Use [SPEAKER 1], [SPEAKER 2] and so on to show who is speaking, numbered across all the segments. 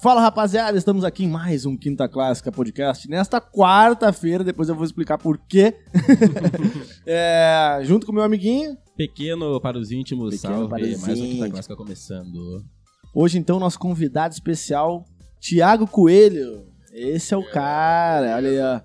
[SPEAKER 1] Fala rapaziada, estamos aqui em mais um Quinta Clássica Podcast. Nesta quarta-feira, depois eu vou explicar por quê. É, junto com meu amiguinho.
[SPEAKER 2] Pequeno para os íntimos,
[SPEAKER 1] Pequeno
[SPEAKER 2] salve.
[SPEAKER 1] para os
[SPEAKER 2] Mais um
[SPEAKER 1] íntimos.
[SPEAKER 2] Quinta Clássica começando.
[SPEAKER 1] Hoje, então, nosso convidado especial, Tiago Coelho. Esse é o cara, olha aí, ó.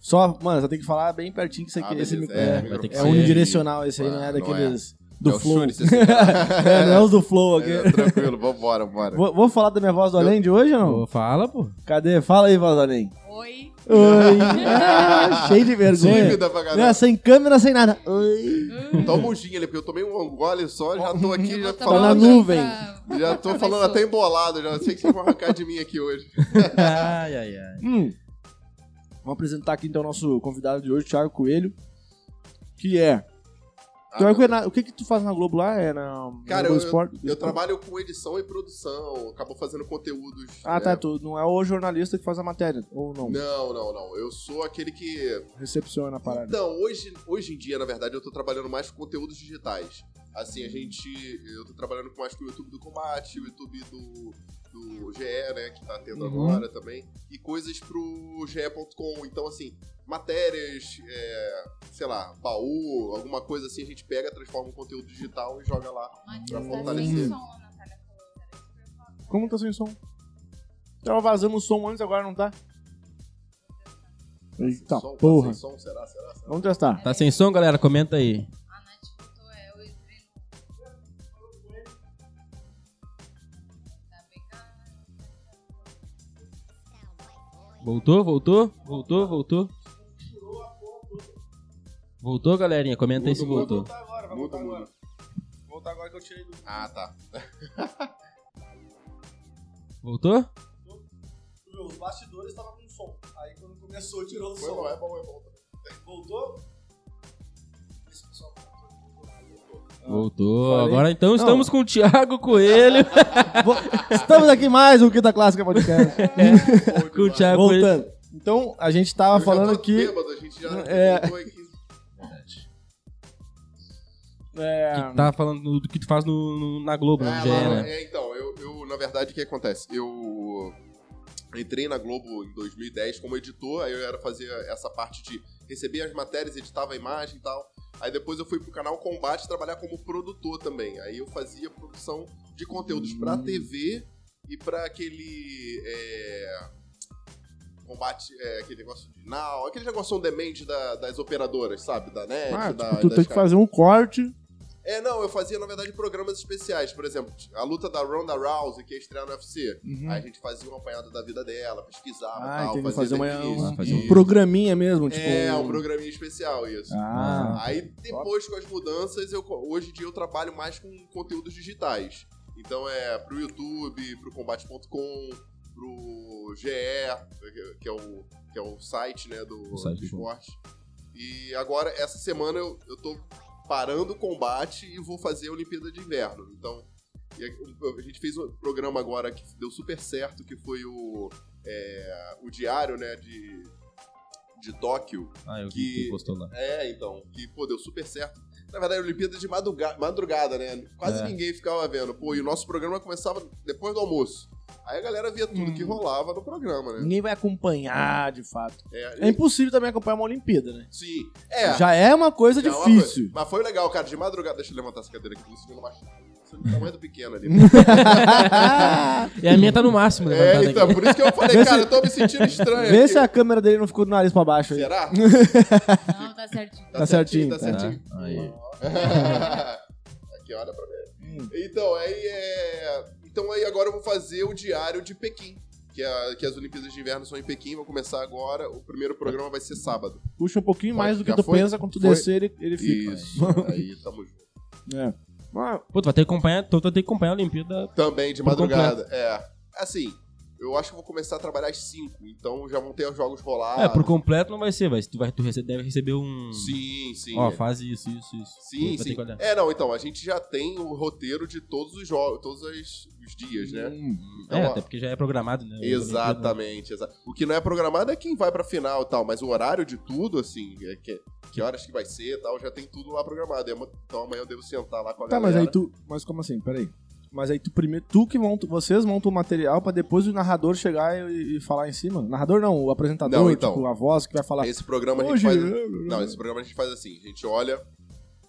[SPEAKER 1] Só, mano, só tem que falar bem pertinho que isso
[SPEAKER 3] Ah,
[SPEAKER 1] aqui. esse
[SPEAKER 3] beleza,
[SPEAKER 1] micro-
[SPEAKER 3] é,
[SPEAKER 1] é,
[SPEAKER 2] vai ter que
[SPEAKER 1] é
[SPEAKER 2] ser.
[SPEAKER 1] unidirecional, esse aí não é
[SPEAKER 3] Ah, não
[SPEAKER 1] daqueles.
[SPEAKER 3] É
[SPEAKER 1] Do
[SPEAKER 3] o
[SPEAKER 1] Flow.
[SPEAKER 3] Shure, você sabe.
[SPEAKER 1] É, não é os do Flow aqui.
[SPEAKER 3] É, Tranquilo, vambora, bora.
[SPEAKER 1] Vou, vou falar da minha voz do além de hoje ou não?
[SPEAKER 2] Pô, fala, pô.
[SPEAKER 1] Cadê? Fala aí, voz do além.
[SPEAKER 4] Oi.
[SPEAKER 1] Oi. Ah, cheio de vergonha.
[SPEAKER 3] Tímida pra caralho.
[SPEAKER 1] Né, sem câmera, sem nada. Oi.
[SPEAKER 3] Toma um gin ali, porque eu tomei um gole só, já tô aqui, já
[SPEAKER 1] Tá na
[SPEAKER 3] falando.
[SPEAKER 4] um
[SPEAKER 1] nuvem.
[SPEAKER 3] até- Já tô falando até embolado, já sei que vocês vão arrancar de mim aqui hoje.
[SPEAKER 2] ai, ai, ai.
[SPEAKER 1] Hum. Vamos apresentar aqui então o nosso convidado de hoje, Thiago Coelho. Que é.
[SPEAKER 3] Ah,
[SPEAKER 1] Thiago Coelho, na- o que que tu faz na Globo lá? É na. na
[SPEAKER 3] Cara,
[SPEAKER 1] Globo
[SPEAKER 3] eu-
[SPEAKER 1] Esporte?
[SPEAKER 3] Eu trabalho com edição e produção, acabo fazendo conteúdos.
[SPEAKER 1] Ah,
[SPEAKER 3] né?
[SPEAKER 1] tá. Tu não é o jornalista que faz a matéria, ou não?
[SPEAKER 3] Não, não, não. Eu sou aquele que.
[SPEAKER 1] Recepciona a parada.
[SPEAKER 3] Então, hoje, hoje em dia, na verdade, eu tô trabalhando mais com conteúdos digitais. Assim, a gente. Eu tô trabalhando com- mais com o YouTube do Combate, o YouTube do, do GE, né? Que tá tendo
[SPEAKER 1] Uhum.
[SPEAKER 3] agora também. E coisas pro GE.com. Então, assim, matérias, é, sei lá, baú, alguma coisa assim, a gente pega, transforma em conteúdo digital e joga lá. Pra fortalecer.
[SPEAKER 1] Como tá sem som? Tava vazando o som antes, agora não tá? Eita
[SPEAKER 3] Som, tá
[SPEAKER 1] porra.
[SPEAKER 3] sem som, será, será, será?
[SPEAKER 1] Vamos testar.
[SPEAKER 2] Tá sem som, galera? Comenta aí. Voltou, voltou, voltou, voltou. Voltou, galerinha? Comenta aí se voltou.
[SPEAKER 1] agora,
[SPEAKER 5] Tá
[SPEAKER 3] vai Muda, voltar muda. agora.
[SPEAKER 1] Voltar agora que eu tirei do.
[SPEAKER 3] Ah, tá.
[SPEAKER 2] Voltou?
[SPEAKER 1] Os bastidores tava com som. Aí quando começou, tirou o
[SPEAKER 3] Foi bom, é bom, é bom.
[SPEAKER 1] Voltou?
[SPEAKER 2] Voltou.
[SPEAKER 1] Falei.
[SPEAKER 2] Agora então
[SPEAKER 1] Não.
[SPEAKER 2] estamos com o Thiago Coelho.
[SPEAKER 1] Estamos aqui em mais um Quinta Clássica Podcast.
[SPEAKER 3] É,
[SPEAKER 2] com
[SPEAKER 3] Bom
[SPEAKER 2] o
[SPEAKER 3] demais.
[SPEAKER 2] Thiago Coelho.
[SPEAKER 1] Voltando. Então, a gente tava
[SPEAKER 3] Eu já
[SPEAKER 1] falando
[SPEAKER 3] tô
[SPEAKER 1] que.
[SPEAKER 3] Bêbado, a gente já
[SPEAKER 1] É.
[SPEAKER 3] voltou aqui.
[SPEAKER 1] É,
[SPEAKER 2] Que tá falando do que tu faz no, no- na Globo, no
[SPEAKER 3] É,
[SPEAKER 2] GE,
[SPEAKER 3] lá-
[SPEAKER 2] né?
[SPEAKER 3] é, então, eu, eu, na verdade, o que acontece? Eu entrei na Globo em 2010 como editor, aí eu era fazer essa parte de receber as matérias, editava a imagem e tal. Aí depois eu fui pro canal Combate trabalhar como produtor também. Aí eu fazia produção de conteúdos pra
[SPEAKER 1] Hum.
[SPEAKER 3] TV e pra aquele. é, Combate, é, aquele negócio de Now, aquele negócio on demand da- das operadoras, sabe? Da net,
[SPEAKER 1] ah,
[SPEAKER 3] da.
[SPEAKER 1] tipo, tu
[SPEAKER 3] É, das
[SPEAKER 1] tem que fazer um corte.
[SPEAKER 3] é, não, eu fazia, na verdade, programas especiais. Por exemplo, a luta da Ronda Rousey, que ia estrear no UFC. Aí a gente fazia um apanhado da vida dela, pesquisava
[SPEAKER 1] Hum. Ah,
[SPEAKER 3] e
[SPEAKER 1] entendi.
[SPEAKER 3] tal, Ah, fazia
[SPEAKER 1] Fazer uma,
[SPEAKER 3] entrevista.
[SPEAKER 1] um
[SPEAKER 2] fazer um
[SPEAKER 3] Isso.
[SPEAKER 1] programinha mesmo. Tipo,
[SPEAKER 3] É, um programinha especial, isso.
[SPEAKER 1] Ah,
[SPEAKER 3] Aí depois, com as mudanças, eu, hoje em dia eu trabalho mais com conteúdos digitais. Então é pro YouTube, pro combate.com, pro GE, que é o, que é o site né, do,
[SPEAKER 2] O site
[SPEAKER 3] do
[SPEAKER 2] do
[SPEAKER 3] esporte. E agora, essa semana, eu, eu tô parando o combate e vou fazer a Olimpíada de Inverno. Então, e a, a gente fez um programa agora que deu super certo, que foi o, é, o diário né, de, de Tóquio.
[SPEAKER 2] Ah, eu vi que
[SPEAKER 3] Que-
[SPEAKER 2] tu postou lá.
[SPEAKER 3] É, então. Que, pô, deu super certo. Na verdade, a Olimpíada de madruga- madrugada, né? Quase
[SPEAKER 2] É.
[SPEAKER 3] ninguém ficava vendo. Pô, e o nosso programa começava depois do almoço. Aí a galera via tudo
[SPEAKER 1] Hum.
[SPEAKER 3] que rolava no programa, né?
[SPEAKER 1] Ninguém vai acompanhar, de fato.
[SPEAKER 3] É,
[SPEAKER 1] É impossível também acompanhar uma Olimpíada, né?
[SPEAKER 3] Sim. É.
[SPEAKER 1] Já é uma coisa
[SPEAKER 3] já é uma
[SPEAKER 1] difícil.
[SPEAKER 3] coisa. Mas foi legal, cara. De madrugada. Deixa eu levantar essa cadeira aqui, conseguindo baixar. Isso é do tamanho do pequeno ali.
[SPEAKER 2] E a minha tá no máximo, né?
[SPEAKER 3] é, então, por isso que eu
[SPEAKER 1] Vê
[SPEAKER 3] falei,
[SPEAKER 1] se-
[SPEAKER 3] cara, eu tô me sentindo estranho.
[SPEAKER 1] Vê
[SPEAKER 3] aqui.
[SPEAKER 1] se a câmera dele não ficou do nariz pra baixo aí.
[SPEAKER 3] Será?
[SPEAKER 4] Não, tá certinho.
[SPEAKER 1] Tá certinho,
[SPEAKER 3] Tá
[SPEAKER 1] tá.
[SPEAKER 3] certinho.
[SPEAKER 2] Aí.
[SPEAKER 3] Aqui, olha pra mim.
[SPEAKER 1] Hum.
[SPEAKER 3] Então, aí é. Então aí agora eu vou fazer o diário de Pequim. Que, a- que as Olimpíadas de Inverno são em Pequim, vou começar agora. O primeiro programa vai ser sábado.
[SPEAKER 1] Puxa um pouquinho mais do que
[SPEAKER 3] Já
[SPEAKER 1] tu
[SPEAKER 3] foi?
[SPEAKER 1] pensa, quando tu
[SPEAKER 3] Foi.
[SPEAKER 1] descer ele, ele fica.
[SPEAKER 3] Isso. aí tamo junto.
[SPEAKER 1] É. Mas,
[SPEAKER 2] Pô, tu vai ter que acompanhar, então tu vai ter que acompanhar a Olimpíada.
[SPEAKER 3] Também de
[SPEAKER 2] Por
[SPEAKER 3] madrugada. É. Assim, eu acho que eu vou começar a trabalhar às 5, então já vão ter os jogos rolados.
[SPEAKER 2] É, por completo não vai ser, mas tu, vai, tu rece- deve receber um.
[SPEAKER 3] Sim, sim.
[SPEAKER 2] Ó,
[SPEAKER 3] é.
[SPEAKER 2] faz isso, isso, isso.
[SPEAKER 3] Sim,
[SPEAKER 2] Vai ter
[SPEAKER 3] sim.
[SPEAKER 2] que olhar.
[SPEAKER 3] É, não, então, a gente já tem o roteiro de todos os jogos, todos as- os dias, né?
[SPEAKER 1] hum,
[SPEAKER 3] Então,
[SPEAKER 2] é,
[SPEAKER 3] ó,
[SPEAKER 2] até porque já é programado, né?
[SPEAKER 3] Exatamente, exa- O que não é programado é quem vai pra final e tal, mas o horário de tudo, assim, é que, que horas que vai ser e tal, já tem tudo lá programado. E ama- Então É amanhã eu devo sentar lá com a
[SPEAKER 1] Tá, mas
[SPEAKER 3] galera.
[SPEAKER 1] aí tu. Mas como assim? Peraí. Mas aí tu primeiro, tu que monta, vocês montam o material pra depois o narrador chegar e, e falar em cima. Narrador não, o apresentador,
[SPEAKER 3] Não, então.
[SPEAKER 1] tipo, a voz que vai falar. né?
[SPEAKER 3] Esse programa
[SPEAKER 1] Hoje,
[SPEAKER 3] a gente faz. Não, esse programa a gente faz assim: a gente olha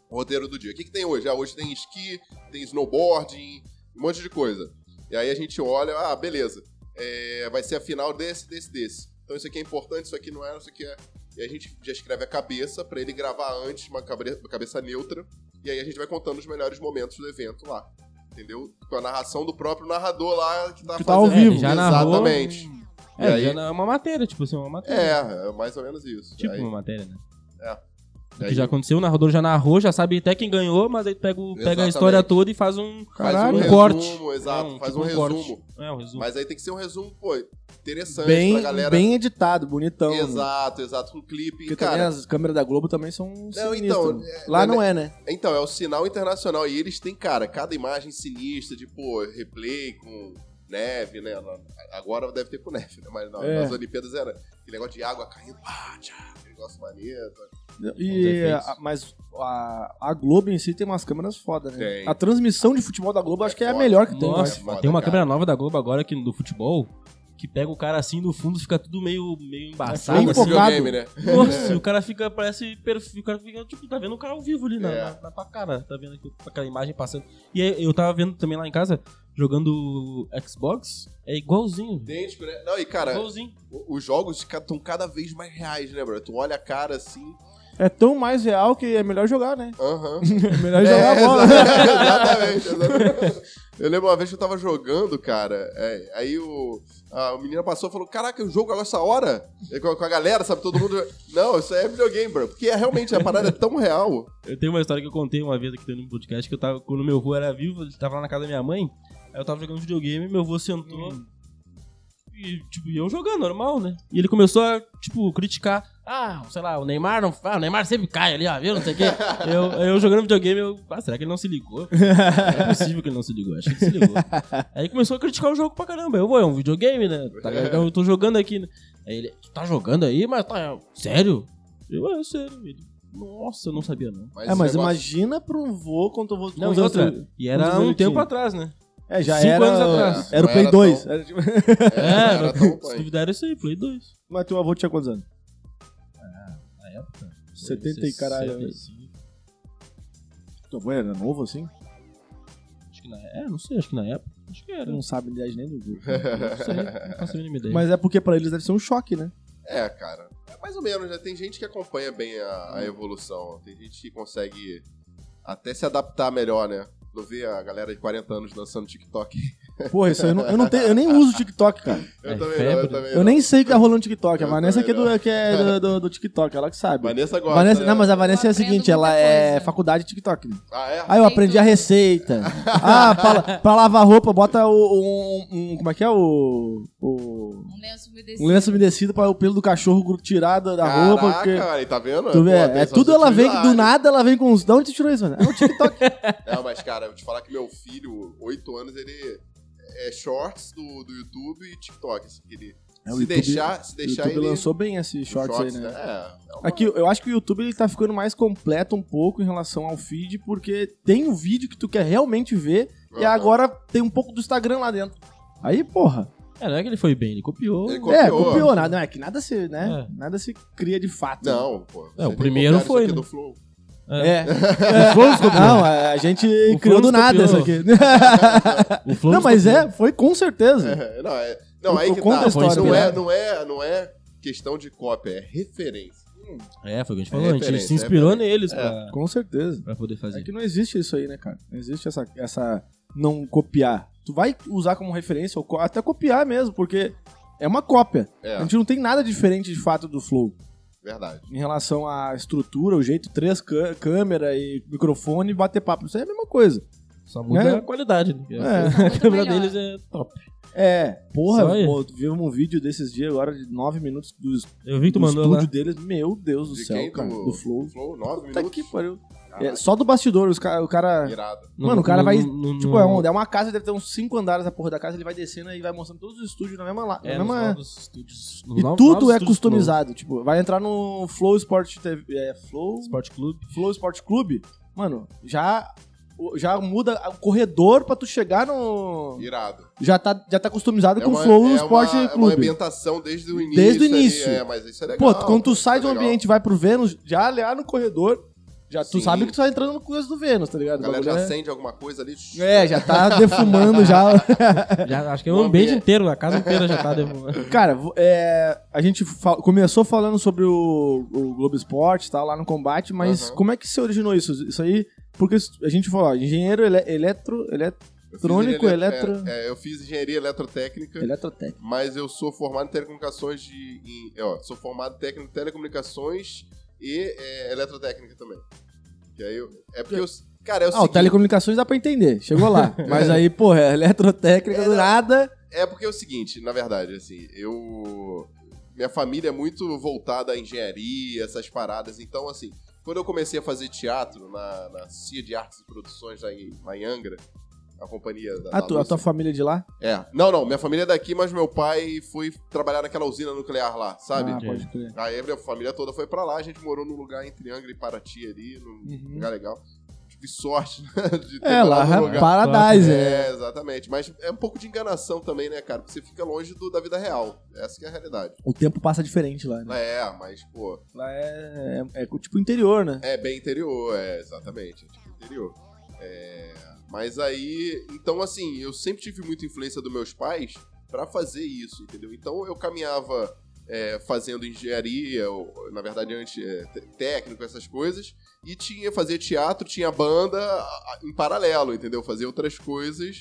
[SPEAKER 3] o roteiro do dia. O que, que tem hoje? Ah, hoje tem esqui, tem snowboarding, um monte de coisa. E aí a gente olha, ah, beleza. É, vai ser a final desse, desse, desse. Então isso aqui é importante, isso aqui não é, isso aqui é. E a gente já escreve a cabeça pra ele gravar antes, uma cabre- uma cabeça neutra. E aí a gente vai contando os melhores momentos do evento lá. Entendeu? Com a narração do próprio narrador lá que tá
[SPEAKER 1] Que tá
[SPEAKER 3] fazendo.
[SPEAKER 1] ao vivo.
[SPEAKER 6] É, já narrou-
[SPEAKER 3] Exatamente.
[SPEAKER 6] É,
[SPEAKER 3] E aí-
[SPEAKER 6] já na- é uma matéria, tipo assim, uma matéria.
[SPEAKER 3] É, é mais ou menos isso.
[SPEAKER 6] Tipo
[SPEAKER 3] Aí-
[SPEAKER 6] uma matéria, né?
[SPEAKER 3] aí-
[SPEAKER 6] que já aconteceu, o narrador já narrou, já sabe até quem ganhou, mas aí pega, o- pega a
[SPEAKER 3] Exatamente.
[SPEAKER 6] história toda e faz um,
[SPEAKER 3] Faz
[SPEAKER 1] Caralho.
[SPEAKER 3] um,
[SPEAKER 6] um
[SPEAKER 3] resumo,
[SPEAKER 6] corte.
[SPEAKER 3] Exato,
[SPEAKER 6] É, um-
[SPEAKER 3] faz
[SPEAKER 6] tipo
[SPEAKER 3] um,
[SPEAKER 6] corte.
[SPEAKER 3] resumo.
[SPEAKER 6] É, um resumo.
[SPEAKER 3] Mas aí tem que ser um resumo, pô, interessante
[SPEAKER 1] Bem,
[SPEAKER 3] pra galera.
[SPEAKER 1] bem editado, bonitão. né?
[SPEAKER 3] Exato, exato, com clipe.
[SPEAKER 1] Porque também é
[SPEAKER 3] cara,
[SPEAKER 1] as câmeras da Globo também são
[SPEAKER 3] Não,
[SPEAKER 1] sinistras.
[SPEAKER 3] então,
[SPEAKER 1] Lá
[SPEAKER 3] é-
[SPEAKER 1] não é, né?
[SPEAKER 3] então, é o sinal internacional. E eles têm, cara, cada imagem sinistra, de, pô, replay com neve, né? Na- Agora deve ter com neve, né? Mas na-
[SPEAKER 1] É.
[SPEAKER 3] nas Olimpíadas era aquele negócio de água caindo, pá, tchá, aquele negócio maneiro. tá?
[SPEAKER 1] E,
[SPEAKER 6] efeitos.
[SPEAKER 1] a- mas a, a Globo em si tem umas câmeras foda, né?
[SPEAKER 3] Tem.
[SPEAKER 1] A transmissão de futebol da Globo
[SPEAKER 3] É
[SPEAKER 1] acho que é a
[SPEAKER 3] foda.
[SPEAKER 1] melhor que tem. eu
[SPEAKER 6] Nossa,
[SPEAKER 1] acho.
[SPEAKER 3] foda,
[SPEAKER 6] tem uma
[SPEAKER 3] cara.
[SPEAKER 6] câmera nova da Globo agora aqui do futebol que pega o cara assim no fundo fica tudo meio, meio embaçado.
[SPEAKER 1] bem
[SPEAKER 6] assim.
[SPEAKER 1] focado.
[SPEAKER 3] videogame, né?
[SPEAKER 6] Nossa, o cara fica, parece perfil. O cara fica, tipo, tá vendo o cara ao vivo ali na,
[SPEAKER 3] É.
[SPEAKER 6] na, na tua cara. Tá vendo aqui, aquela imagem passando. E aí, eu tava vendo também lá em casa, jogando Xbox. É igualzinho.
[SPEAKER 3] Idêntico, né? Não, e cara,
[SPEAKER 6] Igualzinho.
[SPEAKER 3] o- os jogos estão cada vez mais reais, né, bro? Tu olha a cara assim.
[SPEAKER 1] É tão mais real que é melhor jogar, né?
[SPEAKER 3] Aham.
[SPEAKER 1] É melhor jogar a bola.
[SPEAKER 3] exatamente, exatamente. Eu lembro uma vez que eu tava jogando, cara, é, aí o, a, o menino passou e falou, caraca, o jogo agora essa hora? É Com, com a galera, sabe, todo mundo... Não, isso aí é videogame, bro. Porque é, realmente, a parada é tão real.
[SPEAKER 6] Eu tenho uma história que eu contei uma vez aqui no podcast que eu tava, quando meu avô era vivo, ele tava lá na casa da minha mãe. Aí eu tava jogando videogame, meu avô sentou. E, tipo, e eu jogando, normal, né? E ele começou a, tipo, criticar. Ah, sei lá, o Neymar não. Ah, o Neymar sempre cai ali, ó, viu? Não sei o quê. eu, eu jogando videogame, eu. Ah, será que ele não se ligou? É possível que ele não se ligou, acho que ele se ligou. Aí começou a criticar o jogo pra caramba. Eu vou, é um videogame, né? Tá, eu tô jogando aqui, né? Aí ele, tu tá jogando aí, mas tá. Sério? Eu, é sério, ele. Nossa, eu não sabia, não.
[SPEAKER 1] É, mas
[SPEAKER 3] esse negócio-
[SPEAKER 1] imagina pra um vô quanto vô...
[SPEAKER 6] Não,
[SPEAKER 1] quantos
[SPEAKER 6] e outra.
[SPEAKER 1] anos-
[SPEAKER 6] E era
[SPEAKER 1] quantos
[SPEAKER 6] um
[SPEAKER 1] anos
[SPEAKER 6] tempo
[SPEAKER 1] tinha?
[SPEAKER 6] atrás, né?
[SPEAKER 1] É, já
[SPEAKER 6] Cinco
[SPEAKER 1] era...
[SPEAKER 6] anos atrás.
[SPEAKER 1] Era o
[SPEAKER 3] Não
[SPEAKER 1] Play
[SPEAKER 3] era
[SPEAKER 1] 2.
[SPEAKER 3] tão-
[SPEAKER 1] Era tipo-
[SPEAKER 3] É, era tão
[SPEAKER 6] se
[SPEAKER 3] punk.
[SPEAKER 6] duvidar era isso aí, Play 2.
[SPEAKER 1] Mas teu avô tinha quantos anos?
[SPEAKER 6] Na época.
[SPEAKER 1] 70 e caralho, né? Teu avô era novo assim?
[SPEAKER 6] Acho que na É, não sei, acho que na época. Acho que era. Não
[SPEAKER 1] Não sabe aliás, nem do vô.
[SPEAKER 6] sei, não faço a mínima ideia.
[SPEAKER 1] Mas é porque pra eles deve ser um choque, né?
[SPEAKER 3] É, cara. É mais ou menos, né? Tem gente que acompanha bem a, a evolução. Tem gente que consegue até se adaptar melhor, né? Não vê a galera de 40 anos dançando TikTok.
[SPEAKER 1] Porra, isso aí eu não, eu não tenho, eu nem uso TikTok, cara.
[SPEAKER 3] Eu
[SPEAKER 6] É
[SPEAKER 3] também não,
[SPEAKER 6] febre.
[SPEAKER 3] eu também
[SPEAKER 1] Eu nem sei o que tá rolando no TikTok. A
[SPEAKER 3] Eu
[SPEAKER 1] Vanessa que é,
[SPEAKER 3] também
[SPEAKER 1] do, que é do, do- do TikTok, ela que sabe.
[SPEAKER 3] Vanessa gosta,
[SPEAKER 1] Vanessa,
[SPEAKER 3] né?
[SPEAKER 1] não, mas a Vanessa é a
[SPEAKER 4] Eu aprendo
[SPEAKER 1] seguinte, ela
[SPEAKER 4] muita
[SPEAKER 1] é
[SPEAKER 4] coisa.
[SPEAKER 1] faculdade de TikTok. né?
[SPEAKER 3] Ah, é?
[SPEAKER 1] Ah, eu
[SPEAKER 4] Sei
[SPEAKER 1] aprendi a
[SPEAKER 4] tudo.
[SPEAKER 1] receita. Ah, pra, pra lavar roupa, bota o, um, um- Como é que é o. o
[SPEAKER 4] Um lenço umedecido.
[SPEAKER 1] um lenço umedecido para o pelo do cachorro tirado da
[SPEAKER 3] Caraca,
[SPEAKER 1] roupa. Porque,
[SPEAKER 3] olha aí, tá vendo?
[SPEAKER 1] tu vê,
[SPEAKER 3] Pô,
[SPEAKER 1] é
[SPEAKER 3] atenção,
[SPEAKER 1] tudo
[SPEAKER 3] você
[SPEAKER 1] ela
[SPEAKER 3] tirou
[SPEAKER 1] vem,
[SPEAKER 3] a
[SPEAKER 1] do
[SPEAKER 3] área.
[SPEAKER 1] nada ela vem com uns. De onde tu tirou isso, mano? É um TikTok.
[SPEAKER 3] Não, mas cara, eu vou te falar que meu filho, 8 anos, ele é shorts do, do YouTube e TikTok. assim, que ele,
[SPEAKER 1] É,
[SPEAKER 3] se,
[SPEAKER 1] o YouTube-
[SPEAKER 3] deixar, se
[SPEAKER 1] O
[SPEAKER 3] deixar,
[SPEAKER 1] YouTube
[SPEAKER 3] ele...
[SPEAKER 1] lançou bem esse
[SPEAKER 3] os
[SPEAKER 1] shorts, aí, né?
[SPEAKER 3] É, é uma-
[SPEAKER 1] Aqui, eu acho que o YouTube ele tá ficando mais completo um pouco em relação ao feed, porque tem um vídeo que tu quer realmente ver, e
[SPEAKER 3] Aham.
[SPEAKER 1] agora tem um pouco do Instagram lá dentro. Aí, porra.
[SPEAKER 6] É, não é que ele foi bem, ele copiou.
[SPEAKER 3] Ele
[SPEAKER 1] É,
[SPEAKER 3] Copiou.
[SPEAKER 1] copiou nada, não é que nada se, né?
[SPEAKER 6] É.
[SPEAKER 1] Nada se cria de fato.
[SPEAKER 3] Não, pô.
[SPEAKER 6] É, o
[SPEAKER 3] vocês
[SPEAKER 6] primeiro
[SPEAKER 3] copiaram isso
[SPEAKER 6] foi,
[SPEAKER 3] aqui
[SPEAKER 6] né?
[SPEAKER 3] do Flow.
[SPEAKER 1] É. Não, a a gente criou do
[SPEAKER 6] Flores
[SPEAKER 1] nada isso
[SPEAKER 6] copiou.
[SPEAKER 1] aqui.
[SPEAKER 6] O Flow
[SPEAKER 1] não, mas
[SPEAKER 6] copiou.
[SPEAKER 1] é, foi com certeza.
[SPEAKER 3] É, não, é, não,
[SPEAKER 1] Eu-
[SPEAKER 3] aí
[SPEAKER 1] eu
[SPEAKER 3] que
[SPEAKER 1] conto a
[SPEAKER 3] tá.
[SPEAKER 1] história
[SPEAKER 3] não, é,
[SPEAKER 1] dela.
[SPEAKER 3] não, é, não é questão de cópia, é referência.
[SPEAKER 6] É, foi o que a gente falou. A gente
[SPEAKER 3] referência,
[SPEAKER 6] se inspirou
[SPEAKER 3] referência.
[SPEAKER 6] neles
[SPEAKER 3] É.
[SPEAKER 6] pra,
[SPEAKER 1] Com certeza.
[SPEAKER 6] pra poder
[SPEAKER 1] É
[SPEAKER 6] fazer.
[SPEAKER 1] que não existe isso aí, né, cara? Não existe essa, essa não copiar. Tu vai usar como referência, ou co- até copiar mesmo, porque é uma cópia.
[SPEAKER 3] É,
[SPEAKER 1] A gente não tem nada diferente de fato do Flow.
[SPEAKER 3] verdade.
[SPEAKER 1] Em relação à estrutura, o jeito, três cã- câmera e microfone e bater papo. Isso aí é a mesma coisa.
[SPEAKER 6] Só muda
[SPEAKER 1] É.
[SPEAKER 6] a qualidade. Né?
[SPEAKER 1] É.
[SPEAKER 6] A câmera
[SPEAKER 4] melhor.
[SPEAKER 6] deles é top.
[SPEAKER 1] É, porra,
[SPEAKER 6] Só aí.
[SPEAKER 1] pô, tu viu um vídeo desses dias agora de nove minutos do, es-
[SPEAKER 6] Eu vi que tu
[SPEAKER 1] do
[SPEAKER 6] mandou
[SPEAKER 1] estúdio
[SPEAKER 6] lá.
[SPEAKER 1] deles. Meu Deus do
[SPEAKER 3] De
[SPEAKER 1] céu,
[SPEAKER 3] quem?
[SPEAKER 1] cara.
[SPEAKER 3] Do-
[SPEAKER 1] Do Flow.
[SPEAKER 3] Flow, 9
[SPEAKER 1] Tá
[SPEAKER 3] minutos.
[SPEAKER 1] que pariu.
[SPEAKER 3] Caraca,
[SPEAKER 1] É, só do bastidor, os ca- o cara.
[SPEAKER 3] irado.
[SPEAKER 1] Mano, o cara vai-
[SPEAKER 6] no-
[SPEAKER 1] Tipo,
[SPEAKER 6] no-
[SPEAKER 1] é, um, é uma casa, deve ter uns cinco andares a porra da casa, ele vai descendo e vai mostrando todos os estúdios na mesma. La, na
[SPEAKER 6] É, nos
[SPEAKER 1] mesma-
[SPEAKER 6] novos estúdios. nos
[SPEAKER 1] E
[SPEAKER 6] novos-
[SPEAKER 1] tudo
[SPEAKER 6] novos
[SPEAKER 1] é
[SPEAKER 6] estúdios do
[SPEAKER 1] customizado. Tipo, vai entrar no Flow Sport TV. É, Flow.
[SPEAKER 6] Sport Club.
[SPEAKER 1] Flow Sport Clube, mano, já o- já muda o corredor pra tu chegar no.
[SPEAKER 3] Irado.
[SPEAKER 1] Já tá, já tá customizado
[SPEAKER 3] É
[SPEAKER 1] com o
[SPEAKER 3] uma-
[SPEAKER 1] Flow
[SPEAKER 3] é
[SPEAKER 1] no
[SPEAKER 3] uma-
[SPEAKER 1] Esporte
[SPEAKER 3] É uma
[SPEAKER 1] Clube.
[SPEAKER 3] ambientação desde o início.
[SPEAKER 1] Desde o
[SPEAKER 3] ali,
[SPEAKER 1] início.
[SPEAKER 3] É, mas isso é legal.
[SPEAKER 1] Pô, tu- quando tu sai do
[SPEAKER 3] isso é legal.
[SPEAKER 1] ambiente e vai pro Vênus, já é lá no corredor, já, tu
[SPEAKER 3] Sim.
[SPEAKER 1] sabe que tu tá entrando no coisa do Vênus, tá
[SPEAKER 3] A
[SPEAKER 1] ligado? O
[SPEAKER 3] galera já
[SPEAKER 1] bagulho é-
[SPEAKER 3] acende alguma coisa ali.
[SPEAKER 1] É, já tá defumando já.
[SPEAKER 2] Já, acho que é
[SPEAKER 3] O
[SPEAKER 2] o ambiente
[SPEAKER 3] ambiente.
[SPEAKER 2] inteiro, a casa inteira já tá devolvendo.
[SPEAKER 1] Uhum. Cara, vo- é, a gente fa- começou falando sobre o, o Globo Esporte e tal, lá no combate, mas
[SPEAKER 3] Aham.
[SPEAKER 1] como é que se originou isso? Isso aí, porque a gente falou, ó, engenheiro ele, eletro, ele,
[SPEAKER 3] Eu fiz
[SPEAKER 1] eletrônico,
[SPEAKER 3] ele-
[SPEAKER 1] eletro- é-
[SPEAKER 3] é, é, eu fiz engenharia eletrotécnica.
[SPEAKER 1] eletrotécnico.
[SPEAKER 3] mas eu sou formado em telecomunicações de. em- é, ó, sou formado técnico em telecomunicações e é, eletrotécnica também. Que aí eu- é porque eu. Cara, é o
[SPEAKER 1] Ah, o
[SPEAKER 3] seguinte,
[SPEAKER 1] telecomunicações dá pra entender, chegou lá. mas aí, porra, é eletrotécnica do
[SPEAKER 3] Era-
[SPEAKER 1] nada.
[SPEAKER 3] É porque é o seguinte, na verdade, assim, eu. Minha família é muito voltada à engenharia, essas paradas. Então, assim, quando eu comecei a fazer teatro na, na CIA de Artes e Produções lá em, lá em Angra, a companhia da.
[SPEAKER 1] A,
[SPEAKER 3] da
[SPEAKER 1] tu- a
[SPEAKER 3] Lúcia-
[SPEAKER 1] tua família de lá?
[SPEAKER 3] É. Não, não, minha família é daqui, mas meu pai foi trabalhar naquela usina nuclear lá, sabe?
[SPEAKER 1] Ah, pode crer.
[SPEAKER 3] Aí a minha família toda foi pra lá, a gente morou num lugar entre Angra e Paraty ali, num
[SPEAKER 1] Uhum.
[SPEAKER 3] lugar legal. Tive sorte né, de ter
[SPEAKER 1] É, lá
[SPEAKER 3] morado num
[SPEAKER 1] é
[SPEAKER 3] lugar.
[SPEAKER 1] Paradise, é.
[SPEAKER 3] É, exatamente. Mas é um pouco de enganação também, né, cara? Porque você fica longe do- da vida real. Essa que é a realidade.
[SPEAKER 1] O tempo passa diferente lá, né?
[SPEAKER 3] É, mas, pô,
[SPEAKER 1] Lá é, é, é tipo interior, né?
[SPEAKER 3] é bem interior, é, exatamente. É tipo interior. É, mas aí, então assim, eu sempre tive muita influência dos meus pais pra fazer isso, entendeu? Então eu caminhava é, fazendo engenharia, ou, na verdade antes é, te- técnico, essas coisas, e tinha fazer teatro, tinha banda a- a- em paralelo, entendeu? Fazer outras coisas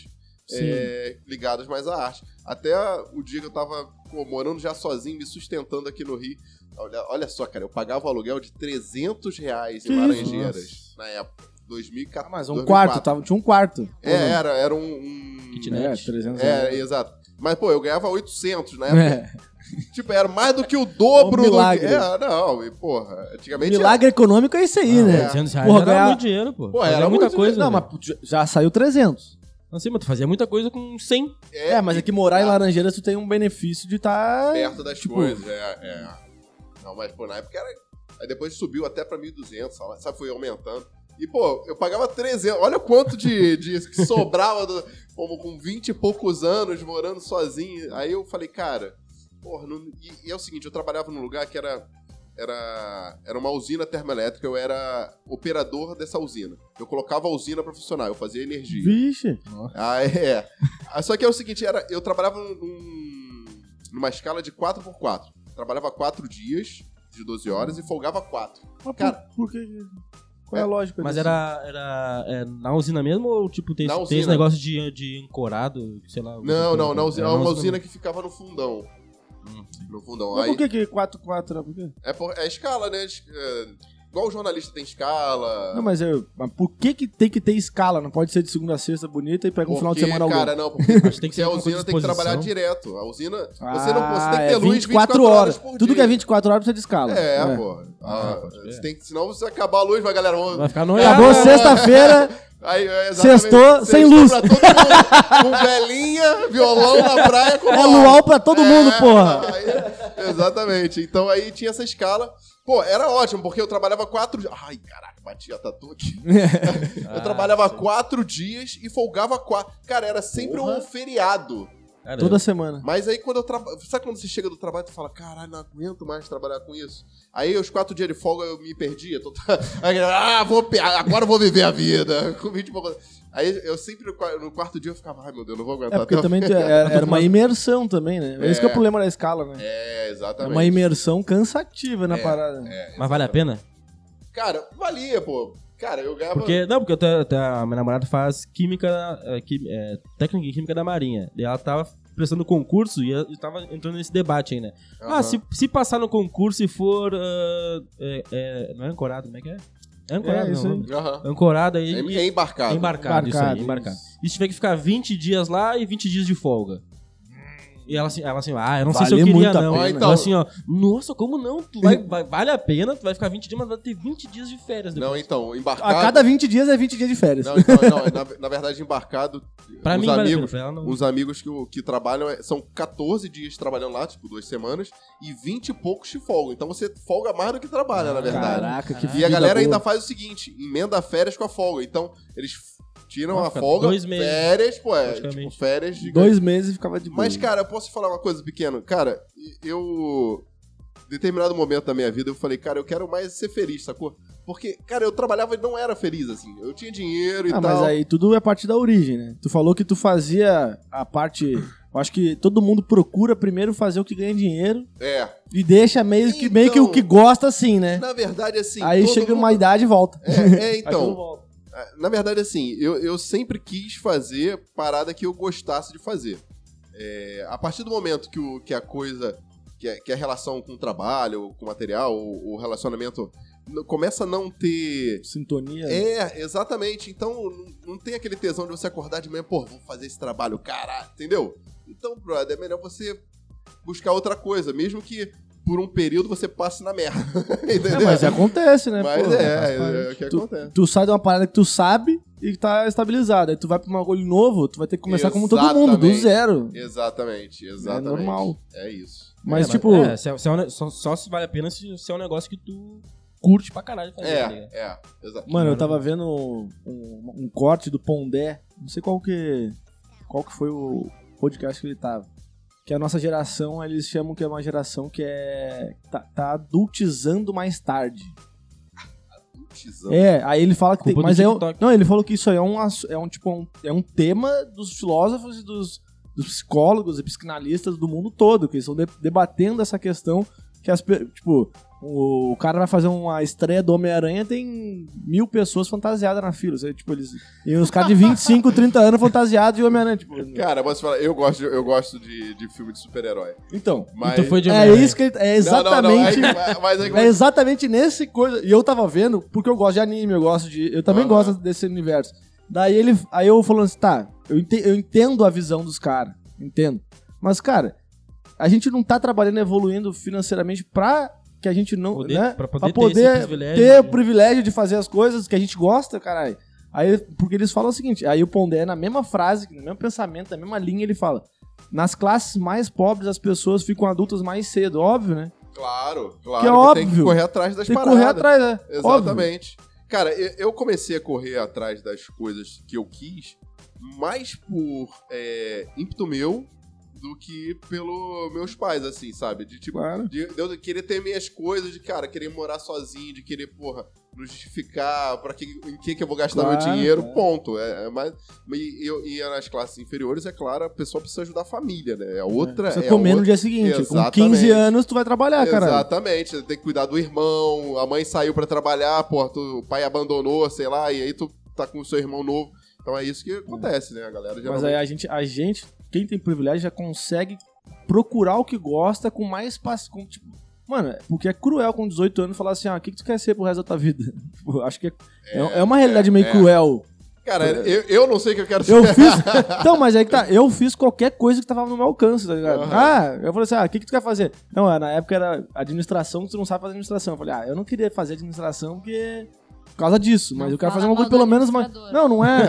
[SPEAKER 2] Sim.
[SPEAKER 3] é, ligadas mais à arte. Até o dia que eu tava pô, morando já sozinho, me sustentando aqui no Rio. Olha, olha só, cara, eu pagava o aluguel de 300 reais
[SPEAKER 1] Que
[SPEAKER 3] em
[SPEAKER 1] isso?
[SPEAKER 3] Laranjeiras na época. 2014.
[SPEAKER 1] Ah, mas um quarto, tava, tinha um quarto.
[SPEAKER 3] É, era, era um. um-
[SPEAKER 2] Kitnet.
[SPEAKER 1] É, 300 reais.
[SPEAKER 3] É, exato. Mas, pô, eu ganhava 800 na época.
[SPEAKER 1] É.
[SPEAKER 3] Tipo, era mais do que o dobro
[SPEAKER 1] Um milagre. Um
[SPEAKER 3] do que. É, não, e, porra, antigamente.
[SPEAKER 1] Milagre econômico é isso aí,
[SPEAKER 2] Ah,
[SPEAKER 1] né?
[SPEAKER 2] 200 reais
[SPEAKER 1] Porra,
[SPEAKER 2] era
[SPEAKER 1] ganhar-
[SPEAKER 2] muito dinheiro, pô.
[SPEAKER 3] Pô,
[SPEAKER 2] Fazia
[SPEAKER 3] era
[SPEAKER 2] muita
[SPEAKER 3] muito
[SPEAKER 2] coisa.
[SPEAKER 1] Não,
[SPEAKER 2] Não,
[SPEAKER 1] mas já saiu 300.
[SPEAKER 2] não sei, mas tu fazia muita coisa com 100.
[SPEAKER 1] É, mas é que morar em Laranjeiras tu tem um benefício de estar.
[SPEAKER 3] tá. perto das
[SPEAKER 1] tipo-
[SPEAKER 3] coisas, é, é. Não, mas, pô, na época era... Aí depois subiu até pra 1.200, sabe? Sabe, Foi aumentando. E, pô, eu pagava 300. Olha quanto de, de que sobrava do, como com 20 e poucos anos morando sozinho. Aí eu falei, cara, porra, não- e, e é o seguinte, eu trabalhava num lugar que era, era, era uma usina termoelétrica, eu era operador dessa usina. Eu colocava a usina pra funcionar, eu fazia energia.
[SPEAKER 1] Vixe.
[SPEAKER 3] Ah, é. Ah, Só que é o seguinte, era, eu trabalhava num- num- numa escala de 4x4. Trabalhava 4 dias de 12 horas e folgava 4.
[SPEAKER 1] Mas
[SPEAKER 3] Cara-
[SPEAKER 1] por, por que. Qual é a
[SPEAKER 3] É,
[SPEAKER 1] lógica?
[SPEAKER 2] Mas
[SPEAKER 1] disso?
[SPEAKER 2] era, era é, na usina mesmo ou tipo tem,
[SPEAKER 3] Na
[SPEAKER 2] tem
[SPEAKER 3] usina.
[SPEAKER 2] esse negócio de, de ancorado, sei lá?
[SPEAKER 3] Não, não, não.
[SPEAKER 2] Era
[SPEAKER 3] É uma
[SPEAKER 2] na
[SPEAKER 3] usina que ficava no fundão.
[SPEAKER 2] Hum.
[SPEAKER 3] No fundão.
[SPEAKER 1] Mas
[SPEAKER 3] Aí,
[SPEAKER 1] por que que 4x4 era? Por quê?
[SPEAKER 3] é, por- é escala, né? Es- é, igual o jornalista tem escala.
[SPEAKER 1] Não, mas, eu, mas por que que tem que ter escala? Não pode ser de segunda a sexta bonita e pega um final de
[SPEAKER 3] Porque,
[SPEAKER 1] semana algum.
[SPEAKER 3] cara, não, porque
[SPEAKER 2] Acho que tem que
[SPEAKER 3] se
[SPEAKER 2] ser
[SPEAKER 3] a
[SPEAKER 2] alguma coisa
[SPEAKER 3] usina
[SPEAKER 2] de
[SPEAKER 3] tem que trabalhar
[SPEAKER 2] exposição.
[SPEAKER 3] direto. A usina,
[SPEAKER 1] Ah,
[SPEAKER 3] você não você tem que ter
[SPEAKER 1] é
[SPEAKER 3] luz
[SPEAKER 1] 24 horas.
[SPEAKER 3] por
[SPEAKER 1] Tudo
[SPEAKER 3] dia.
[SPEAKER 1] que é 24 horas precisa de escala.
[SPEAKER 3] É, pô.
[SPEAKER 2] Ah,
[SPEAKER 3] Ah,
[SPEAKER 2] pode crer.
[SPEAKER 3] você tem que, senão você acabar a luz, vai, galera. vamos-
[SPEAKER 2] Vai ficar noiado.
[SPEAKER 3] É,
[SPEAKER 1] Acabou sexta-feira.
[SPEAKER 3] Aí, é exatamente.
[SPEAKER 1] Sextou, sem
[SPEAKER 3] Sextou
[SPEAKER 1] luz.
[SPEAKER 3] pra todo mundo, com velinha, violão na praia. Com
[SPEAKER 1] É
[SPEAKER 3] bola.
[SPEAKER 1] luau pra todo mundo,
[SPEAKER 3] É,
[SPEAKER 1] porra.
[SPEAKER 3] aí- exatamente. Então aí tinha essa escala. Pô, era ótimo, porque eu trabalhava quatro... di- Ai, caraca, bati a tatu aqui.
[SPEAKER 2] Ah,
[SPEAKER 3] eu trabalhava
[SPEAKER 2] sim.
[SPEAKER 3] quatro dias e folgava quatro. Cara, era sempre
[SPEAKER 1] Porra.
[SPEAKER 3] um feriado.
[SPEAKER 2] Cara,
[SPEAKER 1] Toda semana.
[SPEAKER 3] Mas aí quando eu trabalho... Sabe quando você chega do trabalho e fala, caralho, não aguento mais trabalhar com isso? Aí os quatro dias de folga eu me perdia. tô- Aí, ah, vou... pe- agora eu vou viver a vida. Com 20 e pouco- Aí eu sempre no qua- no quarto dia eu ficava, ai meu Deus, não vou
[SPEAKER 1] É
[SPEAKER 3] aguentar.
[SPEAKER 1] porque
[SPEAKER 3] até o
[SPEAKER 1] também
[SPEAKER 3] fim."
[SPEAKER 1] tu- era, era uma imersão também, né? Esse que é o problema da escala, né?
[SPEAKER 3] É,
[SPEAKER 1] É
[SPEAKER 3] exatamente.
[SPEAKER 1] uma imersão cansativa na
[SPEAKER 3] É,
[SPEAKER 1] parada. né?
[SPEAKER 2] Mas vale a pena?
[SPEAKER 3] Cara, valia, pô. Cara, eu ganhava...
[SPEAKER 2] Porque, não, porque eu te- te- a minha namorada faz química, é, qui- é, técnica em química da Marinha. E ela tava prestando concurso e ela- e tava entrando nesse debate ainda. Ah,
[SPEAKER 3] Aham.
[SPEAKER 2] se, se passar no concurso e for. ah, é- é- não é ancorado, como é que é? É ancorado,
[SPEAKER 1] É, isso
[SPEAKER 2] não.
[SPEAKER 1] aí.
[SPEAKER 3] Aham.
[SPEAKER 2] Ancorado aí.
[SPEAKER 3] Em-
[SPEAKER 2] e-
[SPEAKER 3] É embarcado.
[SPEAKER 2] Embarcado, isso aí,
[SPEAKER 1] Embarcado,
[SPEAKER 2] embarcado.
[SPEAKER 1] isso.
[SPEAKER 2] E se tiver que ficar 20 dias lá e 20 dias de folga. E ela assim, ela assim ah, eu não sei se
[SPEAKER 1] Vale
[SPEAKER 2] eu queria
[SPEAKER 1] muito a
[SPEAKER 2] não.
[SPEAKER 1] pena.
[SPEAKER 2] Ela
[SPEAKER 3] Então-
[SPEAKER 2] assim, ó, nossa, como não? Tu vai, vai- vale a pena, tu vai ficar 20 dias, mas vai ter 20 dias de férias depois.
[SPEAKER 3] Não, então,
[SPEAKER 1] A
[SPEAKER 3] embarcado...
[SPEAKER 1] cada 20 dias é 20 dias de férias.
[SPEAKER 3] Não, então, não, na, na verdade, embarcado...
[SPEAKER 2] pra
[SPEAKER 3] os
[SPEAKER 2] mim, vale a pena.
[SPEAKER 3] amigos,
[SPEAKER 2] Pra ela não.
[SPEAKER 3] Os amigos que, o- que trabalham é- são 14 dias trabalhando lá, tipo, duas semanas, e 20 e poucos de folga. Então você folga mais do que trabalha, na é verdade.
[SPEAKER 1] Caraca, que
[SPEAKER 2] Caraca.
[SPEAKER 3] E a galera
[SPEAKER 1] vida
[SPEAKER 3] ainda
[SPEAKER 1] boa.
[SPEAKER 3] faz o seguinte: emenda férias com a folga. Então, eles f- Tiram
[SPEAKER 2] Vai
[SPEAKER 3] a
[SPEAKER 2] ficar
[SPEAKER 3] folga,
[SPEAKER 2] dois meses,
[SPEAKER 3] férias, pô, é,
[SPEAKER 2] praticamente.
[SPEAKER 3] tipo, férias de...
[SPEAKER 1] Dois meses e ficava de boa.
[SPEAKER 3] Mas, cara, eu posso falar uma coisa pequena? Cara, eu... Em determinado momento da minha vida, eu falei, cara, eu quero mais ser feliz, sacou? Porque, cara, eu trabalhava e não era feliz, assim. Eu tinha dinheiro e
[SPEAKER 1] Ah,
[SPEAKER 3] tal.
[SPEAKER 1] mas aí tudo é parte da origem, né? Tu falou que tu fazia a parte. Eu acho que todo mundo procura primeiro fazer o que ganha dinheiro
[SPEAKER 3] É.
[SPEAKER 1] e deixa meio que, meio que o
[SPEAKER 3] Então-
[SPEAKER 1] que gosta assim, né?
[SPEAKER 3] Na verdade, assim...
[SPEAKER 1] aí
[SPEAKER 3] todo
[SPEAKER 1] chega
[SPEAKER 3] mundo-
[SPEAKER 1] uma idade e volta.
[SPEAKER 3] É, é,
[SPEAKER 2] Aí tudo
[SPEAKER 3] então...
[SPEAKER 2] volta.
[SPEAKER 3] Na verdade, assim, eu, eu sempre quis fazer parada que eu gostasse de fazer. É, a partir do momento que, o, que a coisa, que a, que a relação com o trabalho, com o material, o, o relacionamento n- começa a não ter.
[SPEAKER 1] Sintonia.
[SPEAKER 3] É, exatamente. Então n- não tem aquele tesão de você acordar de manhã, pô, vou fazer esse trabalho, caralho, entendeu? Então, brother, é melhor você buscar outra coisa, mesmo que por um período você passe na merda. entendeu?
[SPEAKER 1] É, mas acontece, né?
[SPEAKER 3] Mas
[SPEAKER 1] Pô, faz
[SPEAKER 3] é,
[SPEAKER 1] parte.
[SPEAKER 3] é, é o que
[SPEAKER 1] Tu-
[SPEAKER 3] acontece.
[SPEAKER 1] Tu sai de uma parada que tu sabe e tá estabilizado. Aí tu vai pra um bagulho novo, tu vai ter que começar como todo mundo, do
[SPEAKER 3] Exatamente.
[SPEAKER 1] zero.
[SPEAKER 3] Exatamente, exatamente.
[SPEAKER 1] É normal.
[SPEAKER 3] É isso.
[SPEAKER 1] Mas,
[SPEAKER 2] É,
[SPEAKER 1] tipo,
[SPEAKER 2] é, se é- se é um ne- só, só se vale a pena se, se é um negócio que tu curte pra caralho fazer, tá
[SPEAKER 3] É,
[SPEAKER 2] ligado?
[SPEAKER 3] é, exato.
[SPEAKER 1] mano, eu tava vendo um, um corte do Pondé. Não sei qual que. Qual que foi o podcast que ele tava. Que a nossa geração, eles chamam que é uma geração que é. tá, tá adultizando mais tarde.
[SPEAKER 3] Tizão.
[SPEAKER 1] É, aí ele fala que tem.
[SPEAKER 2] Culpa do
[SPEAKER 1] Mas é um,
[SPEAKER 2] TikTok.
[SPEAKER 1] Não, ele falou que isso aí é um, ass- é um tipo um- é um tema dos filósofos e dos, dos psicólogos e psicanalistas do mundo todo, que eles estão de- debatendo essa questão que as pe- tipo o, o cara vai fazer uma estreia do Homem-Aranha tem mil pessoas fantasiadas na fila. sabe? Tipo, eles, e uns caras de 25, 30 anos fantasiados de Homem-Aranha. Tipo,
[SPEAKER 3] Cara, posso falar, eu gosto, de- eu gosto de, de filme de super-herói.
[SPEAKER 1] então.
[SPEAKER 3] Mas.
[SPEAKER 2] Então foi de
[SPEAKER 1] É
[SPEAKER 2] Homem-Aranha.
[SPEAKER 1] isso que ele, é
[SPEAKER 3] Não, não, não,
[SPEAKER 1] exatamente
[SPEAKER 3] aí- mas- mas aí que
[SPEAKER 1] É exatamente nesse coisa. E eu tava vendo, porque eu gosto de anime, eu gosto de. Eu também
[SPEAKER 3] Aham.
[SPEAKER 1] gosto desse universo. Daí ele. Aí eu falando assim, tá, eu ente- eu entendo, a visão dos caras. Entendo. Mas, cara, a gente não tá trabalhando evoluindo financeiramente pra que a gente não.
[SPEAKER 2] Poder-
[SPEAKER 1] né?
[SPEAKER 2] pra poder
[SPEAKER 1] pra
[SPEAKER 2] ter
[SPEAKER 1] poder
[SPEAKER 2] esse privilégio,
[SPEAKER 1] ter o
[SPEAKER 2] né?
[SPEAKER 1] privilégio de fazer as coisas que a gente gosta, caralho. Aí, porque eles falam o seguinte, aí o Pondé, na mesma frase, no mesmo pensamento, na mesma linha, ele fala: nas classes mais pobres as pessoas ficam adultas mais cedo, óbvio, né?
[SPEAKER 3] Claro, claro.
[SPEAKER 1] Que é
[SPEAKER 3] Tem que
[SPEAKER 1] óbvio.
[SPEAKER 3] correr atrás das
[SPEAKER 1] Tem que
[SPEAKER 3] paradas.
[SPEAKER 1] correr atrás, né? Óbvio.
[SPEAKER 3] Exatamente. Cara, eu, eu comecei a correr atrás das coisas que eu quis mais por é, ímpeto meu do que pelo meus pais, assim, sabe? De tipo,
[SPEAKER 1] Claro.
[SPEAKER 3] De, de eu querer ter minhas coisas, de cara, querer morar sozinho, de querer, porra, não justificar pra que, em que, que eu vou gastar meu
[SPEAKER 1] Claro,
[SPEAKER 3] dinheiro,
[SPEAKER 1] é.
[SPEAKER 3] ponto. É, é mais, e, eu- e é nas classes inferiores, é claro, a pessoa precisa ajudar a família, né? É outra.
[SPEAKER 1] Você
[SPEAKER 3] é
[SPEAKER 1] comer no né,
[SPEAKER 3] outra-
[SPEAKER 1] dia seguinte. Com
[SPEAKER 3] Exatamente.
[SPEAKER 1] 15 anos, tu vai trabalhar, cara.
[SPEAKER 3] Exatamente, tem que cuidar do irmão, a mãe saiu pra trabalhar, porra, tu- o pai abandonou, sei lá, e aí tu tá com o seu irmão novo. Então é isso que acontece, né? A galera
[SPEAKER 1] Mas
[SPEAKER 3] geralmente...
[SPEAKER 1] aí é a gente, a gente, quem tem privilégio, já consegue procurar o que gosta com mais paci- com Tipo, mano, é- porque é cruel com 18 anos falar assim, ah, o que, que tu quer ser pro resto da tua vida? Tipo, acho que é, é, é uma realidade meio
[SPEAKER 3] é.
[SPEAKER 1] cruel.
[SPEAKER 3] Cara, eu, eu não sei o que eu quero ser.
[SPEAKER 1] Eu fiz. Então, mas aí que tá, eu fiz qualquer coisa que tava no meu alcance, tá ligado?
[SPEAKER 3] Aham.
[SPEAKER 1] Ah, eu falei assim, ah, o que, que tu quer fazer? Não, ah, na época era administração, tu não sabe fazer administração. Eu falei, ah, eu não queria fazer administração porque. Por causa disso, mas
[SPEAKER 4] Não
[SPEAKER 1] eu quero
[SPEAKER 4] fala
[SPEAKER 1] fazer uma
[SPEAKER 4] mal
[SPEAKER 1] coisa
[SPEAKER 4] do
[SPEAKER 1] pelo menos. Uma...
[SPEAKER 4] administrador.
[SPEAKER 1] Não, não é,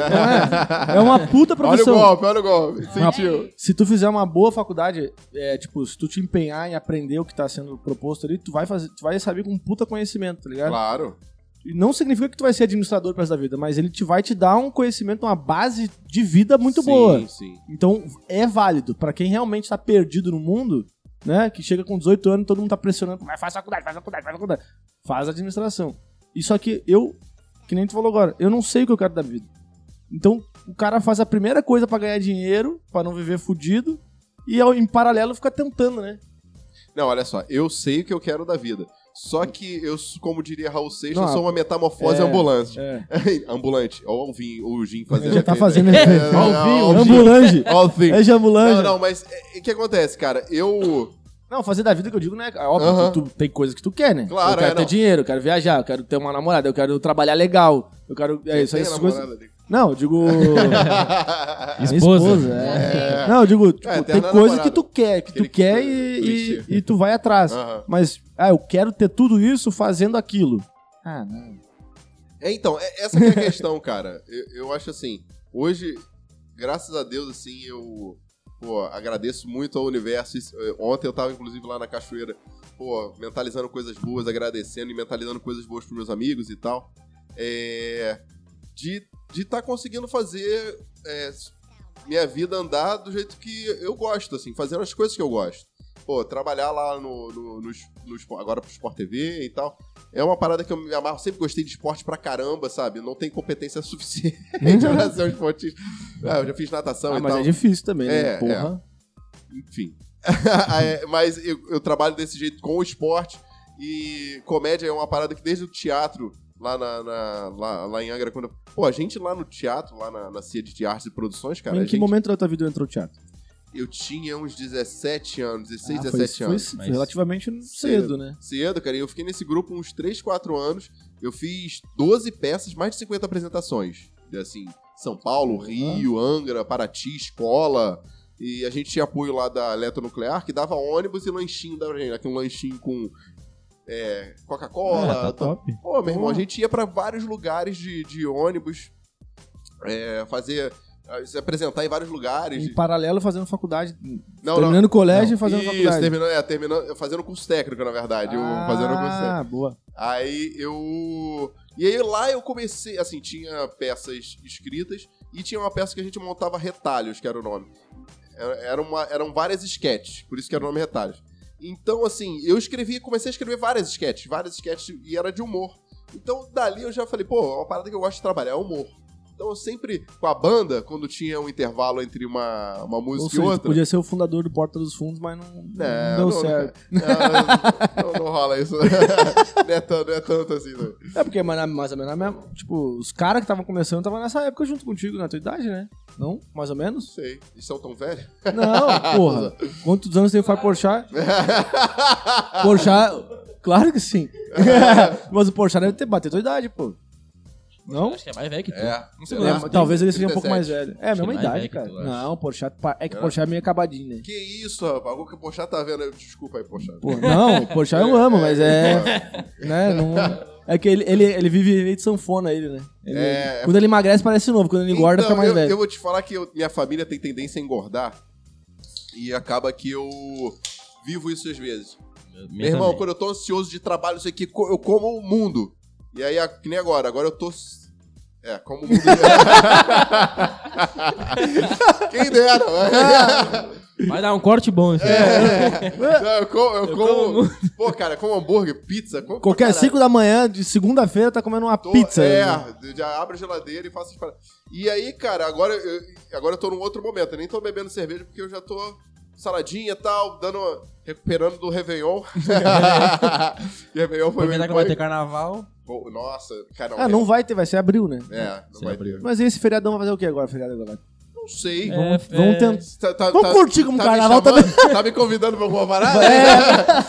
[SPEAKER 1] não é. É uma puta
[SPEAKER 3] Olha o
[SPEAKER 1] profissão.
[SPEAKER 3] golpe, olha o golpe. Sentiu.
[SPEAKER 1] Se tu fizer uma boa faculdade, é, tipo, se tu te empenhar em aprender o que tá sendo proposto ali, tu vai fazer, tu vai saber com um puta conhecimento, tá ligado?
[SPEAKER 3] Claro.
[SPEAKER 1] E não significa que tu vai ser administrador pro resto da vida, mas ele te vai te dar um conhecimento, uma base de vida muito
[SPEAKER 3] Sim,
[SPEAKER 1] boa.
[SPEAKER 3] Sim.
[SPEAKER 1] Então é válido pra quem realmente tá perdido no mundo, né? Que chega com 18 anos, todo mundo tá pressionando, vai faz faculdade, faz faculdade, faz faculdade, faz administração. E só que eu, que nem tu falou agora, eu não sei o que eu quero da vida. Então o cara faz a primeira coisa pra ganhar dinheiro, pra não viver fudido, e ao- em paralelo fica tentando, né?
[SPEAKER 3] Não, olha só, eu sei o que eu quero da vida. Só que eu, como diria Raul Seixas,
[SPEAKER 1] Não,
[SPEAKER 3] eu sou uma metamorfose
[SPEAKER 1] é,
[SPEAKER 3] ambulante.
[SPEAKER 1] É.
[SPEAKER 3] ambulante. Ó o Vim, o Jim
[SPEAKER 1] Ele
[SPEAKER 3] fazendo.
[SPEAKER 1] já tá
[SPEAKER 3] aquele-
[SPEAKER 1] fazendo
[SPEAKER 3] É, ó o Jim.
[SPEAKER 1] ambulange.
[SPEAKER 3] Ó o Vim.
[SPEAKER 1] É de ambulange.
[SPEAKER 3] Não,
[SPEAKER 1] Não,
[SPEAKER 3] não, mas é, é, o que acontece, cara? Eu.
[SPEAKER 1] fazer da vida que eu digo, né? é Óbvio,
[SPEAKER 3] Aham.
[SPEAKER 1] que tu tem coisas que tu quer, né?
[SPEAKER 3] Claro,
[SPEAKER 1] eu quero
[SPEAKER 3] é,
[SPEAKER 1] ter
[SPEAKER 3] não.
[SPEAKER 1] dinheiro, eu quero viajar, eu quero ter uma namorada, eu quero trabalhar legal, eu quero. É isso aí,
[SPEAKER 3] Tem
[SPEAKER 1] essas
[SPEAKER 3] a
[SPEAKER 1] coisas.
[SPEAKER 3] namorada dele.
[SPEAKER 1] Não, eu digo.
[SPEAKER 3] É.
[SPEAKER 1] Minha
[SPEAKER 2] Esposa.
[SPEAKER 1] é. Não, eu digo, tipo,
[SPEAKER 3] É,
[SPEAKER 1] tem
[SPEAKER 3] eterna
[SPEAKER 1] coisa
[SPEAKER 3] namorada.
[SPEAKER 1] que tu quer, que
[SPEAKER 3] Aquele
[SPEAKER 1] tu quer
[SPEAKER 3] que-
[SPEAKER 1] e,
[SPEAKER 3] clichê.
[SPEAKER 1] e, e tu vai atrás.
[SPEAKER 3] Aham.
[SPEAKER 1] Mas, ah, eu quero ter tudo isso fazendo aquilo. Ah, não.
[SPEAKER 3] É, então, é- essa que é a questão, cara. Eu, eu acho assim, hoje, graças a Deus, assim, eu pô, agradeço muito ao universo. Isso- eh, Ontem eu tava, inclusive, lá na cachoeira, pô, mentalizando coisas boas, agradecendo e mentalizando coisas boas pros meus amigos e tal. É, de estar conseguindo fazer é, minha vida andar do jeito que eu gosto, assim, fazendo as coisas que eu gosto. Pô, trabalhar lá no, no, no, es- no espo- agora pro Sport TV e tal. É uma parada que eu me amarro, sempre gostei de esporte pra caramba, sabe? Não tem competência suficiente pra ser um esportista. Ah, eu já fiz natação
[SPEAKER 1] Uhum. Ah,
[SPEAKER 3] e
[SPEAKER 1] mas
[SPEAKER 3] tal.
[SPEAKER 1] é difícil também,
[SPEAKER 3] É,
[SPEAKER 1] né? Porra.
[SPEAKER 3] Enfim. É, mas eu, eu trabalho desse jeito com o esporte e comédia é uma parada que desde o teatro lá, na, na- lá, lá em Angra, quando. Pô, a gente lá no teatro, lá na, na Cia de Artes e Produções, cara,
[SPEAKER 1] em
[SPEAKER 3] a
[SPEAKER 1] que
[SPEAKER 3] gente-
[SPEAKER 1] momento da tua vida entrou o teatro?
[SPEAKER 3] eu tinha uns 17 anos, 16,
[SPEAKER 1] Ah, foi-
[SPEAKER 3] 17
[SPEAKER 1] foi,
[SPEAKER 3] anos.
[SPEAKER 2] mas-
[SPEAKER 1] relativamente cedo, né?
[SPEAKER 3] Cedo, cara, e eu fiquei nesse grupo uns 3, 4 anos. Eu fiz 12 peças, mais de 50 apresentações. E, Assim, São Paulo, Rio, Angra, Paraty, escola. E a gente tinha apoio lá da Eletronuclear, que dava ônibus e lanchinho da gente. Aqui um lanchinho com é, Coca-Cola.
[SPEAKER 2] Ah, tá top.
[SPEAKER 3] Pô, meu irmão,
[SPEAKER 1] Porra.
[SPEAKER 3] a gente ia pra vários lugares de, de ônibus. é, fazer... ah, Se apresentar em vários lugares.
[SPEAKER 1] Em paralelo, fazendo faculdade.
[SPEAKER 3] Não, não.
[SPEAKER 1] terminando o colégio e fazendo
[SPEAKER 3] Isso,
[SPEAKER 1] faculdade.
[SPEAKER 3] terminando, é, terminando, fazendo curso técnico, na verdade. eu, fazendo curso técnico.
[SPEAKER 1] ah, boa.
[SPEAKER 3] Aí eu. E aí lá eu comecei, assim, tinha peças escritas e tinha uma peça que a gente montava retalhos, que era o nome. Era- Era uma, eram várias sketches, por isso que era o nome retalhos. Então, assim, eu escrevi, comecei a escrever várias sketches, várias sketches, e era de humor. Então, dali eu já falei, pô, é uma parada que eu gosto de trabalhar, é humor. Então, eu sempre, com a banda, quando tinha um intervalo entre uma, uma música
[SPEAKER 1] Ou
[SPEAKER 3] e
[SPEAKER 1] seja, tu
[SPEAKER 3] outra.
[SPEAKER 1] podia ser o fundador do Porta dos Fundos, mas não, não
[SPEAKER 3] É,
[SPEAKER 1] deu
[SPEAKER 3] não,
[SPEAKER 1] certo.
[SPEAKER 3] Não, não- não rola isso. não, é tanto, não é tanto assim, não.
[SPEAKER 1] É porque mas na- mais ou menos na mesma. Tipo, os caras que estavam começando estavam nessa época junto contigo, na tua idade, né? Não? Mais ou
[SPEAKER 3] Não
[SPEAKER 1] menos?
[SPEAKER 3] sei. Eles são tão velhos?
[SPEAKER 1] Não, porra. Quantos anos tem o Fábio Porchat? Porchat, claro que sim. Mas o Porchat deve ter batido a tua idade, pô. Não?
[SPEAKER 2] Acho que é mais velho que tu. Não sei
[SPEAKER 3] sei
[SPEAKER 1] É,
[SPEAKER 3] lá,
[SPEAKER 1] mas
[SPEAKER 3] tem
[SPEAKER 1] talvez ele seja um pouco
[SPEAKER 3] 37.
[SPEAKER 1] mais velho. É, a mesma
[SPEAKER 2] mais
[SPEAKER 1] idade,
[SPEAKER 2] velho que
[SPEAKER 1] cara.
[SPEAKER 2] tu, acho.
[SPEAKER 1] Não, o Porchat... pa- É que o
[SPEAKER 3] É.
[SPEAKER 1] Porchat é meio acabadinho, né?
[SPEAKER 3] Que isso, rapaz. O que o Pochá tá vendo? Desculpa aí, Pochá.
[SPEAKER 1] Pô, não, o Porchat eu amo, mas é... Né, não... É que ele, ele, ele vive meio de sanfona, ele, né? Ele-
[SPEAKER 3] É.
[SPEAKER 1] Quando ele emagrece, parece novo. Quando ele engorda,
[SPEAKER 3] Então,
[SPEAKER 1] fica mais
[SPEAKER 3] eu,
[SPEAKER 1] velho.
[SPEAKER 3] eu vou te falar que eu- minha família tem tendência a engordar. E acaba que eu vivo isso às vezes. Meu irmão, quando eu tô ansioso de trabalho, isso aqui, co- eu como o mundo. E aí, a- que nem agora. Agora eu tô... s- É, como o mundo... Quem dera. né?
[SPEAKER 1] Ah.
[SPEAKER 2] Vai dar um corte bom.
[SPEAKER 1] É,
[SPEAKER 2] Assim.
[SPEAKER 3] Não, eu como... Eu
[SPEAKER 2] Eu
[SPEAKER 3] como-
[SPEAKER 2] como
[SPEAKER 3] Pô, cara, como hambúrguer, pizza... Como pra
[SPEAKER 1] Qualquer
[SPEAKER 3] caralho.
[SPEAKER 1] 5 da manhã, de segunda-feira, tá comendo uma
[SPEAKER 3] Tô-
[SPEAKER 1] pizza.
[SPEAKER 3] É,
[SPEAKER 1] né?
[SPEAKER 3] eu já abro a geladeira e faço as paradas. E aí, cara, agora eu, agora eu tô num outro momento. Eu nem tô bebendo cerveja porque eu já tô saladinha e tal, dando, recuperando do Réveillon. e Réveillon foi
[SPEAKER 2] Aproveitar
[SPEAKER 3] meio...
[SPEAKER 2] que vai ter carnaval.
[SPEAKER 3] Pô, Nossa, cara,
[SPEAKER 1] Ah, não vai ter, vai ser abril, né?
[SPEAKER 3] É, não
[SPEAKER 2] Sem
[SPEAKER 3] vai
[SPEAKER 2] abrigo.
[SPEAKER 3] ter.
[SPEAKER 1] Mas esse feriadão vai fazer o que agora, feriado agora?
[SPEAKER 3] Não sei.
[SPEAKER 1] Vamos,
[SPEAKER 2] É, é.
[SPEAKER 1] vamos tentar.
[SPEAKER 3] Tá- tá-
[SPEAKER 1] Vamos
[SPEAKER 3] tá-
[SPEAKER 1] curtir como
[SPEAKER 3] tá
[SPEAKER 1] carnaval
[SPEAKER 3] me
[SPEAKER 1] também.
[SPEAKER 3] chamando- Tá me convidando pra alguma parada?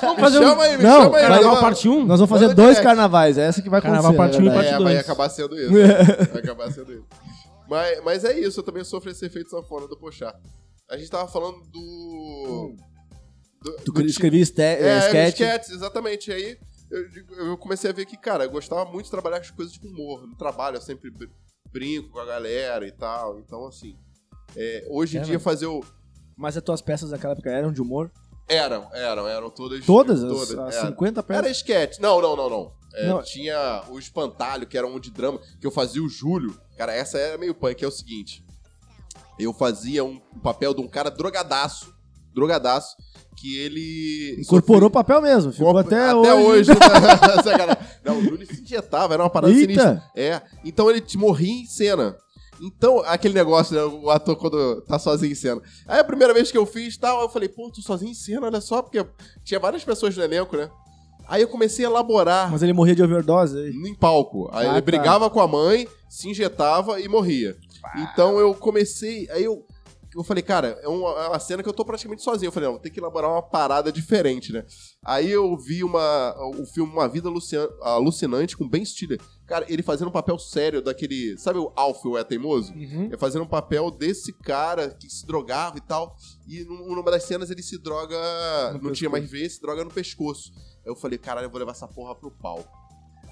[SPEAKER 1] Vamos um-
[SPEAKER 3] Me chama aí, me
[SPEAKER 1] Não,
[SPEAKER 3] chama aí.
[SPEAKER 1] vai-
[SPEAKER 3] vamos-
[SPEAKER 2] Carnaval parte 1?
[SPEAKER 1] É, Nós vamos fazer
[SPEAKER 3] Manda
[SPEAKER 1] dois
[SPEAKER 3] direct.
[SPEAKER 1] carnavais, é essa que vai
[SPEAKER 2] Carnaval
[SPEAKER 1] acontecer.
[SPEAKER 2] parte um e
[SPEAKER 1] na verdade.
[SPEAKER 3] É,
[SPEAKER 2] parte
[SPEAKER 3] vai
[SPEAKER 2] dois.
[SPEAKER 3] acabar sendo isso. vai acabar sendo isso. Mas, mas é isso, eu também sofro esse efeito sanfona do Pochá. A gente tava falando do. do-
[SPEAKER 1] Tu
[SPEAKER 3] do ti-
[SPEAKER 1] escrevi este-
[SPEAKER 3] é,
[SPEAKER 1] é, sketch.
[SPEAKER 3] sketch, exatamente. Aí eu, digo- eu comecei a ver que, cara, eu gostava muito de trabalhar com as coisas de humor. No trabalho eu sempre br- brinco com a galera e tal. Então, assim. é, hoje em
[SPEAKER 1] É,
[SPEAKER 3] dia fazer o.
[SPEAKER 1] Mas as tuas peças naquela época eram de humor?
[SPEAKER 3] Eram, eram, eram todas.
[SPEAKER 1] Todas? as- assim,
[SPEAKER 3] Todas. é.
[SPEAKER 1] As,
[SPEAKER 3] eram.
[SPEAKER 1] 50 peças?
[SPEAKER 3] Era esquete. Não, não, não, não. É,
[SPEAKER 1] Não.
[SPEAKER 3] Tinha o Espantalho, que era um de drama, que eu fazia o Júlio. Cara, essa era meio punk, que é o seguinte. Eu fazia um, um papel de um cara drogadaço, drogadaço, que ele...
[SPEAKER 1] Incorporou papel mesmo, ficou
[SPEAKER 3] Compa-
[SPEAKER 1] até,
[SPEAKER 3] até hoje. né? Sacanagem. não, o Júlio se injetava, era uma parada
[SPEAKER 1] Eita!
[SPEAKER 3] sinistra. É, então ele te morria em cena. Então, aquele negócio, né, o ator quando tá sozinho em cena. Aí a primeira vez que eu fiz tal, eu falei, pô, tô sozinho em cena, olha só, porque tinha várias pessoas no elenco, né? Aí eu comecei a elaborar
[SPEAKER 1] Mas ele morria de overdose. é aí.
[SPEAKER 3] em palco. Aí
[SPEAKER 1] Ah,
[SPEAKER 3] ele
[SPEAKER 1] tá.
[SPEAKER 3] brigava com a mãe, se injetava e morria. Então eu comecei. Aí eu, eu falei, cara, é uma, é uma cena que eu tô praticamente sozinho. Eu falei, não, tem que elaborar uma parada diferente, né? Aí eu vi uma, o filme Uma Vida Alucian- Alucinante com Ben Stiller. Cara, ele fazendo um papel sério daquele. Sabe o Alf, o É Teimoso?
[SPEAKER 1] Uhum.
[SPEAKER 3] É fazendo um papel desse cara que se drogava e tal. E num- numa das cenas ele se droga.
[SPEAKER 1] No
[SPEAKER 3] não tinha
[SPEAKER 1] pescoço.
[SPEAKER 3] mais ver, se droga no pescoço. Aí eu falei, caralho, eu vou levar essa porra pro pau.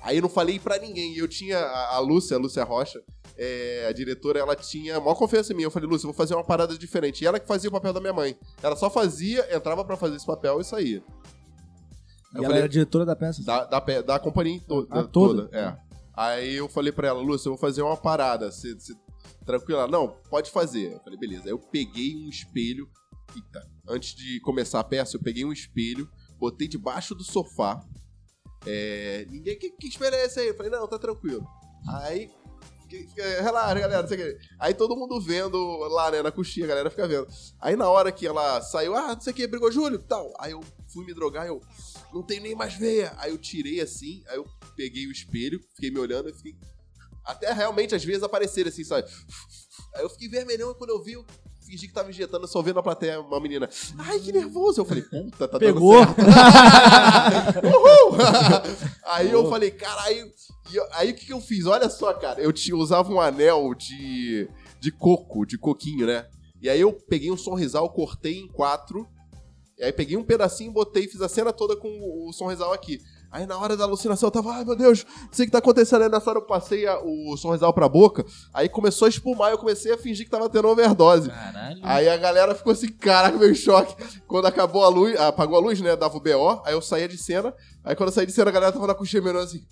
[SPEAKER 3] Aí eu não falei pra ninguém. E eu tinha a, a Lúcia, a Lúcia Rocha, é, a diretora, ela tinha a maior confiança em mim. Eu falei, Lúcia, eu vou fazer uma parada diferente. E ela que fazia o papel da minha mãe. Ela só fazia, entrava pra fazer esse papel e saía.
[SPEAKER 1] E
[SPEAKER 3] Eu
[SPEAKER 1] ela
[SPEAKER 3] falei-
[SPEAKER 1] era é diretora da peça.
[SPEAKER 3] Da, da, pe- da companhia em to-
[SPEAKER 1] Ah,
[SPEAKER 3] da-
[SPEAKER 1] toda?
[SPEAKER 3] toda. É. Aí eu falei pra ela, Lúcia, eu vou fazer uma parada. Você, você- tranquila? Ela, Não, pode fazer. Eu falei, beleza. Aí eu peguei um espelho. Eita, antes de começar a peça, eu peguei um espelho, botei debaixo do sofá. É, ninguém, que, que espelho é esse aí? Eu falei, não, tá tranquilo. Aí, que- que- relaxa, galera, não sei o que. Aí todo mundo vendo lá, né, na coxinha, a galera fica vendo. Aí na hora que ela saiu, ah, não sei o que, brigou Júlio e tal. Aí eu fui me drogar, eu não tenho nem mais veia. Aí eu tirei assim, aí eu peguei o espelho, fiquei me olhando e fiquei. Até realmente às vezes aparecer assim, sabe? Aí eu fiquei vermelhão e quando eu vi, eu fingi que tava injetando, só vendo na plateia uma menina. Ai, que nervoso! Eu falei, puta, tá
[SPEAKER 1] Pegou.
[SPEAKER 3] dando certo. Uhul! aí eu falei, caralho. E eu- aí o que, que eu fiz? Olha só, cara, eu ti- usava um anel de, de coco, de coquinho, né? E aí eu peguei um sorrisal, cortei em quatro. E aí peguei um pedacinho, botei, fiz a cena toda com o, o sorrisal aqui. Aí na hora da alucinação eu tava, ai meu Deus, não sei o que tá acontecendo. Aí nessa hora eu passei a- o sorrisal pra boca, aí começou a espumar e eu comecei a fingir que tava tendo overdose.
[SPEAKER 2] Caralho.
[SPEAKER 3] Aí a galera ficou assim, caraca, meu choque. Quando acabou a luz, apagou a luz, né? Dava o BO, aí eu saía de cena. Aí quando eu saí de cena, a galera tava na coxinha me olhando assim.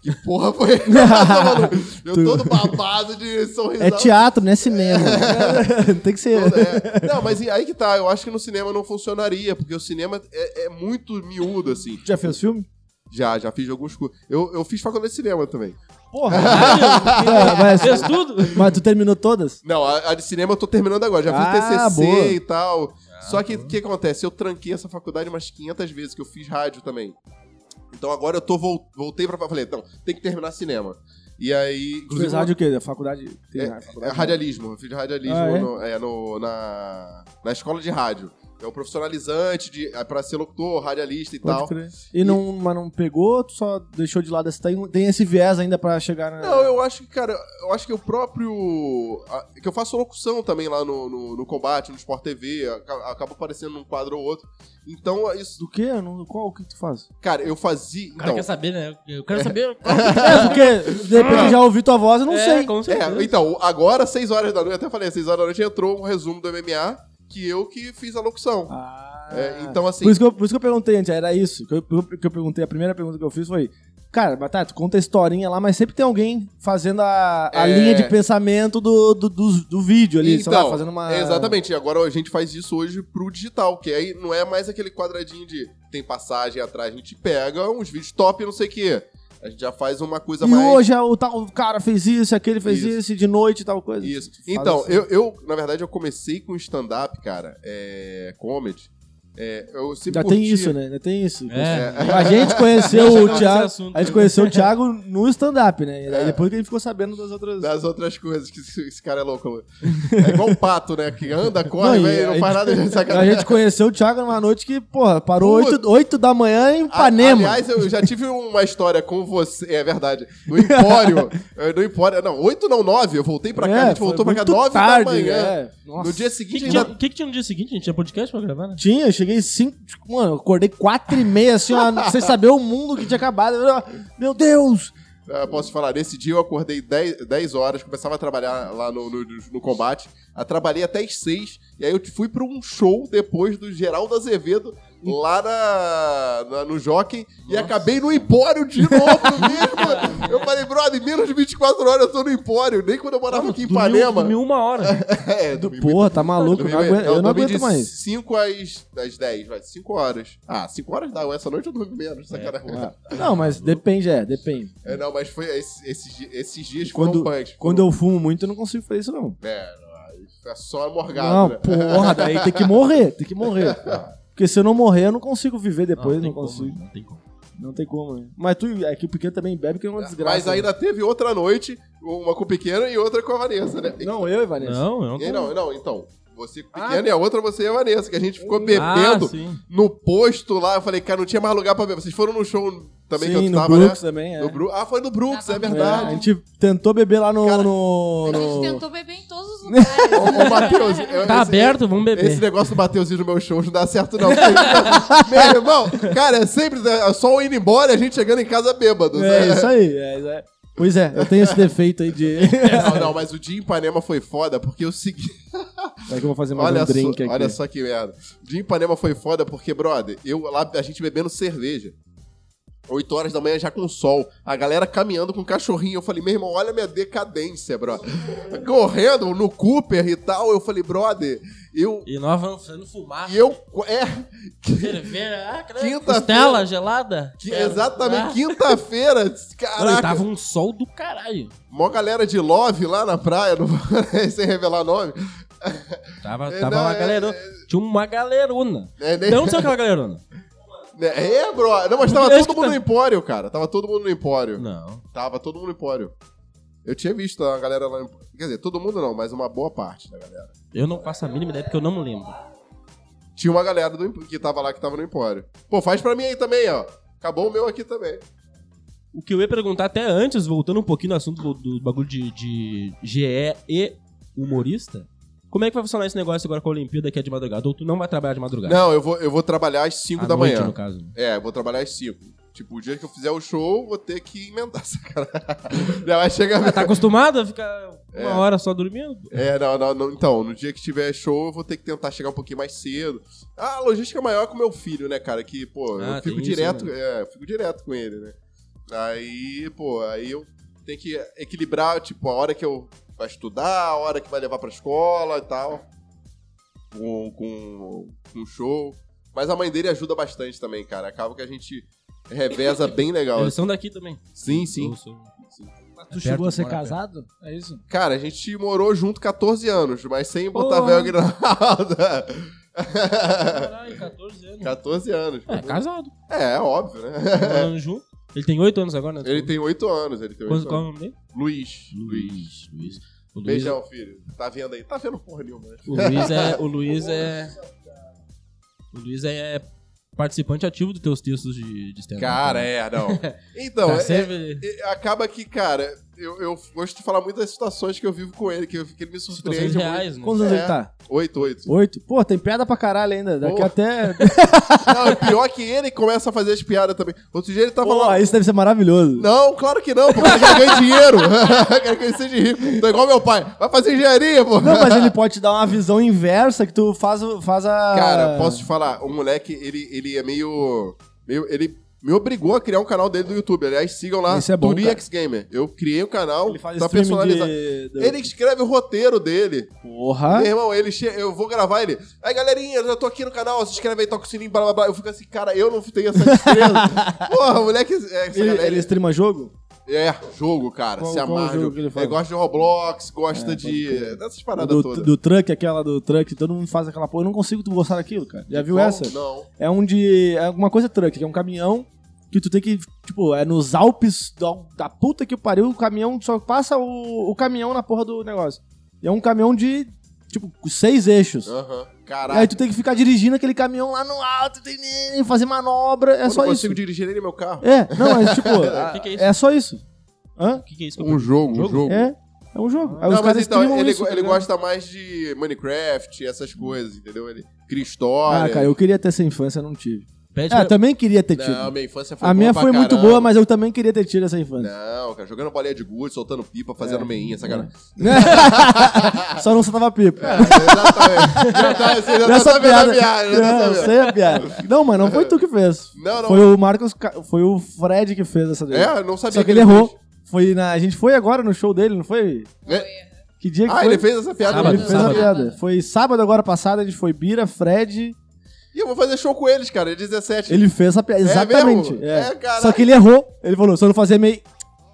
[SPEAKER 3] Que porra foi essa, maluco? Eu
[SPEAKER 1] Tu-
[SPEAKER 3] todo babado de sorrisal.
[SPEAKER 1] É teatro, não é cinema. Não Tem que ser.
[SPEAKER 3] Toda, é. Não, mas aí que tá. Eu acho que no cinema não funcionaria, porque o cinema é, é muito miúdo, assim.
[SPEAKER 1] Já fez filme?
[SPEAKER 3] Já, já fiz alguns cursos. Eu, eu fiz faculdade de cinema também.
[SPEAKER 2] Porra, caralho.
[SPEAKER 1] mas,
[SPEAKER 2] Fez tudo?
[SPEAKER 1] mas tu terminou todas?
[SPEAKER 3] Não, a, a de cinema eu tô terminando agora. Já fiz
[SPEAKER 1] Ah,
[SPEAKER 3] TCC
[SPEAKER 1] boa.
[SPEAKER 3] e tal. Só que o que acontece? Eu tranquei essa faculdade umas 500 vezes, que eu fiz rádio também. Então agora eu tô vol- voltei pra... Falei, não, tem que terminar cinema. E aí...
[SPEAKER 1] Fez rádio o quê? Da faculdade? Tem
[SPEAKER 3] É, é
[SPEAKER 1] faculdade? né?
[SPEAKER 3] radialismo. Eu fiz radialismo
[SPEAKER 1] Ah, é?
[SPEAKER 3] no- é, no- na, na escola de rádio. É um profissionalizante de, é pra ser locutor, radialista e
[SPEAKER 1] Pode
[SPEAKER 3] tal.
[SPEAKER 1] crer. E não, mas não pegou, tu só deixou de lado. esse- Tem, um- tem esse viés ainda pra chegar na.
[SPEAKER 3] É. Não, eu acho que, cara, eu acho que o próprio. a- que eu faço locução também lá no, no, no combate, no Sport TV, aca- acaba aparecendo num quadro ou outro. Então, isso.
[SPEAKER 1] Do quê? Eu não- Qual o que tu faz?
[SPEAKER 3] Cara, eu fazia.
[SPEAKER 2] O cara
[SPEAKER 3] Então,
[SPEAKER 2] quer saber, né? Eu quero saber.
[SPEAKER 1] É, porque de repente eu já ouvi tua voz, eu não sei.
[SPEAKER 2] com certeza.
[SPEAKER 3] é, então, agora, 6 horas da noite, eu até falei, 6 horas da noite entrou um resumo do MMA que eu que fiz a locução.
[SPEAKER 1] Ah.
[SPEAKER 3] É, então, assim.
[SPEAKER 1] Por isso, que eu, por isso que eu perguntei antes, era isso. Que eu, que eu perguntei, a primeira pergunta que eu fiz foi: Cara, Batata, conta a historinha lá, mas sempre tem alguém fazendo a, a
[SPEAKER 3] É. Então,
[SPEAKER 1] linha de pensamento do, do, do, do vídeo ali, sei lá, fazendo uma.
[SPEAKER 3] Exatamente, e agora a gente faz isso hoje pro digital, que aí não é mais aquele quadradinho de tem passagem atrás, a gente pega uns vídeos top, não sei o quê. A gente já faz uma coisa
[SPEAKER 1] E
[SPEAKER 3] mais.
[SPEAKER 1] hoje é o tal cara fez isso, aquele fez
[SPEAKER 3] Isso.
[SPEAKER 1] isso, e de noite e tal coisa.
[SPEAKER 3] Isso.
[SPEAKER 1] Faz
[SPEAKER 3] Então,
[SPEAKER 1] assim.
[SPEAKER 3] eu, eu, na verdade, eu comecei com stand-up, cara, é, comedy. É, eu sempre
[SPEAKER 1] Ainda tem
[SPEAKER 3] curti-
[SPEAKER 1] isso, né? Ainda tem isso.
[SPEAKER 2] É.
[SPEAKER 1] A gente conheceu
[SPEAKER 2] Deixa eu
[SPEAKER 1] o
[SPEAKER 2] falar
[SPEAKER 1] Thiago.
[SPEAKER 2] desse assunto.
[SPEAKER 1] A gente conheceu o Thiago no stand-up, né? E daí
[SPEAKER 3] É.
[SPEAKER 1] depois que a gente ficou sabendo das outras.
[SPEAKER 3] Das outras coisas, que esse esse cara é louco. É igual um pato, né? Que anda, corre,
[SPEAKER 1] Não, e
[SPEAKER 3] velho,
[SPEAKER 1] a
[SPEAKER 3] não
[SPEAKER 1] gente-
[SPEAKER 3] faz nada de
[SPEAKER 1] A
[SPEAKER 3] sacanagem.
[SPEAKER 1] gente conheceu o Thiago numa noite que, porra, parou
[SPEAKER 3] Puta.
[SPEAKER 1] 8, da manhã tá em
[SPEAKER 3] A-
[SPEAKER 1] Ipanema.
[SPEAKER 3] Aliás, eu já tive uma história com você. É verdade. No Empório. eh, no Empório. Não, oito não, nove. Eu voltei pra cá, a gente
[SPEAKER 1] É, foi
[SPEAKER 3] voltou pra cá
[SPEAKER 1] muito
[SPEAKER 3] nove
[SPEAKER 1] tarde,
[SPEAKER 3] da manhã.
[SPEAKER 1] é.
[SPEAKER 3] No
[SPEAKER 1] Nossa.
[SPEAKER 3] dia
[SPEAKER 2] O que,
[SPEAKER 3] seguinte
[SPEAKER 2] que,
[SPEAKER 3] ainda.
[SPEAKER 2] tinha- que que tinha no dia seguinte? gente? Tinha podcast pra gravar, né?
[SPEAKER 1] Tinha, eu cheguei cinco. tipo, Mano, eu acordei quatro e meia, assim, ó, sem saber o mundo que tinha acabado. Eu, ó, Meu Deus!
[SPEAKER 3] Ah, posso falar, nesse dia eu acordei 10, 10 horas, começava a trabalhar lá no, no, no combate. Ah, trabalhei até as 6. E aí eu fui pra um show depois do Geraldo Azevedo. Lá na, na- no Jockey e acabei no Empório de novo mesmo. Eu falei, brother, em menos de 24 horas eu tô no Empório. Nem quando eu morava aqui em
[SPEAKER 2] Dormiu-
[SPEAKER 3] Ipanema.
[SPEAKER 2] dormiu uma hora.
[SPEAKER 3] É,
[SPEAKER 1] Do,
[SPEAKER 3] dormi
[SPEAKER 1] porra, tá maluco? eu
[SPEAKER 3] Dormi
[SPEAKER 1] não
[SPEAKER 3] bem.
[SPEAKER 1] aguento- eu não
[SPEAKER 3] dormi
[SPEAKER 1] aguento
[SPEAKER 3] é de
[SPEAKER 1] mais.
[SPEAKER 3] 5 às, às 10, vai. 5 horas. Ah, 5 horas dá. Essa noite eu dormi menos, sacanagem.
[SPEAKER 1] Ah, Não, mas depende, é, depende.
[SPEAKER 3] É, não, mas foi esse- esses, di- esses dias
[SPEAKER 1] Quando-
[SPEAKER 3] foram punks.
[SPEAKER 1] Quando eu fumo muito, eu não consigo fazer isso, não.
[SPEAKER 3] É, não, aí é só
[SPEAKER 1] Não,
[SPEAKER 3] morgado, né? Ah.
[SPEAKER 1] porra, daí tem que morrer, tem que morrer. Porque se eu não morrer, eu não consigo viver depois, não,
[SPEAKER 2] tem como,
[SPEAKER 1] consigo.
[SPEAKER 2] não tem como.
[SPEAKER 1] Não tem como, né? Mas tu, é que o pequeno também bebe, que é uma desgraça.
[SPEAKER 3] Mas ainda teve outra noite, uma com o pequeno e outra com a Vanessa, né?
[SPEAKER 1] né? Não, eu e Vanessa.
[SPEAKER 2] Não, eu não
[SPEAKER 3] E aí,
[SPEAKER 2] tô-
[SPEAKER 3] não, não, então. Você com o
[SPEAKER 1] Ah.
[SPEAKER 3] pequeno e a outra você e a Vanessa, que a gente ficou
[SPEAKER 2] Ah,
[SPEAKER 3] bebendo
[SPEAKER 2] sim.
[SPEAKER 3] no posto lá. Eu falei, cara, não tinha mais lugar pra beber. Vocês foram no show também
[SPEAKER 1] Sim,
[SPEAKER 3] que eu
[SPEAKER 1] no
[SPEAKER 3] tava,
[SPEAKER 1] Brooks
[SPEAKER 3] né?
[SPEAKER 1] também, é.
[SPEAKER 3] No Bru- Ah, foi no Brooks,
[SPEAKER 4] Tava
[SPEAKER 3] é
[SPEAKER 4] no
[SPEAKER 1] É,
[SPEAKER 3] verdade.
[SPEAKER 1] a gente tentou beber lá no...
[SPEAKER 3] Cara,
[SPEAKER 1] no,
[SPEAKER 4] A gente
[SPEAKER 5] É,
[SPEAKER 1] no-
[SPEAKER 4] tentou beber em todos os lugares.
[SPEAKER 3] Ô, ô, Matheus, eu-
[SPEAKER 2] Tá
[SPEAKER 3] esse-
[SPEAKER 2] aberto, vamos beber.
[SPEAKER 3] Esse negócio do Matheus ir no meu show não dá certo, não. Porque- meu irmão, cara, é sempre é só eu indo embora e a gente chegando em casa bêbado.
[SPEAKER 1] É,
[SPEAKER 3] né?
[SPEAKER 1] isso aí. é, isso aí. Pois é, eu tenho esse defeito aí de...
[SPEAKER 3] Não, não, mas o dia em Ipanema foi foda porque eu segui.
[SPEAKER 1] Vai que eu vou fazer mais
[SPEAKER 3] Olha,
[SPEAKER 1] um drink
[SPEAKER 3] só,
[SPEAKER 1] aqui.
[SPEAKER 3] olha só que merda. O dia em Ipanema foi foda porque, brother, eu lá, a gente bebendo cerveja. 8 horas da manhã já com sol. A galera caminhando com um cachorrinho. Eu falei, meu irmão, olha a minha decadência, bro. Correndo no Cooper e tal. Eu falei, brother, eu.
[SPEAKER 6] E nós vamos fazendo fumaça.
[SPEAKER 3] E eu. É.
[SPEAKER 6] Cerveja, ah, cara,
[SPEAKER 3] Quinta-feira.
[SPEAKER 6] costela gelada.
[SPEAKER 3] que-
[SPEAKER 6] Cara,
[SPEAKER 3] exatamente,
[SPEAKER 6] ah.
[SPEAKER 3] quinta-feira.
[SPEAKER 6] Mano, e
[SPEAKER 3] Caraca.
[SPEAKER 6] tava um sol do caralho.
[SPEAKER 3] Mó galera de love lá na praia, não sem revelar nome.
[SPEAKER 6] Tava,
[SPEAKER 3] É,
[SPEAKER 6] tava
[SPEAKER 3] não,
[SPEAKER 6] uma
[SPEAKER 3] é-
[SPEAKER 6] galerona. Tinha uma galerona.
[SPEAKER 3] É, nem-
[SPEAKER 6] Então, sabe aquela galerona?
[SPEAKER 3] É, é, bro. Não, mas tava
[SPEAKER 6] Acho
[SPEAKER 3] todo
[SPEAKER 6] que
[SPEAKER 3] mundo
[SPEAKER 6] tá.
[SPEAKER 3] no Empório, cara. Tava todo mundo no Empório.
[SPEAKER 6] Não.
[SPEAKER 3] Tava todo mundo no Empório. Eu tinha visto a galera lá. em- Quer dizer, todo mundo não, mas uma boa parte da galera.
[SPEAKER 6] Eu não faço a mínima ideia porque eu não me lembro.
[SPEAKER 3] Tinha uma galera do Emp- que tava lá que tava no Empório. Pô, faz pra mim aí também, ó. Acabou o meu aqui também.
[SPEAKER 6] O que eu ia perguntar até antes, voltando um pouquinho no assunto do, do bagulho de, de GE e humorista, como é que vai funcionar esse negócio agora com a Olimpíada que é de madrugada? Ou tu não vai trabalhar de madrugada?
[SPEAKER 3] Não, eu vou, eu vou trabalhar às 5
[SPEAKER 6] Tá. À
[SPEAKER 3] da
[SPEAKER 6] noite,
[SPEAKER 3] manhã.
[SPEAKER 6] no caso.
[SPEAKER 3] É, eu vou trabalhar às 5. Tipo, o dia que eu fizer o show, vou ter que emendar essa cara. Já vai chegar.
[SPEAKER 6] Ah, tá acostumado a ficar uma
[SPEAKER 3] É.
[SPEAKER 6] hora só dormindo?
[SPEAKER 3] É, não, não, não. Então, no dia que tiver show, eu vou ter que tentar chegar um pouquinho mais cedo. Ah, a logística maior é com meu filho, né, cara? Que, pô,
[SPEAKER 6] Ah,
[SPEAKER 3] eu fico
[SPEAKER 6] tem isso,
[SPEAKER 3] direto. é, eu fico direto com ele, né? Aí, pô, aí eu tenho que equilibrar, tipo, a hora que eu vai estudar, a hora que vai levar pra escola e tal. Com, com, com o show. Mas a mãe dele ajuda bastante também, cara. Acaba que a gente reveza bem legal.
[SPEAKER 6] Eles são daqui também.
[SPEAKER 3] Sim, sim.
[SPEAKER 6] Eu sou- um
[SPEAKER 7] Tu chegou
[SPEAKER 6] perto,
[SPEAKER 7] a ser
[SPEAKER 6] mora perto.
[SPEAKER 7] casado? É isso?
[SPEAKER 3] Cara, a gente morou junto 14 anos, mas sem botar
[SPEAKER 6] Porra.
[SPEAKER 3] velho grinalda.
[SPEAKER 6] Caralho, 14 anos.
[SPEAKER 3] 14 anos.
[SPEAKER 6] É, casado.
[SPEAKER 3] É, é óbvio, né?
[SPEAKER 6] Morando junto. Ele tem 8 anos agora, né?
[SPEAKER 3] Ele tem 8 anos, ele tem
[SPEAKER 6] Qual,
[SPEAKER 3] 8
[SPEAKER 6] qual é o
[SPEAKER 3] anos.
[SPEAKER 6] nome dele?
[SPEAKER 3] Luiz. Luiz.
[SPEAKER 6] Luiz. Luiz. O Luiz,
[SPEAKER 3] Beijão, filho. Tá vendo aí? Tá vendo porra nenhuma. né?
[SPEAKER 6] o Luiz é. O Luiz é. O Luiz é participante ativo dos teus textos de, de stand-up.
[SPEAKER 3] Cara, é, não. Então,
[SPEAKER 6] Tá
[SPEAKER 3] é-
[SPEAKER 6] sempre-
[SPEAKER 3] é- acaba que, cara, eu, eu gosto de falar muito das situações que eu vivo com ele, que, eu- que ele me
[SPEAKER 6] situações
[SPEAKER 3] surpreende muito.
[SPEAKER 6] reais, né?
[SPEAKER 5] Quantos anos
[SPEAKER 3] É.
[SPEAKER 5] ele tá?
[SPEAKER 3] 8, 8.
[SPEAKER 5] Oito? Pô, tem piada pra caralho ainda. Daqui
[SPEAKER 3] Pô.
[SPEAKER 5] até.
[SPEAKER 3] Não, é pior que ele começa a fazer as piadas também. Outro dia ele tava
[SPEAKER 5] Pô,
[SPEAKER 3] lá.
[SPEAKER 5] isso deve ser maravilhoso.
[SPEAKER 3] Não, claro que não, porque eu quero ganhar dinheiro. Eu quero que ele seja rico. Tô igual meu pai. Vai fazer engenharia, pô.
[SPEAKER 5] Não, mas ele pode te dar uma visão inversa que tu faz, o- faz a.
[SPEAKER 3] Cara, posso te falar, o moleque, ele, ele é meio, meio- Ele me obrigou a criar um canal dele do YouTube. Aliás, sigam lá,
[SPEAKER 5] Isso é bom,
[SPEAKER 3] Turi
[SPEAKER 5] cara.
[SPEAKER 3] X Gamer. Eu criei o canal,
[SPEAKER 5] Ele faz
[SPEAKER 3] tá
[SPEAKER 5] streaming
[SPEAKER 3] personalizado.
[SPEAKER 5] de... do-
[SPEAKER 3] Ele escreve o roteiro dele.
[SPEAKER 5] Porra.
[SPEAKER 3] Meu irmão, ele che... eu vou gravar ele. Aí, galerinha, eu tô aqui no canal, se inscreve aí, toca o sininho, blá blá blá. Eu fico assim, cara, eu não tenho essa destreza. Porra, o moleque. é, Essa
[SPEAKER 5] Ele,
[SPEAKER 3] galera,
[SPEAKER 5] ele streama jogo?
[SPEAKER 3] É, jogo, cara.
[SPEAKER 5] Qual-
[SPEAKER 3] se
[SPEAKER 5] qual
[SPEAKER 3] amarra.
[SPEAKER 5] jogo
[SPEAKER 3] jogo.
[SPEAKER 5] que ele
[SPEAKER 3] Ele, É,
[SPEAKER 5] faz?
[SPEAKER 3] gosta de Roblox, gosta de. dessas paradas
[SPEAKER 5] Do,
[SPEAKER 3] todas.
[SPEAKER 5] do truck, aquela do truck, todo mundo faz aquela porra. Eu não consigo tu gostar daquilo, cara. Já viu
[SPEAKER 3] Qual?
[SPEAKER 5] essa?
[SPEAKER 3] Não.
[SPEAKER 5] É um de. É alguma coisa truck, que é um caminhão que tu tem que. Tipo, é nos Alpes da, da puta que pariu, o caminhão só passa o, o caminhão na porra do negócio. E é um caminhão de. Tipo, com seis eixos.
[SPEAKER 3] Aham.
[SPEAKER 5] E
[SPEAKER 3] Caraca.
[SPEAKER 5] aí tu tem que ficar dirigindo aquele caminhão lá no alto, tem- fazer manobra, é
[SPEAKER 3] eu
[SPEAKER 5] só
[SPEAKER 3] não
[SPEAKER 5] isso.
[SPEAKER 3] consigo dirigir nem no meu carro.
[SPEAKER 5] É, não, é tipo,
[SPEAKER 6] que que é
[SPEAKER 5] é,
[SPEAKER 6] isso?
[SPEAKER 5] só isso. Hã?
[SPEAKER 6] O que, que é isso que eu
[SPEAKER 3] Um jogo, um jogo.
[SPEAKER 6] Jogo?
[SPEAKER 5] É, é um jogo. Aí os
[SPEAKER 3] Não, mas
[SPEAKER 5] caras
[SPEAKER 3] então,
[SPEAKER 5] streamam
[SPEAKER 3] ele,
[SPEAKER 5] isso, tá
[SPEAKER 3] ele
[SPEAKER 5] ligado?
[SPEAKER 3] gosta mais de Minecraft, essas coisas, entendeu? Ele cria
[SPEAKER 5] Ah,
[SPEAKER 3] história.
[SPEAKER 5] cara, eu queria ter essa infância, não tive.
[SPEAKER 3] é,
[SPEAKER 6] Pede
[SPEAKER 5] Ah,
[SPEAKER 6] pra-
[SPEAKER 5] também queria ter tido.
[SPEAKER 3] Não, minha infância foi
[SPEAKER 5] A minha
[SPEAKER 3] pra
[SPEAKER 5] foi muito
[SPEAKER 3] caramba.
[SPEAKER 5] boa, mas eu também queria ter tido essa infância.
[SPEAKER 3] Não, cara, jogando bolinha de gude, soltando pipa, fazendo meinha, essa cara.
[SPEAKER 5] Só não soltava pipa.
[SPEAKER 3] É, exatamente. já tá, você já tá
[SPEAKER 5] Essa
[SPEAKER 3] sabendo a
[SPEAKER 5] piada.
[SPEAKER 3] piada, já tá
[SPEAKER 5] Não, eu
[SPEAKER 3] sabendo.
[SPEAKER 5] sei a piada. Não, mas não foi tu que fez.
[SPEAKER 3] Não, não.
[SPEAKER 5] Foi o Marcos. Ca- Foi o Fred que fez essa daí.
[SPEAKER 3] É, eu não sabia.
[SPEAKER 5] Só que ele errou. Foi na... A gente foi agora no show dele, não foi?
[SPEAKER 3] fez.
[SPEAKER 5] Que dia que
[SPEAKER 3] É. Ah,
[SPEAKER 5] foi?
[SPEAKER 3] ele fez essa piada.
[SPEAKER 6] Sábado.
[SPEAKER 5] Ele
[SPEAKER 3] mesmo.
[SPEAKER 5] fez a
[SPEAKER 6] Sábado.
[SPEAKER 5] piada. Foi sábado agora passado, a gente foi Bira, Fred.
[SPEAKER 3] E eu vou fazer show com eles, cara, é 17.
[SPEAKER 5] Ele fez a piada.
[SPEAKER 3] É
[SPEAKER 5] Exatamente.
[SPEAKER 3] mesmo?
[SPEAKER 5] é.
[SPEAKER 3] É, caralho.
[SPEAKER 5] Só que ele errou. Ele falou, se eu não fazer meio.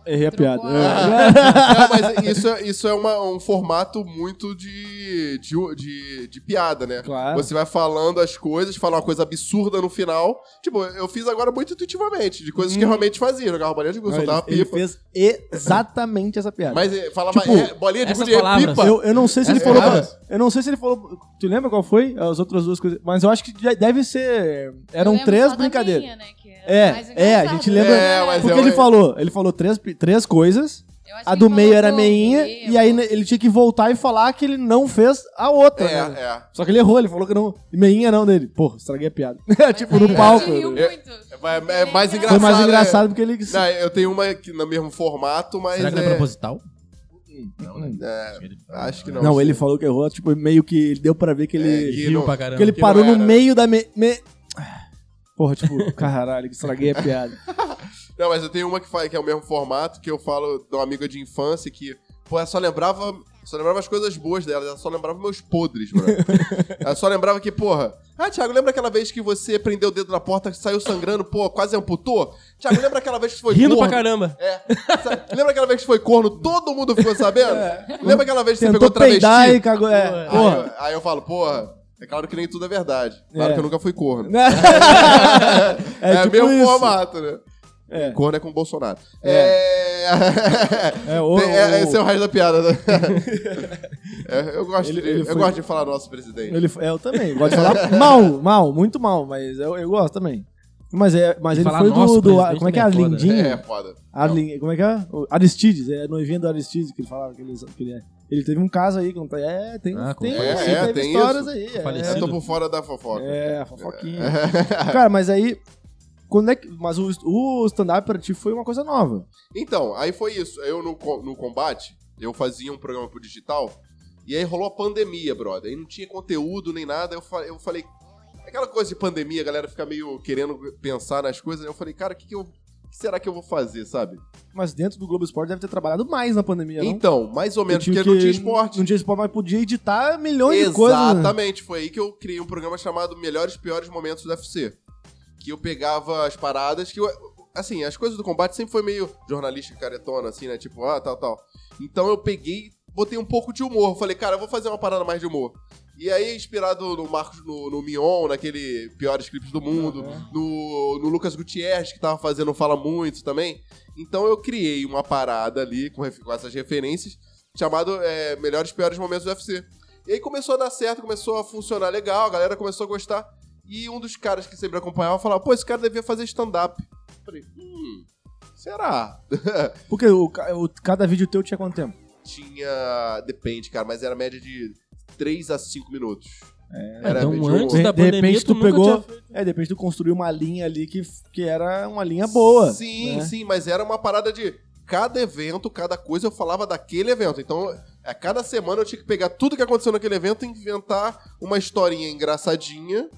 [SPEAKER 5] Errei a
[SPEAKER 4] Trocou
[SPEAKER 5] piada.
[SPEAKER 4] a-
[SPEAKER 5] É.
[SPEAKER 3] Ah, Não, mas isso, é- isso é uma- um formato muito de, de, de, de piada, né?
[SPEAKER 5] Claro.
[SPEAKER 3] Você vai falando as coisas, fala uma coisa absurda no final. Tipo, eu fiz agora muito intuitivamente, de coisas que eu realmente fazia. Jogava bolinha de gude,
[SPEAKER 5] Uhum. Não,
[SPEAKER 3] soltava
[SPEAKER 5] ele, ele
[SPEAKER 3] Ah, pipa.
[SPEAKER 5] fez exatamente essa piada.
[SPEAKER 3] Mas é, falava
[SPEAKER 5] Tipo,
[SPEAKER 3] é, bolinha de
[SPEAKER 6] essas
[SPEAKER 3] gude é
[SPEAKER 6] palavras.
[SPEAKER 3] pipa.
[SPEAKER 5] Eu, eu não sei se ele
[SPEAKER 3] É,
[SPEAKER 5] falou.
[SPEAKER 3] é.
[SPEAKER 5] pra- eu não sei se ele falou. Tu lembra qual foi? As outras duas coisas. Mas eu acho que de- deve ser.
[SPEAKER 4] Eu
[SPEAKER 5] Eram
[SPEAKER 4] lembro só
[SPEAKER 5] três
[SPEAKER 4] da
[SPEAKER 5] brincadeiras.
[SPEAKER 4] minha, né, que era
[SPEAKER 5] É,
[SPEAKER 4] mais
[SPEAKER 5] é, a
[SPEAKER 4] engraçada,
[SPEAKER 5] gente lembra-
[SPEAKER 4] né?
[SPEAKER 3] É, mas
[SPEAKER 5] Porque
[SPEAKER 3] eu-
[SPEAKER 5] ele falou, ele falou três, três coisas.
[SPEAKER 4] Eu acho
[SPEAKER 5] A
[SPEAKER 4] que
[SPEAKER 5] do
[SPEAKER 4] ele
[SPEAKER 5] meio
[SPEAKER 4] falou
[SPEAKER 5] era
[SPEAKER 4] do
[SPEAKER 5] meinha,
[SPEAKER 4] meio,
[SPEAKER 5] e aí né, ele tinha que voltar e falar que ele não fez a outra.
[SPEAKER 3] É,
[SPEAKER 5] né?
[SPEAKER 3] é.
[SPEAKER 5] Só que ele errou, ele falou que não. Meinha não dele. Pô, estraguei a piada.
[SPEAKER 4] mas
[SPEAKER 5] tipo,
[SPEAKER 4] aí
[SPEAKER 5] no
[SPEAKER 4] ele
[SPEAKER 5] palco.
[SPEAKER 4] riu
[SPEAKER 5] né?
[SPEAKER 4] muito.
[SPEAKER 3] É, é mais
[SPEAKER 4] Foi
[SPEAKER 3] engraçado.
[SPEAKER 5] Foi mais
[SPEAKER 3] né?
[SPEAKER 5] engraçado porque ele.
[SPEAKER 3] Não, eu tenho uma aqui no mesmo formato, mas.
[SPEAKER 6] Será que não é
[SPEAKER 3] é-
[SPEAKER 6] proposital? né?
[SPEAKER 3] é, acho que não.
[SPEAKER 5] não, ele falou que errou, tipo, meio que deu pra ver que ele.
[SPEAKER 3] É, que
[SPEAKER 6] Riu
[SPEAKER 3] não-
[SPEAKER 6] pra caramba.
[SPEAKER 5] Porque ele
[SPEAKER 3] que
[SPEAKER 5] parou
[SPEAKER 3] não
[SPEAKER 5] no
[SPEAKER 3] era.
[SPEAKER 1] Ah,
[SPEAKER 5] meio da me... me- Porra, tipo, caralho, que estraguei a piada.
[SPEAKER 3] Não, mas eu tenho uma que, fa- que é o mesmo formato, que eu falo de uma amiga de infância que, pô, ela só lembrava. Só lembrava as coisas boas dela, ela só lembrava meus podres, mano. ela só lembrava que, porra. Ah, Thiago, lembra aquela vez que você prendeu o dedo na porta, que saiu sangrando, pô, quase amputou? Thiago, lembra aquela vez que foi
[SPEAKER 2] Rindo pra
[SPEAKER 3] corno?
[SPEAKER 2] caramba.
[SPEAKER 3] É. Sabe, Lembra aquela vez que foi corno, todo mundo ficou sabendo?
[SPEAKER 2] É.
[SPEAKER 3] Lembra aquela vez que você
[SPEAKER 1] Tentou
[SPEAKER 3] pegou travesti?
[SPEAKER 1] peidar e
[SPEAKER 3] Aí,
[SPEAKER 1] cagou. É, porra.
[SPEAKER 3] eu, aí eu falo, porra, é claro que nem tudo é verdade. Claro
[SPEAKER 1] É.
[SPEAKER 3] que eu nunca fui corno.
[SPEAKER 1] é,
[SPEAKER 3] É, o
[SPEAKER 1] tipo
[SPEAKER 3] mesmo
[SPEAKER 1] isso.
[SPEAKER 3] formato, né?
[SPEAKER 1] É.
[SPEAKER 3] Corno é com o Bolsonaro. É.
[SPEAKER 1] É, o-
[SPEAKER 3] Tem- é-
[SPEAKER 1] o-
[SPEAKER 3] Esse é o raio da piada, né? É, eu gosto,
[SPEAKER 1] Ele-
[SPEAKER 3] de,
[SPEAKER 1] ele
[SPEAKER 3] eu
[SPEAKER 1] foi-
[SPEAKER 3] gosto de falar nosso presidente.
[SPEAKER 1] Ele, é, eu também. Gosto de falar mal, mal, muito mal, mas eu, eu gosto também. Mas, é, mas
[SPEAKER 2] E
[SPEAKER 1] ele
[SPEAKER 2] falar
[SPEAKER 1] foi
[SPEAKER 2] nosso
[SPEAKER 1] do. do
[SPEAKER 2] presidente
[SPEAKER 1] como é que é?
[SPEAKER 2] também é foda, né?
[SPEAKER 1] Arlindinho?
[SPEAKER 3] É, foda.
[SPEAKER 1] Arlin, como é que é? O Aristides, é a noivinha do Aristides que ele falava que ele, que ele é. Ele teve um caso aí, conta. É, tem,
[SPEAKER 2] Ah,
[SPEAKER 1] tem,
[SPEAKER 3] é,
[SPEAKER 1] tem-
[SPEAKER 3] é,
[SPEAKER 1] teve
[SPEAKER 3] tem
[SPEAKER 1] histórias
[SPEAKER 3] isso.
[SPEAKER 1] aí. é.
[SPEAKER 2] Falecido.
[SPEAKER 3] Eu tô por fora da fofoca.
[SPEAKER 1] É, a fofoquinha. Cara, mas aí. Quando é que, mas o, o stand-up pra ti foi uma coisa nova.
[SPEAKER 3] Então, aí foi isso. Eu no, co- no combate, eu fazia um programa pro digital, e aí rolou a pandemia, brother. Aí não tinha conteúdo nem nada. Eu, fa- eu falei. Aquela coisa de pandemia, a galera fica meio querendo pensar nas coisas. né? Eu falei, cara, o que, que eu. O que será que eu vou fazer, sabe?
[SPEAKER 1] Mas dentro do Globo Esporte deve ter trabalhado mais na pandemia, não?
[SPEAKER 3] Então, mais ou
[SPEAKER 1] Eu
[SPEAKER 3] menos,
[SPEAKER 1] tive
[SPEAKER 3] porque não tinha esporte.
[SPEAKER 1] Não tinha esporte, mas podia editar milhões de coisas. né?
[SPEAKER 3] Exatamente, foi aí que eu criei um programa chamado Melhores e Piores Momentos do UFC. Que eu pegava as paradas que eu, assim, as coisas do combate sempre foi meio jornalística caretona assim, né? Tipo, ah, tal, tal. Então eu peguei, botei um pouco de humor, falei, cara, eu vou fazer uma parada mais de humor. E aí, inspirado no Marcos, no, no Mion, naquele Piores Clipes do Mundo, no, no Lucas Gutierrez, que tava fazendo Fala Muito também. Então eu criei uma parada ali com, ref- com essas referências, chamado é, Melhores e Piores Momentos do UFC. E aí começou a dar certo, começou a funcionar legal, a galera começou a gostar. E um dos caras que sempre acompanhava falava, pô, esse cara devia fazer stand-up. Eu Falei, hum, será?
[SPEAKER 1] Porque o, ca- o- cada vídeo teu tinha quanto tempo?
[SPEAKER 3] Tinha. Depende, cara, mas era média de 3 a 5 minutos. É,
[SPEAKER 2] Então,
[SPEAKER 3] média de um-
[SPEAKER 2] antes
[SPEAKER 1] De-
[SPEAKER 2] da
[SPEAKER 1] de
[SPEAKER 2] pandemia,
[SPEAKER 1] repente tu
[SPEAKER 2] nunca
[SPEAKER 1] pegou-
[SPEAKER 2] tinha feito.
[SPEAKER 1] É, de repente tu construiu uma linha ali que, que era uma linha boa.
[SPEAKER 3] Sim,
[SPEAKER 1] né?
[SPEAKER 3] sim, mas era uma parada de cada evento, cada coisa eu falava daquele evento. Então, a cada semana eu tinha que pegar tudo que aconteceu naquele evento e inventar uma historinha engraçadinha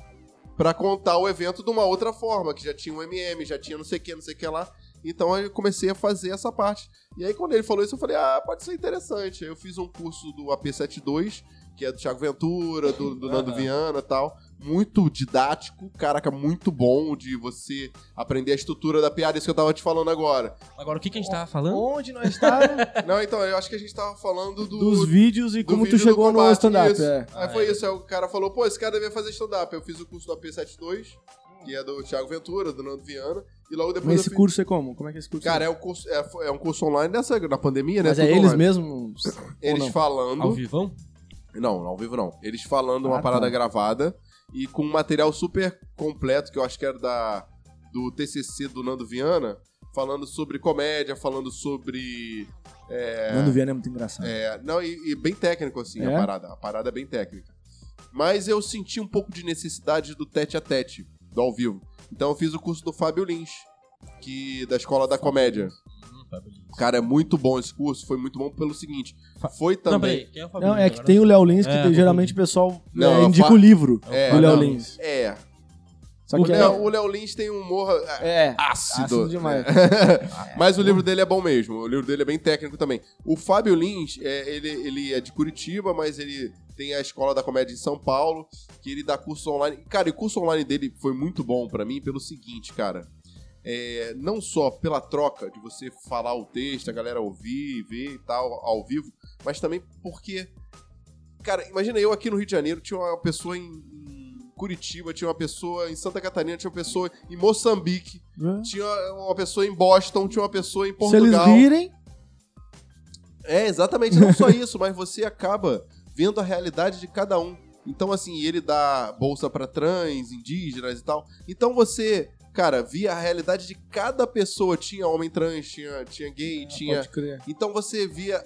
[SPEAKER 3] pra contar o evento de uma outra forma, que já tinha um MM, já tinha não sei o que, não sei o que lá. Então aí eu comecei a fazer essa parte. E aí quando ele falou isso, eu falei, ah, pode ser interessante. Aí eu fiz um curso do AP72, que é do Thiago Ventura, do, do Nando Viana e tal. Muito didático, caraca, muito bom de você aprender a estrutura da piada, isso que eu tava te falando agora.
[SPEAKER 2] Agora, o que, que a gente tava falando?
[SPEAKER 1] Onde nós estávamos?
[SPEAKER 3] Não, então, eu acho que a gente tava falando do...
[SPEAKER 1] dos vídeos e
[SPEAKER 3] do
[SPEAKER 1] como
[SPEAKER 3] vídeo
[SPEAKER 1] tu
[SPEAKER 3] do
[SPEAKER 1] chegou no
[SPEAKER 3] combate,
[SPEAKER 1] stand-up.
[SPEAKER 3] isso.
[SPEAKER 1] É.
[SPEAKER 3] Aí foi isso, aí o cara falou, pô, esse cara devia fazer stand-up. Eu fiz o curso do AP72, que é do Thiago Ventura, do Nando Viana, e logo depois
[SPEAKER 1] Mas
[SPEAKER 3] eu
[SPEAKER 1] esse
[SPEAKER 3] fiz...
[SPEAKER 1] curso é como? Como é que é esse curso?
[SPEAKER 3] Cara, é um curso, é, é um curso online nessa, na pandemia, né?
[SPEAKER 1] Mas é
[SPEAKER 3] Tudo
[SPEAKER 1] eles
[SPEAKER 3] online.
[SPEAKER 1] mesmos?
[SPEAKER 3] Eles
[SPEAKER 1] não?
[SPEAKER 3] falando...
[SPEAKER 2] Ao vivão?
[SPEAKER 3] Não, ao vivo não. Eles falando uma
[SPEAKER 1] Ah,
[SPEAKER 3] parada
[SPEAKER 1] tá.
[SPEAKER 3] gravada e com um material super completo, que eu acho que era da, do TCC do Nando Viana, falando sobre comédia, falando sobre... é,
[SPEAKER 1] Nando Viana é muito engraçado.
[SPEAKER 3] é, não, e, e bem técnico, assim,
[SPEAKER 1] É?
[SPEAKER 3] a parada. A parada é bem técnica. Mas eu senti um pouco de necessidade do tete a tete, do ao vivo. Então eu fiz o curso do Fábio Lins, que, da Escola da Comédia.
[SPEAKER 2] Hum,
[SPEAKER 3] Cara, é muito bom esse curso, foi muito bom pelo seguinte.
[SPEAKER 2] Fa-
[SPEAKER 3] Foi
[SPEAKER 2] Não,
[SPEAKER 3] também.
[SPEAKER 2] peraí, quem é o Fabinho?
[SPEAKER 1] Não, é que
[SPEAKER 2] Agora
[SPEAKER 1] tem o Léo Lins, que
[SPEAKER 2] É,
[SPEAKER 1] tem-
[SPEAKER 2] eu
[SPEAKER 1] geralmente o pessoal
[SPEAKER 3] Não,
[SPEAKER 1] é,
[SPEAKER 3] eu
[SPEAKER 1] indica
[SPEAKER 3] fa-
[SPEAKER 1] o livro
[SPEAKER 3] É,
[SPEAKER 1] do Léo
[SPEAKER 3] não.
[SPEAKER 1] Lins.
[SPEAKER 3] É.
[SPEAKER 1] Só
[SPEAKER 3] O
[SPEAKER 1] que
[SPEAKER 3] Léo, o Léo Lins tem um humor ah,
[SPEAKER 1] é, é
[SPEAKER 3] ácido.
[SPEAKER 1] ácido
[SPEAKER 3] é.
[SPEAKER 1] demais.
[SPEAKER 3] Mas o livro dele é bom mesmo. O livro dele é bem técnico também. O Fábio Lins, é, ele, ele é de Curitiba, mas ele tem a escola da comédia em São Paulo, que ele dá curso online. Cara, e o curso online dele foi muito bom pra mim pelo seguinte, cara. É, não só pela troca de você falar o texto, a galera ouvir, ver e tal, ao vivo, mas também porque. Cara, imagina eu aqui no Rio de Janeiro, tinha uma pessoa em em Curitiba, tinha uma pessoa em Santa Catarina, tinha uma pessoa em Moçambique, tinha uma pessoa em Boston, tinha uma pessoa em
[SPEAKER 1] Se eles
[SPEAKER 3] Portugal.
[SPEAKER 1] virem,
[SPEAKER 3] É, exatamente, não só isso, mas você acaba vendo a realidade de cada um. Então, assim, ele dá bolsa pra trans, indígenas e tal. Então você, cara, via a realidade de cada pessoa. Tinha homem trans, tinha, tinha gay, tinha.
[SPEAKER 1] pode crer.
[SPEAKER 3] Então você via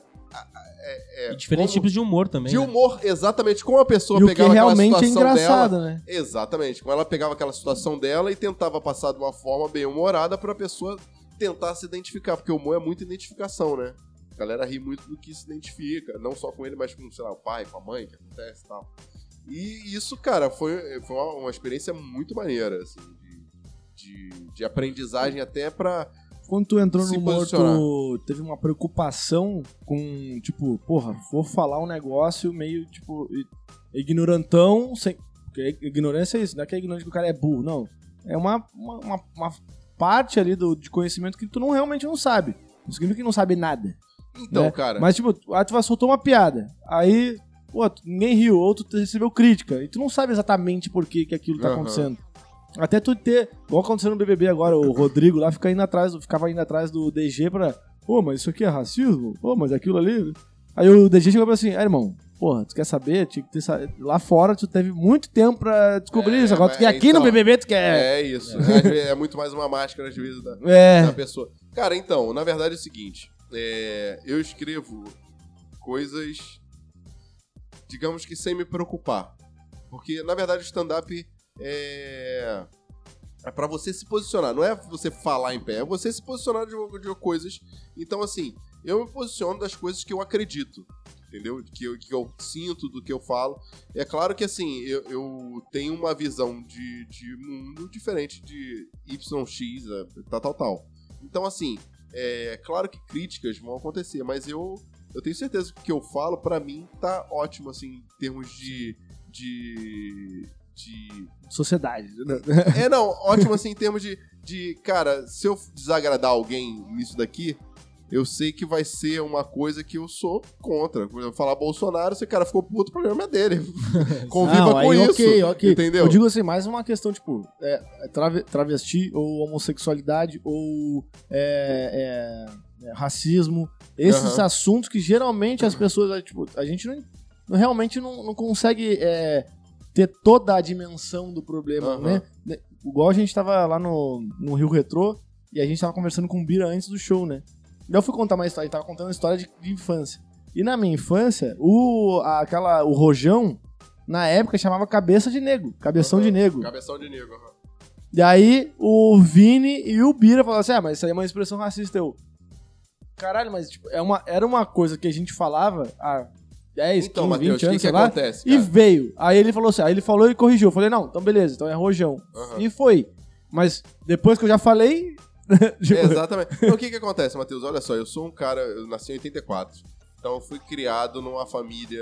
[SPEAKER 2] E diferentes
[SPEAKER 3] como-
[SPEAKER 2] tipos de humor também.
[SPEAKER 3] é, de
[SPEAKER 2] né?
[SPEAKER 3] humor exatamente como a pessoa
[SPEAKER 1] E o que
[SPEAKER 3] pegava aquela
[SPEAKER 1] realmente é
[SPEAKER 3] situação dela.
[SPEAKER 1] engraçado, né?
[SPEAKER 3] Exatamente. Como ela pegava aquela situação dela e tentava passar de uma forma bem humorada pra pessoa tentar se identificar, porque o humor é muita identificação, né? A galera ri muito do que se identifica, não só com ele, mas com, sei lá, o pai, com a mãe, que acontece e tal. E isso, cara, foi, foi uma, uma experiência muito maneira, assim, de, de, de aprendizagem até pra
[SPEAKER 5] Quando tu entrou
[SPEAKER 3] Se
[SPEAKER 5] no
[SPEAKER 3] posicionar.
[SPEAKER 5] morto, teve uma preocupação com, tipo, porra, vou falar um negócio meio, tipo, i- ignorantão, sem. porque i- Ignorância é isso, não é que é ignorante que o cara é burro, não. É uma, uma, uma- uma parte ali do, de conhecimento que tu não realmente não sabe. Não significa que não sabe nada.
[SPEAKER 3] Então,
[SPEAKER 5] né?
[SPEAKER 3] cara.
[SPEAKER 5] Mas, tipo, aí tu vai- soltou uma piada. Aí, pô, tu- ninguém riu, ou tu recebeu crítica. E tu não sabe exatamente por que, que aquilo tá
[SPEAKER 3] Aham.
[SPEAKER 5] acontecendo. Até tu ter, igual aconteceu no BBB agora, o Rodrigo lá fica indo atrás, ficava indo atrás do DG pra. Pô, mas isso aqui é racismo? Pô, mas aquilo ali. Aí o DG chegou pra assim: ah, irmão, porra, tu quer saber? Tinha que ter sa- Lá fora tu teve muito tempo pra descobrir
[SPEAKER 3] É,
[SPEAKER 5] isso. Agora tu
[SPEAKER 3] mas-
[SPEAKER 5] quer aqui
[SPEAKER 3] então,
[SPEAKER 5] no BBB, tu quer.
[SPEAKER 3] É, isso. Às vezes É. muito mais uma máscara, às vezes, da,
[SPEAKER 5] É.
[SPEAKER 3] da pessoa. Cara, então, na verdade é o seguinte: é, eu escrevo coisas, digamos que sem me preocupar. Porque, na verdade, o stand-up é. É pra você se posicionar, não é você falar em pé, é você se posicionar de, de coisas. Então, assim, eu me posiciono das coisas que eu acredito, entendeu? Que eu, que eu sinto, do que eu falo. É claro que, assim, eu, eu tenho uma visão de, de mundo diferente de YX, eh, tal, tal, tal. Então, assim, é claro que críticas vão acontecer, mas eu, eu tenho certeza que o que eu falo, pra mim, tá ótimo, assim, em termos de. de. de
[SPEAKER 5] Sociedade. né?
[SPEAKER 3] é, não, ótimo assim em termos de, de, cara, se eu desagradar alguém nisso daqui, eu sei que vai ser uma coisa que eu sou contra. Por exemplo, falar Bolsonaro, esse cara ficou puto, o problema é dele. Conviva
[SPEAKER 5] Não,
[SPEAKER 3] com
[SPEAKER 5] aí,
[SPEAKER 3] isso.
[SPEAKER 5] ok, ok.
[SPEAKER 3] Entendeu?
[SPEAKER 5] Eu digo assim, mais uma questão, tipo, é, é trave- travesti ou homossexualidade ou é, é, é, racismo. Esses
[SPEAKER 3] Aham.
[SPEAKER 5] assuntos que geralmente as pessoas, é, tipo, a gente não, não- realmente não, não consegue é, ter toda a dimensão do problema,
[SPEAKER 3] Aham.
[SPEAKER 5] né? né? Igual a gente tava lá no, no Rio Retrô e a gente tava conversando com o Bira antes do show, né? E eu fui contar uma história, ele tava contando uma história de, de infância. E na minha infância, o, a- aquela, o rojão, na época, chamava cabeça de nego, cabeção de nego.
[SPEAKER 3] Cabeção de negro. aham.
[SPEAKER 5] E aí o Vini e o Bira falaram assim: ah, mas isso aí é uma expressão racista. Eu. Caralho, mas tipo, é uma, era uma coisa que a gente falava há 10,
[SPEAKER 3] Então,
[SPEAKER 5] 15,
[SPEAKER 3] Matheus, o
[SPEAKER 5] 20
[SPEAKER 3] que,
[SPEAKER 5] anos,
[SPEAKER 3] que
[SPEAKER 5] sei lá.
[SPEAKER 3] acontece?
[SPEAKER 5] E
[SPEAKER 3] Cara?
[SPEAKER 5] veio. Aí ele falou assim, aí ele falou e corrigiu. Eu falei, não, então beleza, então é rojão.
[SPEAKER 3] Aham.
[SPEAKER 5] E foi. Mas depois que eu já falei. tipo,
[SPEAKER 3] É, exatamente. Então, o que que acontece, Matheus? Olha só, eu sou um cara, eu nasci em 84. Então eu fui criado numa família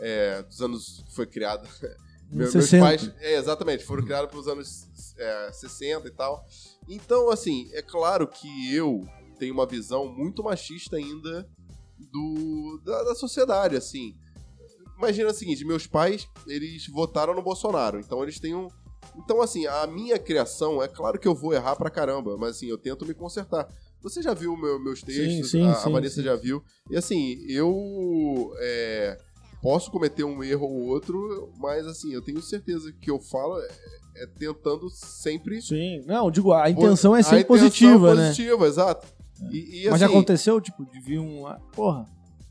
[SPEAKER 3] é, dos anos. Foi criada. Meu- meus
[SPEAKER 5] 60.
[SPEAKER 3] pais. É, exatamente, foram criados pelos anos é, 60 e tal. Então, assim, é claro que eu tenho uma visão muito machista ainda do, da, da sociedade, assim. Imagina o seguinte, meus pais, eles votaram no Bolsonaro, então eles têm um, então, assim, a minha criação, é claro que eu vou errar pra caramba, mas assim, eu tento me consertar. Você já viu meu- meus textos,
[SPEAKER 5] Sim, sim,
[SPEAKER 3] a, a
[SPEAKER 5] sim,
[SPEAKER 3] Vanessa
[SPEAKER 5] sim.
[SPEAKER 3] já viu. E assim, eu é, posso cometer um erro ou outro, mas assim, eu tenho certeza que eu falo é, é tentando sempre.
[SPEAKER 5] Sim. Não, digo, a intenção é
[SPEAKER 3] A
[SPEAKER 5] sempre
[SPEAKER 3] intenção
[SPEAKER 5] positiva, né?
[SPEAKER 3] Positiva, exato. E, e,
[SPEAKER 5] Mas já
[SPEAKER 3] assim,
[SPEAKER 5] aconteceu, tipo, de vir um. ah, Porra,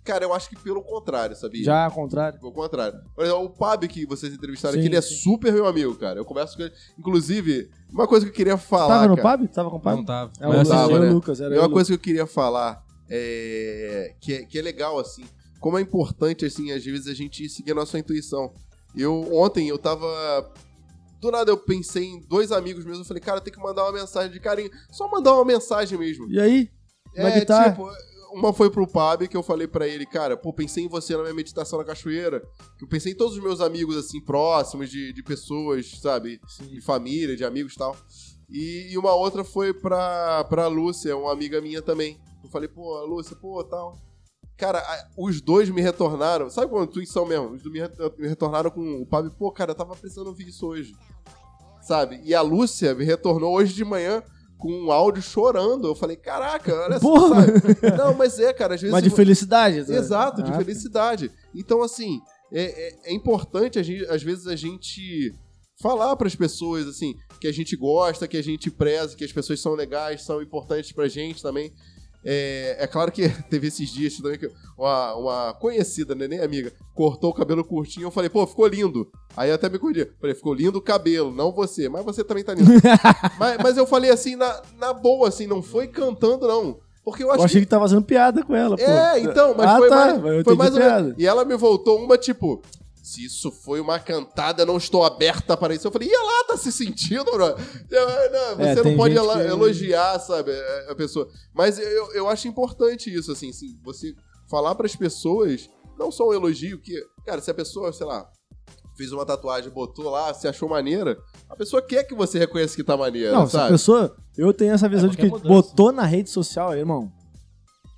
[SPEAKER 3] cara, eu acho que pelo contrário, sabia?
[SPEAKER 5] já ao contrário.
[SPEAKER 3] Ao contrário. Por exemplo, o Pab que vocês entrevistaram,
[SPEAKER 5] Sim,
[SPEAKER 3] que ele é
[SPEAKER 5] sim.
[SPEAKER 3] super meu amigo, cara. Eu converso com ele. Inclusive, uma coisa que eu queria falar.
[SPEAKER 5] Tava no
[SPEAKER 3] cara,
[SPEAKER 5] PAB? Tava com o PAB?
[SPEAKER 6] Não tava.
[SPEAKER 5] É,
[SPEAKER 6] Mas
[SPEAKER 5] o
[SPEAKER 6] assim,
[SPEAKER 3] tava,
[SPEAKER 5] era
[SPEAKER 3] né?
[SPEAKER 5] o Lucas, era
[SPEAKER 3] E uma
[SPEAKER 5] eu,
[SPEAKER 3] coisa que eu queria falar é que, é que é legal, assim, como é importante, assim, às vezes a gente seguir a nossa intuição. Eu, ontem, eu tava... Do nada eu pensei em dois amigos meus, eu falei, cara, eu tenho que mandar uma mensagem de carinho. Só mandar uma mensagem mesmo.
[SPEAKER 5] Lucas. E aí? Como é
[SPEAKER 3] É,
[SPEAKER 5] que tá?
[SPEAKER 3] tipo, uma foi pro Pab, que eu falei pra ele, cara, pô, pensei em você na minha meditação na cachoeira. Eu pensei em todos os meus amigos, assim, próximos, de, de pessoas, sabe? De família, de amigos e tal. E, e uma outra foi pra, pra Lúcia, uma amiga minha também. Eu falei, pô, Lúcia, pô, tal. Cara, a- os dois me retornaram. Sabe quando intuição mesmo? Os dois me re- me retornaram com o Pab, pô, cara, eu tava precisando ouvir isso hoje. Sabe? E a Lúcia me retornou hoje de manhã com um áudio chorando. Eu falei, caraca, olha só.
[SPEAKER 5] Porra!
[SPEAKER 3] sabe? Não, mas é, cara, às vezes.
[SPEAKER 5] Mas de felicidade. né?
[SPEAKER 3] Exato, de
[SPEAKER 5] Ah,
[SPEAKER 3] felicidade. Então, assim, é, é- é importante, a gente- às vezes, a gente falar pras pessoas, assim, que a gente gosta, que a gente preza, que as pessoas são legais, são importantes pra gente também. É, é claro que teve esses dias também que uma, uma conhecida, né, nem amiga, cortou o cabelo curtinho. Eu falei, pô, ficou lindo. Aí eu até me corrigi. Falei, ficou lindo o cabelo, não você. Mas você também tá lindo. mas, mas eu falei assim, na, na boa, assim, não foi cantando, não. Porque eu acho
[SPEAKER 5] Eu achei que tava fazendo piada com ela, pô.
[SPEAKER 3] é, então, mas
[SPEAKER 5] Ah,
[SPEAKER 3] foi
[SPEAKER 5] tá,
[SPEAKER 3] mais,
[SPEAKER 5] mas eu
[SPEAKER 3] foi
[SPEAKER 5] entendi
[SPEAKER 3] mais ou
[SPEAKER 5] piada.
[SPEAKER 3] menos. E ela me voltou uma tipo. Se isso foi uma cantada, não estou aberta para isso. Eu falei, e ela tá se sentindo, bro? Eu, ah, não,
[SPEAKER 5] É,
[SPEAKER 3] você não
[SPEAKER 5] tem
[SPEAKER 3] pode
[SPEAKER 5] gente
[SPEAKER 3] ela-
[SPEAKER 5] que-
[SPEAKER 3] elogiar, sabe, a- a pessoa. Mas eu, eu acho importante isso, assim, assim, você falar para as pessoas, não só o elogio, que, cara, se a pessoa, sei lá, fez uma tatuagem, botou lá, se achou maneira, a pessoa quer que você reconheça que tá maneira,
[SPEAKER 5] Não, se a
[SPEAKER 3] sabe?
[SPEAKER 5] pessoa. Eu tenho essa visão de que
[SPEAKER 6] É qualquer mudança.
[SPEAKER 5] botou na rede social, irmão.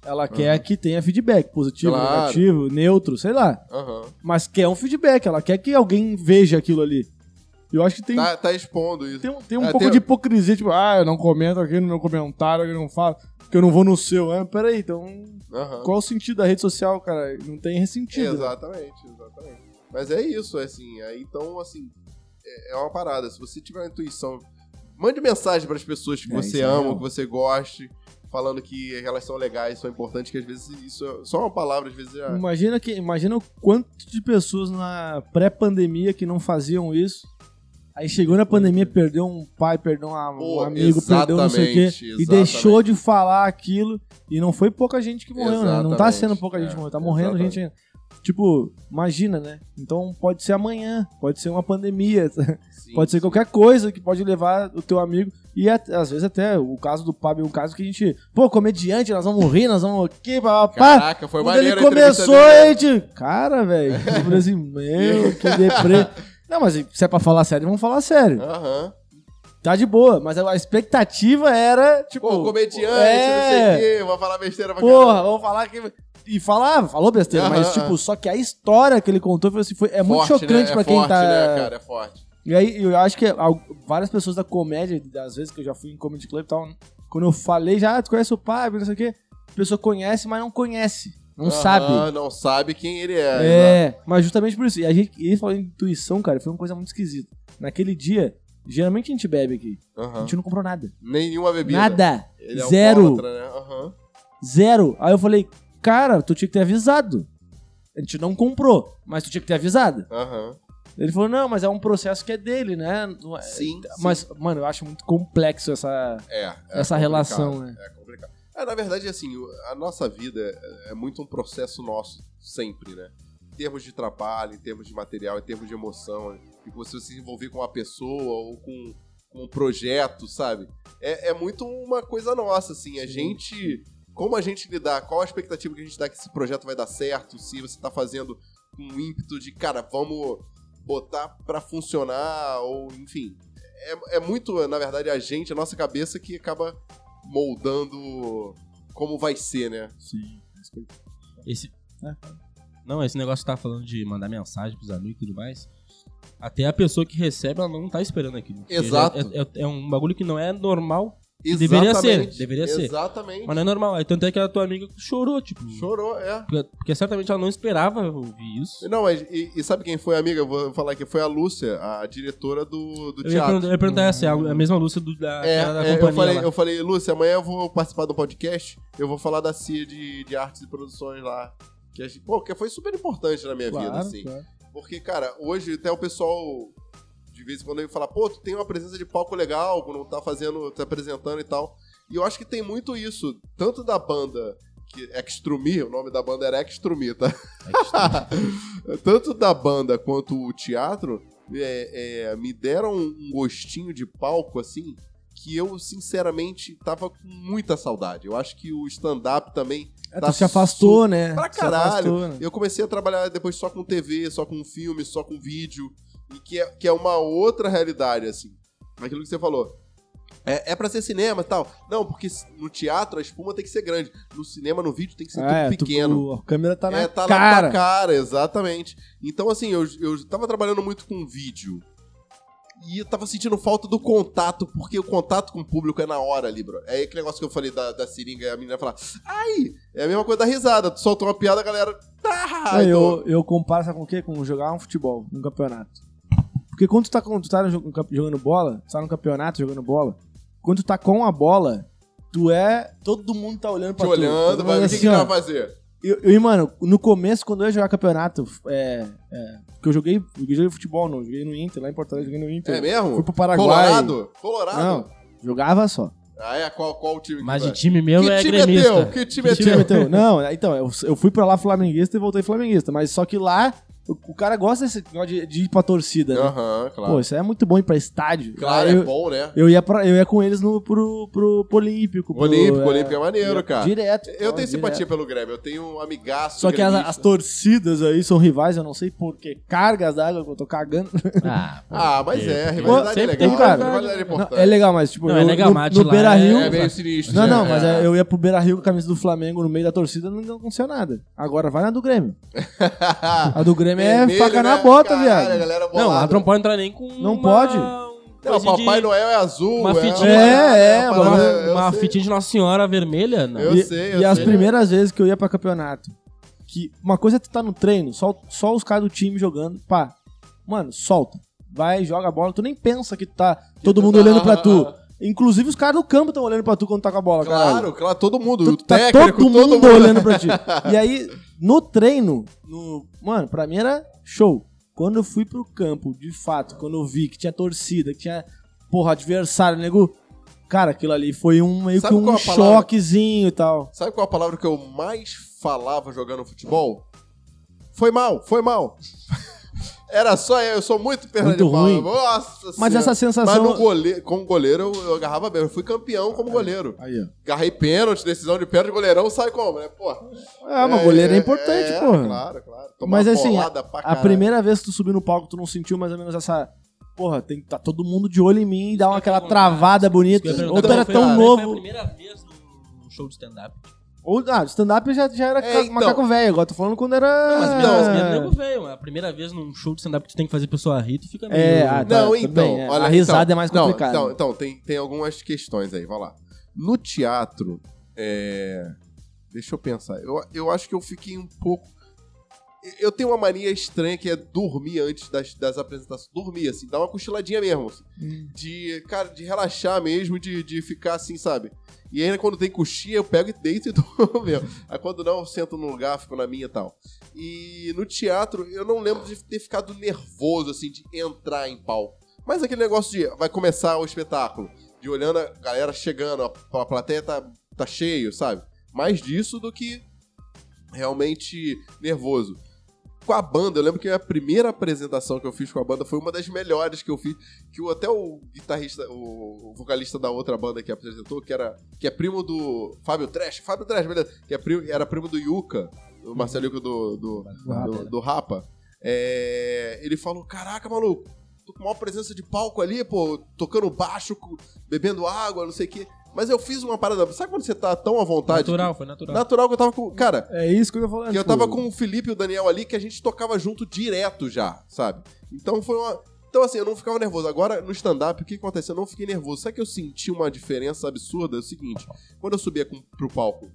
[SPEAKER 5] Ela quer que tenha feedback, positivo,
[SPEAKER 3] Ah. Claro.
[SPEAKER 5] negativo, neutro, sei lá.
[SPEAKER 3] Aham.
[SPEAKER 5] Mas quer um feedback, ela quer que alguém veja aquilo ali. Eu acho que tem,
[SPEAKER 3] Tá, tá expondo isso.
[SPEAKER 5] tem, um- tem um
[SPEAKER 3] Ah,
[SPEAKER 5] pouco
[SPEAKER 3] tem-
[SPEAKER 5] de hipocrisia, tipo, ah, eu não comento aqui no meu comentário, eu não falo, que eu não vou no seu. Ah, peraí, então
[SPEAKER 3] Aham.
[SPEAKER 5] qual o sentido da rede social, cara? Não tem ressentido. né?
[SPEAKER 3] Exatamente, exatamente. Mas é isso, é assim. é- então, assim, é, é uma parada. Se você tiver uma intuição, mande mensagem para as pessoas que
[SPEAKER 5] É,
[SPEAKER 3] você
[SPEAKER 5] isso é
[SPEAKER 3] ama,
[SPEAKER 5] real.
[SPEAKER 3] que você goste, falando que elas são legais, são importantes, que às vezes isso é só uma palavra, às vezes já.
[SPEAKER 5] Imagina, que, imagina o quanto de pessoas na pré-pandemia que não faziam isso. Aí chegou na pandemia, perdeu um pai, perdeu uma- um
[SPEAKER 3] Pô,
[SPEAKER 5] amigo, perdeu não sei o quê.
[SPEAKER 3] exatamente,
[SPEAKER 5] E
[SPEAKER 3] exatamente.
[SPEAKER 5] deixou de falar aquilo. E não foi pouca gente que morreu, né? Não tá
[SPEAKER 3] Exatamente,
[SPEAKER 5] sendo pouca gente
[SPEAKER 3] é,
[SPEAKER 5] que morreu, tá morrendo
[SPEAKER 3] exatamente.
[SPEAKER 5] gente ainda. Tipo, imagina, né? Então pode ser amanhã, pode ser uma pandemia,
[SPEAKER 3] Sim,
[SPEAKER 5] pode ser
[SPEAKER 3] sim.
[SPEAKER 5] qualquer coisa que pode levar o teu amigo. E at- às vezes até o caso do Pablo é um caso que a gente, pô, comediante, nós vamos rir, nós vamos aqui, papapá.
[SPEAKER 3] Caraca, foi
[SPEAKER 5] Quando ele
[SPEAKER 3] maneiro a entrevista
[SPEAKER 5] começou,
[SPEAKER 3] dele, né?
[SPEAKER 5] a gente. Cara, velho. Eu falei assim, meu, que deprê. Não, mas se é pra falar sério, vamos falar sério.
[SPEAKER 3] Aham.
[SPEAKER 5] Tá de boa, mas a expectativa era, tipo.
[SPEAKER 3] Pô, comediante, não
[SPEAKER 5] é,
[SPEAKER 3] sei o quê, vou falar besteira pra
[SPEAKER 5] Porra,
[SPEAKER 3] caralho.
[SPEAKER 5] vamos falar que. E falava, falou besteira,
[SPEAKER 3] Aham,
[SPEAKER 5] mas, tipo,
[SPEAKER 3] aham.
[SPEAKER 5] só que a história que ele contou foi, assim, foi- é muito
[SPEAKER 3] Forte,
[SPEAKER 5] chocante
[SPEAKER 3] né?
[SPEAKER 5] pra
[SPEAKER 3] é
[SPEAKER 5] quem
[SPEAKER 3] forte,
[SPEAKER 5] tá.
[SPEAKER 3] Né, cara? É forte.
[SPEAKER 5] E aí, eu acho que al- várias pessoas da comédia, às vezes que eu já fui em comedy club e tal, quando eu falei já, ah, tu conhece o Pablo, não sei o quê, a pessoa conhece, mas não conhece, não
[SPEAKER 3] Aham,
[SPEAKER 5] sabe.
[SPEAKER 3] Não sabe quem ele é.
[SPEAKER 5] É, mas justamente por isso. E a gente, e ele falou em intuição, cara, foi uma coisa muito esquisita. Naquele dia, geralmente a gente bebe aqui. A
[SPEAKER 3] Aham.
[SPEAKER 5] gente não comprou nada.
[SPEAKER 3] Nenhuma bebida.
[SPEAKER 5] Nada.
[SPEAKER 3] Ele é
[SPEAKER 5] Zero.
[SPEAKER 3] alcoólatra, Né? Aham.
[SPEAKER 5] Zero. Aí eu falei, cara, tu tinha que ter avisado. A gente não comprou, mas tu tinha que ter avisado.
[SPEAKER 3] Aham.
[SPEAKER 5] Ele falou, não, mas é um processo que é dele, né? Não é-
[SPEAKER 3] Sim.
[SPEAKER 5] Mas, mano, eu acho muito complexo essa,
[SPEAKER 3] tá, sim. é, é
[SPEAKER 5] essa
[SPEAKER 3] complicado,
[SPEAKER 5] relação, né?
[SPEAKER 3] É complicado. É, na verdade, assim, o- a nossa vida é- é muito um processo nosso, sempre, né? Em termos de trabalho, em termos de material, em termos de emoção, né? e você se envolver com uma pessoa ou com, com um projeto, sabe? É, é muito uma coisa nossa, assim. A gente. Como a gente lidar, qual a expectativa que a gente dá que esse projeto vai dar certo, se você tá fazendo com um ímpeto de, cara, vamos botar pra funcionar, ou enfim. É, é muito, na verdade, a gente, a nossa cabeça que acaba moldando como vai ser, né?
[SPEAKER 5] Sim.
[SPEAKER 6] Esse...
[SPEAKER 5] É.
[SPEAKER 6] Não, esse negócio que tá falando de mandar mensagem pros amigos e tudo mais. Até a pessoa que recebe, ela não tá esperando aquilo. Porque
[SPEAKER 3] Exato.
[SPEAKER 6] já É, é- é um bagulho que não é normal, Deveria
[SPEAKER 3] Exatamente,
[SPEAKER 6] ser, deveria ser.
[SPEAKER 3] Exatamente.
[SPEAKER 6] mas não é normal. Aí Tanto é que a tua amiga chorou, tipo.
[SPEAKER 3] Chorou, é.
[SPEAKER 6] Porque, porque certamente ela não esperava ouvir isso.
[SPEAKER 3] Não, mas e, e sabe quem foi, amiga? Eu Vou falar aqui. Foi a Lúcia, a diretora do, do
[SPEAKER 6] Eu ia, perguntar-
[SPEAKER 3] teatro.
[SPEAKER 6] eu ia perguntar essa, é a, a mesma Lúcia do, da,
[SPEAKER 3] É,
[SPEAKER 6] da
[SPEAKER 3] é,
[SPEAKER 6] companhia.
[SPEAKER 3] eu, falei,
[SPEAKER 6] lá.
[SPEAKER 3] eu falei, Lúcia, amanhã eu vou participar do podcast. Eu vou falar da CIA de, de artes e produções lá. Que, a gente- pô, que foi super importante na minha vida, assim. Porque, cara, hoje até o pessoal de vez em quando ele fala, pô, tu tem uma presença de palco legal, quando tá fazendo, tá apresentando e tal. E eu acho que tem muito isso, tanto da banda que Extrumi, o nome da banda era Extrumi, tá? tanto da banda quanto o teatro é, é, me deram um gostinho de palco assim que eu sinceramente tava com muita saudade. Eu acho que o stand-up também
[SPEAKER 5] É,
[SPEAKER 3] Tá
[SPEAKER 5] tu se afastou, né?
[SPEAKER 3] pra
[SPEAKER 5] Se
[SPEAKER 3] caralho.
[SPEAKER 5] afastou, né?
[SPEAKER 3] eu comecei a trabalhar depois só com TV, só com filme, só com vídeo, e que é, que é uma outra realidade, assim. Aquilo que você falou. É, é pra ser cinema e tal. Não, porque no teatro a espuma tem que ser grande. No cinema, no vídeo, tem que ser
[SPEAKER 5] É,
[SPEAKER 3] tudo
[SPEAKER 5] tu-
[SPEAKER 3] pequeno.
[SPEAKER 5] a câmera tá na
[SPEAKER 3] é, tá lá
[SPEAKER 5] cara.
[SPEAKER 3] na tua cara, exatamente. Então, assim, eu, eu tava trabalhando muito com vídeo. E eu tava sentindo falta do contato, porque o contato com o público é na hora ali, bro. É aquele negócio que eu falei da, da seringa, a menina falar, ai! É a mesma coisa da risada. Tu solta uma piada, a galera. Ah,
[SPEAKER 5] Não,
[SPEAKER 3] então-
[SPEAKER 5] eu, eu comparo, sabe com o quê? Com jogar um futebol, um campeonato. Porque quando tu tá, com, tu tá no jo- no campe- jogando bola, tu tá no campeonato jogando bola, quando tu tá com a bola, tu é. Todo mundo tá olhando pra
[SPEAKER 3] te
[SPEAKER 5] tu. Todo
[SPEAKER 3] olhando,
[SPEAKER 5] mundo
[SPEAKER 3] vai, o que, que
[SPEAKER 5] assim, ó.
[SPEAKER 3] vai fazer?
[SPEAKER 5] Eu, eu- e, mano, no começo, quando eu ia jogar campeonato, é, é, porque eu joguei, eu joguei futebol, não, eu joguei no Inter, lá em Porto Alegre, eu joguei no Inter.
[SPEAKER 3] É
[SPEAKER 5] Fui
[SPEAKER 3] mesmo?
[SPEAKER 5] pro Paraguai.
[SPEAKER 3] Colorado? Colorado?
[SPEAKER 5] Não, jogava só.
[SPEAKER 3] Ah, é? Qual, qual o time que
[SPEAKER 6] Mas
[SPEAKER 3] vai?
[SPEAKER 6] de time
[SPEAKER 3] Que
[SPEAKER 6] meu é
[SPEAKER 3] time é
[SPEAKER 6] gremista.
[SPEAKER 3] teu? Que time é
[SPEAKER 5] Time
[SPEAKER 3] teu?
[SPEAKER 5] então, teu. Não, então, eu, eu fui pra lá flamenguista e voltei flamenguista, mas só que lá O, o cara gosta desse negócio de, de ir pra torcida, né?
[SPEAKER 3] Aham, claro.
[SPEAKER 5] Pô, isso aí é muito bom ir pra estádio.
[SPEAKER 3] claro,
[SPEAKER 5] Aí
[SPEAKER 3] é
[SPEAKER 5] eu,
[SPEAKER 3] bom, né?
[SPEAKER 5] eu ia, pra- eu ia com eles no, pro, pro, pro Olímpico.
[SPEAKER 3] O
[SPEAKER 5] pro-
[SPEAKER 3] Olímpico,
[SPEAKER 5] é,
[SPEAKER 3] o Olímpico é maneiro,
[SPEAKER 5] ia-
[SPEAKER 3] cara.
[SPEAKER 5] Direto.
[SPEAKER 3] Eu
[SPEAKER 5] pô,
[SPEAKER 3] tenho simpatia
[SPEAKER 5] direto.
[SPEAKER 3] pelo Grêmio, eu tenho um amigaço.
[SPEAKER 5] Só que as,
[SPEAKER 3] gremista.
[SPEAKER 5] as torcidas aí são rivais, eu não sei por que Cargas d'água que eu tô cagando.
[SPEAKER 8] Ah, pô.
[SPEAKER 3] Ah, mas
[SPEAKER 8] Porque-
[SPEAKER 3] é, a
[SPEAKER 8] porque-
[SPEAKER 3] rivalidade é
[SPEAKER 5] Sempre
[SPEAKER 3] legal.
[SPEAKER 5] tem, cara.
[SPEAKER 3] A rivalidade é
[SPEAKER 5] Não,
[SPEAKER 3] importante.
[SPEAKER 5] é legal, mas tipo,
[SPEAKER 8] Não,
[SPEAKER 5] eu,
[SPEAKER 8] é legal,
[SPEAKER 5] no,
[SPEAKER 8] mate
[SPEAKER 5] no
[SPEAKER 8] lá
[SPEAKER 5] Beira Rio.
[SPEAKER 8] é
[SPEAKER 3] É meio sinistro.
[SPEAKER 5] Não,
[SPEAKER 3] né?
[SPEAKER 5] não, mas
[SPEAKER 3] É.
[SPEAKER 5] é, eu ia pro Beira Rio com a camisa do Flamengo no meio da torcida não aconteceu nada. Agora vai na do Grêmio. A do Grêmio é
[SPEAKER 3] Vermelho,
[SPEAKER 5] faca na
[SPEAKER 3] né?
[SPEAKER 5] bota,
[SPEAKER 3] Caralho, a
[SPEAKER 5] viado.
[SPEAKER 3] galera
[SPEAKER 6] Não, a
[SPEAKER 3] bolada.
[SPEAKER 6] não pode entrar nem com.
[SPEAKER 5] Não
[SPEAKER 6] uma-
[SPEAKER 5] pode.
[SPEAKER 6] um
[SPEAKER 3] Não,
[SPEAKER 6] coisa de-
[SPEAKER 3] Papai Noel é azul.
[SPEAKER 6] uma fitinha.
[SPEAKER 5] É,
[SPEAKER 3] uma
[SPEAKER 5] é,
[SPEAKER 6] Uma,
[SPEAKER 5] Mas
[SPEAKER 3] parada- eu
[SPEAKER 6] uma
[SPEAKER 3] sei.
[SPEAKER 6] fitinha de Nossa Senhora vermelha? Não.
[SPEAKER 3] Eu
[SPEAKER 5] e
[SPEAKER 3] sei, eu
[SPEAKER 5] e as
[SPEAKER 3] sei.
[SPEAKER 5] primeiras vezes que eu ia pra campeonato, que uma coisa é tu tá no treino, só, só os caras do time jogando, pá. Mano, solta. Vai, joga a bola. Tu nem pensa que tu tá todo mundo
[SPEAKER 3] tá-
[SPEAKER 5] olhando pra tu. Inclusive os caras do campo estão olhando pra tu quando tá com a bola, caralho.
[SPEAKER 3] Claro, claro, todo mundo.
[SPEAKER 5] Tu
[SPEAKER 3] o
[SPEAKER 5] tá
[SPEAKER 3] técnico,
[SPEAKER 5] todo, mundo olhando pra ti. E aí, no treino, no... mano, pra mim era show. Quando eu fui pro campo, de fato, quando eu vi que tinha torcida, que tinha, porra, adversário, nego. Cara, aquilo ali foi um meio
[SPEAKER 3] Sabe
[SPEAKER 5] que
[SPEAKER 3] qual é
[SPEAKER 5] um
[SPEAKER 3] a palavra?
[SPEAKER 5] choquezinho e tal.
[SPEAKER 3] Sabe qual a palavra que eu mais falava jogando futebol? Foi mal, foi mal. Era só eu, eu sou muito perna
[SPEAKER 5] Muito
[SPEAKER 3] de pau.
[SPEAKER 5] ruim.
[SPEAKER 3] Nossa
[SPEAKER 5] Mas
[SPEAKER 3] senhora. Mas
[SPEAKER 5] essa
[SPEAKER 3] no
[SPEAKER 5] sensação.
[SPEAKER 3] goleiro, como goleiro, eu, eu agarrava bem. Eu fui campeão como goleiro.
[SPEAKER 5] Aí, ó.
[SPEAKER 3] Agarrei pênalti, decisão de pênalti, goleirão sai como, né? Pô.
[SPEAKER 5] Ah, mas goleiro é importante,
[SPEAKER 3] é,
[SPEAKER 5] porra.
[SPEAKER 3] Claro, claro.
[SPEAKER 5] Mas,
[SPEAKER 3] uma
[SPEAKER 5] assim,
[SPEAKER 3] bolada pra
[SPEAKER 5] A
[SPEAKER 3] caralho.
[SPEAKER 5] primeira vez que tu subiu no palco, tu não sentiu mais ou menos essa. Porra, tem que tá todo mundo de olho em mim e dar uma, aquela travada bonita.
[SPEAKER 6] Eu ia
[SPEAKER 5] Ou tu
[SPEAKER 6] perguntar,
[SPEAKER 5] era
[SPEAKER 6] foi-
[SPEAKER 5] tão
[SPEAKER 6] foi a
[SPEAKER 5] novo.
[SPEAKER 6] primeira vez num show de stand-up.
[SPEAKER 5] Ou, ah, stand-up já, já era
[SPEAKER 3] É,
[SPEAKER 5] ca-
[SPEAKER 3] então.
[SPEAKER 5] macaco velho. Agora tô falando quando era.
[SPEAKER 6] Mas
[SPEAKER 3] Não.
[SPEAKER 6] mesmo, assim, mesmo nego velho, mas a primeira vez num show de stand-up que tu tem que fazer a pessoa rir, tu fica meio.
[SPEAKER 5] É, ah, tá,
[SPEAKER 3] Não,
[SPEAKER 5] tudo
[SPEAKER 3] então.
[SPEAKER 5] bem, é.
[SPEAKER 3] olha,
[SPEAKER 5] a risada
[SPEAKER 3] então,
[SPEAKER 5] é mais
[SPEAKER 3] não,
[SPEAKER 5] complicada.
[SPEAKER 3] Então, então, tem, tem algumas questões aí, vai lá. No teatro, é, deixa eu pensar. Eu, eu acho que eu fiquei um pouco. Eu tenho uma mania estranha que é dormir antes das, das apresentações. Dormir, assim, dar uma cochiladinha mesmo. assim.
[SPEAKER 5] Hum.
[SPEAKER 3] De, cara, de relaxar mesmo, de, de ficar assim, sabe? E ainda quando tem coxinha, eu pego e deito e durmo mesmo. Aí quando não, eu sento num lugar, fico na minha e tal. E no teatro, eu não lembro de ter ficado nervoso, assim, de entrar em palco. Mas aquele negócio de vai começar o espetáculo, de olhando a galera chegando, a, a plateia tá, tá cheio, sabe? Mais disso do que realmente nervoso. Com a banda, eu lembro que a primeira apresentação que eu fiz com a banda foi uma das melhores que eu fiz, que o- até o guitarrista, o vocalista da outra banda que apresentou, que era que é primo do Fábio Trash, Fábio Trash, beleza, que é primo- era primo do Yuka, o Marcelo Yuka do, Uhum. do, do, do Rapa, né? é, ele falou: Caraca, maluco, tô com maior presença de palco ali, pô, tocando baixo, co- bebendo água, não sei o quê. Mas eu fiz uma parada. Sabe quando você tá tão à vontade?
[SPEAKER 6] Natural, foi natural.
[SPEAKER 3] Natural tá. que eu tava com. Cara,
[SPEAKER 5] É isso que eu tô falando.
[SPEAKER 3] que eu
[SPEAKER 5] tipo,
[SPEAKER 3] tava com o Felipe e o Daniel ali, que a gente tocava junto direto já, sabe? Então foi uma. Então, assim, eu não ficava nervoso. Agora, no stand-up, o que acontece? Eu não fiquei nervoso. Sabe que eu senti uma diferença absurda? É o seguinte: quando eu subia com, pro palco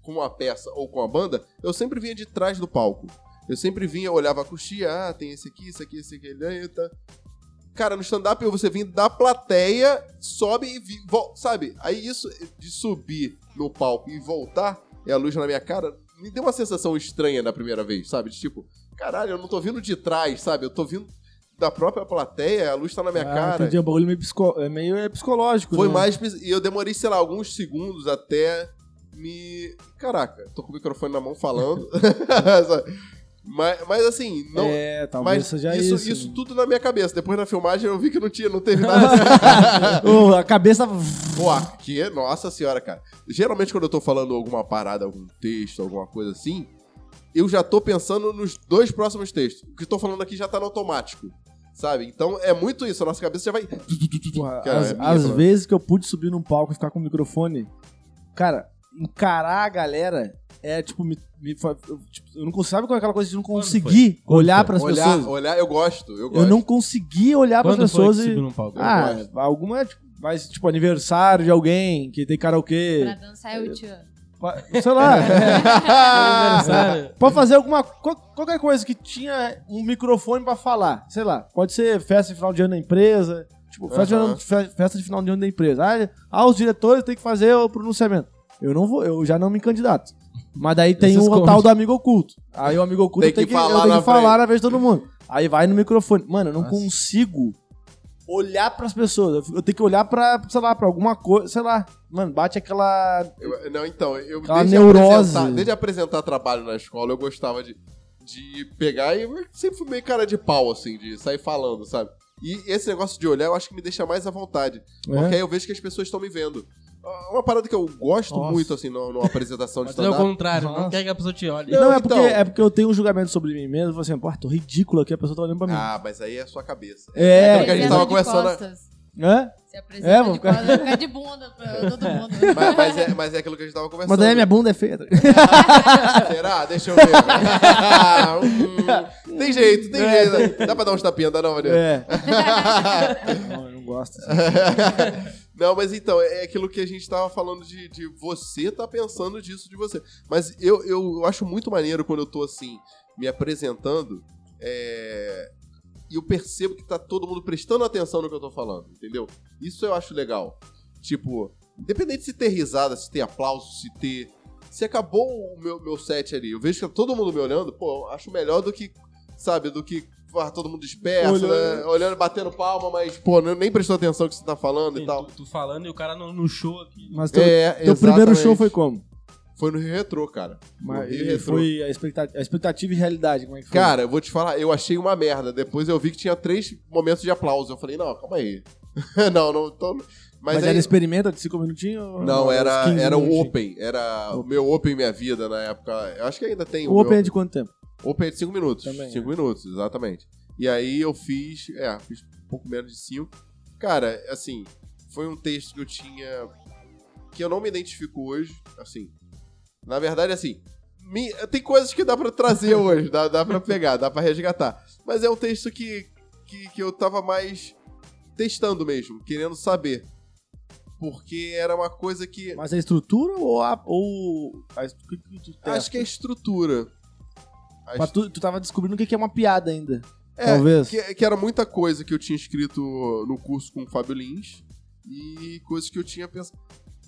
[SPEAKER 3] com uma peça ou com a banda, eu sempre vinha de trás do palco. Eu sempre vinha, olhava a coxia, ah, tem esse aqui, esse aqui, esse aqui, "Ah, tá eita. Cara, no stand-up você vem da plateia, sobe e vi, vol- sabe? Aí isso de subir no palco e voltar, é a luz na minha cara, me deu uma sensação estranha na primeira vez, sabe? De tipo, caralho, eu não tô vindo de trás, sabe? Eu tô vindo da própria plateia, a luz tá na minha
[SPEAKER 5] ah,
[SPEAKER 3] cara.
[SPEAKER 5] Entendi, é um bagulho meio, psico- é meio é psicológico.
[SPEAKER 3] Foi
[SPEAKER 5] né?
[SPEAKER 3] mais. pes- E eu demorei, sei lá, alguns segundos até me. Caraca, tô com o microfone na mão falando. Sabe? mas, mas assim, não.
[SPEAKER 5] É, talvez
[SPEAKER 3] mas
[SPEAKER 5] seja
[SPEAKER 3] isso,
[SPEAKER 5] isso.
[SPEAKER 3] isso, tudo na minha cabeça. Depois na filmagem eu vi que não tinha, não teve nada.
[SPEAKER 5] Ô, a cabeça.
[SPEAKER 3] Pô, aqui, é, nossa senhora, cara. Geralmente quando eu tô falando alguma parada, algum texto, alguma coisa assim, eu já tô pensando nos dois próximos textos. O que eu tô falando aqui já tá no automático. Sabe? Então é muito isso. A nossa cabeça já vai.
[SPEAKER 5] Porra,
[SPEAKER 3] Cara,
[SPEAKER 5] as,
[SPEAKER 3] é minha,
[SPEAKER 5] as
[SPEAKER 3] mano.
[SPEAKER 5] vezes que eu pude subir num palco e ficar com o microfone, cara, encarar a galera é tipo, me, me fa- eu, tipo, eu não consigo, sabe qual é aquela coisa de não conseguir olhar pras
[SPEAKER 3] Olhar,
[SPEAKER 5] pessoas?
[SPEAKER 3] olhar, eu gosto. Eu, gosto.
[SPEAKER 5] Eu não consegui olhar pras
[SPEAKER 6] Quando
[SPEAKER 5] pessoas
[SPEAKER 6] foi que
[SPEAKER 5] e.
[SPEAKER 6] subiu num palco?
[SPEAKER 5] Ah,
[SPEAKER 3] Eu
[SPEAKER 5] alguma, tipo, mas tipo aniversário de alguém que tem karaokê.
[SPEAKER 4] Pra dançar eu te amo.
[SPEAKER 5] Sei lá.
[SPEAKER 6] Aniversário.
[SPEAKER 5] Pode fazer alguma. qual- Qualquer coisa que tinha um microfone pra falar. Sei lá. Pode ser festa de final de ano da empresa. Tipo, festa, de,
[SPEAKER 3] Aham.
[SPEAKER 5] ano- fe- festa de final de ano da empresa. Ah, ah, os diretores têm que fazer o pronunciamento. Eu não vou, eu já não me candidato. Mas daí tem
[SPEAKER 6] se
[SPEAKER 5] o
[SPEAKER 6] esconde.
[SPEAKER 5] tal do amigo oculto. Aí o amigo oculto tem que, eu tenho que falar,
[SPEAKER 3] na
[SPEAKER 5] na vez de todo mundo. Aí vai no microfone. Mano, eu não
[SPEAKER 8] Nossa.
[SPEAKER 5] consigo olhar pras pessoas. Eu fico- Eu tenho que olhar pra, sei lá, pra alguma coisa, sei lá. Mano, bate aquela
[SPEAKER 3] Eu- não, então, eu
[SPEAKER 5] Aquela
[SPEAKER 3] desde
[SPEAKER 5] É neurose.
[SPEAKER 3] apresentar, desde apresentar trabalho na escola, eu gostava de de pegar e eu sempre fui meio cara de pau, assim, de sair falando, sabe? E esse negócio de olhar eu acho que me deixa mais à
[SPEAKER 5] É?
[SPEAKER 3] vontade. Porque aí eu vejo que as pessoas estão me vendo. Ah, Uma parada que eu gosto
[SPEAKER 5] Nossa.
[SPEAKER 3] muito, assim, numa numa apresentação de
[SPEAKER 6] Mas é o
[SPEAKER 3] stand-up.
[SPEAKER 6] contrário, não
[SPEAKER 5] Nossa.
[SPEAKER 6] quer que a pessoa te olhe.
[SPEAKER 5] Não,
[SPEAKER 3] Não,
[SPEAKER 5] é, porque,
[SPEAKER 3] então.
[SPEAKER 5] é porque eu tenho um julgamento sobre mim mesmo. Eu falo assim, pô, tô ridículo aqui, a pessoa tá olhando pra mim.
[SPEAKER 3] Ah, mas aí é a sua cabeça.
[SPEAKER 5] é,
[SPEAKER 3] porque a gente tá- tava
[SPEAKER 4] Apresenta de
[SPEAKER 3] conversando-
[SPEAKER 4] costas.
[SPEAKER 5] Hã?
[SPEAKER 4] Se
[SPEAKER 5] É,
[SPEAKER 4] apresenta
[SPEAKER 5] vou
[SPEAKER 4] de
[SPEAKER 5] ficar-
[SPEAKER 4] costas, fica de bunda pra todo mundo.
[SPEAKER 3] Mas, mas é, mas é aquilo que a gente tava conversando.
[SPEAKER 5] Mas daí a minha bunda é feia.
[SPEAKER 3] tá Será? Deixa eu ver. Hum, tem jeito, tem jeito. Dá pra dar uns tapinhas, dá não, Maria?
[SPEAKER 5] É. não, eu não gosto. assim.
[SPEAKER 3] Não, mas então, é aquilo que a gente tava falando de, de você tá pensando disso de você. Mas eu, eu, eu acho muito maneiro quando eu tô assim, me apresentando, é, e eu percebo que tá todo mundo prestando atenção no que eu tô falando, entendeu? Isso eu acho legal. Tipo, independente se ter risada, se ter aplauso, se ter. Se acabou o meu, meu set ali, eu vejo que tá todo mundo me olhando, pô, eu acho melhor do que, sabe, do que. ah, todo mundo disperso,
[SPEAKER 5] Olhando.
[SPEAKER 3] né? olhando, batendo palma, mas, pô, nem prestou atenção no que você tá falando e
[SPEAKER 6] Sim,
[SPEAKER 3] tal.
[SPEAKER 6] tu, tu falando e o cara no, no show aqui.
[SPEAKER 5] Mas teu,
[SPEAKER 3] É,
[SPEAKER 5] Então, teu primeiro
[SPEAKER 3] exatamente.
[SPEAKER 5] show foi como?
[SPEAKER 3] Foi no Rio Retrô, cara.
[SPEAKER 5] Mas,
[SPEAKER 3] Rio
[SPEAKER 5] e
[SPEAKER 3] Retrô.
[SPEAKER 5] foi a expectativa, a expectativa e realidade, como é que foi?
[SPEAKER 3] Cara, eu vou te falar, eu achei uma merda. Depois eu vi que tinha três momentos de aplauso. Eu falei, não, calma aí. não, não, tô... Mas,
[SPEAKER 5] mas,
[SPEAKER 3] aí...
[SPEAKER 5] era experimenta de 5 minutinhos? ou-
[SPEAKER 3] Não,
[SPEAKER 5] ou
[SPEAKER 3] era,
[SPEAKER 5] 15
[SPEAKER 3] era o
[SPEAKER 5] minutinhos?
[SPEAKER 3] Open. Era o meu Open Minha Vida na época. Eu acho que ainda tem
[SPEAKER 5] O
[SPEAKER 3] meu
[SPEAKER 5] Open é de quanto tempo?
[SPEAKER 3] Open é de 5 minutos.
[SPEAKER 5] Também, é.
[SPEAKER 3] 5 minutos, exatamente. E aí eu fiz, é, fiz um pouco menos de 5. Cara, assim, foi um texto que eu tinha. que eu não me identifico hoje. Assim, na verdade, assim, me- tem coisas que dá pra trazer hoje, dá, dá pra pegar, dá pra resgatar. Mas é um texto que, que, que eu tava mais testando mesmo, querendo saber. Porque era uma coisa que.
[SPEAKER 5] Mas a estrutura ou a. Ou a est- o que que tu testa?
[SPEAKER 3] Acho que é estrutura. A
[SPEAKER 5] Mas tu, tu tava descobrindo o que que é uma piada ainda.
[SPEAKER 3] É,
[SPEAKER 5] talvez.
[SPEAKER 3] Que, que era muita coisa que eu tinha escrito no curso com o Fábio Lins e coisas que eu tinha pensado.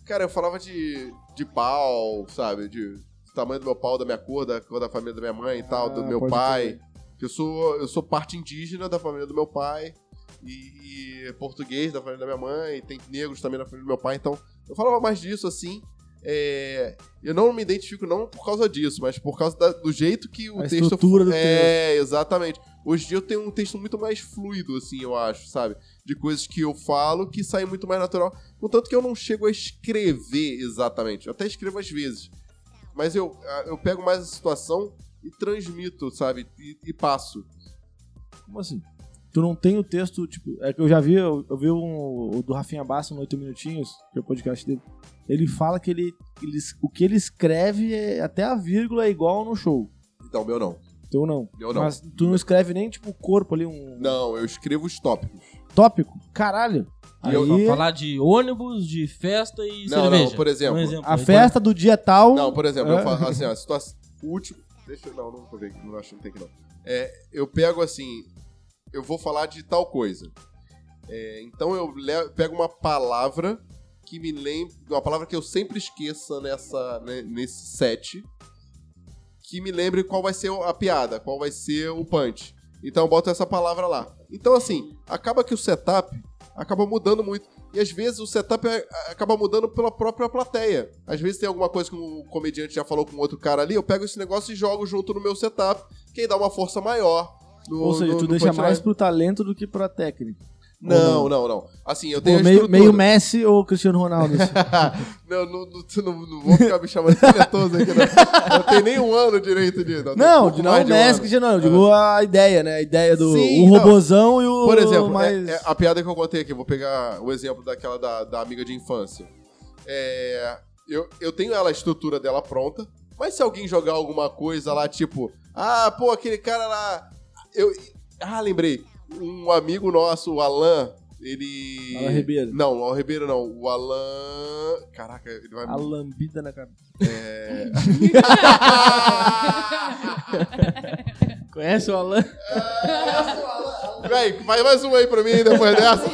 [SPEAKER 3] Cara, eu falava de, de pau, sabe? De, do tamanho do meu pau, da minha cor, da cor da família da minha mãe e tal, do
[SPEAKER 5] Ah,
[SPEAKER 3] meu
[SPEAKER 5] pode
[SPEAKER 3] pai. Que Eu sou, eu sou parte indígena da família do meu pai e, e português da família da minha mãe, e tem negros também na família do meu pai, então eu falava mais disso assim. É, eu não me identifico não por causa disso, mas por causa da- do jeito que o
[SPEAKER 5] A
[SPEAKER 3] texto
[SPEAKER 5] estrutura do
[SPEAKER 3] é exatamente. Hoje em dia eu tenho um texto muito mais fluido assim, eu acho, sabe? De coisas que eu falo que saem muito mais natural, contanto que eu não chego a escrever exatamente. Eu até escrevo às vezes, mas eu eu pego mais a situação e transmito, sabe? E, e passo.
[SPEAKER 5] Como assim? Tu não tem o texto, tipo. É que eu já vi, eu, eu vi um, o do Rafinha Bassa no 8 Minutinhos, que é o podcast dele. Ele fala que ele, ele es- o que ele escreve é, até a vírgula é igual no show.
[SPEAKER 3] Então, meu não.
[SPEAKER 5] Então não.
[SPEAKER 3] Eu não.
[SPEAKER 5] Mas tu não escreve nem, tipo, o corpo ali, um
[SPEAKER 3] Não, eu escrevo os tópicos.
[SPEAKER 5] tópico? Caralho.
[SPEAKER 6] Aí
[SPEAKER 5] Aí
[SPEAKER 6] falar de ônibus, de festa e
[SPEAKER 3] Não,
[SPEAKER 6] cerveja.
[SPEAKER 3] não, por exemplo.
[SPEAKER 6] Um
[SPEAKER 5] a
[SPEAKER 6] Aí
[SPEAKER 5] festa do dia tal.
[SPEAKER 3] Não, por exemplo,
[SPEAKER 5] É.
[SPEAKER 3] eu falo assim, ó, a situação. O último. Deixa eu. Não, não vou ver aqui, não acho que não tem que não. É, eu pego assim. Eu vou falar de tal coisa. É, então eu le- pego uma palavra que me lembra. Uma palavra que eu sempre esqueça nessa, né, nesse set. Que me lembre qual vai ser a piada, qual vai ser o punch. Então eu boto essa palavra lá. Então, assim, acaba que o setup acaba mudando muito. E às vezes o setup é- acaba mudando pela própria plateia. Às vezes tem alguma coisa que um comediante já falou com outro cara ali, eu pego esse negócio e jogo junto no meu setup, que aí dá uma força maior. no-
[SPEAKER 5] Ou seja,
[SPEAKER 3] no-
[SPEAKER 5] tu
[SPEAKER 3] no
[SPEAKER 5] deixa
[SPEAKER 3] punchline.
[SPEAKER 5] mais pro talento do que pra técnica.
[SPEAKER 3] Não, não, não. Assim, eu tenho
[SPEAKER 5] Pô,
[SPEAKER 3] a
[SPEAKER 5] meio,
[SPEAKER 3] estrutura.
[SPEAKER 5] meio Messi ou Cristiano Ronaldo? assim.
[SPEAKER 3] não, não, não, tu não- não vou ficar me chamando de talentoso aqui, não. Não tem nem um ano direito de... tem um
[SPEAKER 5] Não,
[SPEAKER 3] pouco
[SPEAKER 5] não
[SPEAKER 3] mais
[SPEAKER 5] é o
[SPEAKER 3] de um
[SPEAKER 5] Messi,
[SPEAKER 3] ano.
[SPEAKER 5] Cristiano, eu digo a ideia, né? A ideia do
[SPEAKER 3] Sim,
[SPEAKER 5] o
[SPEAKER 3] não.
[SPEAKER 5] robozão e o.
[SPEAKER 3] Por exemplo,
[SPEAKER 5] mais-
[SPEAKER 3] é- é a piada que eu contei aqui, vou pegar o exemplo daquela da, da amiga de infância. É, eu, eu tenho ela, a estrutura dela pronta, mas se alguém jogar alguma coisa lá, tipo, ah, pô, aquele cara lá. Eu, ah, lembrei. Um amigo nosso, o Alan, ele.
[SPEAKER 5] Alan Ribeiro.
[SPEAKER 3] Não, o Ribeiro não. O Alan. Caraca, ele vai. É.
[SPEAKER 5] A lambida na cabeça.
[SPEAKER 6] Conhece o Alan?
[SPEAKER 3] Véi, faz mais uma aí pra mim aí depois dessa.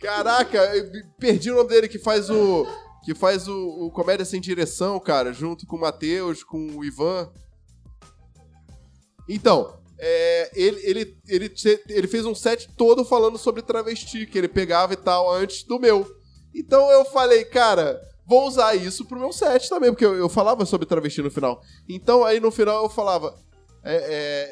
[SPEAKER 3] Caraca, eu perdi o nome dele que faz o. Que faz o, o Comédia Sem Direção, cara, junto com o Matheus, com o Ivan. Então, é, ele, ele, ele, te- ele fez um set todo falando sobre travesti, que ele pegava e tal, antes do meu. Então eu falei, cara, vou usar isso pro meu set também, porque eu, eu falava sobre travesti no final. Então aí no final eu falava. É,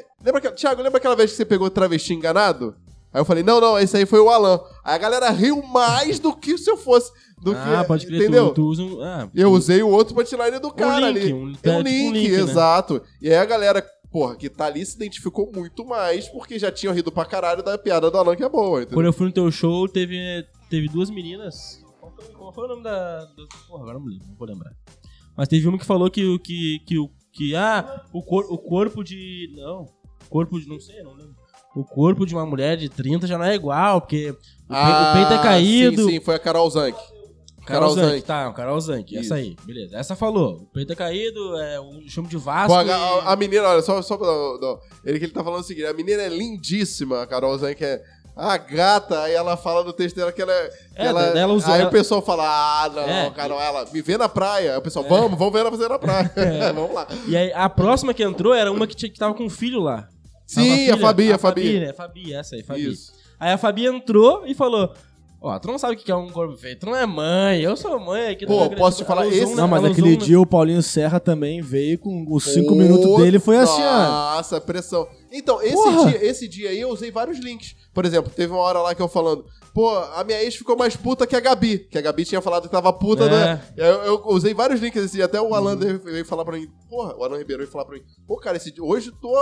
[SPEAKER 3] é, lembra que, Thiago, lembra aquela vez que você pegou travesti enganado? Aí eu falei, não, não, esse aí foi o Alan. Aí a galera riu mais do que se eu fosse. Do
[SPEAKER 6] ah,
[SPEAKER 3] que, é,
[SPEAKER 6] pode crer,
[SPEAKER 3] entendeu?
[SPEAKER 6] tu, tu usa um... Ah,
[SPEAKER 3] Eu usei o outro pra tirar ele do
[SPEAKER 6] um
[SPEAKER 3] cara
[SPEAKER 6] link,
[SPEAKER 3] ali.
[SPEAKER 6] Um,
[SPEAKER 3] É um
[SPEAKER 6] é, tipo
[SPEAKER 3] link,
[SPEAKER 6] né?
[SPEAKER 3] exato. E aí a galera, porra, que tá ali se identificou muito mais, porque já tinham rido pra caralho da piada do Alan, que é boa, entendeu?
[SPEAKER 6] Quando eu fui no teu show, teve, teve duas meninas. Qual foi, qual foi o nome da, da- Porra, agora não lembro, não vou lembrar. Mas teve uma que falou que o. Que, que, o- que, ah, o, cor, o corpo de. Não. Corpo de. Não sei, não lembro. O corpo de uma mulher de 30 já não é igual, porque o, pe-
[SPEAKER 3] Ah,
[SPEAKER 6] o peito é caído.
[SPEAKER 3] Sim, sim, foi a Carol Zank.
[SPEAKER 6] Carol
[SPEAKER 3] Carol
[SPEAKER 6] Zank,
[SPEAKER 3] Zank.
[SPEAKER 6] tá, Carol Zank,
[SPEAKER 3] Isso.
[SPEAKER 6] essa aí, beleza. Essa falou, o peito é caído, é um chamo de
[SPEAKER 3] Pô,
[SPEAKER 6] Vasco.
[SPEAKER 3] a,
[SPEAKER 6] e-
[SPEAKER 3] a- a menina, olha, só, só pra. não, não. Ele que ele tá falando o seguinte: a menina é lindíssima, a Carol Zank é. Ah, gata, aí ela fala no texto dela que ela é. que
[SPEAKER 6] É, ela usou-
[SPEAKER 3] Aí
[SPEAKER 6] ela-
[SPEAKER 3] o pessoal fala: Ah, não,
[SPEAKER 6] É.
[SPEAKER 3] Carol, ela me vê na praia. Aí o pessoal, vamos, vamos ver ela fazer na praia. vamos lá.
[SPEAKER 6] E aí, a próxima que entrou era uma que, tinha, que tava com o filho lá. Tava
[SPEAKER 3] Sim, a
[SPEAKER 6] filha-
[SPEAKER 3] Fabi, a
[SPEAKER 6] Fabi,
[SPEAKER 3] Fabi.
[SPEAKER 6] né? Fabi, essa aí, Fabi.
[SPEAKER 3] Isso.
[SPEAKER 6] Aí a Fabi entrou e falou: Ó, tu não sabe o que é um corpo feio, tu não é mãe, eu sou mãe aqui do
[SPEAKER 3] Pô,
[SPEAKER 6] Rio Grande
[SPEAKER 3] posso
[SPEAKER 6] do
[SPEAKER 3] te falar,
[SPEAKER 6] Sul." Ela usou
[SPEAKER 3] esse-
[SPEAKER 6] um-
[SPEAKER 5] Não, mas
[SPEAKER 6] ela usou
[SPEAKER 5] aquele
[SPEAKER 6] um-
[SPEAKER 5] dia o Paulinho Serra também veio com os cinco
[SPEAKER 3] Puta,
[SPEAKER 5] minutos dele, foi assim, ó.
[SPEAKER 3] Nossa, pressão. Então, esse
[SPEAKER 5] Porra.
[SPEAKER 3] dia, esse dia aí eu usei vários links. Por exemplo, teve uma hora lá que eu falando, pô, a minha ex ficou mais puta que a Gabi. Que a Gabi tinha falado que tava puta,
[SPEAKER 6] É.
[SPEAKER 3] né? Eu, eu usei vários links esse dia. Até
[SPEAKER 5] Uhum.
[SPEAKER 3] o Alan veio falar pra mim, porra, o Alan Ribeiro veio falar pra mim, pô, cara, esse dia, hoje eu tô.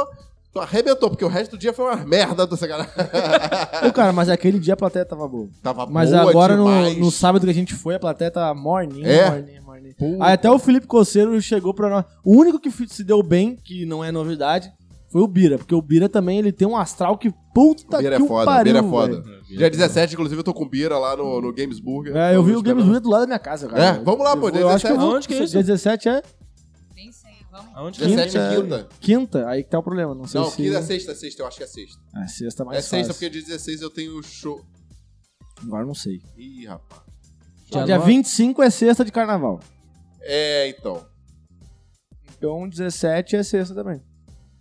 [SPEAKER 3] Tu arrebentou, porque o resto do dia foi uma merda dessa galera.
[SPEAKER 5] Ô, cara, mas aquele dia a plateia tava boa.
[SPEAKER 3] Tava
[SPEAKER 5] Mas
[SPEAKER 3] boa
[SPEAKER 5] agora no,
[SPEAKER 3] demais.
[SPEAKER 5] no sábado que a gente foi, a plateia tava morninha,
[SPEAKER 3] É?
[SPEAKER 5] morninha, morninha. Aí até o Felipe Coceiro chegou pra nós. O único que fi- se deu bem, que não é novidade, foi o Bira. Porque o Bira também, ele tem um astral que puta
[SPEAKER 3] O Bira é
[SPEAKER 5] tá que o
[SPEAKER 3] foda, o
[SPEAKER 5] pariu,
[SPEAKER 3] Bira é foda.
[SPEAKER 5] velho.
[SPEAKER 3] Dia 17, inclusive, eu tô com Bira lá no, no Gamesburger.
[SPEAKER 5] É, eu vi
[SPEAKER 3] Tô
[SPEAKER 5] o Games
[SPEAKER 3] esperando.
[SPEAKER 5] Bira do lado da minha casa, cara.
[SPEAKER 3] É, vamos lá, pô,
[SPEAKER 5] Eu
[SPEAKER 3] dia
[SPEAKER 5] acho que
[SPEAKER 3] 17.
[SPEAKER 5] eu vou-
[SPEAKER 6] Aonde que é isso?
[SPEAKER 5] Dia 17 é
[SPEAKER 4] Nem sei, vamos.
[SPEAKER 6] Aonde que
[SPEAKER 3] 17 é
[SPEAKER 5] Quinta-
[SPEAKER 3] quinta.
[SPEAKER 5] quinta, aí que tá o problema, não sei
[SPEAKER 3] Não,
[SPEAKER 5] se...
[SPEAKER 3] quinta é sexta, é sexta, eu acho que é sexta.
[SPEAKER 5] Ah, sexta é mais
[SPEAKER 3] é sexta,
[SPEAKER 5] fácil.
[SPEAKER 3] porque dia 16 eu tenho show.
[SPEAKER 5] Agora não sei.
[SPEAKER 3] Ih, rapaz.
[SPEAKER 5] Dia,
[SPEAKER 6] Dia
[SPEAKER 5] 25 é sexta de carnaval.
[SPEAKER 3] É, então.
[SPEAKER 5] Então 17 é sexta também.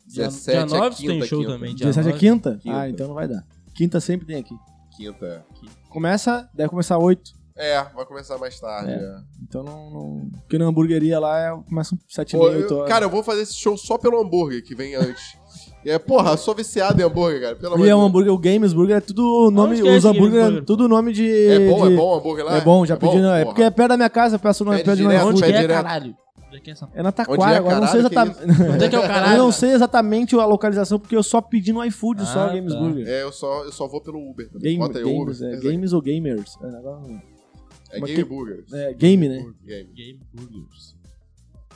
[SPEAKER 6] Dia,
[SPEAKER 3] 17 é
[SPEAKER 6] dia 9 tu
[SPEAKER 3] quinta,
[SPEAKER 6] tem show
[SPEAKER 3] quinta.
[SPEAKER 6] também, dia
[SPEAKER 5] 17 é
[SPEAKER 6] 9.
[SPEAKER 5] quinta?
[SPEAKER 3] Quinta.
[SPEAKER 5] Ah, então não vai dar. Quinta sempre tem aqui.
[SPEAKER 3] Quinta.
[SPEAKER 5] Começa, deve começar 8.
[SPEAKER 3] É, vai começar mais tarde. é.
[SPEAKER 5] Então não. não... Porque na hamburgueria lá é- começa 7 e
[SPEAKER 3] Pô,
[SPEAKER 5] meia,
[SPEAKER 3] eu-
[SPEAKER 5] 8 horas.
[SPEAKER 3] cara, eu vou fazer esse show só pelo hambúrguer que vem antes. E é, porra, eu sou viciado em hambúrguer, cara. Pelo amor
[SPEAKER 5] e
[SPEAKER 3] de
[SPEAKER 5] é um
[SPEAKER 3] Deus.
[SPEAKER 5] hambúrguer, o Games Burger é tudo nome.
[SPEAKER 6] que é
[SPEAKER 5] os
[SPEAKER 6] esse Games
[SPEAKER 5] hambúrguer é
[SPEAKER 6] Burger?
[SPEAKER 5] tudo nome de.
[SPEAKER 3] É bom,
[SPEAKER 5] de-
[SPEAKER 3] é bom o hambúrguer lá?
[SPEAKER 5] É bom, já pedi. não, é
[SPEAKER 3] porra.
[SPEAKER 5] porque é perto da minha casa, eu peço no,
[SPEAKER 3] Pede
[SPEAKER 5] peço no
[SPEAKER 3] direto,
[SPEAKER 5] iFood.
[SPEAKER 6] Onde que
[SPEAKER 3] Pede
[SPEAKER 6] é,
[SPEAKER 3] direto.
[SPEAKER 6] caralho? Onde é que é essa
[SPEAKER 5] É na
[SPEAKER 3] Onde
[SPEAKER 5] Taquara,
[SPEAKER 3] é,
[SPEAKER 5] agora não sei
[SPEAKER 3] caralho,
[SPEAKER 5] exatamente.
[SPEAKER 3] que isso?
[SPEAKER 6] Onde é que é o
[SPEAKER 5] eu
[SPEAKER 6] caralho?
[SPEAKER 5] não sei exatamente a localização, porque eu só pedi no iFood só
[SPEAKER 6] Ah,
[SPEAKER 5] Games
[SPEAKER 6] tá.
[SPEAKER 5] Burger.
[SPEAKER 3] É, eu só, eu só vou pelo Uber. também.
[SPEAKER 5] Game,
[SPEAKER 3] Bota aí
[SPEAKER 5] games, é,
[SPEAKER 3] Uber.
[SPEAKER 5] games ou gamers? É, agora não.
[SPEAKER 3] É,
[SPEAKER 5] Mas
[SPEAKER 3] Game
[SPEAKER 5] que-
[SPEAKER 3] Burger.
[SPEAKER 5] é, game, né?
[SPEAKER 3] Game.
[SPEAKER 6] Game Burgers.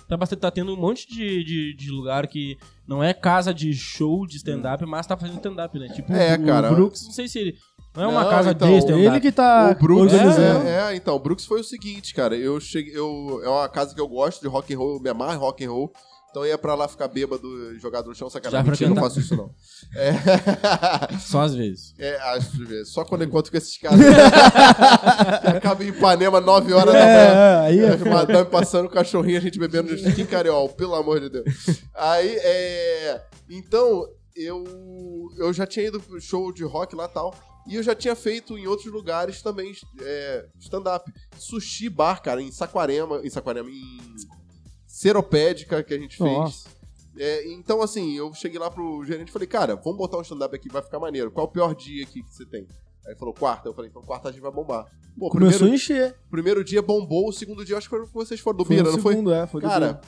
[SPEAKER 6] Tá, bastante- tá tendo um monte de, de, de lugar que não é casa de show de stand-up, mas tá fazendo stand-up, né? Tipo,
[SPEAKER 3] É,
[SPEAKER 6] o,
[SPEAKER 3] cara.
[SPEAKER 6] o Brooks, não sei se ele. Não é uma
[SPEAKER 3] Não,
[SPEAKER 6] casa
[SPEAKER 3] então,
[SPEAKER 6] de stand-up.
[SPEAKER 5] Ele que tá
[SPEAKER 3] O Brooks,
[SPEAKER 5] organizando.
[SPEAKER 3] é, é, então, o Brooks foi o seguinte, cara, eu cheguei, eu, é uma casa que eu gosto de rock and roll, eu me amarro em rock and roll, então eu ia pra lá ficar bêbado, e jogado no chão, sacanagem,
[SPEAKER 6] Já
[SPEAKER 3] mentira, eu não
[SPEAKER 6] frequenta-
[SPEAKER 3] faço isso não. É,
[SPEAKER 6] Só às vezes.
[SPEAKER 3] é, acho que é só quando eu encontro com esses caras. Acaba em Ipanema, 9 horas da manhã.
[SPEAKER 5] É, aí é
[SPEAKER 3] As madame passando cachorrinho, a gente bebendo justinho em cariol, pelo amor de Deus. Aí, é. Então, eu, eu já tinha ido pro show de rock lá e tal. E eu já tinha feito em outros lugares também é, stand-up. Sushi bar, cara, em Saquarema. Em Saquarema, em. Seropédica que a gente fez.
[SPEAKER 5] Nossa.
[SPEAKER 3] É, então, assim, eu cheguei lá pro gerente e falei, cara, vamos botar um stand-up aqui, vai ficar maneiro. Qual é o pior dia aqui que você tem? Aí ele falou, quarta. Eu falei, então quarta a gente vai bombar. Bom,
[SPEAKER 5] Começou a encher.
[SPEAKER 3] Primeiro dia bombou, o segundo dia eu acho que foi- vocês foram do
[SPEAKER 5] Foi
[SPEAKER 3] Bira,
[SPEAKER 5] o
[SPEAKER 3] não foi?
[SPEAKER 5] segundo, é, foi do
[SPEAKER 3] Cara,
[SPEAKER 5] Bira.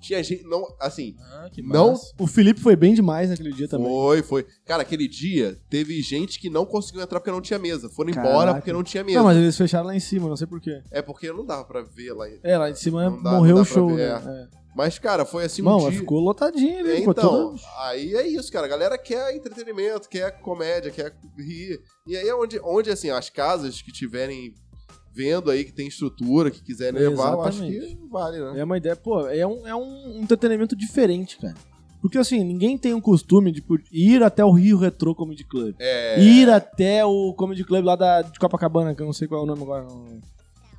[SPEAKER 3] tinha gente. Não, assim.
[SPEAKER 6] Ah, que
[SPEAKER 3] Não-
[SPEAKER 6] massa.
[SPEAKER 5] o Felipe foi bem demais naquele dia também.
[SPEAKER 3] Foi, foi. Cara, aquele dia teve gente que não conseguiu entrar porque não tinha mesa. Foram
[SPEAKER 5] Caraca.
[SPEAKER 3] embora porque não tinha mesa.
[SPEAKER 5] Não, mas eles fecharam lá em cima, não sei porquê.
[SPEAKER 3] É porque não dava pra ver lá.
[SPEAKER 5] É, lá em cima
[SPEAKER 3] Não dá-
[SPEAKER 5] morreu
[SPEAKER 3] não
[SPEAKER 5] o
[SPEAKER 3] dá pra
[SPEAKER 5] show,
[SPEAKER 3] ver,
[SPEAKER 5] né? É.
[SPEAKER 3] Mas, cara, foi assim
[SPEAKER 5] Não,
[SPEAKER 3] um
[SPEAKER 5] mas
[SPEAKER 3] dia.
[SPEAKER 5] ficou lotadinho ali, ficou
[SPEAKER 3] Então,
[SPEAKER 5] todo...
[SPEAKER 3] aí é isso, cara. A galera quer entretenimento, quer comédia, quer rir. E aí é onde, onde assim, as casas que tiverem vendo aí, que tem estrutura, que quiserem levar, eu acho que
[SPEAKER 5] Exatamente.
[SPEAKER 3] vale, né?
[SPEAKER 5] É uma ideia, pô, é um, é um entretenimento diferente, cara. Porque assim, ninguém tem o costume de pô, ir até o Rio Retro Comedy Club.
[SPEAKER 3] É.
[SPEAKER 5] Ir até o Comedy Club lá da, de Copacabana, que eu não sei qual é o nome agora. não-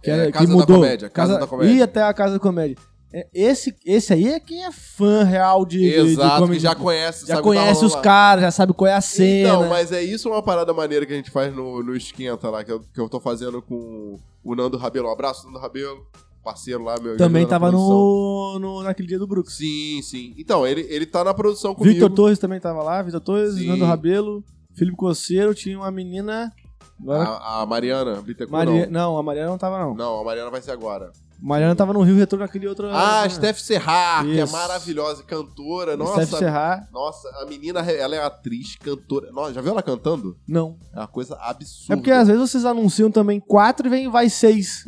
[SPEAKER 5] Que,
[SPEAKER 3] É,
[SPEAKER 5] era,
[SPEAKER 3] Casa
[SPEAKER 5] que
[SPEAKER 3] da
[SPEAKER 5] mudou.
[SPEAKER 3] Comédia, Casa da Comédia.
[SPEAKER 5] Ir até a Casa da Comédia. É, Esse, esse aí é quem é fã real de, de- de
[SPEAKER 3] Exato, que
[SPEAKER 5] Comedy
[SPEAKER 3] já
[SPEAKER 5] Club.
[SPEAKER 3] conhece,
[SPEAKER 5] Já
[SPEAKER 3] sabe o que tá
[SPEAKER 5] conhece
[SPEAKER 3] rolando
[SPEAKER 5] os
[SPEAKER 3] lá.
[SPEAKER 5] caras, já sabe qual é a cena.
[SPEAKER 3] Então, mas é isso uma parada maneira que a gente faz no, no Esquenta lá, que eu, que eu tô fazendo com o Nando Rabelo. Um abraço, Nando Rabelo. parceiro lá, meu
[SPEAKER 5] Também
[SPEAKER 3] ajuda na
[SPEAKER 5] tava
[SPEAKER 3] produção.
[SPEAKER 5] no, no- naquele dia do Brooks.
[SPEAKER 3] Sim, sim. Então, ele, ele tá na produção comigo.
[SPEAKER 5] Vitor Torres também tava lá, Vitor Torres,
[SPEAKER 3] Sim.
[SPEAKER 5] Nando Rabelo, Felipe Coceiro, tinha uma menina. Agora,
[SPEAKER 3] A, a Mariana Bittencourt,
[SPEAKER 5] Maria... não. a Mariana não tava, não.
[SPEAKER 3] não. Não, a Mariana vai ser agora.
[SPEAKER 5] Mariana tava no Rio Retorno naquele outro. né?
[SPEAKER 3] Ah, a Steph Serrar, que é
[SPEAKER 5] Isso.
[SPEAKER 3] maravilhosa, cantora. Nossa,
[SPEAKER 5] Steph Serrar.
[SPEAKER 3] nossa, a menina, ela é atriz, cantora. Nossa, já viu ela cantando?
[SPEAKER 5] Não.
[SPEAKER 3] É uma coisa
[SPEAKER 5] É
[SPEAKER 3] absurda.
[SPEAKER 5] porque às vezes vocês anunciam também quatro e vem, vai seis.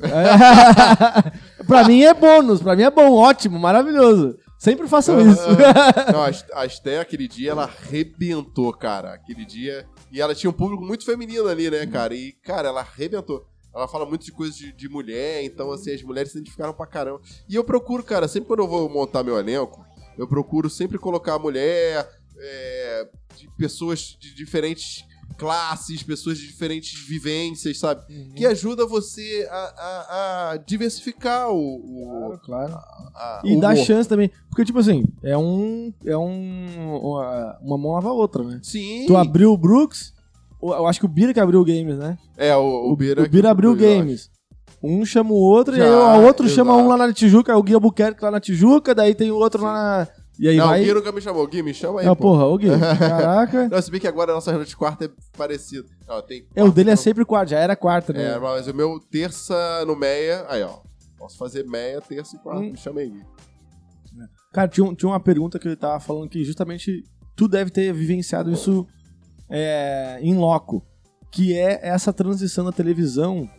[SPEAKER 5] pra mim é bônus, pra mim é bom, ótimo, maravilhoso. Sempre façam
[SPEAKER 3] Aham.
[SPEAKER 5] isso.
[SPEAKER 3] Não, a St- a Sté, aquele dia, ela arrebentou, cara. Aquele dia. E ela tinha um público muito feminino ali, né, cara? E, cara, ela arrebentou. Ela fala muito de coisas de, de mulher, então, assim, as mulheres se identificaram pra caramba. E eu procuro, cara, sempre quando eu vou montar meu elenco, eu procuro sempre colocar a mulher, é, de pessoas de diferentes classes, pessoas de diferentes vivências, sabe? Que ajuda você a, a- a diversificar o. o
[SPEAKER 5] claro.
[SPEAKER 3] a-
[SPEAKER 5] E
[SPEAKER 3] o
[SPEAKER 5] dá
[SPEAKER 3] humor.
[SPEAKER 5] chance também. Porque, tipo assim, é um. É um. Uma, uma mão lava a outra, né?
[SPEAKER 3] Sim.
[SPEAKER 5] Tu abriu o Brooks, o- eu acho que o Bira que abriu o Games, né?
[SPEAKER 3] É, o, o Bira.
[SPEAKER 5] o Bira abriu o
[SPEAKER 3] eu acho.
[SPEAKER 5] Games. Um chama o outro,
[SPEAKER 3] Já,
[SPEAKER 5] e aí o outro
[SPEAKER 3] exato.
[SPEAKER 5] chama um lá na Tijuca, aí o Gui Albuquerque lá na Tijuca, daí tem o outro lá na. E aí
[SPEAKER 3] não,
[SPEAKER 5] vai.
[SPEAKER 3] o Gui nunca me chamou. Gui, me chama aí,
[SPEAKER 5] Ah,
[SPEAKER 3] pô.
[SPEAKER 5] porra, o Gui. Caraca.
[SPEAKER 3] Não, se bem que agora a nossa reunião de quarta é parecida. Não, tem
[SPEAKER 5] É, o dele é
[SPEAKER 3] quarta,
[SPEAKER 5] sempre quarto, já era quarta,
[SPEAKER 3] não.
[SPEAKER 5] né?
[SPEAKER 3] É, mas o meu terça no meia... Aí, ó. Posso fazer meia, terça e quarta.
[SPEAKER 5] Hum.
[SPEAKER 3] Me chama aí, Gui.
[SPEAKER 5] Cara, tinha, um- tinha uma pergunta que ele tava falando que justamente tu deve ter vivenciado isso é, em loco, que é essa transição da televisão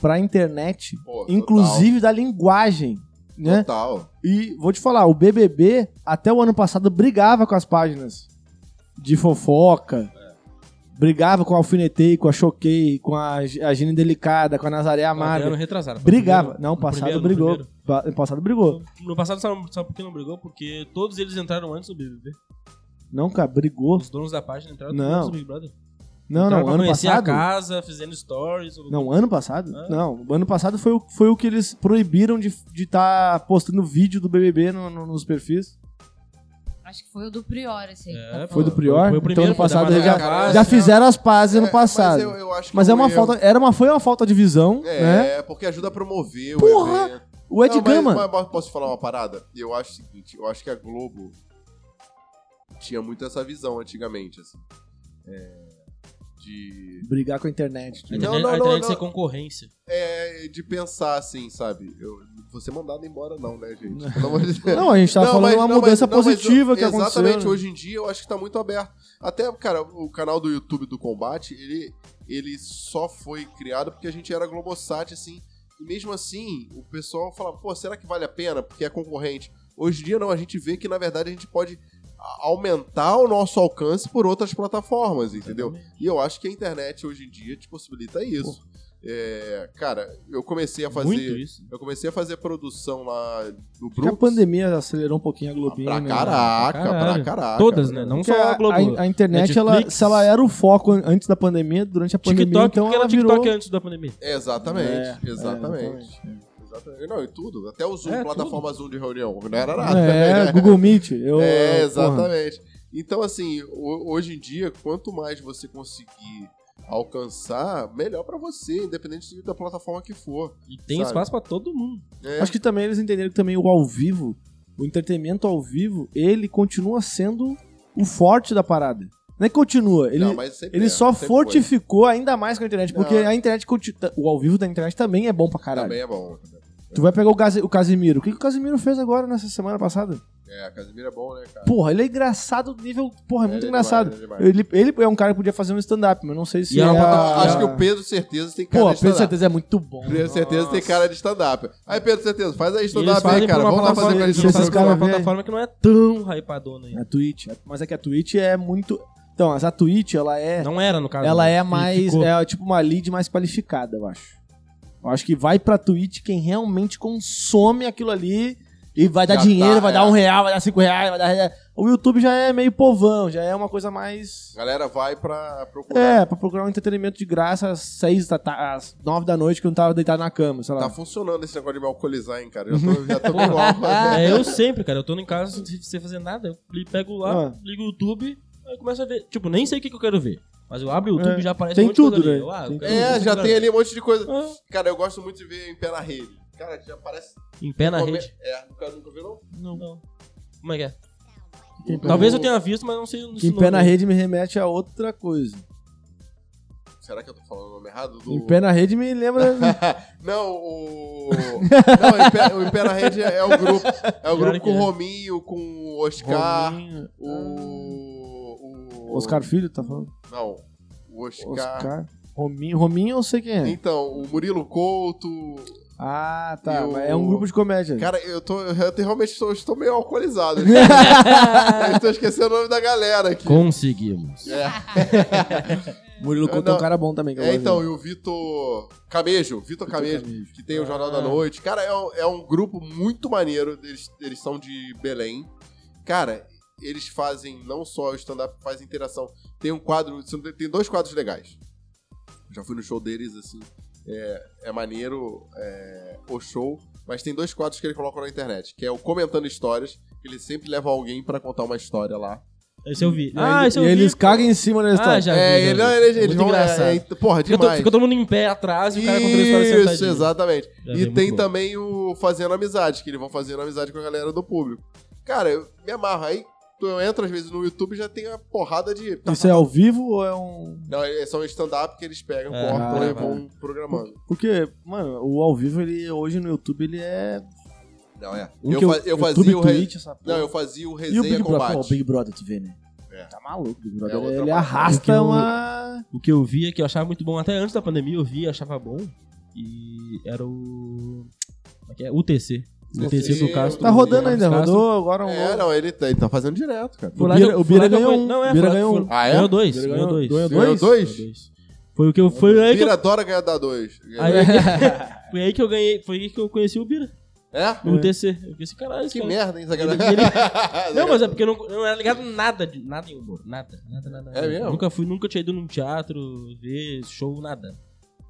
[SPEAKER 5] pra internet,
[SPEAKER 3] Pô, total.
[SPEAKER 5] inclusive da linguagem, né?
[SPEAKER 3] Total.
[SPEAKER 5] E vou te falar, o BBB até o ano passado brigava com as páginas de fofoca, brigava com a Alfinetei, com a Choquei, com a, G- a Gine Delicada, com a Nazaré
[SPEAKER 6] Ano
[SPEAKER 5] Amada.
[SPEAKER 6] retrasado. foi o
[SPEAKER 5] Brigava.
[SPEAKER 6] primeiro-
[SPEAKER 5] Não, o
[SPEAKER 6] o
[SPEAKER 5] passado
[SPEAKER 6] Tá primeiro, o
[SPEAKER 5] brigou.
[SPEAKER 6] primeiro.
[SPEAKER 5] Pa- o passado brigou.
[SPEAKER 6] No passado, sabe, sabe por que não brigou? Porque todos eles entraram antes do BBB.
[SPEAKER 5] Não, cara, brigou.
[SPEAKER 6] Os donos da página entraram
[SPEAKER 5] Não.
[SPEAKER 6] antes do Big Brother.
[SPEAKER 5] Não,
[SPEAKER 6] Entraram
[SPEAKER 5] não,
[SPEAKER 6] Então, pra
[SPEAKER 5] ano
[SPEAKER 6] conhecer
[SPEAKER 5] passado.
[SPEAKER 6] a casa, fazendo stories.
[SPEAKER 5] Não, ano passado?
[SPEAKER 6] Ah.
[SPEAKER 5] Não, o ano passado foi o, foi o que eles proibiram de estar de tá postando vídeo do BBB no- no- nos perfis.
[SPEAKER 4] Acho que foi o do Prior, esse aí. que tá
[SPEAKER 6] É,
[SPEAKER 5] Foi do
[SPEAKER 4] falando.
[SPEAKER 5] Prior?
[SPEAKER 6] Foi o primeiro,
[SPEAKER 5] então ano
[SPEAKER 6] foi da
[SPEAKER 5] passado eles já,
[SPEAKER 6] Maracanã.
[SPEAKER 5] já fizeram as pazes ano
[SPEAKER 3] Ah, É,
[SPEAKER 5] passado.
[SPEAKER 3] Mas eu, eu acho que
[SPEAKER 5] Mas é
[SPEAKER 3] o
[SPEAKER 5] uma
[SPEAKER 3] erro-
[SPEAKER 5] falta, era uma, foi uma falta de visão, né?
[SPEAKER 3] É, porque ajuda a promover
[SPEAKER 5] Porra!
[SPEAKER 3] o evento.
[SPEAKER 5] O Ed
[SPEAKER 3] Não, mas-
[SPEAKER 5] Gama.
[SPEAKER 3] Mas, mas posso falar uma parada? Eu acho o seguinte, eu acho que a Globo tinha muito essa visão antigamente, assim. É, de...
[SPEAKER 5] Brigar com a internet.
[SPEAKER 6] A
[SPEAKER 5] tipo.
[SPEAKER 6] internet,
[SPEAKER 3] Não, não,
[SPEAKER 6] a internet
[SPEAKER 3] não,
[SPEAKER 6] sem
[SPEAKER 3] não.
[SPEAKER 6] concorrência.
[SPEAKER 3] É, de pensar assim, sabe? Eu não vou ser mandado embora, não, né, gente? Pelo amor de Deus.
[SPEAKER 5] Não, a gente tava falando
[SPEAKER 3] mas-
[SPEAKER 5] uma
[SPEAKER 3] não,
[SPEAKER 5] mudança
[SPEAKER 3] mas- não, mas
[SPEAKER 5] positiva
[SPEAKER 3] eu-
[SPEAKER 5] que aconteceu.
[SPEAKER 3] Exatamente,
[SPEAKER 5] né?
[SPEAKER 3] hoje em dia eu acho que tá muito aberto. Até, cara, o canal do YouTube do Combate, ele, ele só foi criado porque a gente era Globosat, assim. E mesmo assim, o pessoal falava, pô, será que vale a pena? Porque é concorrente. Hoje em dia não, a gente vê que na verdade a gente pode a- aumentar o nosso alcance por outras plataformas, entendeu? E eu acho que a internet hoje em dia te possibilita isso. É, cara, eu comecei a fazer.
[SPEAKER 6] Muito isso.
[SPEAKER 3] Eu comecei a fazer produção lá do
[SPEAKER 5] Porque a
[SPEAKER 3] Brooks. Ah,
[SPEAKER 5] pandemia acelerou um pouquinho a Globinha.
[SPEAKER 3] Pra
[SPEAKER 5] né?
[SPEAKER 3] caraca,
[SPEAKER 6] Pra
[SPEAKER 3] pra
[SPEAKER 6] caralho.
[SPEAKER 3] caraca.
[SPEAKER 6] Todas, né? Não
[SPEAKER 5] Porque
[SPEAKER 6] só a Globo.
[SPEAKER 5] a, a internet, ela,
[SPEAKER 6] Netflix.
[SPEAKER 5] se ela era o foco an- antes da pandemia, durante a pandemia,
[SPEAKER 6] TikTok,
[SPEAKER 5] então
[SPEAKER 6] porque era
[SPEAKER 5] ela virou...
[SPEAKER 6] TikTok antes da pandemia.
[SPEAKER 3] Exatamente,
[SPEAKER 5] É,
[SPEAKER 3] exatamente. Exatamente. Não, e tudo. Até o Zoom,
[SPEAKER 6] É,
[SPEAKER 3] plataforma Zoom de reunião. Não era nada.
[SPEAKER 5] É, Google Meet. Eu,
[SPEAKER 3] Ah, né? É,
[SPEAKER 5] eu-
[SPEAKER 3] exatamente. Então, assim, ho- hoje em dia, quanto mais você conseguir alcançar, melhor pra você, independente da plataforma que for.
[SPEAKER 6] E tem
[SPEAKER 3] Sabe?
[SPEAKER 6] espaço pra todo mundo.
[SPEAKER 3] É,
[SPEAKER 5] porra. Acho que também eles entenderam que também o ao vivo, o entretenimento ao vivo, ele continua sendo o forte da parada. Não é que continua, ele,
[SPEAKER 3] não, mas sempre
[SPEAKER 5] ele
[SPEAKER 3] é,
[SPEAKER 5] só
[SPEAKER 3] sempre foi.
[SPEAKER 5] fortificou ainda mais com a internet, porque
[SPEAKER 3] Não.
[SPEAKER 5] a internet, conti- o ao vivo da internet também é bom pra caralho.
[SPEAKER 3] Também é bom.
[SPEAKER 5] Tu vai pegar o, Gaze- o Casimiro. O que, que o Casimiro fez agora nessa semana passada?
[SPEAKER 3] É, a Casimira é bom, né, cara?
[SPEAKER 5] Porra, ele é engraçado do nível. Porra, é muito
[SPEAKER 3] Ele é
[SPEAKER 5] engraçado.
[SPEAKER 3] demais, ele é demais.
[SPEAKER 5] Ele, ele é um cara que podia fazer um stand-up, mas não sei se.
[SPEAKER 6] E
[SPEAKER 5] é
[SPEAKER 6] é uma
[SPEAKER 5] a-
[SPEAKER 6] plataforma-
[SPEAKER 3] Acho que o Pedro Certeza tem cara
[SPEAKER 5] Pô,
[SPEAKER 3] de
[SPEAKER 5] Pedro
[SPEAKER 3] stand-up.
[SPEAKER 5] Certeza é muito bom.
[SPEAKER 3] Pedro Certeza tem cara de stand-up. Aí, Pedro Certeza, faz aí stand-up
[SPEAKER 6] fazem
[SPEAKER 3] aí, cara.
[SPEAKER 6] por uma
[SPEAKER 3] Vamos lá fazer
[SPEAKER 6] plataforma-
[SPEAKER 3] pra
[SPEAKER 5] eles
[SPEAKER 3] gente
[SPEAKER 6] eles
[SPEAKER 5] no
[SPEAKER 6] fazem por
[SPEAKER 5] programa.
[SPEAKER 6] uma plataforma que não é tão hypadona ainda.
[SPEAKER 5] A Twitch. Mas é que a Twitch é muito. Então, mas a Twitch, ela é.
[SPEAKER 6] Não era, no caso.
[SPEAKER 5] ela
[SPEAKER 6] né?
[SPEAKER 5] é
[SPEAKER 6] Ele
[SPEAKER 5] mais.
[SPEAKER 6] ficou.
[SPEAKER 5] É tipo uma lead mais qualificada, eu acho. Eu acho que vai pra Twitch quem realmente consome aquilo ali. E vai dar
[SPEAKER 3] Já
[SPEAKER 5] dinheiro,
[SPEAKER 3] tá,
[SPEAKER 5] vai
[SPEAKER 3] é.
[SPEAKER 5] dar um real, vai dar cinco reais, vai dar. O YouTube já é meio povão, já é uma coisa mais.
[SPEAKER 3] galera vai pra procurar.
[SPEAKER 5] É, pra procurar um entretenimento de graça às seis da ta- às nove da noite que eu não tava deitado na cama, sei lá.
[SPEAKER 3] Tá funcionando esse negócio de me alcoolizar, hein, cara. Já tô, já tô meio alto.
[SPEAKER 6] É, eu sempre, cara. Eu tô em casa sem, sem fazer nada. Eu li- pego lá,
[SPEAKER 5] Ah.
[SPEAKER 6] ligo o YouTube, aí eu começo a ver. Tipo, nem sei o que, que eu quero ver. Mas eu abro o YouTube
[SPEAKER 5] É.
[SPEAKER 6] e já aparece
[SPEAKER 5] Tem
[SPEAKER 6] um monte de
[SPEAKER 5] tudo,
[SPEAKER 6] coisa ali.
[SPEAKER 5] né?
[SPEAKER 6] Eu, ah, eu
[SPEAKER 5] Tem
[SPEAKER 6] quero ver
[SPEAKER 3] É,
[SPEAKER 6] isso,
[SPEAKER 3] já
[SPEAKER 6] quero
[SPEAKER 3] tem
[SPEAKER 6] ver.
[SPEAKER 3] ali um monte de coisa.
[SPEAKER 6] Ah,
[SPEAKER 3] Cara, eu gosto muito de ver em pé na rede. Cara, já parece.
[SPEAKER 6] Em pé na
[SPEAKER 3] Come-
[SPEAKER 6] rede.
[SPEAKER 3] É, nunca, nunca viu, não?
[SPEAKER 6] Não. Como é que é?
[SPEAKER 5] Quem pé-
[SPEAKER 6] Talvez eu tenha visto, mas não sei.
[SPEAKER 5] Que em
[SPEAKER 3] né?
[SPEAKER 5] pé na rede me remete a outra coisa.
[SPEAKER 3] Será que eu tô falando o nome errado? Do...
[SPEAKER 5] Em pé na rede me lembra.
[SPEAKER 3] Não, o. não, o Impé- o Impé na Rede é o grupo. É o
[SPEAKER 6] Pior
[SPEAKER 3] grupo
[SPEAKER 6] que
[SPEAKER 3] com o
[SPEAKER 6] é.
[SPEAKER 3] Rominho, com o Oscar,
[SPEAKER 5] Rominho.
[SPEAKER 3] o. o-
[SPEAKER 5] Oscar Filho, tá falando?
[SPEAKER 3] Não. O Oscar.
[SPEAKER 5] Oscar. Rominho. Rominho eu sei quem é.
[SPEAKER 3] Então, o Murilo Couto.
[SPEAKER 5] Ah, tá.
[SPEAKER 3] E o-
[SPEAKER 5] mas É um grupo de comédia.
[SPEAKER 3] Cara, eu tô. Eu te- realmente estou, estou meio alcoolizado. né? Eu estou esquecendo o nome da galera aqui.
[SPEAKER 6] Conseguimos.
[SPEAKER 3] É,
[SPEAKER 5] Murilo Couto é um
[SPEAKER 3] Não.
[SPEAKER 5] cara bom também. que eu
[SPEAKER 3] é,
[SPEAKER 5] gosto
[SPEAKER 3] então,
[SPEAKER 5] dele.
[SPEAKER 3] e o Vitor. Camejo, Vitor Camejo.
[SPEAKER 5] Camejo.
[SPEAKER 3] que tem o Jornal
[SPEAKER 6] Ah.
[SPEAKER 3] da Noite. Cara, é um, é um grupo muito maneiro. Eles, eles são de Belém. Cara, eles fazem não só o stand-up, fazem interação. Tem um quadro, se não tem- tem dois quadros legais. Já fui no show deles, assim. É, é maneiro é, o show. Mas tem dois quadros que eles colocam na internet, que é o Comentando Histórias, que eles sempre levam alguém pra contar uma história lá.
[SPEAKER 6] Esse eu vi.
[SPEAKER 5] E
[SPEAKER 6] Ah,
[SPEAKER 5] ele-
[SPEAKER 6] esse eu
[SPEAKER 5] e
[SPEAKER 6] vi.
[SPEAKER 5] eles cagam em cima da
[SPEAKER 6] Ah,
[SPEAKER 5] história.
[SPEAKER 6] já vi.
[SPEAKER 3] é,
[SPEAKER 6] já vi.
[SPEAKER 3] ele, não, eles, eles
[SPEAKER 6] Muito
[SPEAKER 3] vão...
[SPEAKER 6] engraçado.
[SPEAKER 3] É, é, porra,
[SPEAKER 6] Fica to-
[SPEAKER 3] demais.
[SPEAKER 6] Fica todo mundo em pé atrás e o cara contando a história
[SPEAKER 3] Isso,
[SPEAKER 6] sentadinho.
[SPEAKER 3] exatamente.
[SPEAKER 6] Já vi,
[SPEAKER 3] E
[SPEAKER 6] é muito
[SPEAKER 3] tem
[SPEAKER 6] bom.
[SPEAKER 3] também o Fazendo Amizade, que eles vão fazendo amizade com a galera do público. Cara, eu me amarro. Aí tu entra às vezes no YouTube e já tem uma porrada de.
[SPEAKER 6] tá
[SPEAKER 5] Isso é ao vivo ou é um.
[SPEAKER 3] Não, é Ah, só um stand-up que eles pegam,
[SPEAKER 6] É,
[SPEAKER 3] cortam e
[SPEAKER 5] cara,
[SPEAKER 3] vão programando.
[SPEAKER 5] Porque, mano, o ao vivo, ele hoje no YouTube, ele é.
[SPEAKER 3] Não, é.
[SPEAKER 5] Um
[SPEAKER 3] eu,
[SPEAKER 5] que
[SPEAKER 3] fa- eu fazia o. Re...
[SPEAKER 5] Twitch, essa porra.
[SPEAKER 3] Não, eu fazia o
[SPEAKER 5] E o Big
[SPEAKER 3] resenha
[SPEAKER 5] Brother? Pô, o
[SPEAKER 3] é combate.
[SPEAKER 5] Big Brother, tu vê, né?
[SPEAKER 3] É.
[SPEAKER 5] Tá maluco, o Big
[SPEAKER 3] É
[SPEAKER 5] Brother.
[SPEAKER 3] outra
[SPEAKER 5] ele
[SPEAKER 3] parada.
[SPEAKER 6] Que
[SPEAKER 5] arrasta
[SPEAKER 6] eu-
[SPEAKER 5] uma.
[SPEAKER 6] O que eu via, que eu achava muito bom, até antes da pandemia eu via, achava bom. E era o. Como é que é? UTC. UTC do Castro.
[SPEAKER 5] Tá rodando
[SPEAKER 6] do
[SPEAKER 5] ainda,
[SPEAKER 6] Castro.
[SPEAKER 5] rodou agora um.
[SPEAKER 3] É, não, ele tá, ele tá fazendo direto, cara.
[SPEAKER 6] Foi lá
[SPEAKER 5] O
[SPEAKER 6] que
[SPEAKER 5] Bira-
[SPEAKER 6] eu-
[SPEAKER 5] o
[SPEAKER 6] foi
[SPEAKER 5] Bira
[SPEAKER 6] lá que eu
[SPEAKER 5] ganhou
[SPEAKER 6] fui-
[SPEAKER 5] um.
[SPEAKER 6] Não, é,
[SPEAKER 5] Bira
[SPEAKER 6] foi-
[SPEAKER 5] ganhou um.
[SPEAKER 6] foi-
[SPEAKER 3] Ah, é?
[SPEAKER 6] Ganhou dois.
[SPEAKER 5] Bira
[SPEAKER 6] Ganhou
[SPEAKER 5] ganhou-
[SPEAKER 6] dois.
[SPEAKER 5] ganhou
[SPEAKER 3] Ganhou
[SPEAKER 5] dois?
[SPEAKER 3] dois?
[SPEAKER 6] Ganhou dois. Foi o que eu. Foi aí que eu.
[SPEAKER 3] Vira adora ganhar da dois.
[SPEAKER 6] Aí, aí- foi aí que eu ganhei. Foi aí que eu conheci o Bira.
[SPEAKER 3] É?
[SPEAKER 6] No
[SPEAKER 5] É.
[SPEAKER 6] UTC. Eu fiquei assim, caralho, esse
[SPEAKER 3] Que
[SPEAKER 6] cara.
[SPEAKER 3] merda, hein, essa
[SPEAKER 6] Ele-
[SPEAKER 3] galera?
[SPEAKER 6] Não, mas é porque eu não, eu não era ligado em nada, de, nada em humor. Nada, nada, nada. nada.
[SPEAKER 3] É mesmo?
[SPEAKER 6] Nunca fui, nunca tinha ido num teatro, ver show, nada.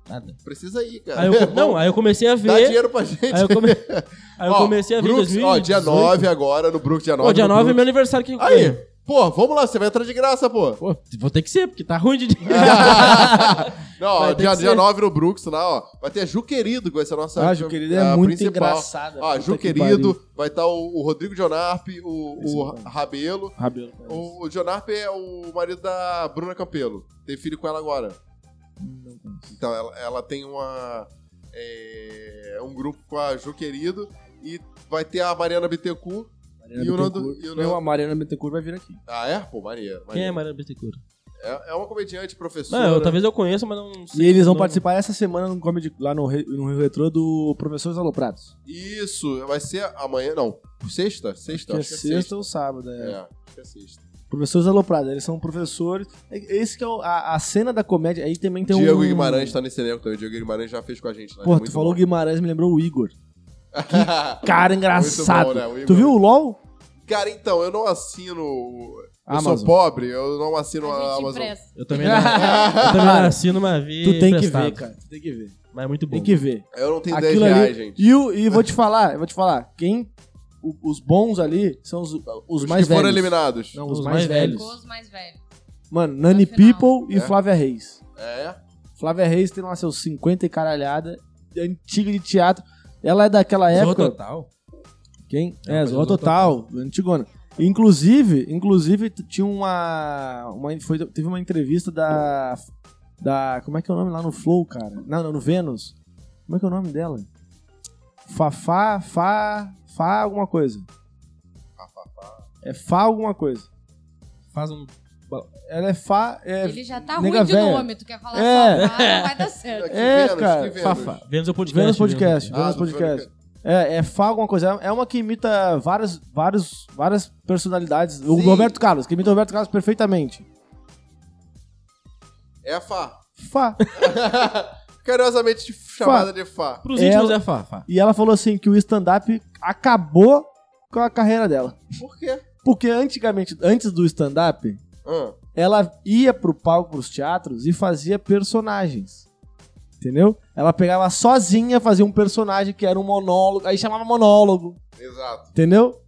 [SPEAKER 6] Nada.
[SPEAKER 3] Precisa ir, cara.
[SPEAKER 6] Aí eu,
[SPEAKER 3] É bom.
[SPEAKER 6] não, aí eu comecei a ver.
[SPEAKER 3] Dá dinheiro pra gente.
[SPEAKER 6] Aí eu, come- aí eu
[SPEAKER 3] Ó,
[SPEAKER 6] comecei a ver em
[SPEAKER 3] Brooks,
[SPEAKER 6] 2018.
[SPEAKER 3] Ó, dia 9 agora, no Brooks, dia 9.
[SPEAKER 6] Pô, dia
[SPEAKER 3] no
[SPEAKER 6] 9 é meu
[SPEAKER 3] Brooks.
[SPEAKER 6] aniversário que eu
[SPEAKER 3] Aí,
[SPEAKER 6] ganho.
[SPEAKER 3] pô, vamos lá, você vai entrar de graça, pô.
[SPEAKER 6] Pô, vou ter que ser, porque tá ruim de dinheiro.
[SPEAKER 3] Não, ó,
[SPEAKER 6] Vai ter
[SPEAKER 3] dia,
[SPEAKER 6] que
[SPEAKER 3] dia
[SPEAKER 6] ser.
[SPEAKER 3] 9 no Brooks, lá, ó. Vai ter a Ju Querido, que vai ser a nossa.
[SPEAKER 5] Ah, Ju Querido é
[SPEAKER 3] a
[SPEAKER 5] muito
[SPEAKER 3] principal.
[SPEAKER 5] engraçada.
[SPEAKER 3] Ó,
[SPEAKER 5] Puta
[SPEAKER 3] Ju
[SPEAKER 5] que
[SPEAKER 3] Querido, vai estar o, o Rodrigo Jonarp, o,
[SPEAKER 5] Esse
[SPEAKER 3] o
[SPEAKER 5] é bom.
[SPEAKER 3] Rabelo.
[SPEAKER 5] Rabelo. cara.
[SPEAKER 3] O, o Jonarp é o marido da Bruna Campelo. Tem filho com ela agora.
[SPEAKER 5] Não conheço.
[SPEAKER 3] Então, ela, ela tem uma. é, um grupo com a Ju Querido. E vai ter a Mariana Bittencourt.
[SPEAKER 5] Mariana
[SPEAKER 3] E o Nando-
[SPEAKER 5] Bittencourt-
[SPEAKER 3] e o
[SPEAKER 5] Não,
[SPEAKER 3] Nando-
[SPEAKER 5] a Mariana Bittencourt vai vir aqui.
[SPEAKER 3] Ah, é? Pô, maneiro.
[SPEAKER 6] Quem é
[SPEAKER 3] maneiro.
[SPEAKER 6] Mariana Bittencourt?
[SPEAKER 3] É, é uma comediante, professora.
[SPEAKER 6] Não, eu- talvez eu conheça, mas não sei.
[SPEAKER 5] E eles vão
[SPEAKER 6] Não-
[SPEAKER 5] participar essa semana no Comedy, lá no, Re- no Rio Retrô do Professores Aloprados.
[SPEAKER 3] Isso, vai ser amanhã, não. Sexta? Sexta,
[SPEAKER 5] Que é
[SPEAKER 3] acho
[SPEAKER 5] sexta ou sábado, é.
[SPEAKER 3] É, acho que é sexta.
[SPEAKER 5] Professores Aloprados, eles são professores. É- Esse que é o- a, a cena da comédia. Aí também tem um.
[SPEAKER 3] Diego Guimarães tá nesse elenco também. Diego Guimarães já fez com a gente. Né?
[SPEAKER 5] Pô,
[SPEAKER 3] Muito
[SPEAKER 5] tu falou
[SPEAKER 3] bom.
[SPEAKER 5] Guimarães, me lembrou o Igor. Cara engraçado.
[SPEAKER 3] né? O Igor-
[SPEAKER 5] Tu viu o LOL?
[SPEAKER 3] Cara, então, eu não assino. o- Eu
[SPEAKER 5] Amazon.
[SPEAKER 3] sou pobre, eu não assino a,
[SPEAKER 1] ah,
[SPEAKER 4] A gente
[SPEAKER 3] Amazon.
[SPEAKER 4] pressa.
[SPEAKER 6] Eu também não, eu também não assino uma vez.
[SPEAKER 5] Tu tem que
[SPEAKER 6] emprestado.
[SPEAKER 5] ver, cara. Tu tem que ver.
[SPEAKER 6] Mas é muito bom.
[SPEAKER 5] Tem que ver.
[SPEAKER 3] Eu não tenho
[SPEAKER 5] Aquilo
[SPEAKER 3] 10
[SPEAKER 5] ali.
[SPEAKER 3] reais, gente.
[SPEAKER 5] E, o- e vou te falar, eu vou te falar. Quem. o- os bons ali são os, os, mais
[SPEAKER 3] que foram
[SPEAKER 5] velhos.
[SPEAKER 3] eliminados.
[SPEAKER 5] Não, os,
[SPEAKER 6] Os
[SPEAKER 5] mais,
[SPEAKER 6] mais
[SPEAKER 5] velhos.
[SPEAKER 4] Ficou os mais velhos.
[SPEAKER 5] Mano, Nani
[SPEAKER 4] Na final.
[SPEAKER 5] People e
[SPEAKER 3] É.
[SPEAKER 5] Flávia Reis.
[SPEAKER 3] É?
[SPEAKER 5] Flávia Reis tem lá seus 50 e caralhada, é antiga de teatro. Ela é daquela
[SPEAKER 6] Zorra
[SPEAKER 5] época.
[SPEAKER 6] total.
[SPEAKER 5] Quem?
[SPEAKER 6] É,
[SPEAKER 5] É,
[SPEAKER 6] mas
[SPEAKER 5] Zorra
[SPEAKER 6] Zorra
[SPEAKER 5] Total, antigona. Inclusive, inclusive t- tinha uma, uma foi, teve uma entrevista da da como é que é o nome lá no Flow, cara? Não, não, no Vênus. Como é que é o nome dela? Fafá, Fá, Fá alguma coisa. É Fá alguma coisa.
[SPEAKER 6] Faz um.
[SPEAKER 5] Ela é Fá, é
[SPEAKER 4] Ele já tá
[SPEAKER 5] nega
[SPEAKER 4] ruim de
[SPEAKER 5] véia.
[SPEAKER 4] nome, tu quer falar
[SPEAKER 5] É.
[SPEAKER 4] só, ah, não vai dar certo.
[SPEAKER 5] É,
[SPEAKER 3] Que Vênus,
[SPEAKER 5] cara,
[SPEAKER 3] que Vênus.
[SPEAKER 5] Fafá.
[SPEAKER 6] Vênus é o podcast.
[SPEAKER 5] Vênus Podcast,
[SPEAKER 3] Ah,
[SPEAKER 5] Vênus
[SPEAKER 3] do
[SPEAKER 5] Podcast. É, é Fá alguma coisa. É uma que imita várias, vários, várias personalidades. O
[SPEAKER 3] Sim.
[SPEAKER 5] Roberto Carlos, que imita o Roberto Carlos perfeitamente.
[SPEAKER 3] É a Fá.
[SPEAKER 5] Fá.
[SPEAKER 3] Carinhosamente chamada de Fá.
[SPEAKER 6] Pros íntimos
[SPEAKER 5] Ela-
[SPEAKER 6] é Fafá.
[SPEAKER 5] E ela falou assim que o stand-up acabou com a carreira dela.
[SPEAKER 3] Por quê?
[SPEAKER 5] Porque antigamente, antes do stand-up,
[SPEAKER 3] Ah,
[SPEAKER 5] ela ia pro palco, pros teatros e fazia personagens. Entendeu? Ela pegava sozinha, fazia um personagem que era um monólogo, aí chamava monólogo.
[SPEAKER 3] exato.
[SPEAKER 5] Entendeu?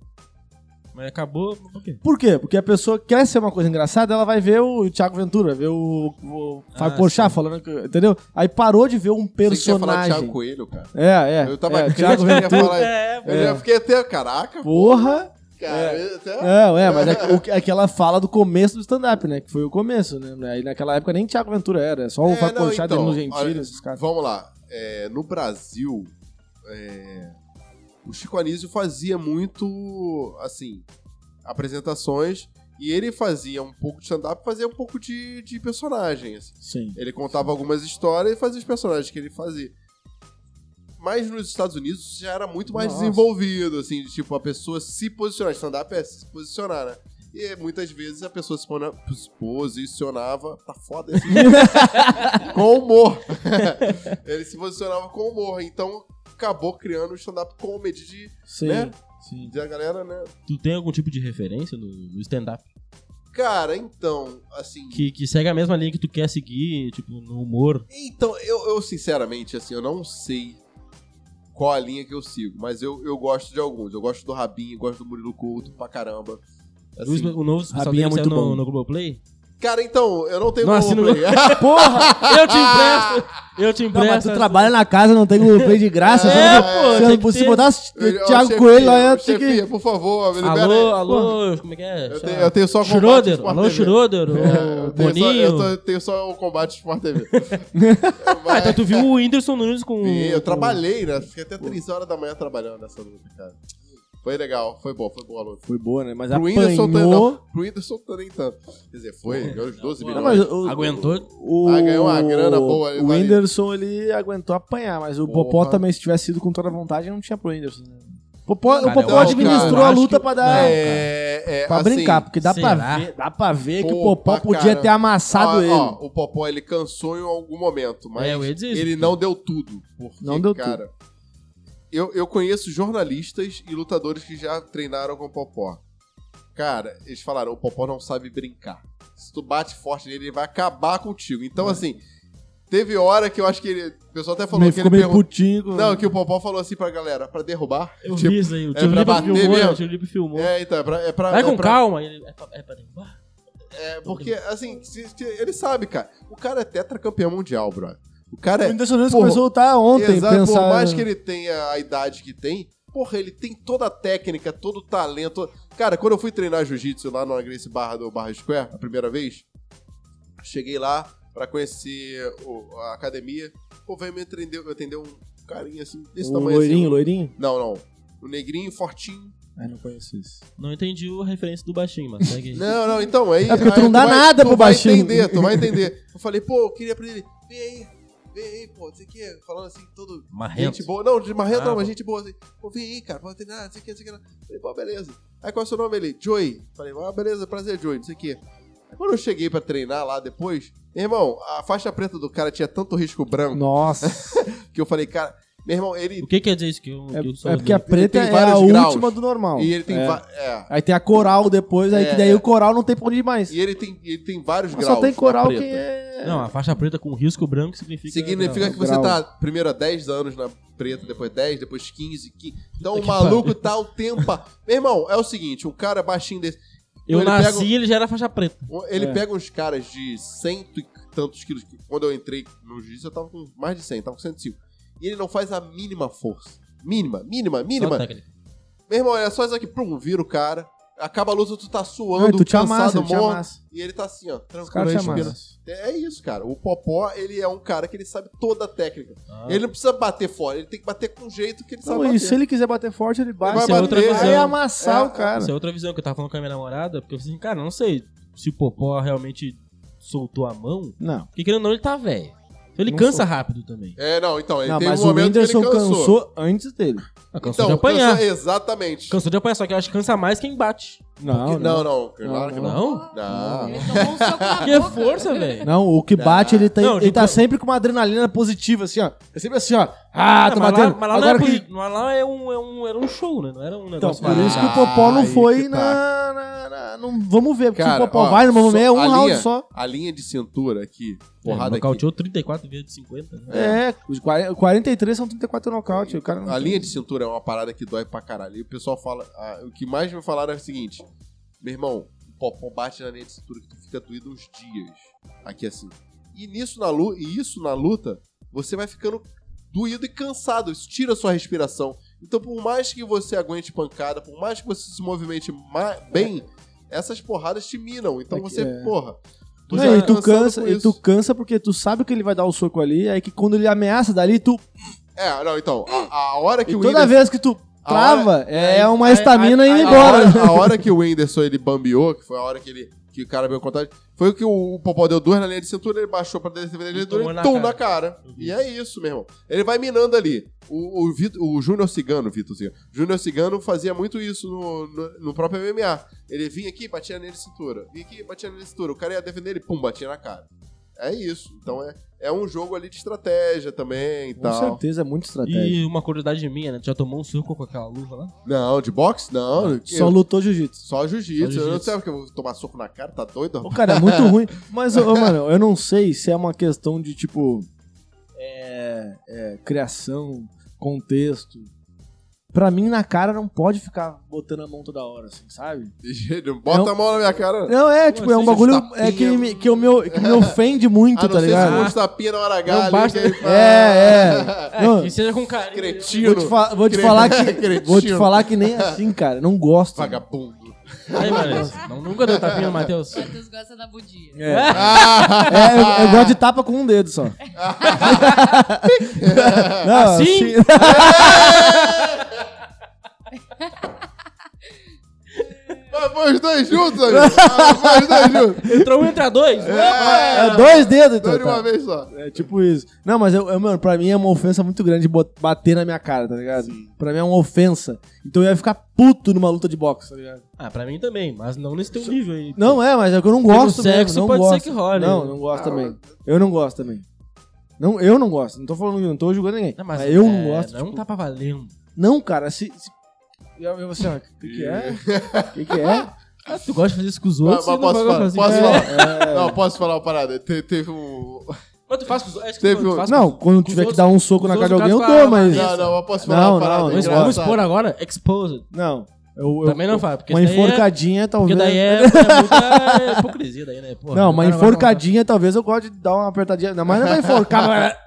[SPEAKER 6] Mas acabou, por quê?
[SPEAKER 5] Por quê? Porque a pessoa quer ser uma coisa engraçada, ela vai ver o Thiago Ventura, vai ver o, o Fábio
[SPEAKER 6] Ah,
[SPEAKER 5] Porchat falando, que- entendeu? Aí parou de ver um
[SPEAKER 3] Você quer falar do Thiago
[SPEAKER 5] personagem.
[SPEAKER 3] Coelho, cara?
[SPEAKER 5] É, é.
[SPEAKER 3] Eu tava
[SPEAKER 5] é,
[SPEAKER 3] crente
[SPEAKER 5] Thiago
[SPEAKER 3] que ele ia
[SPEAKER 5] Ventura.
[SPEAKER 3] falar-
[SPEAKER 6] É,
[SPEAKER 3] Eu já fiquei até, caraca,
[SPEAKER 5] Porra!
[SPEAKER 3] cara. eu até-
[SPEAKER 5] Não, é, mas é, o que- é que ela fala do começo do stand-up, né? Que foi o começo, né? Aí naquela época nem Thiago Ventura era, só o
[SPEAKER 3] É,
[SPEAKER 5] Fábio
[SPEAKER 3] não,
[SPEAKER 5] Porchat,
[SPEAKER 3] então,
[SPEAKER 5] Danilo Gentili,
[SPEAKER 3] olha,
[SPEAKER 5] esses caras.
[SPEAKER 3] Vamos lá. É, no Brasil, é, o Chico Anísio fazia muito, assim, apresentações e ele fazia um pouco de stand-up, fazia um pouco de, de personagem, assim.
[SPEAKER 5] Sim.
[SPEAKER 3] Ele contava algumas histórias e fazia os personagens que ele fazia. Mas nos Estados Unidos isso já era muito mais
[SPEAKER 5] Nossa.
[SPEAKER 3] desenvolvido, assim, de, tipo, a pessoa se posicionar. Stand-up é se posicionar, né? E muitas vezes a pessoa se pona- se posicionava. Tá foda esse Com humor. Ele se posicionava com humor. Então acabou criando o stand-up comedy de,
[SPEAKER 5] Sim.
[SPEAKER 3] né?
[SPEAKER 5] Sim.
[SPEAKER 3] de a galera, né?
[SPEAKER 6] Tu tem algum tipo de referência no, no stand-up?
[SPEAKER 3] Cara, então, assim.
[SPEAKER 6] Que, que segue a mesma linha que tu quer seguir, tipo, no humor.
[SPEAKER 3] Então, eu, eu, sinceramente, assim, eu não sei qual a linha que eu sigo, mas eu, eu gosto de alguns. Eu gosto do Rabinho, gosto do Murilo Couto pra caramba. Assim,
[SPEAKER 6] O- o novo especial
[SPEAKER 5] Rabinho é
[SPEAKER 6] dele saiu
[SPEAKER 5] muito bom.
[SPEAKER 6] no, no Globoplay?
[SPEAKER 3] Cara, então, eu não tenho
[SPEAKER 6] Não assino
[SPEAKER 3] Globoplay.
[SPEAKER 5] Porra!
[SPEAKER 6] Eu te empresto! Eu te
[SPEAKER 5] Não, mas
[SPEAKER 6] empresto!
[SPEAKER 5] tu trabalha na casa, não tem Globoplay de graça.
[SPEAKER 3] É,
[SPEAKER 5] você não-
[SPEAKER 3] pô,
[SPEAKER 5] você
[SPEAKER 6] tem
[SPEAKER 5] não-
[SPEAKER 6] que
[SPEAKER 5] se
[SPEAKER 6] ter.
[SPEAKER 5] botasse
[SPEAKER 3] Eu-
[SPEAKER 5] Thiago
[SPEAKER 3] chefia,
[SPEAKER 5] Coelho lá, ia ter que...
[SPEAKER 3] chefia, por favor, me libera
[SPEAKER 6] é Alô,
[SPEAKER 3] aí.
[SPEAKER 6] alô, como é que é?
[SPEAKER 3] Eu tenho, eu tenho só combate
[SPEAKER 6] Schroeder,
[SPEAKER 3] Sport
[SPEAKER 6] alô
[SPEAKER 3] TV.
[SPEAKER 6] Schroeder, ô,
[SPEAKER 3] É, eu, tenho só,
[SPEAKER 6] Boninho.
[SPEAKER 3] eu tô- tenho só o combate Sport TV.
[SPEAKER 6] Ah,
[SPEAKER 3] Mas-
[SPEAKER 6] então tu viu o Whindersson Nunes com...
[SPEAKER 3] E eu
[SPEAKER 6] com-
[SPEAKER 3] trabalhei, né? Fiquei até 3 horas da manhã trabalhando nessa luta, cara. Foi legal, foi bom, foi boa a luta.
[SPEAKER 5] Foi boa, né? Mas
[SPEAKER 3] Pro Whindersson, tá-
[SPEAKER 5] apanhou...
[SPEAKER 3] não, pro Whindersson tá nem tanto. Quer dizer, foi, ganhou os 12
[SPEAKER 5] Não,
[SPEAKER 3] milhões.
[SPEAKER 5] mas o-
[SPEAKER 6] Aguentou?
[SPEAKER 5] O...
[SPEAKER 3] Ah, ganhou uma grana boa ali,
[SPEAKER 5] O
[SPEAKER 3] vale.
[SPEAKER 5] Whindersson, ele aguentou apanhar, mas o
[SPEAKER 3] Porra.
[SPEAKER 5] Popó também, se tivesse ido com toda a vontade, não tinha pro Whindersson. né? Popó,
[SPEAKER 6] Cara,
[SPEAKER 5] o Popó
[SPEAKER 6] eu acho que-
[SPEAKER 5] administrou
[SPEAKER 6] eu
[SPEAKER 5] a
[SPEAKER 6] acho
[SPEAKER 5] luta
[SPEAKER 6] que-
[SPEAKER 5] pra dar...
[SPEAKER 3] é, é,
[SPEAKER 5] Pra
[SPEAKER 3] assim,
[SPEAKER 5] brincar, porque dá pra,
[SPEAKER 6] será?
[SPEAKER 5] ver, dá pra ver que o
[SPEAKER 3] Pô,
[SPEAKER 5] Popó
[SPEAKER 3] pra
[SPEAKER 5] podia
[SPEAKER 3] cara.
[SPEAKER 5] ter amassado
[SPEAKER 3] ó,
[SPEAKER 5] ele.
[SPEAKER 3] ó, o Popó ele cansou em algum momento, mas
[SPEAKER 6] É, eu ia dizer isso.
[SPEAKER 3] ele não deu tudo. Porque,
[SPEAKER 5] Não deu
[SPEAKER 3] cara, Eu, eu conheço jornalistas e lutadores que já treinaram com o Popó. Cara, eles falaram: o Popó não sabe brincar. Se tu bate forte nele, ele vai acabar contigo. Então, assim, teve hora que eu acho que ele. O pessoal até falou
[SPEAKER 5] É. Meio-
[SPEAKER 3] que
[SPEAKER 5] ficou
[SPEAKER 3] ele
[SPEAKER 5] meio
[SPEAKER 3] perguntou.
[SPEAKER 5] putinho. com-
[SPEAKER 3] Não, que o Popó falou assim pra galera: pra derrubar.
[SPEAKER 6] Eu
[SPEAKER 3] tipo,
[SPEAKER 6] vi isso aí, o
[SPEAKER 3] pra
[SPEAKER 6] Tio Lipe
[SPEAKER 3] bater
[SPEAKER 6] filmou, né?
[SPEAKER 3] mesmo.
[SPEAKER 6] o Tio Lipe filmou.
[SPEAKER 3] é, então, é pra. É pra
[SPEAKER 6] Vai
[SPEAKER 3] é
[SPEAKER 6] com
[SPEAKER 3] pra-
[SPEAKER 6] calma. ele- É pra, é pra derrubar?
[SPEAKER 3] É, porque, assim, se- se- ele sabe, cara. O cara é tetracampeão mundial, brother. O cara
[SPEAKER 5] O
[SPEAKER 3] é.
[SPEAKER 5] Whindersson Nunes
[SPEAKER 3] Porra.
[SPEAKER 5] começou a lutar ontem,
[SPEAKER 3] Exato,
[SPEAKER 5] pensar...
[SPEAKER 3] por mais que ele tenha a idade que tem, porra, ele tem toda a técnica, todo o talento. Cara, quando eu fui treinar jiu-jitsu lá no Grace Barra do Barra Square, a primeira vez, cheguei lá pra conhecer o- a academia. Pô, veio me atender, me atender um carinha assim,
[SPEAKER 6] Um
[SPEAKER 3] desse
[SPEAKER 5] O
[SPEAKER 3] tamanho
[SPEAKER 5] loirinho,
[SPEAKER 3] assim.
[SPEAKER 5] loirinho?
[SPEAKER 3] Não, não. Um negrinho, fortinho.
[SPEAKER 5] Ah, não conheço isso.
[SPEAKER 6] Não entendi a referência do baixinho, mano. Segue aí.
[SPEAKER 3] Não, não, então, aí.
[SPEAKER 5] É porque tu
[SPEAKER 3] aí
[SPEAKER 5] não dá
[SPEAKER 3] vai-
[SPEAKER 5] nada pro baixinho.
[SPEAKER 3] Tu vai entender, tu vai entender. Eu falei, pô, eu queria aprender. Vem aí, vem aí, pô, não sei o quê. Falando assim, todo
[SPEAKER 6] Marrento.
[SPEAKER 3] Gente boa. Não, de marrento
[SPEAKER 6] Ah,
[SPEAKER 3] não,
[SPEAKER 6] bom.
[SPEAKER 3] mas gente boa. Assim, pô, vem aí, cara, pode treinar, não sei o que, não sei o que. não. Falei, pô, beleza. Aí qual é o seu nome ele? Joey. Falei, ah, beleza, prazer, Joey, não sei o que. Aí quando eu cheguei pra treinar lá depois, meu irmão, a faixa preta do cara tinha tanto risco branco
[SPEAKER 5] Nossa.
[SPEAKER 3] que eu falei, cara, meu irmão, ele.
[SPEAKER 6] O que quer dizer isso? Que eu,
[SPEAKER 5] É,
[SPEAKER 6] que eu sou
[SPEAKER 5] é porque a
[SPEAKER 6] do-
[SPEAKER 5] preta
[SPEAKER 3] tem
[SPEAKER 5] é a
[SPEAKER 3] vários graus.
[SPEAKER 5] última do normal.
[SPEAKER 3] E ele tem.
[SPEAKER 5] É.
[SPEAKER 3] va- É.
[SPEAKER 5] Aí tem a coral depois, aí
[SPEAKER 3] É.
[SPEAKER 5] que daí o coral não tem pra onde ir mais.
[SPEAKER 3] E ele tem, ele tem vários
[SPEAKER 5] Mas
[SPEAKER 3] graus.
[SPEAKER 5] só tem
[SPEAKER 3] na
[SPEAKER 5] coral
[SPEAKER 3] preta.
[SPEAKER 5] que é.
[SPEAKER 6] Não, a faixa preta com risco branco significa...
[SPEAKER 3] Significa que
[SPEAKER 5] grau.
[SPEAKER 3] você tá primeiro há 10 anos na preta, depois 10, depois 15, 15. Então
[SPEAKER 6] Puta
[SPEAKER 3] o
[SPEAKER 6] que
[SPEAKER 3] maluco tá o tempo. Meu irmão, é o seguinte, um cara baixinho desse.
[SPEAKER 6] Eu
[SPEAKER 3] ele
[SPEAKER 6] nasci
[SPEAKER 3] pega- um,
[SPEAKER 6] ele já era faixa preta.
[SPEAKER 3] Ele
[SPEAKER 5] É.
[SPEAKER 3] pega uns caras de cento e tantos quilos. que Quando eu entrei no juiz, eu tava com mais de 100, tava com 105. E ele não faz a mínima força. Mínima, mínima,
[SPEAKER 6] Só tá-
[SPEAKER 3] mínima.
[SPEAKER 6] técnica.
[SPEAKER 3] Meu irmão, é só isso aqui, pum, vira o cara. Acaba a luta, tu tá suando,
[SPEAKER 5] Não, e tu te amassa,
[SPEAKER 3] cansado,
[SPEAKER 5] ele te
[SPEAKER 3] morto.
[SPEAKER 5] amassa.
[SPEAKER 3] E ele tá assim, ó,
[SPEAKER 5] Os
[SPEAKER 3] tranquilo,
[SPEAKER 5] caras te
[SPEAKER 3] respirando.
[SPEAKER 5] amassam.
[SPEAKER 3] É isso, cara. O Popó, ele é um cara que ele sabe toda a técnica.
[SPEAKER 6] Ah.
[SPEAKER 3] Ele não precisa bater fora, ele tem que bater com o jeito que ele sabe
[SPEAKER 5] Não,
[SPEAKER 3] bater.
[SPEAKER 5] e se ele quiser bater forte, ele bate.
[SPEAKER 3] vai
[SPEAKER 5] Se ele
[SPEAKER 6] bater,
[SPEAKER 5] vai
[SPEAKER 6] é.
[SPEAKER 5] amassar
[SPEAKER 3] É,
[SPEAKER 5] o cara.
[SPEAKER 6] Isso é outra visão que eu tava falando com a minha namorada, porque eu falei assim, cara, eu não sei se o Popó realmente soltou a mão,
[SPEAKER 5] Não.
[SPEAKER 6] porque querendo ou não, ele tá velho. Então ele
[SPEAKER 5] Não
[SPEAKER 6] cansa rápido também.
[SPEAKER 3] É, não, então, ele
[SPEAKER 5] Não,
[SPEAKER 3] tem um
[SPEAKER 5] mas o
[SPEAKER 3] momento que ele
[SPEAKER 5] Whindersson
[SPEAKER 3] cansou.
[SPEAKER 5] cansou antes dele.
[SPEAKER 6] Ah,
[SPEAKER 3] Então,
[SPEAKER 6] cansou de apanhar.
[SPEAKER 3] cansou- exatamente.
[SPEAKER 6] Cansou de apanhar, só que eu acho que cansa mais quem bate.
[SPEAKER 3] não,
[SPEAKER 5] Não, não.
[SPEAKER 3] não, claro que não.
[SPEAKER 6] Não?
[SPEAKER 3] Não.
[SPEAKER 4] Ele tomou um soco na boca.
[SPEAKER 6] Que é força, velho.
[SPEAKER 5] Não, o que bate, ele, tem,
[SPEAKER 6] Não,
[SPEAKER 5] ele
[SPEAKER 6] tipo-
[SPEAKER 3] então-
[SPEAKER 5] tá sempre com uma adrenalina positiva, assim, ó. É sempre assim, ó. Ah,
[SPEAKER 6] Ah,
[SPEAKER 5] tô
[SPEAKER 6] mas
[SPEAKER 5] batendo.
[SPEAKER 6] lá, mas lá, não
[SPEAKER 3] é
[SPEAKER 5] Agora
[SPEAKER 6] era
[SPEAKER 5] que...
[SPEAKER 6] posi- mas lá é um, é um- era um show, né? Não era um
[SPEAKER 5] Então,
[SPEAKER 6] negócio
[SPEAKER 5] por isso que o
[SPEAKER 3] Ah,
[SPEAKER 5] Popó não
[SPEAKER 3] aí
[SPEAKER 5] foi
[SPEAKER 3] que tá.
[SPEAKER 5] na, na, na, não, vamos ver. Porque se
[SPEAKER 3] Cara,
[SPEAKER 5] o Popó
[SPEAKER 3] ó,
[SPEAKER 5] vai no
[SPEAKER 3] só-
[SPEAKER 5] momento, é um
[SPEAKER 3] a
[SPEAKER 5] round
[SPEAKER 3] linha-
[SPEAKER 5] só.
[SPEAKER 3] A linha de cintura aqui, porrada aqui.
[SPEAKER 6] Nocauteou 34 vezes de 50. né?
[SPEAKER 5] É, os 40 43 são 34 nocaute. O cara não
[SPEAKER 3] A
[SPEAKER 5] tem-
[SPEAKER 3] linha de cintura é uma parada que dói pra caralho. E o pessoal fala. ah, o que mais me falaram é o seguinte: Meu irmão, o Popó bate na linha de cintura que tu fica doído uns dias. Aqui assim. E nisso na luta, e isso na luta, você vai ficando doído e cansado. Isso tira a sua respiração. Então, por mais que você aguente pancada, por mais que você se movimente ma- bem, essas porradas te minam. Então
[SPEAKER 5] É que-
[SPEAKER 3] você,
[SPEAKER 5] é.
[SPEAKER 3] porra.
[SPEAKER 5] Não,
[SPEAKER 3] já
[SPEAKER 5] e tu
[SPEAKER 3] cansado com
[SPEAKER 5] cansa, e tu
[SPEAKER 3] isso.
[SPEAKER 5] cansa porque tu sabe que ele vai dar o soco ali, aí que quando ele ameaça dali, tu.
[SPEAKER 3] É, não, então, a, a hora que
[SPEAKER 5] E
[SPEAKER 3] o
[SPEAKER 5] toda
[SPEAKER 3] Whindersson-
[SPEAKER 5] vez que tu trava, é uma
[SPEAKER 6] aí-
[SPEAKER 5] estamina
[SPEAKER 6] aí-
[SPEAKER 5] indo
[SPEAKER 6] aí-
[SPEAKER 5] embora.
[SPEAKER 3] A hora, a hora que o Whindersson ele bambeou, que foi a hora que ele que o cara veio contar, foi o que o, o Popó deu duas na linha de cintura, ele baixou pra defender a linha de
[SPEAKER 6] Tomou
[SPEAKER 3] cintura e
[SPEAKER 6] na
[SPEAKER 3] tum
[SPEAKER 6] cara.
[SPEAKER 3] na cara.
[SPEAKER 6] Eu vi.
[SPEAKER 3] E é isso, meu irmão. Ele vai minando ali. O, o, Vit- o Júnior Cigano, Vitor Cigano, Júnior Cigano fazia muito isso no, no, no próprio MMA. Ele vinha aqui, batia na linha de cintura. Vinha aqui, batia na linha de cintura. O cara ia defender ele, pum, batia na cara. É isso. Então é, é um jogo ali de estratégia também e
[SPEAKER 5] Com
[SPEAKER 3] tal.
[SPEAKER 5] certeza, é muito estratégia.
[SPEAKER 6] E uma curiosidade minha, né? Tu já tomou um soco com aquela luva lá?
[SPEAKER 3] Não, de boxe? Não.
[SPEAKER 5] Só lutou jiu-jitsu.
[SPEAKER 3] Só jiu-jitsu.
[SPEAKER 6] Só
[SPEAKER 3] Eu não
[SPEAKER 6] jiu-jitsu.
[SPEAKER 3] sei porque eu vou tomar soco na cara, tá doido?
[SPEAKER 5] Ô, cara, é muito ruim. Mas, ô, ô, mano, eu não sei se é uma questão de, tipo, é, é, criação, contexto. Pra mim, na cara, não pode ficar botando a mão toda hora, assim, sabe?
[SPEAKER 3] De jeito nenhum. Bota
[SPEAKER 5] Não.
[SPEAKER 3] a mão na minha cara.
[SPEAKER 5] Não, é,
[SPEAKER 6] Pô,
[SPEAKER 5] tipo, é um
[SPEAKER 6] esses
[SPEAKER 5] bagulho
[SPEAKER 3] tapinha-
[SPEAKER 5] é que, me, que, eu me, que me ofende muito,
[SPEAKER 3] a Ah, não
[SPEAKER 5] tá
[SPEAKER 3] ser se
[SPEAKER 5] ligado?
[SPEAKER 3] for uns tapinha na hora H.
[SPEAKER 5] Não
[SPEAKER 3] ali,
[SPEAKER 5] basta-
[SPEAKER 3] que- "Ah,
[SPEAKER 5] É, Não,
[SPEAKER 6] que seja com carinho.
[SPEAKER 5] vou, te
[SPEAKER 3] Cretino.
[SPEAKER 5] fa- vou te
[SPEAKER 3] Cre-
[SPEAKER 5] falar que,
[SPEAKER 3] Cretino.
[SPEAKER 5] vou te falar que nem assim, cara. Não gosto.
[SPEAKER 3] Vagabundo.
[SPEAKER 6] Aí, mano, não, nunca deu tapinha no Matheus.
[SPEAKER 4] Matheus gosta da budia.
[SPEAKER 5] É, É, eu, eu gosto de tapa com um dedo só. Não,
[SPEAKER 6] Assim?
[SPEAKER 3] Mas foi os dois juntos, amigo. Ah, Foi os dois juntos.
[SPEAKER 6] Entrou um, entra dois.
[SPEAKER 5] É
[SPEAKER 3] É,
[SPEAKER 5] dois dedos, então.
[SPEAKER 3] dois de uma
[SPEAKER 5] tá.
[SPEAKER 3] vez só.
[SPEAKER 5] É tipo isso. Não, mas eu, eu, mano, pra mim é uma ofensa muito grande bot- bater na minha cara, tá ligado? Pra mim é uma ofensa. Então eu ia ficar puto numa luta de boxe, tá ligado?
[SPEAKER 6] Ah, pra mim também, mas não nesse teu nível aí.
[SPEAKER 5] Não, é, mas é que eu não
[SPEAKER 6] Pelo
[SPEAKER 5] gosto mesmo,
[SPEAKER 6] sexo
[SPEAKER 5] não
[SPEAKER 6] pode
[SPEAKER 5] gosto.
[SPEAKER 6] ser que role. né?
[SPEAKER 5] Não, não gosto
[SPEAKER 3] Ah,
[SPEAKER 5] também. Eu não gosto também. Não, eu não gosto. Não tô falando, não tô julgando ninguém.
[SPEAKER 6] Não,
[SPEAKER 5] mas, eu não
[SPEAKER 6] é,
[SPEAKER 5] gosto.
[SPEAKER 6] Não
[SPEAKER 5] tipo,
[SPEAKER 6] tapa valendo.
[SPEAKER 5] não, cara, se... se... Eu, eu, assim, ó, o que que é? O que que é?
[SPEAKER 6] Ah, tu gosta de fazer isso com os outros?
[SPEAKER 3] Mas, mas
[SPEAKER 6] e não
[SPEAKER 3] posso
[SPEAKER 6] vai
[SPEAKER 3] falar?
[SPEAKER 6] fazer.
[SPEAKER 3] Posso
[SPEAKER 6] É.
[SPEAKER 3] falar?
[SPEAKER 5] um É,
[SPEAKER 3] Não, posso falar uma parada. Te- teve um...
[SPEAKER 6] Mas tu faz com os outros.
[SPEAKER 3] Teve um-
[SPEAKER 5] Não, quando tiver que dar um soco
[SPEAKER 6] os
[SPEAKER 5] na cara de
[SPEAKER 6] outros
[SPEAKER 5] alguém, eu
[SPEAKER 6] caras
[SPEAKER 5] dou,
[SPEAKER 6] falam, "Ah,
[SPEAKER 5] mas.
[SPEAKER 3] Não, não, mas posso falar
[SPEAKER 5] Não,
[SPEAKER 3] uma parada
[SPEAKER 5] não,
[SPEAKER 6] Mas
[SPEAKER 5] engraçado.
[SPEAKER 6] vamos
[SPEAKER 3] engraçada?
[SPEAKER 6] expor agora? Exposed.
[SPEAKER 5] Não. Eu, eu-
[SPEAKER 6] Também não faz, porque
[SPEAKER 5] Uma
[SPEAKER 6] isso daí é-
[SPEAKER 5] enforcadinha,
[SPEAKER 6] Porque
[SPEAKER 5] talvez.
[SPEAKER 6] daí é, é muita hipocrisia daí, né? Porra,
[SPEAKER 5] Não, uma
[SPEAKER 6] o cara vai
[SPEAKER 5] enforcadinha, talvez eu goste de dar uma apertadinha. Não, mas não vai enforcar.
[SPEAKER 6] colocar-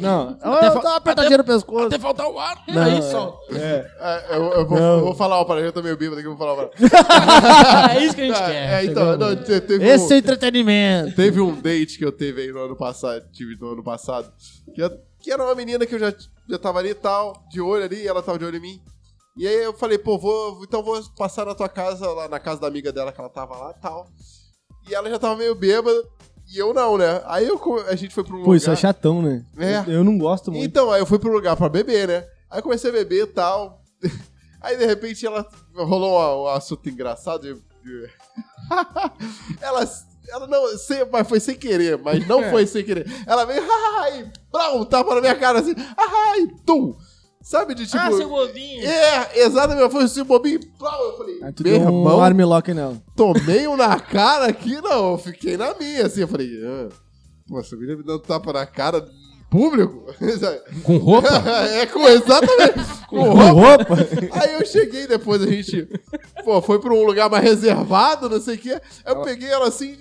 [SPEAKER 5] não.
[SPEAKER 6] Até
[SPEAKER 5] Eu dou uma apertadinha no pescoço.
[SPEAKER 6] Até faltar o ar.
[SPEAKER 5] Não,
[SPEAKER 6] é isso.
[SPEAKER 5] É.
[SPEAKER 3] É, eu, eu vou,
[SPEAKER 5] Não.
[SPEAKER 3] eu vou falar uma parada. Eu tô meio bêbado aqui, eu vou falar uma parada.
[SPEAKER 6] É isso que a gente quer.
[SPEAKER 3] É, então, não, te- teve um...
[SPEAKER 5] Esse é
[SPEAKER 6] tipo,
[SPEAKER 5] entretenimento.
[SPEAKER 3] Teve um date que eu teve aí no ano passado, tive no ano passado, que, eu- que era uma menina que eu já, já tava ali e tal, de olho ali, e ela tava de olho em mim. E aí eu falei, pô, vou, então vou passar na tua casa, lá na casa da amiga dela que ela tava lá e tal. E ela já tava meio bêbada, e eu não, né? Aí eu, co- a gente foi pra um
[SPEAKER 5] Pô,
[SPEAKER 3] lugar...
[SPEAKER 5] isso é chatão, né?
[SPEAKER 3] É.
[SPEAKER 5] Eu, eu não gosto muito.
[SPEAKER 3] Então, aí eu fui pro lugar pra beber, né? Aí eu comecei a beber e tal. Aí de repente ela rolou um, um assunto engraçado. e- e- ela, ela não, sem, mas foi sem querer, mas não
[SPEAKER 5] É.
[SPEAKER 3] foi sem querer. Ela veio, ai, brau, tapa na minha cara assim, ai, tum. Sabe de tipo.
[SPEAKER 6] Ah, seu bovinho.
[SPEAKER 3] é, exatamente, foi assim, bobinho, brau. Eu falei,
[SPEAKER 5] Aí tu
[SPEAKER 3] meu
[SPEAKER 5] deu
[SPEAKER 3] irmão,
[SPEAKER 5] um armlock nela.
[SPEAKER 3] tomei um na cara aqui, não, eu fiquei na minha, assim, eu falei, ah, pô, essa menina me dando tapa na cara em público?
[SPEAKER 6] Com roupa?
[SPEAKER 3] é com exatamente. com
[SPEAKER 5] Com
[SPEAKER 3] roupa.
[SPEAKER 5] roupa?
[SPEAKER 3] Aí eu cheguei depois, a gente. Pô, foi pra um lugar mais reservado, não sei o quê. Aí eu peguei ela assim.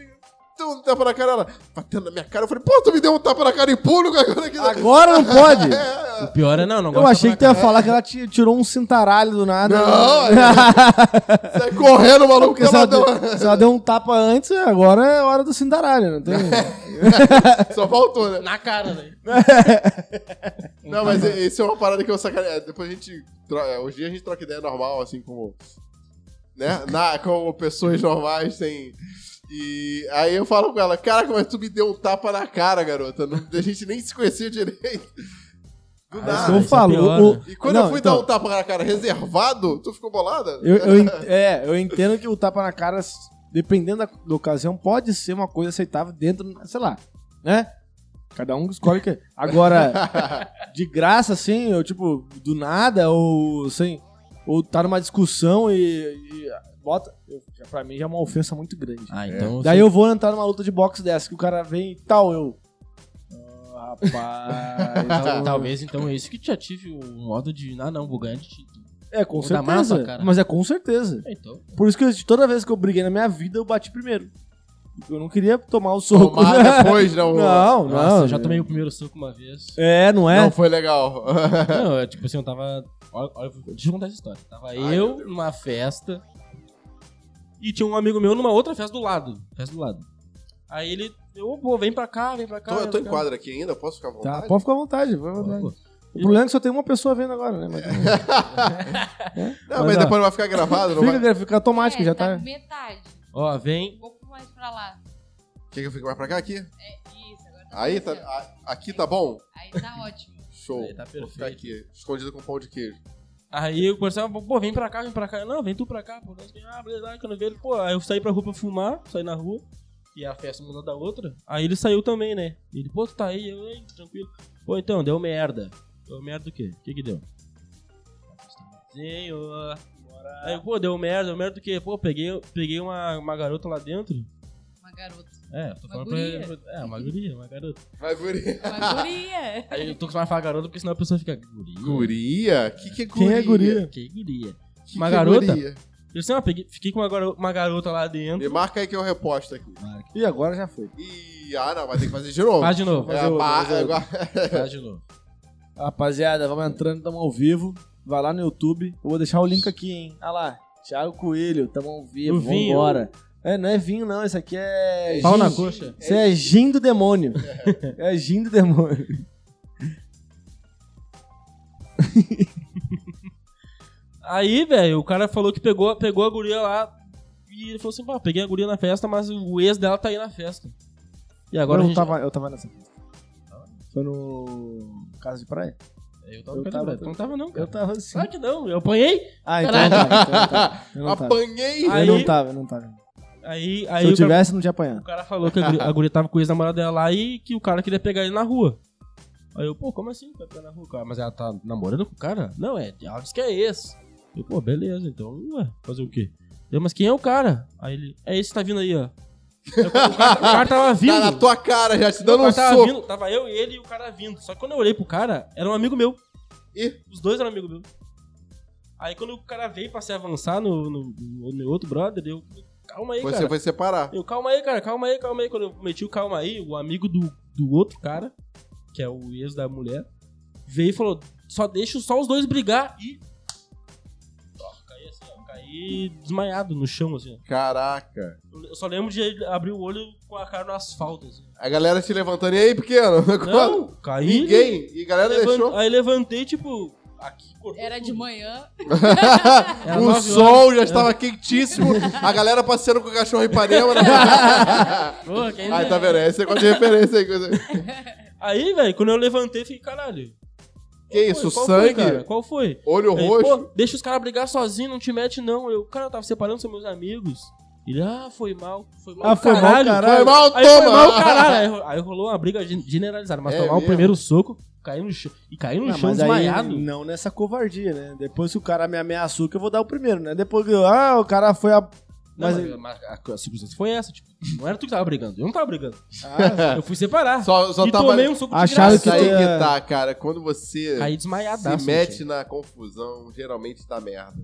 [SPEAKER 3] Deu um tapa na cara, ela batendo na minha cara. Eu falei, pô, tu me deu um tapa na cara em público agora aqui. né?"
[SPEAKER 5] Agora não pode.
[SPEAKER 3] É,
[SPEAKER 6] O pior é não, não
[SPEAKER 5] Eu
[SPEAKER 6] gosto
[SPEAKER 5] achei
[SPEAKER 6] de
[SPEAKER 5] que tu ia falar que ela ti- tirou um cintaralho do nada.
[SPEAKER 3] Não, é. Sai correndo, maluco, que
[SPEAKER 5] Porque se
[SPEAKER 3] ela
[SPEAKER 5] ela,
[SPEAKER 3] deu.
[SPEAKER 5] deu, se ela deu um tapa antes, agora é hora do cintaralho, não tem?
[SPEAKER 3] Só faltou, né?
[SPEAKER 6] na cara, velho.
[SPEAKER 3] Não, mas e- esse é uma parada que eu sacaneei. Depois a gente. tro- é, Hoje em dia a gente troca ideia normal, assim, como. Né? Na, como pessoas normais sem. E aí eu falo com ela, caraca, mas tu me deu um tapa na cara, garota. Não- a gente nem se conhecia direito. Do
[SPEAKER 5] eu
[SPEAKER 3] nada.
[SPEAKER 6] isso é
[SPEAKER 5] falo.
[SPEAKER 6] pior,
[SPEAKER 5] o-
[SPEAKER 6] né?
[SPEAKER 3] E quando
[SPEAKER 5] não,
[SPEAKER 3] eu fui
[SPEAKER 5] então,
[SPEAKER 3] dar um tapa na cara reservado, tu ficou bolada?
[SPEAKER 5] Eu, eu en- é, eu entendo que o tapa na cara, s- dependendo da, da ocasião, pode ser uma coisa aceitável dentro, sei lá, né? Cada um escolhe o que. Agora, de graça, assim, eu, tipo, do nada, ou sem. Ou tá numa discussão e, e
[SPEAKER 1] bota. Eu, já, pra mim já é uma ofensa muito grande.
[SPEAKER 6] Ah, então.
[SPEAKER 1] Daí eu vou entrar numa luta de boxe dessa, que o cara vem e tal, eu. "Ah, rapaz.
[SPEAKER 6] tal- Talvez então é isso que te ative o modo de. Ah, não, vou ganhar de título.
[SPEAKER 1] É, com
[SPEAKER 6] Vou dar
[SPEAKER 1] certeza.
[SPEAKER 6] massa, cara.
[SPEAKER 1] Mas é com certeza.
[SPEAKER 6] Então.
[SPEAKER 1] Por isso que eu- toda vez que eu briguei na minha vida, eu bati primeiro. Eu não queria tomar o soco.
[SPEAKER 3] Tomar depois, não.
[SPEAKER 1] Não,
[SPEAKER 6] Nossa,
[SPEAKER 1] não.
[SPEAKER 6] eu já
[SPEAKER 5] é.
[SPEAKER 6] tomei o primeiro soco uma vez.
[SPEAKER 1] É, não é?
[SPEAKER 3] Não foi legal.
[SPEAKER 6] Não, eu, tipo assim, eu tava. Olha, olha, deixa eu contar essa história. Tava eu numa festa e tinha um amigo meu numa outra festa do lado. Festa do lado. Aí ele. Eu, ô, pô, vem pra cá, vem pra cá.
[SPEAKER 5] Tô, eu
[SPEAKER 6] vem
[SPEAKER 5] tô em
[SPEAKER 6] pra cá.
[SPEAKER 5] quadra né? aqui ainda, posso ficar à vontade?
[SPEAKER 1] Tá, pode ficar à vontade. Pode à vontade.
[SPEAKER 6] Pô,
[SPEAKER 1] O problema é que só tem uma pessoa vendo agora, né? Mas,
[SPEAKER 3] Não,
[SPEAKER 1] Mas,
[SPEAKER 3] mas
[SPEAKER 1] ó,
[SPEAKER 3] depois não vai ficar gravado, não vai.
[SPEAKER 1] fica, fica automático,
[SPEAKER 4] É,
[SPEAKER 1] já
[SPEAKER 4] tá
[SPEAKER 1] tá.
[SPEAKER 4] metade.
[SPEAKER 6] Ó, vem.
[SPEAKER 4] Um pouco mais pra lá.
[SPEAKER 5] Quer que eu fique mais pra cá aqui?
[SPEAKER 4] Isso, agora tá
[SPEAKER 5] Aí, tá,
[SPEAKER 4] certo.
[SPEAKER 5] a- aqui tá bom?
[SPEAKER 4] Aí tá ótimo.
[SPEAKER 5] Show.
[SPEAKER 6] Aí tá
[SPEAKER 5] Vou ficar
[SPEAKER 6] perfeito.
[SPEAKER 5] aqui, escondido com pão de queijo.
[SPEAKER 6] Aí eu conversava, pô, vem pra cá, vem pra cá. Eu, Não, vem tu pra cá, pô. Nós vem, ah, beleza, quando eu vi ele, pô. Aí eu saí pra rua pra fumar, saí na rua. E a festa uma da outra. Aí ele saiu também, né? Ele, pô, tu tá aí, eu, ei, tranquilo. Pô, então, deu merda. Deu merda do quê? O que que deu? Senhor. Aí, pô, deu merda, deu merda do quê? Pô, peguei, peguei uma, uma garota lá dentro.
[SPEAKER 4] Uma garota.
[SPEAKER 6] É, tô
[SPEAKER 4] Uma
[SPEAKER 6] falando
[SPEAKER 4] guria.
[SPEAKER 6] pra ele. É, uma guria, uma garota.
[SPEAKER 5] Vai, guria.
[SPEAKER 4] Uma guria.
[SPEAKER 6] Aí eu tô acostumado a falar garota porque senão a pessoa fica. Guria?
[SPEAKER 3] Guria? Que que é
[SPEAKER 1] Quem
[SPEAKER 3] guria?
[SPEAKER 1] é guria?
[SPEAKER 6] Que guria?
[SPEAKER 3] Que
[SPEAKER 6] Uma
[SPEAKER 3] que é
[SPEAKER 6] garota?
[SPEAKER 3] guria?
[SPEAKER 6] Eu disse, ah, peguei, fiquei com uma, garo- uma garota lá dentro.
[SPEAKER 5] Me marca aí que eu reposto aqui.
[SPEAKER 1] E agora já foi.
[SPEAKER 5] Ih, ah, não, vai ter que fazer de novo.
[SPEAKER 6] Faz de novo.
[SPEAKER 5] É,
[SPEAKER 1] fazer outro,
[SPEAKER 5] pá,
[SPEAKER 1] fazer outro.
[SPEAKER 5] agora-
[SPEAKER 6] Faz de novo.
[SPEAKER 1] Rapaziada, vamos entrando, tamo ao vivo. Vai lá no YouTube. Eu vou deixar o link aqui, hein? Olha lá. Thiago Coelho, tamo ao vivo.
[SPEAKER 6] O vinho.
[SPEAKER 1] Vambora. É, não é vinho, não. Isso aqui é.
[SPEAKER 6] Pau
[SPEAKER 1] gin.
[SPEAKER 6] na coxa.
[SPEAKER 1] Isso é gin do demônio. É gin do demônio.
[SPEAKER 6] Aí, velho, o cara falou que pegou, pegou a guria lá. E ele falou assim: pá, peguei a guria na festa, mas o ex dela tá aí na festa. E agora
[SPEAKER 1] Agora
[SPEAKER 6] a
[SPEAKER 1] eu
[SPEAKER 6] gente-
[SPEAKER 1] tava, eu tava nessa festa. Foi no. Casa de Praia?
[SPEAKER 6] Eu tava,
[SPEAKER 1] eu
[SPEAKER 6] eu
[SPEAKER 1] tava-
[SPEAKER 6] não tava, não. Cara.
[SPEAKER 1] Eu tava assim.
[SPEAKER 6] Claro que não, eu apanhei.
[SPEAKER 1] Ah, então eu não tava. então eu não tava. Eu não tava.
[SPEAKER 3] Apanhei!
[SPEAKER 1] Eu
[SPEAKER 6] Aí,
[SPEAKER 1] não tava, eu não tava.
[SPEAKER 6] aí,
[SPEAKER 1] Se
[SPEAKER 6] aí
[SPEAKER 1] eu
[SPEAKER 6] o, cara,
[SPEAKER 1] tivesse, não tinha apanhado.
[SPEAKER 6] o cara falou que a guria, a guria tava com o ex-namorado dela lá e que o cara queria pegar ele na rua. Aí eu, pô, como assim? Vai pegar na rua, cara? Mas ela tá namorando com o cara? Não, é, ela disse que é esse. Eu, pô, beleza, então, ué, fazer o quê? Eu, mas quem é o cara? Aí ele, é esse que tá vindo aí, ó. Eu, o, cara, o cara tava vindo.
[SPEAKER 3] Tá na tua cara já, te dando
[SPEAKER 6] Não,
[SPEAKER 3] um
[SPEAKER 6] o cara tava
[SPEAKER 3] soco.
[SPEAKER 6] vindo, tava eu e ele e o cara vindo. Só que quando eu olhei pro cara, era um amigo meu.
[SPEAKER 3] Ih.
[SPEAKER 6] Os dois eram amigos meus. Aí quando o cara veio pra se avançar no, no- no meu outro brother, eu. Calma aí,
[SPEAKER 5] Você
[SPEAKER 6] cara.
[SPEAKER 5] vai separar.
[SPEAKER 6] Eu, calma aí, cara, calma aí, calma aí. Quando eu meti o calma aí, o amigo do, do outro cara, que é o ex da mulher, veio e falou: só deixa só os dois brigar e. Ó, Caí assim, ó. Caí desmaiado no chão, assim. ó.
[SPEAKER 3] Caraca.
[SPEAKER 6] Eu só lembro de abrir o olho com a cara no asfalto, assim.
[SPEAKER 3] A galera te levantando. E aí, pequeno?
[SPEAKER 6] Não, caí.
[SPEAKER 3] Ninguém. E a galera
[SPEAKER 6] Levan-
[SPEAKER 3] deixou.
[SPEAKER 6] Aí levantei, tipo, aqui cortou
[SPEAKER 4] Era de
[SPEAKER 6] tudo.
[SPEAKER 4] manhã.
[SPEAKER 6] Era
[SPEAKER 3] o
[SPEAKER 6] É, nove
[SPEAKER 3] sol já
[SPEAKER 6] horas. É.
[SPEAKER 3] estava quentíssimo. A galera passeando com o cachorro em Ipanema. né?
[SPEAKER 6] Pô, quem
[SPEAKER 3] Aí
[SPEAKER 6] é?
[SPEAKER 3] tá vendo? Esse negócio de referência aí. coisa-
[SPEAKER 6] Aí, velho, quando eu levantei, fiquei, caralho.
[SPEAKER 3] Que
[SPEAKER 6] qual
[SPEAKER 3] isso,
[SPEAKER 6] Qual
[SPEAKER 3] sangue?
[SPEAKER 6] Foi, cara? Qual foi?
[SPEAKER 3] Olho
[SPEAKER 6] Ele,
[SPEAKER 3] roxo.
[SPEAKER 6] Pô, deixa os caras brigar sozinho, não te mete não. Eu, cara, eu tava separando seus meus amigos. Ele, ah, foi mal. Foi mal,
[SPEAKER 1] Ah, foi mal,
[SPEAKER 6] caralho.
[SPEAKER 1] caralho.
[SPEAKER 3] Foi mal,
[SPEAKER 6] Aí
[SPEAKER 3] toma!
[SPEAKER 6] foi mal, caralho. Aí ro- Aí, rolou uma briga gen- generalizada. Mas
[SPEAKER 3] É
[SPEAKER 6] tomar o
[SPEAKER 3] mesmo?
[SPEAKER 6] primeiro soco, caiu no chão. E caiu no
[SPEAKER 1] Não,
[SPEAKER 6] chão
[SPEAKER 1] mas
[SPEAKER 6] desmaiado.
[SPEAKER 1] aí, não nessa covardia, né? Depois que o cara me ameaçou, que eu vou dar o primeiro, né? Depois que eu, ah, o cara foi a.
[SPEAKER 6] Não,
[SPEAKER 1] Mas,
[SPEAKER 6] mas, mas a, a circunstância foi essa, tipo, não era tu que tava brigando. Eu não tava brigando.
[SPEAKER 1] ah,
[SPEAKER 6] Eu fui separar.
[SPEAKER 3] Só, só
[SPEAKER 6] e
[SPEAKER 3] tava...
[SPEAKER 6] tomei um soco de
[SPEAKER 1] Acharam
[SPEAKER 6] graça.
[SPEAKER 3] Isso aí
[SPEAKER 1] tu é-
[SPEAKER 3] que tá, cara. Quando você
[SPEAKER 6] Caí desmaiado.
[SPEAKER 3] se mete na confusão, geralmente dá merda.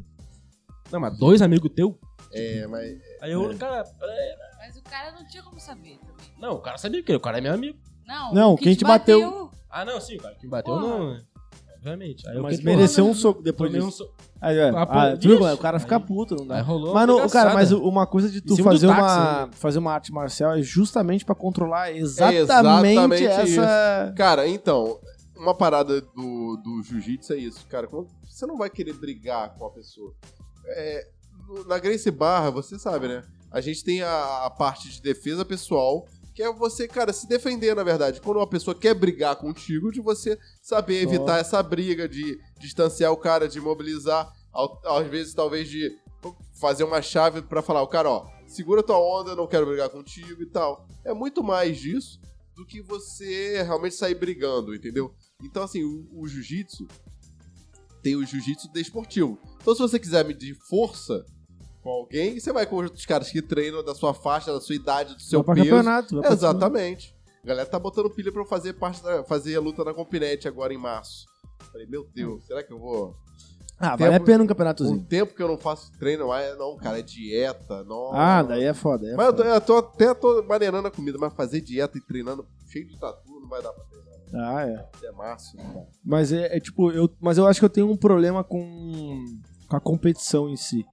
[SPEAKER 6] Não, mas dois amigos teu?
[SPEAKER 3] É, mas...
[SPEAKER 6] Aí eu, cara, é,
[SPEAKER 4] Mas o cara não tinha como saber também.
[SPEAKER 6] não, o cara sabia que o cara é meu amigo.
[SPEAKER 4] Não,
[SPEAKER 1] Não,
[SPEAKER 4] o que
[SPEAKER 1] quem te bateu.
[SPEAKER 6] Ah, não, sim, o cara que me bateu
[SPEAKER 4] Porra.
[SPEAKER 6] não, né? Obviamente. Aí eu
[SPEAKER 1] mas
[SPEAKER 6] fiquei,
[SPEAKER 1] mereceu um soco
[SPEAKER 6] pô,
[SPEAKER 1] depois
[SPEAKER 6] tomei um
[SPEAKER 1] disso.
[SPEAKER 6] so...
[SPEAKER 1] Aí, ó,
[SPEAKER 6] Ah, pô,
[SPEAKER 1] ah, tu viu,
[SPEAKER 6] vixe.
[SPEAKER 1] o cara fica
[SPEAKER 6] Aí-
[SPEAKER 1] puto, não
[SPEAKER 6] Aí
[SPEAKER 1] dá.
[SPEAKER 6] rolou
[SPEAKER 1] Mas, não,
[SPEAKER 6] uma
[SPEAKER 1] cara,
[SPEAKER 6] brigaçada.
[SPEAKER 1] mas uma coisa de
[SPEAKER 6] Em
[SPEAKER 1] tu
[SPEAKER 6] cima do
[SPEAKER 1] fazer
[SPEAKER 6] táxi
[SPEAKER 3] né?
[SPEAKER 1] uma, fazer uma arte marcial é justamente pra controlar é exatamente,
[SPEAKER 3] exatamente
[SPEAKER 1] essa.
[SPEAKER 3] Cara, então... Uma parada do, do jiu-jitsu é isso, cara. Quando você não vai querer brigar com a pessoa. É, no- na Grace Barra, você sabe, né? A gente tem a, a parte de defesa pessoal, que é você, cara, se defender, na verdade. Quando uma pessoa quer brigar contigo, de você saber
[SPEAKER 1] Ó.
[SPEAKER 3] evitar essa briga, de distanciar o cara, de mobilizar, ao- às vezes, talvez, de fazer uma chave pra falar, o cara, ó, segura tua onda, não quero brigar contigo e tal. É muito mais disso do que você realmente sair brigando, entendeu? Então, assim, o, o jiu-jitsu tem o jiu-jitsu desportivo. Então, se você quiser medir força, com alguém e você vai com outros caras que treinam da sua faixa, da sua idade, do seu
[SPEAKER 1] Vai pra
[SPEAKER 3] peso.
[SPEAKER 1] campeonato. vai pra-
[SPEAKER 3] Exatamente. A galera tá botando pilha pra eu fazer parte da, fazer a luta na Compinet agora em março. Falei, meu Deus, será que eu vou.
[SPEAKER 1] Ah, vale a
[SPEAKER 3] Tempo-
[SPEAKER 1] pena um
[SPEAKER 3] O
[SPEAKER 1] campeonatozinho.
[SPEAKER 3] tempo que eu não faço treino, ah, não, cara, é dieta, não.
[SPEAKER 1] Ah, daí é foda. é
[SPEAKER 3] Mas eu, tô,
[SPEAKER 1] foda.
[SPEAKER 3] eu tô até tô maneirando a comida, mas fazer dieta e treinando cheio de tatu não vai dar pra treinar
[SPEAKER 1] Ah, é.
[SPEAKER 3] até março. Cara.
[SPEAKER 1] Mas é, é tipo, eu, mas eu acho que eu tenho um problema com, com a competição em si.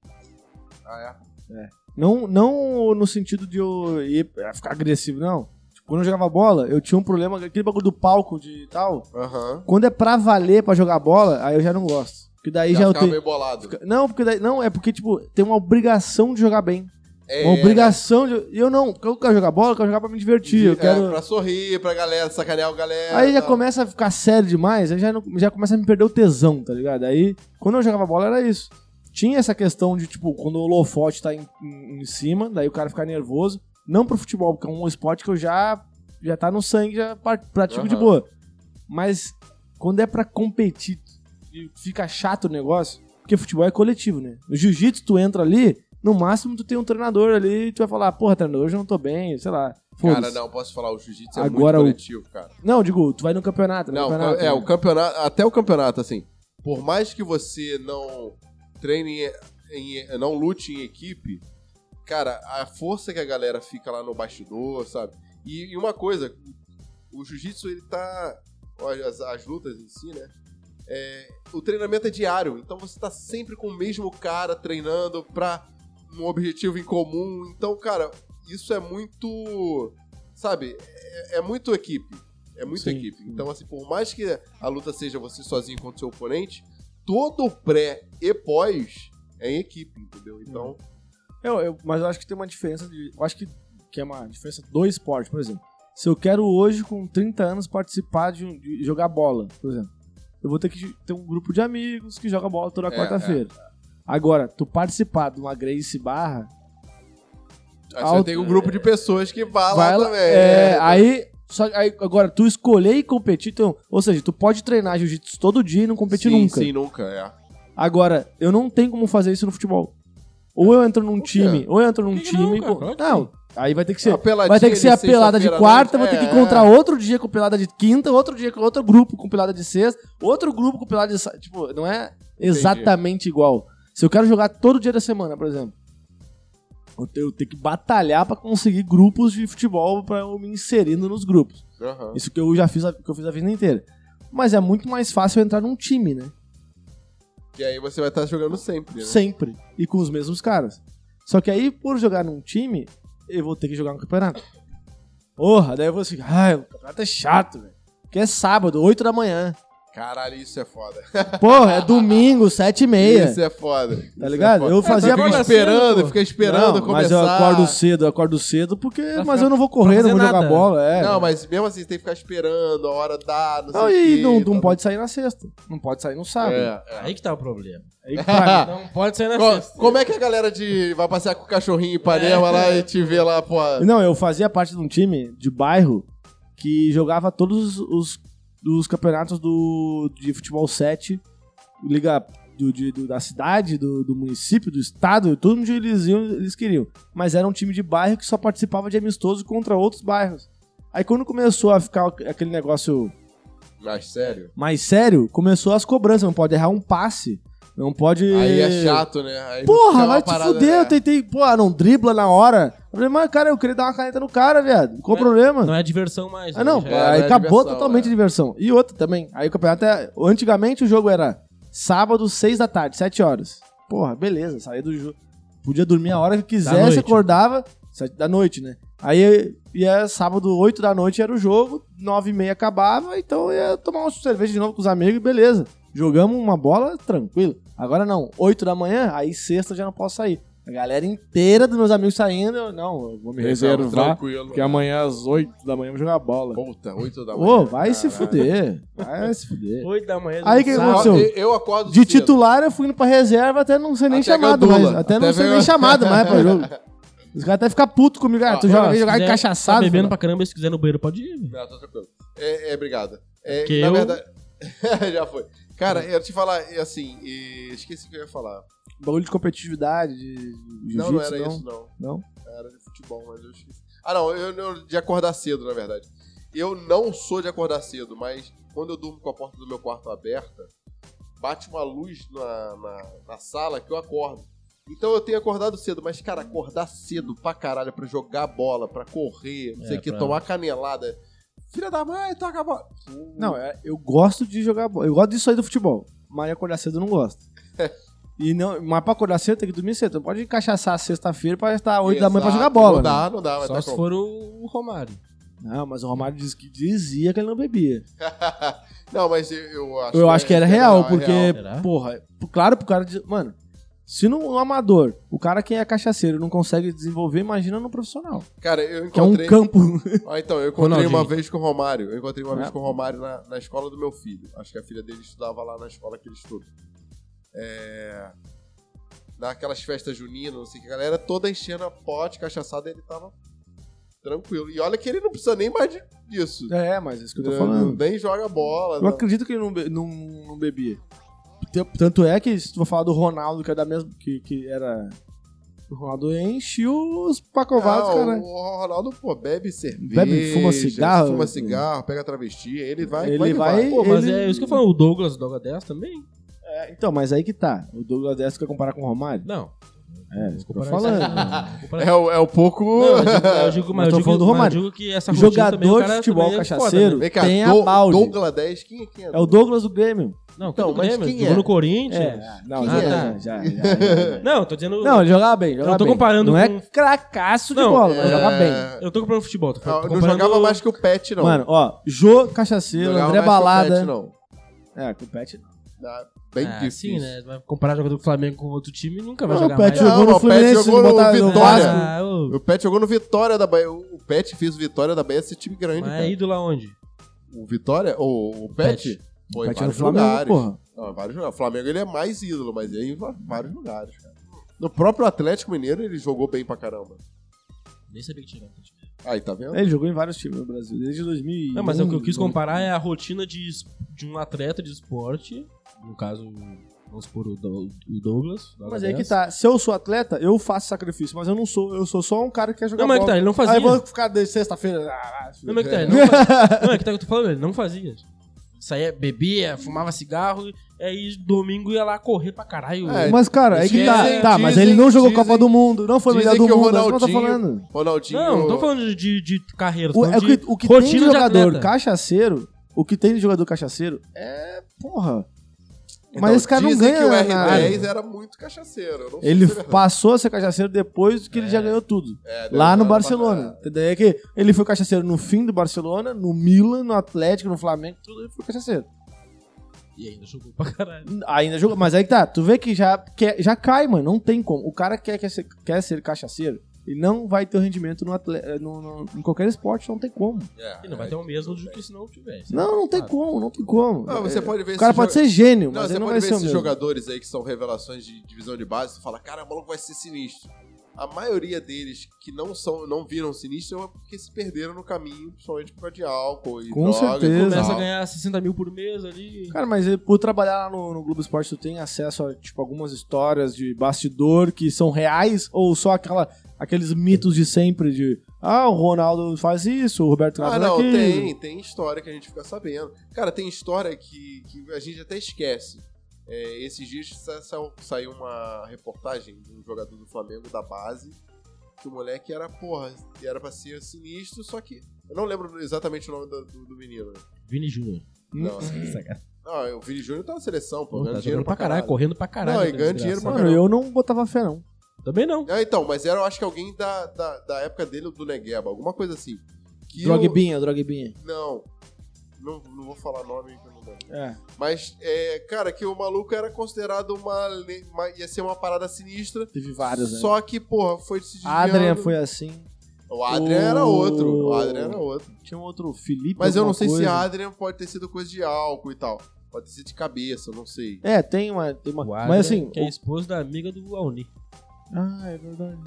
[SPEAKER 3] Ah, é?
[SPEAKER 1] Não, não no sentido de eu ir, é, ficar agressivo, não. Tipo, quando eu jogava bola, eu tinha um problema, aquele bagulho do palco de tal.
[SPEAKER 3] Aham.
[SPEAKER 1] Quando é pra valer pra jogar bola, aí eu já não gosto. Porque daí já, eu
[SPEAKER 3] ficava
[SPEAKER 1] tenho.
[SPEAKER 3] meio bolado.
[SPEAKER 1] Não, porque daí, não, é porque, tipo, tem uma obrigação de jogar bem.
[SPEAKER 3] É,
[SPEAKER 1] uma obrigação de. Eu não, porque eu quero jogar bola, eu quero jogar pra me divertir.
[SPEAKER 3] é,
[SPEAKER 1] Eu quero.
[SPEAKER 3] pra sorrir, pra galera, sacanear o galera.
[SPEAKER 1] Aí já
[SPEAKER 3] tá.
[SPEAKER 1] começa a ficar sério demais, aí já, não- já começa a me perder o tesão, tá ligado? Aí, quando eu jogava bola, era isso. Tinha essa questão de, tipo, quando o holofote tá em, em- em cima, daí o cara fica nervoso. Não pro futebol, porque é um esporte que eu já, já tá no sangue, já par- pratico é tipo de
[SPEAKER 3] Aham.
[SPEAKER 1] boa. Mas quando é pra competir e fica chato o negócio, porque futebol é coletivo, né? No jiu-jitsu, tu entra ali, no máximo tu tem um treinador ali, tu vai falar, "Ah, porra, treinador, hoje eu não tô bem, sei lá.
[SPEAKER 3] Cara,
[SPEAKER 1] não.
[SPEAKER 3] não, posso falar, o jiu-jitsu é
[SPEAKER 1] Agora o-
[SPEAKER 3] muito coletivo, cara.
[SPEAKER 1] não, digo, tu vai no campeonato. no
[SPEAKER 3] Não,
[SPEAKER 1] campeonato,
[SPEAKER 3] é,
[SPEAKER 1] né?
[SPEAKER 3] o campeonato, até o campeonato, assim, por mais que você não treine, em, não lute em equipe, cara, a força que a galera fica lá no bastidor, sabe? E, e uma coisa, o jiu-jitsu, ele tá, ó, as, as lutas em si, né? É, o treinamento é diário, então você tá sempre com o mesmo cara treinando pra um objetivo em comum, então, cara, isso é muito, sabe, é, é muito equipe. É muito
[SPEAKER 1] Sim.
[SPEAKER 3] equipe. Então, assim, por mais que a luta seja você sozinho contra o seu oponente, todo o pré e pós é em equipe, entendeu? Então,
[SPEAKER 1] Eu, eu- mas eu acho que tem uma diferença de. Eu acho que, que é uma diferença do esporte, por exemplo. Se eu quero hoje, com 30 anos, participar de, um- de jogar bola, por exemplo, eu vou ter que ter um grupo de amigos que joga bola toda
[SPEAKER 3] É,
[SPEAKER 1] quarta-feira. Agora, tu participar de uma Grace Barra.
[SPEAKER 3] aí você
[SPEAKER 1] Alto-
[SPEAKER 3] tem um grupo de pessoas que vai,
[SPEAKER 1] vai
[SPEAKER 3] lá
[SPEAKER 1] lá,
[SPEAKER 3] também.
[SPEAKER 1] é, aí. Só, aí, agora, tu escolher e competir, então, ou seja, tu pode treinar jiu-jitsu todo dia e não competir
[SPEAKER 3] sim,
[SPEAKER 1] nunca.
[SPEAKER 3] Sim, nunca, é.
[SPEAKER 1] Agora, eu não tenho como fazer isso no futebol. Ou eu entro num
[SPEAKER 3] quê? Ah,
[SPEAKER 1] time, ou eu entro num
[SPEAKER 6] Por que que
[SPEAKER 1] time.
[SPEAKER 6] não, cara?
[SPEAKER 1] com-
[SPEAKER 6] Claro que
[SPEAKER 1] não, aí vai ter que ser.
[SPEAKER 3] A peladinha
[SPEAKER 1] Vai ter que
[SPEAKER 3] de
[SPEAKER 1] ser a pelada de
[SPEAKER 3] sexta-feira à
[SPEAKER 1] quarta, vou
[SPEAKER 3] noite,
[SPEAKER 1] ter que
[SPEAKER 3] é,
[SPEAKER 1] encontrar
[SPEAKER 3] é.
[SPEAKER 1] outro dia com pelada de quinta, outro dia com outro grupo com pelada de sexta, outro grupo com pelada de. sa- Tipo, não é exatamente igual. Se eu quero jogar todo dia da semana, por exemplo, eu te- eu tenho que batalhar pra conseguir grupos de futebol pra eu me inserindo nos grupos.
[SPEAKER 3] Aham.
[SPEAKER 1] Isso que eu já fiz, a- que eu fiz a vida inteira. Mas é muito mais fácil eu entrar num time, né?
[SPEAKER 3] E aí você vai estar jogando sempre, né?
[SPEAKER 1] Sempre. E com os mesmos caras. Só que aí, por jogar num time, eu vou ter que jogar no campeonato. Porra, daí eu vou assim, ai, o campeonato é chato, velho. Porque é sábado, 8 da manhã.
[SPEAKER 3] Caralho, isso é foda.
[SPEAKER 1] Porra, é domingo, 7 e meia.
[SPEAKER 3] Isso é foda.
[SPEAKER 1] Tá ligado? Eu fazia.
[SPEAKER 3] Fica
[SPEAKER 1] Não,
[SPEAKER 3] esperando, fica esperando começar.
[SPEAKER 1] mas eu acordo cedo, eu acordo cedo, porque.
[SPEAKER 6] Pra
[SPEAKER 1] Mas
[SPEAKER 6] ficar-
[SPEAKER 1] eu não vou correr,
[SPEAKER 6] pra
[SPEAKER 1] não vou
[SPEAKER 6] fazer
[SPEAKER 1] jogar
[SPEAKER 6] nada.
[SPEAKER 1] bola, é.
[SPEAKER 3] Não, mas mesmo assim, você tem que ficar esperando, a hora dá, não sei
[SPEAKER 1] Não,
[SPEAKER 3] o
[SPEAKER 1] e
[SPEAKER 3] quê,
[SPEAKER 1] não, não
[SPEAKER 3] tá-
[SPEAKER 1] pode sair na sexta. Não pode sair no sábado.
[SPEAKER 3] É, é.
[SPEAKER 6] Aí que tá o problema.
[SPEAKER 1] Aí, pra mim,
[SPEAKER 6] Não pode sair na
[SPEAKER 3] Co-
[SPEAKER 6] sexta.
[SPEAKER 3] Como é que a galera de vai passear com o cachorrinho em Ipanema lá e te vê lá, pô?
[SPEAKER 1] Não, eu fazia parte de um time de bairro que jogava todos os, os campeonatos do, de futebol 7, liga do, de- do- da cidade, do, do município, do estado, tudo onde eles iam, eles queriam. Mas era um time de bairro que só participava de amistoso contra outros bairros. Aí quando começou a ficar aquele negócio
[SPEAKER 3] Mas sério.
[SPEAKER 1] mais sério, começou as cobranças, não pode errar um passe, não pode...
[SPEAKER 3] Aí é chato, né? Aí fica
[SPEAKER 1] Porra,
[SPEAKER 3] uma
[SPEAKER 1] vai te
[SPEAKER 3] parada,
[SPEAKER 1] fuder,
[SPEAKER 3] né?
[SPEAKER 1] eu tentei, pô, não dribla na hora. Eu falei, mas cara, eu queria dar uma caneta no cara, viado. Qual o
[SPEAKER 6] É,
[SPEAKER 1] problema?
[SPEAKER 6] Não é diversão mais.
[SPEAKER 1] Ah, não,
[SPEAKER 6] né?
[SPEAKER 1] pô,
[SPEAKER 6] Já-
[SPEAKER 3] era
[SPEAKER 1] aí
[SPEAKER 3] a
[SPEAKER 1] acabou
[SPEAKER 3] diversão,
[SPEAKER 1] totalmente
[SPEAKER 3] é.
[SPEAKER 1] a diversão. E outra também. Aí o campeonato é. Antigamente o jogo era sábado, 6 da tarde, 7 horas. Porra, beleza, saía do jogo. Podia dormir a hora que quisesse,
[SPEAKER 6] noite.
[SPEAKER 1] acordava, 7 da noite, né? Aí ia sábado, 8 da noite era o jogo, 9 e meia acabava, então ia tomar uma cerveja de novo com os amigos e beleza. Jogamos uma bola, tranquilo. Agora não, 8 da manhã, aí sexta eu já não posso sair. A galera inteira dos meus amigos saindo, eu, não, eu vou me reservar,
[SPEAKER 3] Tranquilo.
[SPEAKER 5] é
[SPEAKER 1] porque amanhã às
[SPEAKER 3] um-
[SPEAKER 1] 8 da manhã eu vou jogar bola.
[SPEAKER 3] Puta, 8 da
[SPEAKER 1] Ô,
[SPEAKER 3] manhã.
[SPEAKER 1] vai se
[SPEAKER 3] Caralho.
[SPEAKER 1] fuder. Vai se fuder.
[SPEAKER 6] Oito da manhã.
[SPEAKER 1] Aí que
[SPEAKER 3] Eu-
[SPEAKER 1] aconteceu?
[SPEAKER 3] Ah, Eu, eu acordo
[SPEAKER 1] De
[SPEAKER 3] cedo.
[SPEAKER 1] titular eu fui indo pra reserva até não ser nem
[SPEAKER 3] Até
[SPEAKER 1] chamado
[SPEAKER 3] gandula.
[SPEAKER 1] mais. Até,
[SPEAKER 3] Até
[SPEAKER 1] não ser
[SPEAKER 3] veio-
[SPEAKER 1] nem chamado mais pra jogo. Os caras até ficam putos comigo. Ah, tu
[SPEAKER 3] Ó,
[SPEAKER 1] joga, vem
[SPEAKER 6] Se
[SPEAKER 1] jogar
[SPEAKER 6] quiser-
[SPEAKER 1] encaixaçado.
[SPEAKER 6] Tá bebendo
[SPEAKER 1] mano.
[SPEAKER 6] pra caramba, se quiser no banheiro, pode ir. velho.
[SPEAKER 3] Não, tô tranquilo. É, é obrigado. É,
[SPEAKER 6] Porque
[SPEAKER 3] na
[SPEAKER 6] eu-
[SPEAKER 3] verdade, Já foi. Cara, eu te falar, é assim, e- esqueci o que eu ia falar.
[SPEAKER 1] Bagulho de competitividade, de jiu-jitsu,
[SPEAKER 3] não, não era isso, não.
[SPEAKER 1] Não?
[SPEAKER 3] Era de futebol, mas eu esqueci. Ah, não, eu, eu- de acordar cedo, na verdade. Eu não sou de acordar cedo, mas quando eu durmo com a porta do meu quarto aberta, bate uma luz na, na, na sala que eu acordo. Então eu tenho acordado cedo, mas, cara, acordar cedo pra caralho, pra jogar bola, pra correr, não sei o que, tomar canelada. Filha da mãe, toca a bola.
[SPEAKER 1] Não, é- eu gosto de jogar bola. Eu gosto disso aí do futebol. Mas acordar cedo eu não gosto. e não, mas pra acordar cedo tem que dormir cedo. Não pode cachaçar sexta-feira pra estar 8 da manhã pra
[SPEAKER 3] Exato.
[SPEAKER 1] jogar bola. né?
[SPEAKER 3] Não dá, não dá, mas
[SPEAKER 6] Só
[SPEAKER 3] tá
[SPEAKER 6] se
[SPEAKER 3] como.
[SPEAKER 6] for o, o Romário.
[SPEAKER 1] Não, mas o Romário diz que dizia que ele não bebia.
[SPEAKER 3] não, mas eu, eu acho é
[SPEAKER 1] eu acho que era real, porque,
[SPEAKER 3] real.
[SPEAKER 6] Será?
[SPEAKER 1] porra, p- claro pro cara. diz- Mano, se no no amador, o cara que é cachaceiro não consegue desenvolver, imagina no profissional.
[SPEAKER 3] Cara, eu
[SPEAKER 1] Que é um
[SPEAKER 3] encontrei.
[SPEAKER 1] campo.
[SPEAKER 3] Ah, então, eu encontrei
[SPEAKER 6] Ronaldinho.
[SPEAKER 3] uma vez com o Romário. Eu encontrei uma
[SPEAKER 1] Ah.
[SPEAKER 3] vez com o Romário na, na escola do meu filho. Acho que a filha dele estudava lá na escola que ele estuda. É. Naquelas festas juninas, não sei o que, a galera toda enchendo a pote, cachaçada, ele tava tranquilo. E olha que ele não precisa nem mais de- disso.
[SPEAKER 1] é, mas é isso que eu tô
[SPEAKER 3] Ele
[SPEAKER 1] falando.
[SPEAKER 3] Nem joga bola.
[SPEAKER 1] Eu
[SPEAKER 3] não.
[SPEAKER 1] acredito que ele não, be- não, não bebia. Te- Tanto é que, se tu for falar do Ronaldo, que é da mesma. Que, que era. O Ronaldo encheu os pacovados,
[SPEAKER 3] Ah,
[SPEAKER 1] cara.
[SPEAKER 3] O Ronaldo, pô, bebe cerveja.
[SPEAKER 1] Bebe, fuma cigarro.
[SPEAKER 3] Fuma cigarro, pega travesti. Ele vai.
[SPEAKER 1] Ele
[SPEAKER 3] que
[SPEAKER 1] vai-
[SPEAKER 6] Pô, mas
[SPEAKER 1] Ele-
[SPEAKER 6] é isso que eu falo, o Douglas, o Douglas 10 também?
[SPEAKER 1] É, então, mas aí que tá. O Douglas Dessa quer comparar com o Romário?
[SPEAKER 6] Não.
[SPEAKER 1] É, isso que eu tô
[SPEAKER 6] Comparar
[SPEAKER 1] falando.
[SPEAKER 6] isso- comparar-
[SPEAKER 3] É o, é o pouco.
[SPEAKER 6] Não, eu digo- eu digo, mas
[SPEAKER 1] Mas
[SPEAKER 6] eu
[SPEAKER 1] tô falando do
[SPEAKER 6] digo, mas eu
[SPEAKER 1] Romário.
[SPEAKER 6] digo que essa rotina
[SPEAKER 1] Jogador
[SPEAKER 6] também, o cara
[SPEAKER 1] de futebol
[SPEAKER 6] também é foda,
[SPEAKER 1] cachaceiro
[SPEAKER 6] né?
[SPEAKER 3] Vem cá,
[SPEAKER 1] tem a
[SPEAKER 3] Do-
[SPEAKER 1] balde.
[SPEAKER 3] Douglas 10, quem é quem é?
[SPEAKER 1] É o Douglas do Grêmio.
[SPEAKER 6] Não,
[SPEAKER 3] Então,
[SPEAKER 6] então,
[SPEAKER 3] mas
[SPEAKER 6] mas
[SPEAKER 3] quem
[SPEAKER 6] jogou
[SPEAKER 3] é?
[SPEAKER 6] no Corinthians.
[SPEAKER 1] É. Não,
[SPEAKER 3] Quem
[SPEAKER 1] já,
[SPEAKER 3] é?
[SPEAKER 1] já, já, já, já, já.
[SPEAKER 6] Não, eu tô dizendo...
[SPEAKER 1] Não, ele jogava bem. Jogava
[SPEAKER 6] Eu tô
[SPEAKER 1] bem.
[SPEAKER 6] comparando
[SPEAKER 1] Não
[SPEAKER 6] com-
[SPEAKER 1] é cracaço de
[SPEAKER 6] Não,
[SPEAKER 1] bola, mas
[SPEAKER 3] É,
[SPEAKER 1] joga bem.
[SPEAKER 6] eu tô comprando futebol. Tô
[SPEAKER 3] Não,
[SPEAKER 6] comprando...
[SPEAKER 3] não jogava mais que o Pet, não.
[SPEAKER 1] Mano, ó, Jô Cachaceiro,
[SPEAKER 3] jogava
[SPEAKER 1] André
[SPEAKER 3] mais que o
[SPEAKER 1] Balada.
[SPEAKER 3] Pet, não.
[SPEAKER 1] É, com o Pet não.
[SPEAKER 3] Dá Bem
[SPEAKER 6] ah,
[SPEAKER 3] difícil.
[SPEAKER 6] sim, né? Vai comparar jogador do Flamengo com outro time, nunca vai
[SPEAKER 1] Não,
[SPEAKER 6] jogar
[SPEAKER 1] o Pet
[SPEAKER 6] mais.
[SPEAKER 1] jogou
[SPEAKER 3] Não,
[SPEAKER 1] no
[SPEAKER 3] o Pet
[SPEAKER 1] Fluminense,
[SPEAKER 3] jogou no
[SPEAKER 1] botaram-
[SPEAKER 3] Vitória.
[SPEAKER 1] Vasco.
[SPEAKER 6] Ah, ô,
[SPEAKER 3] O Pet jogou no Vitória da Bahia. O Pet fez o Vitória da Bahia esse time grande,
[SPEAKER 6] mas
[SPEAKER 3] cara.
[SPEAKER 6] é ídolo aonde?
[SPEAKER 3] O Vitória, ou o Pet,
[SPEAKER 6] Pet.
[SPEAKER 1] O
[SPEAKER 3] foi em
[SPEAKER 1] Pet era o
[SPEAKER 3] vários
[SPEAKER 1] Flamengo,
[SPEAKER 3] lugares.
[SPEAKER 1] porra.
[SPEAKER 3] Não, em vários lugares. O Flamengo ele é mais ídolo, mas ele é em va- vários lugares, cara. No próprio Atlético Mineiro ele jogou bem pra caramba.
[SPEAKER 6] Nem sabia que tinha jogado.
[SPEAKER 3] Aí, tá
[SPEAKER 6] É.
[SPEAKER 3] vendo?
[SPEAKER 1] Ele jogou em vários times no Brasil, desde 2000.
[SPEAKER 6] Não, mas é o que eu
[SPEAKER 1] um.
[SPEAKER 6] quis comparar é a rotina de, es- de um atleta de esporte, no caso, vamos supor, o, Dou- o Douglas. o
[SPEAKER 1] Mas aí que
[SPEAKER 6] Douglas.
[SPEAKER 1] tá. Se eu sou atleta, eu faço sacrifício, mas eu não sou. Eu sou só um cara que quer jogar
[SPEAKER 6] Não, mas é que
[SPEAKER 1] bola.
[SPEAKER 6] tá, ele não fazia.
[SPEAKER 1] Aí eu vou ficar de sexta-feira. ah, ah,
[SPEAKER 6] Não, mas é que tá, ele não fazia. Não, é que tá o que eu tô falando, ele não fazia. Saía, bebia, fumava cigarro, e aí domingo ia lá correr pra caralho.
[SPEAKER 3] É,
[SPEAKER 1] Mas, cara, aí que tá.
[SPEAKER 3] Dizem-
[SPEAKER 1] tá, mas
[SPEAKER 3] dizem-
[SPEAKER 1] ele não jogou
[SPEAKER 3] dizem-
[SPEAKER 1] Copa do Mundo, não foi o
[SPEAKER 3] dizem
[SPEAKER 1] melhor do
[SPEAKER 3] que o
[SPEAKER 1] mundo, é isso que eu tô
[SPEAKER 3] Ronaldinho-
[SPEAKER 1] falando.
[SPEAKER 3] Ronaldinho.
[SPEAKER 6] não, não tô falando de, de carreira, tô
[SPEAKER 1] O, é
[SPEAKER 6] falando
[SPEAKER 1] o
[SPEAKER 6] de
[SPEAKER 1] que, o que tem
[SPEAKER 6] rotina
[SPEAKER 1] de
[SPEAKER 6] de
[SPEAKER 1] jogador
[SPEAKER 6] atleta.
[SPEAKER 1] cachaceiro, o que tem de jogador cachaceiro é. Porra.
[SPEAKER 3] Então,
[SPEAKER 1] mas esse cara não
[SPEAKER 3] dizem
[SPEAKER 1] ganha.
[SPEAKER 3] que o
[SPEAKER 1] na-
[SPEAKER 3] R10 era muito cachaceiro. eu não sei
[SPEAKER 1] Ele
[SPEAKER 3] se é verdade.
[SPEAKER 1] passou a ser cachaceiro depois que ele já ganhou tudo.
[SPEAKER 3] É, deve
[SPEAKER 1] lá
[SPEAKER 3] ter
[SPEAKER 1] no
[SPEAKER 3] dado
[SPEAKER 1] Barcelona. Daí é que ele foi cachaceiro no fim do Barcelona, no Milan, no Atlético, no Flamengo, tudo ele foi cachaceiro.
[SPEAKER 6] E ainda jogou pra caralho.
[SPEAKER 1] Ainda jogou, mas aí que tá. Tu vê que já, que- já cai, mano. Não tem como. O cara quer, quer, ser, quer ser cachaceiro e não vai ter o rendimento no atle- eh, no- no- em qualquer esporte, não tem como.
[SPEAKER 3] pra-
[SPEAKER 6] E não vai ter um o mesmo do que se não tivesse.
[SPEAKER 1] Não, não tem como, não tem como. É,
[SPEAKER 3] Ah, você pode ver
[SPEAKER 1] O cara
[SPEAKER 3] esses
[SPEAKER 1] pode
[SPEAKER 3] jo-
[SPEAKER 1] ser gênio,
[SPEAKER 3] Não,
[SPEAKER 1] mas
[SPEAKER 3] você
[SPEAKER 1] ele não vai
[SPEAKER 3] pode ver
[SPEAKER 1] ser o
[SPEAKER 3] esses
[SPEAKER 1] mesmo.
[SPEAKER 3] jogadores aí que são revelações de divisão de base, tu fala, cara, o maluco vai ser sinistro. A maioria deles que não são, não viram sinistro é porque se perderam no caminho, principalmente por causa de álcool e
[SPEAKER 1] Com
[SPEAKER 3] drogas
[SPEAKER 1] certeza.
[SPEAKER 3] e
[SPEAKER 6] Começa
[SPEAKER 3] tal.
[SPEAKER 6] a ganhar 60 mil por mês ali.
[SPEAKER 1] Cara, mas eh, por trabalhar lá no, no Globo Esporte, tu tem acesso a, tipo, algumas histórias de bastidor que são reais ou só aquela, aqueles mitos de sempre de ah, o Ronaldo faz isso, o Roberto
[SPEAKER 3] Ah,
[SPEAKER 1] Carlos
[SPEAKER 3] não,
[SPEAKER 1] aquilo.
[SPEAKER 3] tem, tem história que a gente fica sabendo. Cara, tem história que, que a gente até esquece. É, esses dias sa- sa- saiu uma reportagem de um jogador do Flamengo da base, que o moleque era, porra, era pra ser sinistro, só que. Eu não lembro exatamente o nome do, do- do menino. né?
[SPEAKER 6] Vini Júnior.
[SPEAKER 3] Não,
[SPEAKER 6] Hum, Sacanagem.
[SPEAKER 3] não, o Vini Júnior tá na seleção, pô,
[SPEAKER 6] Pô,
[SPEAKER 3] ganhando
[SPEAKER 6] tá
[SPEAKER 3] dinheiro
[SPEAKER 6] jogando pra
[SPEAKER 3] pra caralho.
[SPEAKER 6] caralho, correndo pra caralho. né,
[SPEAKER 3] Não, e ganha dinheiro
[SPEAKER 6] desgraçado.
[SPEAKER 1] Mano, eu não botava fé, não.
[SPEAKER 6] Também não.
[SPEAKER 3] Ah, então, mas era, eu acho que alguém da, da, da época dele, do Negueba, alguma coisa assim. Que eu-
[SPEAKER 1] Drogbinha, drogbinha.
[SPEAKER 3] Não, não, não vou falar nome que eu não lembro.
[SPEAKER 1] É.
[SPEAKER 3] Mas, é, cara, que o maluco era considerado uma, le- uma- ia ser uma parada sinistra.
[SPEAKER 1] Teve vários, né?
[SPEAKER 3] Só que, porra, foi se desviando.
[SPEAKER 1] A Adrian foi assim.
[SPEAKER 3] O Adrian era outro. O
[SPEAKER 1] O-
[SPEAKER 3] Adrian era outro.
[SPEAKER 1] Tinha um outro Felipe.
[SPEAKER 3] Mas eu não
[SPEAKER 1] alguma
[SPEAKER 3] sei se
[SPEAKER 1] coisa.
[SPEAKER 3] a Adrian pode ter sido coisa de álcool e tal. Pode ter sido de cabeça, eu não sei.
[SPEAKER 1] É, tem uma. Tem uma...
[SPEAKER 6] O
[SPEAKER 1] Mas
[SPEAKER 6] Adrian,
[SPEAKER 1] assim.
[SPEAKER 6] Que é esposa da amiga do Alni.
[SPEAKER 1] o- Ah, é verdade.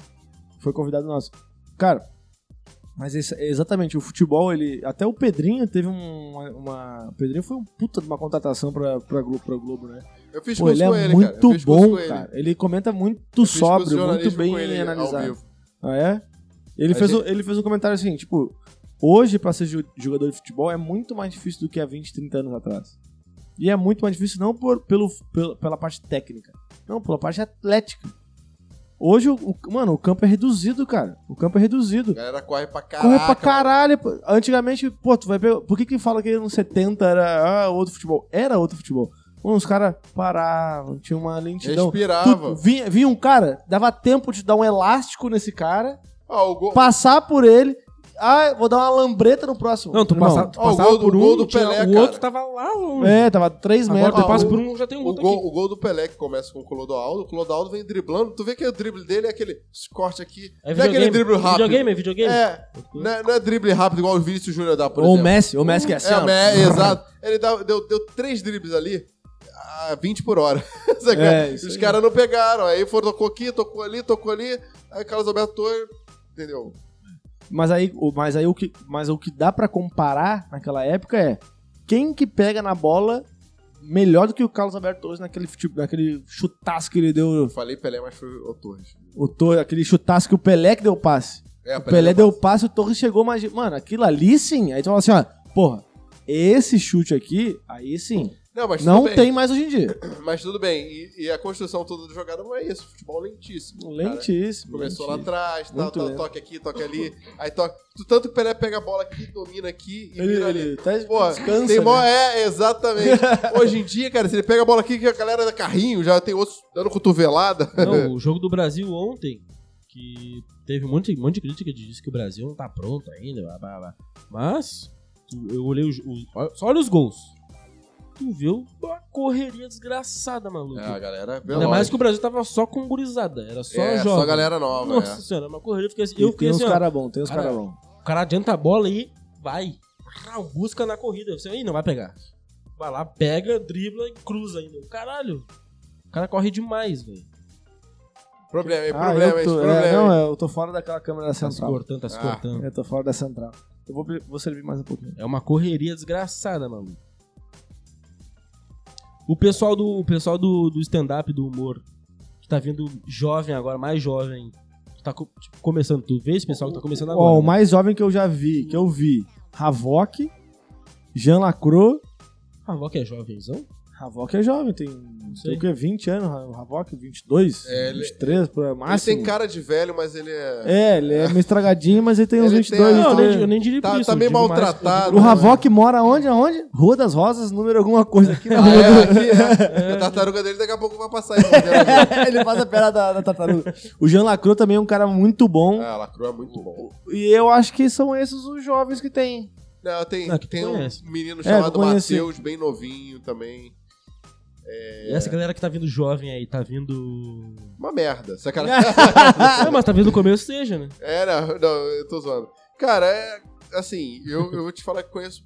[SPEAKER 1] Foi convidado nosso. Cara, Mas esse- exatamente, o futebol, ele. Até o Pedrinho teve um- uma. uma- o Pedrinho foi um puta de uma contratação pra, pra, Globo, pra Globo, né?
[SPEAKER 3] Eu fiz
[SPEAKER 1] Pô,
[SPEAKER 3] curso
[SPEAKER 1] ele é
[SPEAKER 3] com ele, cara. Eu
[SPEAKER 1] muito
[SPEAKER 3] fiz curso
[SPEAKER 1] bom,
[SPEAKER 3] com ele.
[SPEAKER 1] cara. Ele comenta muito
[SPEAKER 3] Fiz
[SPEAKER 1] sóbrio, muito
[SPEAKER 3] curso de
[SPEAKER 1] bem
[SPEAKER 3] jornalismo com ele ao
[SPEAKER 1] analisado.
[SPEAKER 3] vivo.
[SPEAKER 1] Ah, é? Ele
[SPEAKER 3] A
[SPEAKER 1] fez,
[SPEAKER 3] gente-
[SPEAKER 1] um, ele fez um comentário assim, tipo, hoje pra ser ju- jogador de futebol é muito mais difícil do que há 20, 30 anos atrás. E é muito mais difícil não por, pelo, pela, pela parte técnica, não, pela parte atlética. Hoje, o, o- mano, o campo é reduzido, cara. O campo é reduzido.
[SPEAKER 3] A galera corre pra caralho.
[SPEAKER 1] Corre pra caralho. pô. Antigamente, pô, tu vai ver. Por que que fala que anos 70 era ah, outro futebol? Era outro futebol. Mano, os caras paravam, tinha uma lentidão.
[SPEAKER 3] Respirava.
[SPEAKER 1] Tu, vinha, vinha um cara, dava tempo de dar um elástico nesse cara,
[SPEAKER 3] Ó, Ah, o gol,
[SPEAKER 1] passar por ele. Ah, vou dar uma lambreta no próximo.
[SPEAKER 6] Não, tu
[SPEAKER 1] Irmão,
[SPEAKER 6] passa, tu
[SPEAKER 3] Ó, o
[SPEAKER 6] passava
[SPEAKER 3] gol do-
[SPEAKER 6] por um,
[SPEAKER 3] gol do
[SPEAKER 6] tinha-
[SPEAKER 3] Pelé,
[SPEAKER 6] o
[SPEAKER 3] cara.
[SPEAKER 6] outro tava lá longe.
[SPEAKER 1] É, tava 3
[SPEAKER 6] Agora
[SPEAKER 1] metros.
[SPEAKER 6] tu passa
[SPEAKER 3] o-
[SPEAKER 6] por um, já tem um
[SPEAKER 3] o,
[SPEAKER 6] outro
[SPEAKER 3] gol, o gol do Pelé, que começa com o Clodoaldo, o Clodoaldo vem driblando. Tu vê que o drible dele é aquele corte aqui.
[SPEAKER 6] aqui. É
[SPEAKER 3] não é aquele
[SPEAKER 6] videogame.
[SPEAKER 3] drible rápido.
[SPEAKER 6] Videogame, é videogame.
[SPEAKER 3] É, não é, não é drible rápido igual o Vinícius Júnior dá, por
[SPEAKER 1] Ou o
[SPEAKER 3] exemplo.
[SPEAKER 1] Messi, ou o Messi que é assim. ó.
[SPEAKER 3] É, é, exato. Ele dá- deu, deu três dribles ali a 20 por hora. Saca?
[SPEAKER 1] É, isso
[SPEAKER 3] Os
[SPEAKER 1] aí.
[SPEAKER 3] caras não pegaram. Aí foram, tocou aqui, tocou ali, tocou ali. Aí Carlos Alberto Torre, entendeu?
[SPEAKER 1] Mas aí, o- mas aí o que, mas o que dá pra comparar naquela época é quem que pega na bola melhor do que o Carlos Alberto Torres naquele, fute- naquele chutaço que ele deu,
[SPEAKER 3] Eu falei Pelé, mas foi o Torres.
[SPEAKER 1] o Torres, aquele chutaço que o Pelé que deu o passe.
[SPEAKER 3] É,
[SPEAKER 1] O Pelé deu o passe, o Torres chegou, mas mano, aquilo ali sim. Aí tu fala assim, ó, porra, esse chute aqui, aí sim,
[SPEAKER 3] Não, mas tudo
[SPEAKER 1] não
[SPEAKER 3] bem.
[SPEAKER 1] tem mais hoje em dia.
[SPEAKER 3] Mas tudo bem. E, e a construção toda do jogada não é isso. Futebol lentíssimo. cara.
[SPEAKER 1] Lentíssimo.
[SPEAKER 3] Começou lá
[SPEAKER 1] lentíssimo.
[SPEAKER 3] atrás, tal,
[SPEAKER 1] Muito
[SPEAKER 3] tal,
[SPEAKER 1] lento.
[SPEAKER 3] toque aqui, toque ali. Aí toca. Tu- Tanto que o Pelé pega a bola aqui, domina aqui e
[SPEAKER 1] Ele,
[SPEAKER 3] vira ali.
[SPEAKER 1] ele tá
[SPEAKER 3] Pô,
[SPEAKER 1] descansa,
[SPEAKER 3] tem
[SPEAKER 1] né?
[SPEAKER 3] mó- É, exatamente. Hoje em dia, cara, se ele pega a bola aqui, que a galera da carrinho já tem outros dando cotovelada.
[SPEAKER 6] Não, o jogo do Brasil ontem, que teve um monte, um monte de crítica de diz que o Brasil não tá pronto ainda, blá, blá, blá. mas tu- eu olhei o, jo- o- ó, só olha os gols. Tu viu uma correria desgraçada, maluco.
[SPEAKER 3] galera.
[SPEAKER 6] Ainda mais que o Brasil tava só com gurizada, era só
[SPEAKER 3] é,
[SPEAKER 6] jovem.
[SPEAKER 3] só galera nova.
[SPEAKER 6] Nossa
[SPEAKER 3] é.
[SPEAKER 6] senhora, uma correria. Eu fiquei assim,
[SPEAKER 1] E
[SPEAKER 6] eu
[SPEAKER 1] tem
[SPEAKER 6] fiquei
[SPEAKER 1] uns
[SPEAKER 6] assim ó,
[SPEAKER 1] caras bons, tem uns
[SPEAKER 6] Cara,
[SPEAKER 1] caras bons.
[SPEAKER 6] o cara adianta a bola e vai. Rau, Busca na corrida. Você aí não vai pegar. Vai lá, pega, dribla e cruza ainda. Caralho. O cara corre demais, velho.
[SPEAKER 3] é. Problema, hein?
[SPEAKER 1] Ah,
[SPEAKER 3] problema,
[SPEAKER 1] eu
[SPEAKER 3] hein?
[SPEAKER 1] tô,
[SPEAKER 3] Problema.
[SPEAKER 1] é,
[SPEAKER 3] hein?
[SPEAKER 1] não, eu tô fora daquela câmera
[SPEAKER 6] Tá se
[SPEAKER 1] central.
[SPEAKER 6] cortando, tá se
[SPEAKER 3] Ah.
[SPEAKER 6] cortando.
[SPEAKER 1] Eu tô fora da central. Eu vou, vou servir mais um pouquinho.
[SPEAKER 6] É uma correria desgraçada, mano. O pessoal do, o pessoal do, do stand-up, do humor, que tá vindo jovem agora, mais jovem, que tá co- tipo, começando, tu vê esse pessoal que tá começando agora.
[SPEAKER 1] Ó, o
[SPEAKER 6] né?
[SPEAKER 1] mais jovem que eu já vi, que eu vi, Havok, Jean Lacroix.
[SPEAKER 6] Ah, vó que é jovenzão?
[SPEAKER 1] Havok é jovem, tem, tem o
[SPEAKER 6] sei.
[SPEAKER 1] quê? 20 anos, o Havok, 22,
[SPEAKER 3] É, ele-
[SPEAKER 1] 23, por
[SPEAKER 3] Ele
[SPEAKER 1] máximo.
[SPEAKER 3] tem cara de velho, mas ele é.
[SPEAKER 1] É, ele é meio estragadinho, mas ele tem uns
[SPEAKER 3] Ele
[SPEAKER 1] 22,
[SPEAKER 3] tem
[SPEAKER 6] Não, eu
[SPEAKER 3] a- tá-
[SPEAKER 1] 23.
[SPEAKER 6] nem, eu nem diria por
[SPEAKER 3] Tá,
[SPEAKER 6] isso.
[SPEAKER 3] tá
[SPEAKER 6] eu
[SPEAKER 3] meio
[SPEAKER 6] digo mais-
[SPEAKER 3] maltratado.
[SPEAKER 1] O
[SPEAKER 3] né?
[SPEAKER 1] Havok mora onde, aonde? Rua das Rosas, número alguma coisa aqui né? na
[SPEAKER 3] Ah,
[SPEAKER 1] rua.
[SPEAKER 3] é, aqui, é. A tartaruga dele daqui a pouco vai passar. aí.
[SPEAKER 1] ele faz a perna da, da tartaruga. O Jean Lacroix também é um cara muito bom.
[SPEAKER 3] ah, Lacroix é muito bom.
[SPEAKER 1] E eu acho que são esses os jovens que tem.
[SPEAKER 3] Não, tem,
[SPEAKER 6] Ah, que
[SPEAKER 3] tem um
[SPEAKER 6] conhece.
[SPEAKER 3] menino
[SPEAKER 1] que
[SPEAKER 3] chamado
[SPEAKER 1] conhece.
[SPEAKER 3] Matheus, bem novinho também.
[SPEAKER 6] E Essa galera que tá vindo jovem aí, tá vindo.
[SPEAKER 3] Uma merda. Essa cara.
[SPEAKER 6] Ah, mas talvez no começo seja, né?
[SPEAKER 3] É, não, não, eu tô zoando. Cara, é. Assim, eu, eu vou te falar que conheço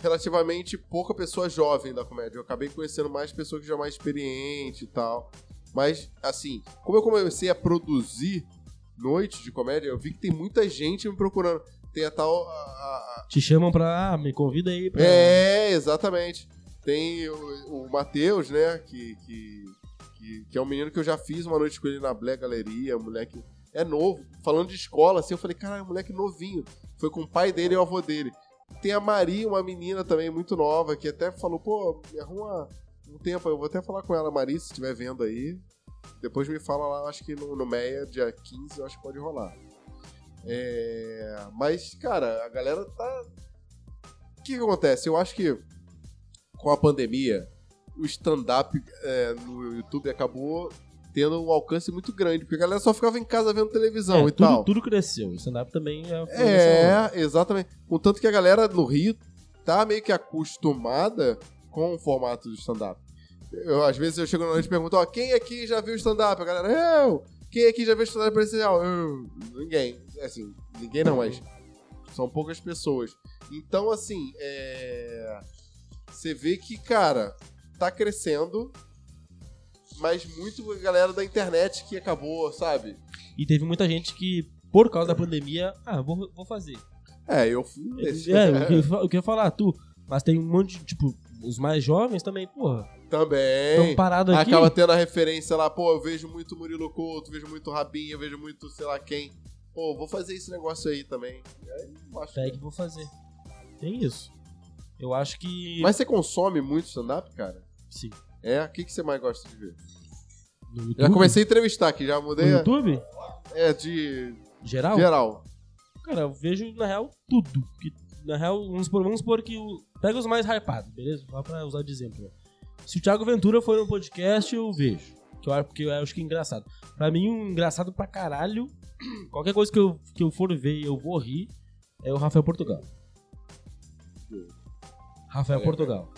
[SPEAKER 3] relativamente pouca pessoa jovem da comédia. Eu acabei conhecendo mais pessoas que já é mais experiente e tal. Mas, assim, como eu comecei a produzir noites de comédia, eu vi que tem muita gente me procurando. Tem a tal. a- a- a-
[SPEAKER 6] Te chamam pra. ah, me convida aí pra.
[SPEAKER 3] É, exatamente. Tem o, o Matheus, né? Que, que, que, que é um menino que eu já fiz uma noite com ele na Black Galeria, um moleque é novo. Falando de escola, assim, eu falei, caralho, moleque novinho. Foi com o pai dele e o avô dele. Tem a Maria, uma menina também muito nova, que até falou, pô, me arruma um tempo, eu vou até falar com ela, Maria, se estiver vendo aí. Depois me fala lá, acho que no, no Meia, dia 15, eu acho que pode rolar. É, mas, cara, a galera tá. O que, que acontece? Eu acho que com a pandemia, o stand-up é, no YouTube acabou tendo um alcance muito grande, porque a galera só ficava em casa vendo televisão
[SPEAKER 6] É,
[SPEAKER 3] e
[SPEAKER 6] tudo,
[SPEAKER 3] tal.
[SPEAKER 6] tudo cresceu. O stand-up também é.
[SPEAKER 3] É, exatamente. Contanto que a galera no Rio tá meio que acostumada com o formato do stand-up. Eu, às vezes eu chego na noite e pergunto, ó, quem aqui já viu stand-up? A galera, eu! Quem aqui já viu stand-up presencial? Eu! Ninguém. Assim, ninguém não, mas são poucas pessoas. Então, assim, é... Você vê que, cara, tá crescendo, mas muito a galera da internet que acabou, sabe?
[SPEAKER 6] E teve muita gente que por causa da pandemia, ah, vou, vou fazer.
[SPEAKER 3] É, eu fui um desses.
[SPEAKER 6] É, o que eu fa- o que eu ia falar, tu. Mas tem um monte de, tipo, os mais jovens também, porra, estão
[SPEAKER 3] Também.
[SPEAKER 6] parados aqui.
[SPEAKER 3] Acaba tendo a referência lá, pô, eu vejo muito Murilo Couto, vejo muito Rabinho, vejo muito sei lá quem. Pô, vou fazer esse negócio aí também. E aí, eu acho
[SPEAKER 6] Pega e vou fazer. Tem isso. Eu acho que.
[SPEAKER 3] Mas você consome muito stand-up, cara?
[SPEAKER 6] Sim.
[SPEAKER 3] É? O que, que você mais gosta de ver?
[SPEAKER 6] No YouTube,
[SPEAKER 3] Já comecei a entrevistar aqui, já
[SPEAKER 6] no
[SPEAKER 3] mudei. a-
[SPEAKER 6] YouTube?
[SPEAKER 3] É, de
[SPEAKER 6] Geral?
[SPEAKER 3] geral.
[SPEAKER 6] Cara, eu vejo, na real, tudo. Que, na real, vamos supor, vamos supor que o. Pega os mais hypados, beleza? Só pra usar de exemplo. né? Se o Thiago Ventura for no podcast, eu vejo. Que eu, acho- porque eu acho que é engraçado. Pra mim, um engraçado pra caralho. Qualquer coisa que eu, que eu for ver e eu vou rir é o Rafael Portugal. Rafael Portugal.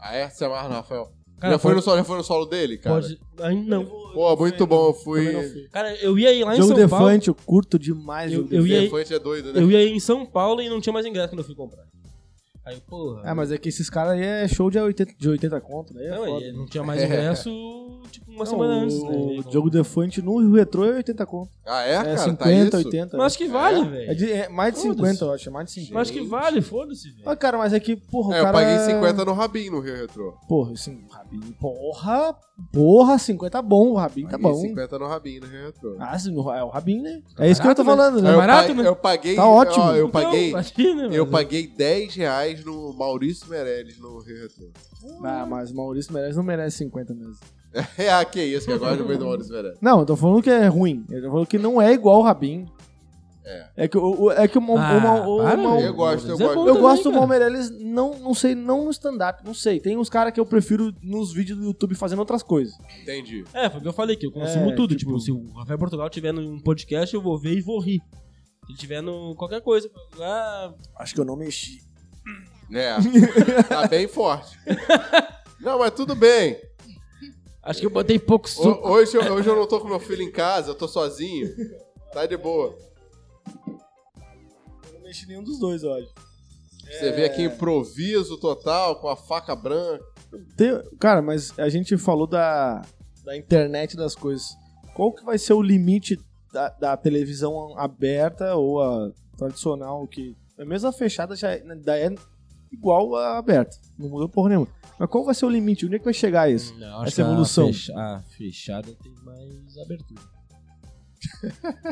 [SPEAKER 3] Ah, é? Você amarra, Rafael.
[SPEAKER 6] Cara,
[SPEAKER 3] É. já, foi
[SPEAKER 6] pode-
[SPEAKER 3] no solo, já foi no solo dele, cara?
[SPEAKER 6] Pode. Ainda não.
[SPEAKER 3] Pô, muito bom. Eu
[SPEAKER 1] Também não
[SPEAKER 3] fui.
[SPEAKER 1] fui.
[SPEAKER 6] Cara, eu ia ir lá em
[SPEAKER 1] Jogo
[SPEAKER 6] São Paulo.
[SPEAKER 1] Defante, eu curto demais.
[SPEAKER 6] Eu-
[SPEAKER 1] jogo
[SPEAKER 6] eu
[SPEAKER 1] Defante.
[SPEAKER 6] ia- aí?
[SPEAKER 3] Elefante é doido, né?
[SPEAKER 6] Eu ia em São Paulo e não tinha mais ingresso quando eu fui comprar. Aí, porra.
[SPEAKER 1] É, mas é que esses caras aí é show de 80, de 80 conto, né? É
[SPEAKER 6] Não,
[SPEAKER 1] foda.
[SPEAKER 6] e não tinha mais ingresso, tipo, uma semana
[SPEAKER 1] Não,
[SPEAKER 6] antes. né?
[SPEAKER 1] o
[SPEAKER 6] Não.
[SPEAKER 1] Diogo Defante no Rio Retrô é 80 conto.
[SPEAKER 3] Ah, é,
[SPEAKER 1] É,
[SPEAKER 3] cara?
[SPEAKER 1] 50,
[SPEAKER 3] tá isso?
[SPEAKER 1] 80.
[SPEAKER 6] Mas acho que vale, velho.
[SPEAKER 1] É, de- é mais de
[SPEAKER 6] Foda-se.
[SPEAKER 1] 50, eu acho. é Mais de 50.
[SPEAKER 6] Mas acho que vale, foda-se, velho.
[SPEAKER 1] Ah, cara, mas é que, porra, o
[SPEAKER 3] É, eu
[SPEAKER 1] cara...
[SPEAKER 3] paguei 50 no Rabinho no Rio Retrô.
[SPEAKER 1] Porra, assim, Rabinho, porra, porra, 50 é bom, o Rabinho tá
[SPEAKER 3] Paguei
[SPEAKER 1] bom.
[SPEAKER 3] 50 no Rabinho no Rio Retrô.
[SPEAKER 1] Ah, sim, o- é o Rabinho, né? é isso que eu tô falando,
[SPEAKER 3] Aí
[SPEAKER 1] né?
[SPEAKER 3] eu
[SPEAKER 6] barato,
[SPEAKER 3] pa-
[SPEAKER 6] né?
[SPEAKER 3] Eu paguei.
[SPEAKER 1] Tá ótimo.
[SPEAKER 3] ó, eu
[SPEAKER 6] Então,
[SPEAKER 3] paguei.
[SPEAKER 6] imagina,
[SPEAKER 3] Eu
[SPEAKER 6] mas-
[SPEAKER 3] paguei 10 reais no Maurício Meirelles no Rio Retrô.
[SPEAKER 1] Ah, mas o Maurício merece, não merece 50 mesmo.
[SPEAKER 3] É, ah, que isso, que agora eu veio do Maurício Meirelles.
[SPEAKER 1] Não, eu tô falando que é ruim. Eu tô falando que não é igual o Rabin.
[SPEAKER 3] É.
[SPEAKER 1] É que, o, o- é que o, Mal-
[SPEAKER 6] Ah,
[SPEAKER 1] o, Mal- o,
[SPEAKER 6] para,
[SPEAKER 1] Mal-
[SPEAKER 6] velho.
[SPEAKER 3] Eu gosto, eu
[SPEAKER 6] Mas é
[SPEAKER 3] gosto.
[SPEAKER 6] bom
[SPEAKER 1] Eu
[SPEAKER 6] também,
[SPEAKER 1] gosto do
[SPEAKER 6] cara.
[SPEAKER 1] Mal Meirelles, não, não sei, não no stand-up, não sei. Tem uns caras que eu prefiro nos vídeos do YouTube fazendo outras coisas.
[SPEAKER 3] Entendi.
[SPEAKER 6] É, foi o que eu falei, que eu consumo
[SPEAKER 1] É,
[SPEAKER 6] tudo.
[SPEAKER 1] tipo-
[SPEAKER 6] Tipo, se o Rafael Portugal tiver num podcast, eu vou ver e vou rir. Se ele tiver no qualquer coisa, ah,
[SPEAKER 1] Acho que eu não mexi.
[SPEAKER 3] É. Tá bem forte. Não, mas tudo bem.
[SPEAKER 6] acho que eu botei pouco suco.
[SPEAKER 3] Ho- Hoje, eu- hoje eu não tô com meu filho em casa, eu tô sozinho. Tá de boa.
[SPEAKER 1] Eu não mexi nenhum dos dois, eu acho.
[SPEAKER 3] Você vê aqui improviso total, com a faca branca.
[SPEAKER 1] Tem- cara, mas a gente falou da, da internet das coisas. Qual que vai ser o limite da, da televisão aberta ou a tradicional que mesmo a fechada já é, ainda é igual a aberta, não mudou porra nenhuma. Mas qual vai ser o limite? Onde é que vai chegar isso?
[SPEAKER 6] Não,
[SPEAKER 1] Essa evolução.
[SPEAKER 6] A, fecha- a fechada tem mais abertura.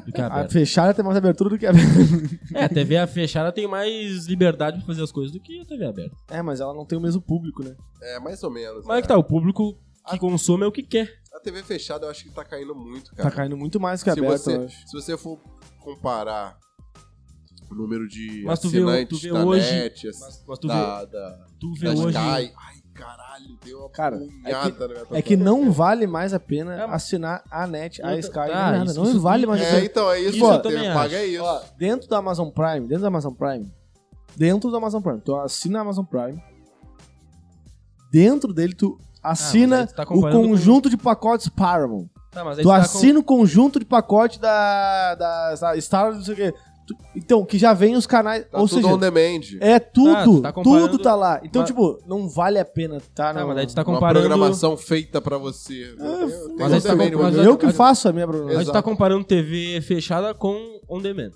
[SPEAKER 6] Do que a
[SPEAKER 1] A
[SPEAKER 6] Hum, aberta.
[SPEAKER 1] fechada tem mais abertura do que a aberta.
[SPEAKER 6] É, a TV a fechada tem mais liberdade pra fazer as coisas do que a TV aberta.
[SPEAKER 1] É, mas ela não tem o mesmo público, né?
[SPEAKER 3] É, mais ou menos.
[SPEAKER 6] Mas é
[SPEAKER 3] é.
[SPEAKER 6] que tá, o público que consome é o que quer.
[SPEAKER 3] A TV fechada eu acho que tá caindo muito,
[SPEAKER 1] Tá
[SPEAKER 3] cara.
[SPEAKER 1] caindo muito mais que a
[SPEAKER 3] se,
[SPEAKER 1] aberta, eu
[SPEAKER 3] você,
[SPEAKER 1] acho.
[SPEAKER 3] se você for comparar o número de
[SPEAKER 6] Mas tu vê o- tu
[SPEAKER 3] assinantes
[SPEAKER 6] vê
[SPEAKER 3] da
[SPEAKER 6] hoje-
[SPEAKER 3] net, ass-
[SPEAKER 6] Mas, mas tá. tu vê,
[SPEAKER 3] da, da,
[SPEAKER 6] tu vê
[SPEAKER 3] da
[SPEAKER 6] hoje.
[SPEAKER 3] Sky. Ai, caralho, deu uma
[SPEAKER 1] Cara, é
[SPEAKER 3] punhada na minha
[SPEAKER 1] É que
[SPEAKER 3] tabela.
[SPEAKER 1] não vale mais a pena
[SPEAKER 6] É, mas-
[SPEAKER 1] assinar a net, a
[SPEAKER 6] Eu tô-
[SPEAKER 1] Sky,
[SPEAKER 6] tá,
[SPEAKER 1] nem nada.
[SPEAKER 6] isso-
[SPEAKER 1] não
[SPEAKER 6] isso-
[SPEAKER 1] vale mais a
[SPEAKER 3] É,
[SPEAKER 1] pena.
[SPEAKER 3] então é isso,
[SPEAKER 6] Isso
[SPEAKER 3] pô,
[SPEAKER 6] eu também
[SPEAKER 3] tem-
[SPEAKER 6] acho.
[SPEAKER 3] paga isso. Tá
[SPEAKER 1] Ó, dentro da Amazon Prime, dentro da Amazon Prime, dentro da Amazon Prime, tu assina a Amazon Prime, dentro dele tu
[SPEAKER 6] mas
[SPEAKER 1] assina
[SPEAKER 3] Ah,
[SPEAKER 6] aí tu tá
[SPEAKER 1] o
[SPEAKER 6] comparando
[SPEAKER 1] conjunto de pacotes Paramount.
[SPEAKER 6] Tá, mas aí
[SPEAKER 1] Tu
[SPEAKER 6] tá com-
[SPEAKER 1] assina o conjunto de pacote da, da, da Star, não sei o quê. Tu- então, que já vem os canais,
[SPEAKER 3] Tá
[SPEAKER 1] ou
[SPEAKER 3] tudo
[SPEAKER 1] seja,
[SPEAKER 3] on demand.
[SPEAKER 1] é tudo,
[SPEAKER 6] tu tá comparando-
[SPEAKER 1] tudo tá lá. Então,
[SPEAKER 6] Mas-
[SPEAKER 1] tipo, não vale a pena, tá?
[SPEAKER 6] Tá,
[SPEAKER 1] não,
[SPEAKER 6] mas aí tu tá
[SPEAKER 3] Uma
[SPEAKER 6] comparando.
[SPEAKER 3] programação feita pra você.
[SPEAKER 1] Ah,
[SPEAKER 3] Eu tenho
[SPEAKER 6] mas aí
[SPEAKER 3] on
[SPEAKER 6] você tá
[SPEAKER 3] demand,
[SPEAKER 6] com- mas
[SPEAKER 3] meu
[SPEAKER 1] eu
[SPEAKER 6] aí-
[SPEAKER 3] Deus.
[SPEAKER 1] que faço a minha programação.
[SPEAKER 6] Mas tu tá comparando TV fechada com on demand.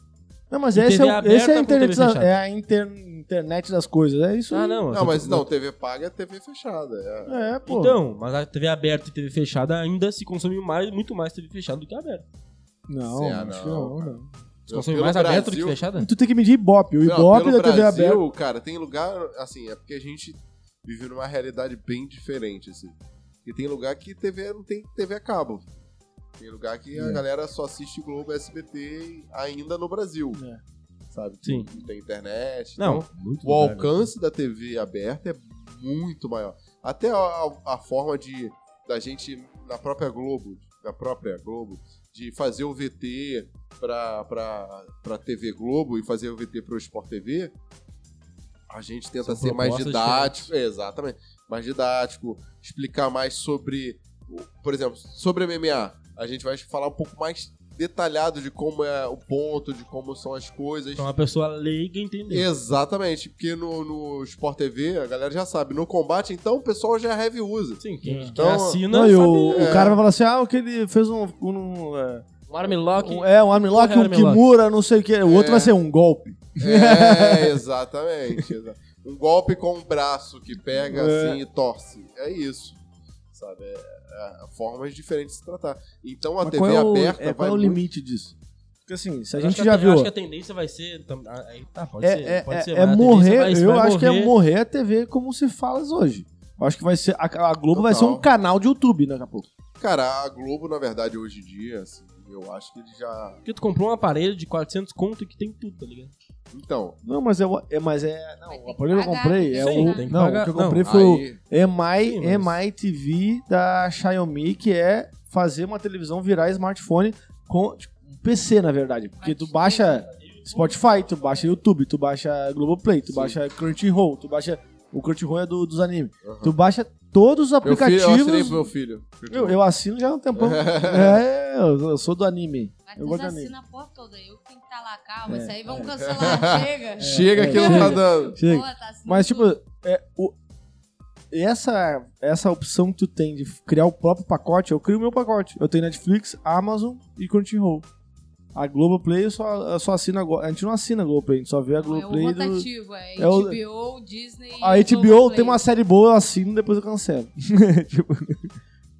[SPEAKER 1] Não, mas
[SPEAKER 6] E
[SPEAKER 1] esse é,
[SPEAKER 6] TV
[SPEAKER 1] o-
[SPEAKER 6] aberta
[SPEAKER 1] esse é a,
[SPEAKER 6] com
[SPEAKER 1] internet,
[SPEAKER 6] TV fechada.
[SPEAKER 1] é a inter- internet das coisas. É isso
[SPEAKER 6] Ah,
[SPEAKER 1] aí.
[SPEAKER 6] não.
[SPEAKER 3] Não, mas não, TV paga é TV fechada. é.
[SPEAKER 1] É, pô.
[SPEAKER 6] Então, mas a TV aberta e TV fechada ainda se consome mais, muito mais TV fechada do que aberta.
[SPEAKER 1] Não,
[SPEAKER 3] Cê, é
[SPEAKER 1] acho que
[SPEAKER 3] não,
[SPEAKER 1] não,
[SPEAKER 3] cara.
[SPEAKER 1] não.
[SPEAKER 6] Se consome
[SPEAKER 3] Pelo
[SPEAKER 6] mais aberta do que
[SPEAKER 3] Brasil-
[SPEAKER 6] fechada?
[SPEAKER 1] Tu tem que medir Ibope. O
[SPEAKER 3] Não,
[SPEAKER 1] Ibope
[SPEAKER 3] pelo
[SPEAKER 1] da TV
[SPEAKER 3] Brasil,
[SPEAKER 1] aberta.
[SPEAKER 3] cara, tem lugar, assim, é porque a gente vive numa realidade bem diferente, assim. E tem lugar que TV não tem TV a cabo. Tem lugar que
[SPEAKER 1] É.
[SPEAKER 3] a galera só assiste Globo SBT ainda no Brasil.
[SPEAKER 1] É.
[SPEAKER 3] Sabe?
[SPEAKER 6] Sim.
[SPEAKER 3] Não tem internet.
[SPEAKER 6] Não.
[SPEAKER 3] então,
[SPEAKER 6] muito né?
[SPEAKER 3] o alcance da TV aberta é muito maior. Até a, a forma de da gente na própria Globo, na própria Globo, de fazer o VT pra, pra, pra TV Globo e fazer o VT pro Sport TV, a gente tenta
[SPEAKER 6] São
[SPEAKER 3] ser mais
[SPEAKER 6] propostas
[SPEAKER 3] didático. É, exatamente. Mais didático, explicar mais sobre, o- por exemplo, sobre MMA. A gente vai falar um pouco mais detalhado de como é o ponto, de como são as coisas.
[SPEAKER 6] Então uma pessoa leiga entender.
[SPEAKER 3] Exatamente, porque no, no Sport TV a galera já sabe. No combate, então, o pessoal já heavy usa.
[SPEAKER 6] Sim, quem, quem
[SPEAKER 3] Então-
[SPEAKER 6] assina
[SPEAKER 1] Não, e o,
[SPEAKER 6] sabe-
[SPEAKER 1] o cara vai falar assim: ah, o que ele fez um. um, é,
[SPEAKER 6] Um armlock.
[SPEAKER 1] Um- É, um armlock,
[SPEAKER 6] Porra,
[SPEAKER 1] um
[SPEAKER 6] armlock.
[SPEAKER 1] kimura, não sei o que. O outro vai ser um golpe.
[SPEAKER 3] É, exatamente. exa- Um golpe com um braço que pega
[SPEAKER 1] É.
[SPEAKER 3] assim e torce. É isso. Sabe? É, é, formas diferentes de se tratar. Então a
[SPEAKER 1] Mas
[SPEAKER 3] TV
[SPEAKER 1] qual é o,
[SPEAKER 3] aberta
[SPEAKER 1] é, qual
[SPEAKER 3] vai.
[SPEAKER 1] é o
[SPEAKER 3] muito-
[SPEAKER 1] limite disso? Porque assim, se a
[SPEAKER 6] Eu acho
[SPEAKER 1] gente
[SPEAKER 6] que
[SPEAKER 1] já
[SPEAKER 6] te- eu
[SPEAKER 1] viu.
[SPEAKER 6] acho que a tendência vai ser. tam- ah, aí Tá, pode ser.
[SPEAKER 1] É, é,
[SPEAKER 6] pode
[SPEAKER 1] é-
[SPEAKER 6] ser,
[SPEAKER 1] é
[SPEAKER 6] mas a tendência
[SPEAKER 1] morrer,
[SPEAKER 6] vai-
[SPEAKER 1] eu
[SPEAKER 6] vai
[SPEAKER 1] acho que é
[SPEAKER 6] morrer.
[SPEAKER 1] morrer a TV como se fala hoje. Eu acho que vai ser. A, a Globo vai ser
[SPEAKER 3] Total.
[SPEAKER 1] um canal de YouTube daqui a pouco.
[SPEAKER 3] Cara, a Globo, na verdade, hoje em dia, assim, eu acho que ele já.
[SPEAKER 6] Porque tu comprou um aparelho de 400 conto que tem tudo, tá ligado?
[SPEAKER 3] Então.
[SPEAKER 1] Não, mas é. o- é mas é
[SPEAKER 4] Vai ter
[SPEAKER 1] não, o
[SPEAKER 4] que
[SPEAKER 1] aparelho que eu
[SPEAKER 4] pagar,
[SPEAKER 1] comprei é
[SPEAKER 4] tem que
[SPEAKER 1] o.
[SPEAKER 4] pagar. Tem
[SPEAKER 6] que
[SPEAKER 1] Não, o
[SPEAKER 6] pagar.
[SPEAKER 1] que eu
[SPEAKER 6] Não,
[SPEAKER 1] comprei foi o
[SPEAKER 3] aí-
[SPEAKER 1] EMI,
[SPEAKER 6] Sim, mas-
[SPEAKER 1] EMI TV da Xiaomi, que é fazer uma televisão virar smartphone com tipo, um PC, na verdade. Porque tu baixa Spotify, tu baixa YouTube, tu baixa Globoplay, tu baixa Crunchyroll, tu baixa. O Crunchyroll é do, dos animes.
[SPEAKER 3] Aham.
[SPEAKER 1] Tu baixa todos os
[SPEAKER 3] Meu filho, eu assinei pro
[SPEAKER 1] aplicativos.
[SPEAKER 3] meu filho.
[SPEAKER 1] Eu, eu assino já há um tempão. é, eu eu sou do anime. Eu gosto
[SPEAKER 4] Matheus
[SPEAKER 1] de anime.
[SPEAKER 4] assina a porra toda. Eu que tenho que estar lá, calma.
[SPEAKER 1] É,
[SPEAKER 4] Isso aí vão cancelar, chega.
[SPEAKER 3] Chega que
[SPEAKER 1] é,
[SPEAKER 3] não tá
[SPEAKER 1] chega.
[SPEAKER 3] dando.
[SPEAKER 1] Chega.
[SPEAKER 4] Porra, tá assinando
[SPEAKER 1] Mas, tipo,
[SPEAKER 4] tudo.
[SPEAKER 1] é, o- essa, essa opção que tu tem de criar o próprio pacote, eu crio o meu pacote. Eu tenho Netflix, Amazon e Crunchyroll. A Globoplay eu só, eu só assino agora. A gente não assina a Globoplay, a gente só vê a
[SPEAKER 4] Não, é o
[SPEAKER 1] Globoplay do...
[SPEAKER 4] rotativo, é
[SPEAKER 1] é o-
[SPEAKER 4] HBO, Disney.
[SPEAKER 1] A
[SPEAKER 4] e
[SPEAKER 1] HBO
[SPEAKER 4] Globoplay.
[SPEAKER 1] tem uma série boa, eu assino, depois eu cancelo. Tipo,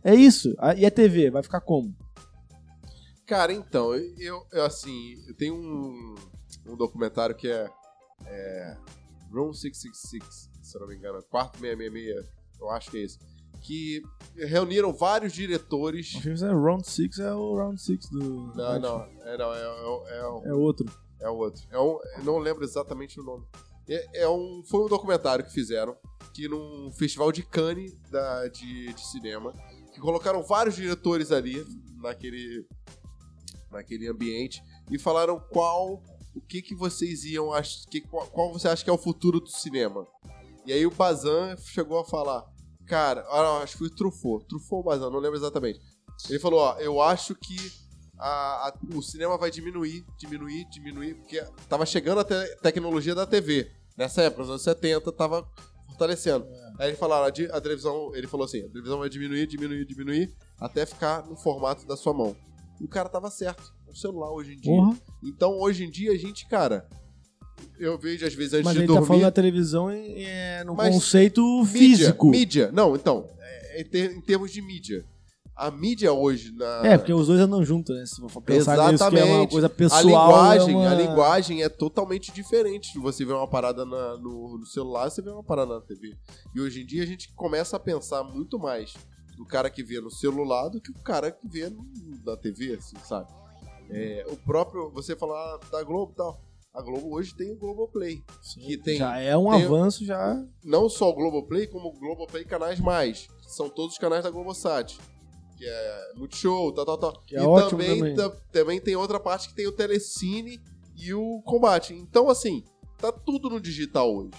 [SPEAKER 1] é isso. A- E a TV, vai ficar como?
[SPEAKER 3] Cara, então, eu, eu, assim, eu tenho um, um documentário que é, é Room 666, se eu não me engano, quarto 666, eu acho que é esse, que reuniram vários diretores.
[SPEAKER 1] O filme é Round 6, é o Round 6 do...
[SPEAKER 3] Não, não, é, não, é, é, é,
[SPEAKER 1] É outro.
[SPEAKER 3] é o outro. É um, eu não lembro exatamente o nome. É, é um, foi um documentário que fizeram que num festival de Cannes da, de, de cinema, que colocaram vários diretores ali naquele, naquele ambiente e falaram qual o que que vocês iam ach- que qual, qual você acha que é o futuro do cinema. E aí o Bazan chegou a falar, cara, ah, acho que foi o Truffaut, Truffaut ou Bazan, não lembro exatamente. Ele falou, ó, eu acho que a- a- o cinema vai diminuir, diminuir, diminuir, porque tava chegando a te- tecnologia da TV. Nessa época, nos anos 70, tava fortalecendo.
[SPEAKER 1] É.
[SPEAKER 3] Aí ele falaram, a, di- a televisão, ele falou assim, a televisão vai diminuir, diminuir, diminuir, até ficar no formato da sua mão. E o cara tava certo. O celular hoje em dia.
[SPEAKER 1] Porra.
[SPEAKER 3] Então, hoje em dia, a gente, cara, eu vejo às vezes antes
[SPEAKER 1] Mas
[SPEAKER 3] de
[SPEAKER 1] ele tá falando
[SPEAKER 3] dormir...
[SPEAKER 1] da televisão em- é, no
[SPEAKER 3] Mas-
[SPEAKER 1] conceito
[SPEAKER 3] mídia,
[SPEAKER 1] físico.
[SPEAKER 3] Mídia. Não, então, é- é em ter- em termos de mídia. A mídia hoje, na,
[SPEAKER 1] É, porque os dois andam juntos, né? Se for pensar nisso, que é uma
[SPEAKER 3] Exatamente.
[SPEAKER 1] coisa
[SPEAKER 3] a
[SPEAKER 1] pessoal.
[SPEAKER 3] linguagem,
[SPEAKER 1] é uma-
[SPEAKER 3] a linguagem é totalmente diferente. Você vê uma parada na- no, no celular, você vê uma parada na TV. E hoje em dia a gente começa a pensar muito mais do cara que vê no celular do que o cara que vê no- na TV, assim, sabe? É, o próprio, você falar da Globo e tal. A Globo hoje tem o Globoplay. que tem
[SPEAKER 1] já é um
[SPEAKER 3] tem-
[SPEAKER 1] avanço, já.
[SPEAKER 3] não só o Globoplay, como o Globoplay Canais Mais, que são todos os canais da Globosat. Que é Multishow, tal, tal, tal.
[SPEAKER 1] Que
[SPEAKER 3] e
[SPEAKER 1] é ótimo também.
[SPEAKER 3] também, ta- também tem outra parte que tem o Telecine e o Combate. Então, assim, tá tudo no digital hoje.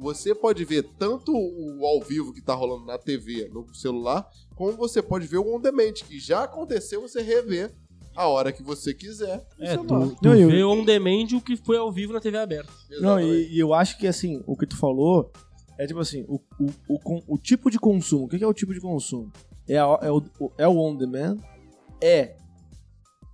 [SPEAKER 3] Você pode ver tanto o ao vivo que tá rolando na TV, no celular, como você pode ver o on demand, que já aconteceu você rever a hora que você quiser. no
[SPEAKER 6] É,
[SPEAKER 3] celular.
[SPEAKER 6] tu, tu
[SPEAKER 1] Não, eu-
[SPEAKER 6] vê on demand o que foi ao vivo na TV aberta.
[SPEAKER 1] Não,
[SPEAKER 3] Exatamente.
[SPEAKER 1] e, e eu acho que assim, o que tu falou é tipo assim, o, o, o, con- o tipo de consumo. O que que é o tipo de consumo? É, a- é, o, o- é o on demand, é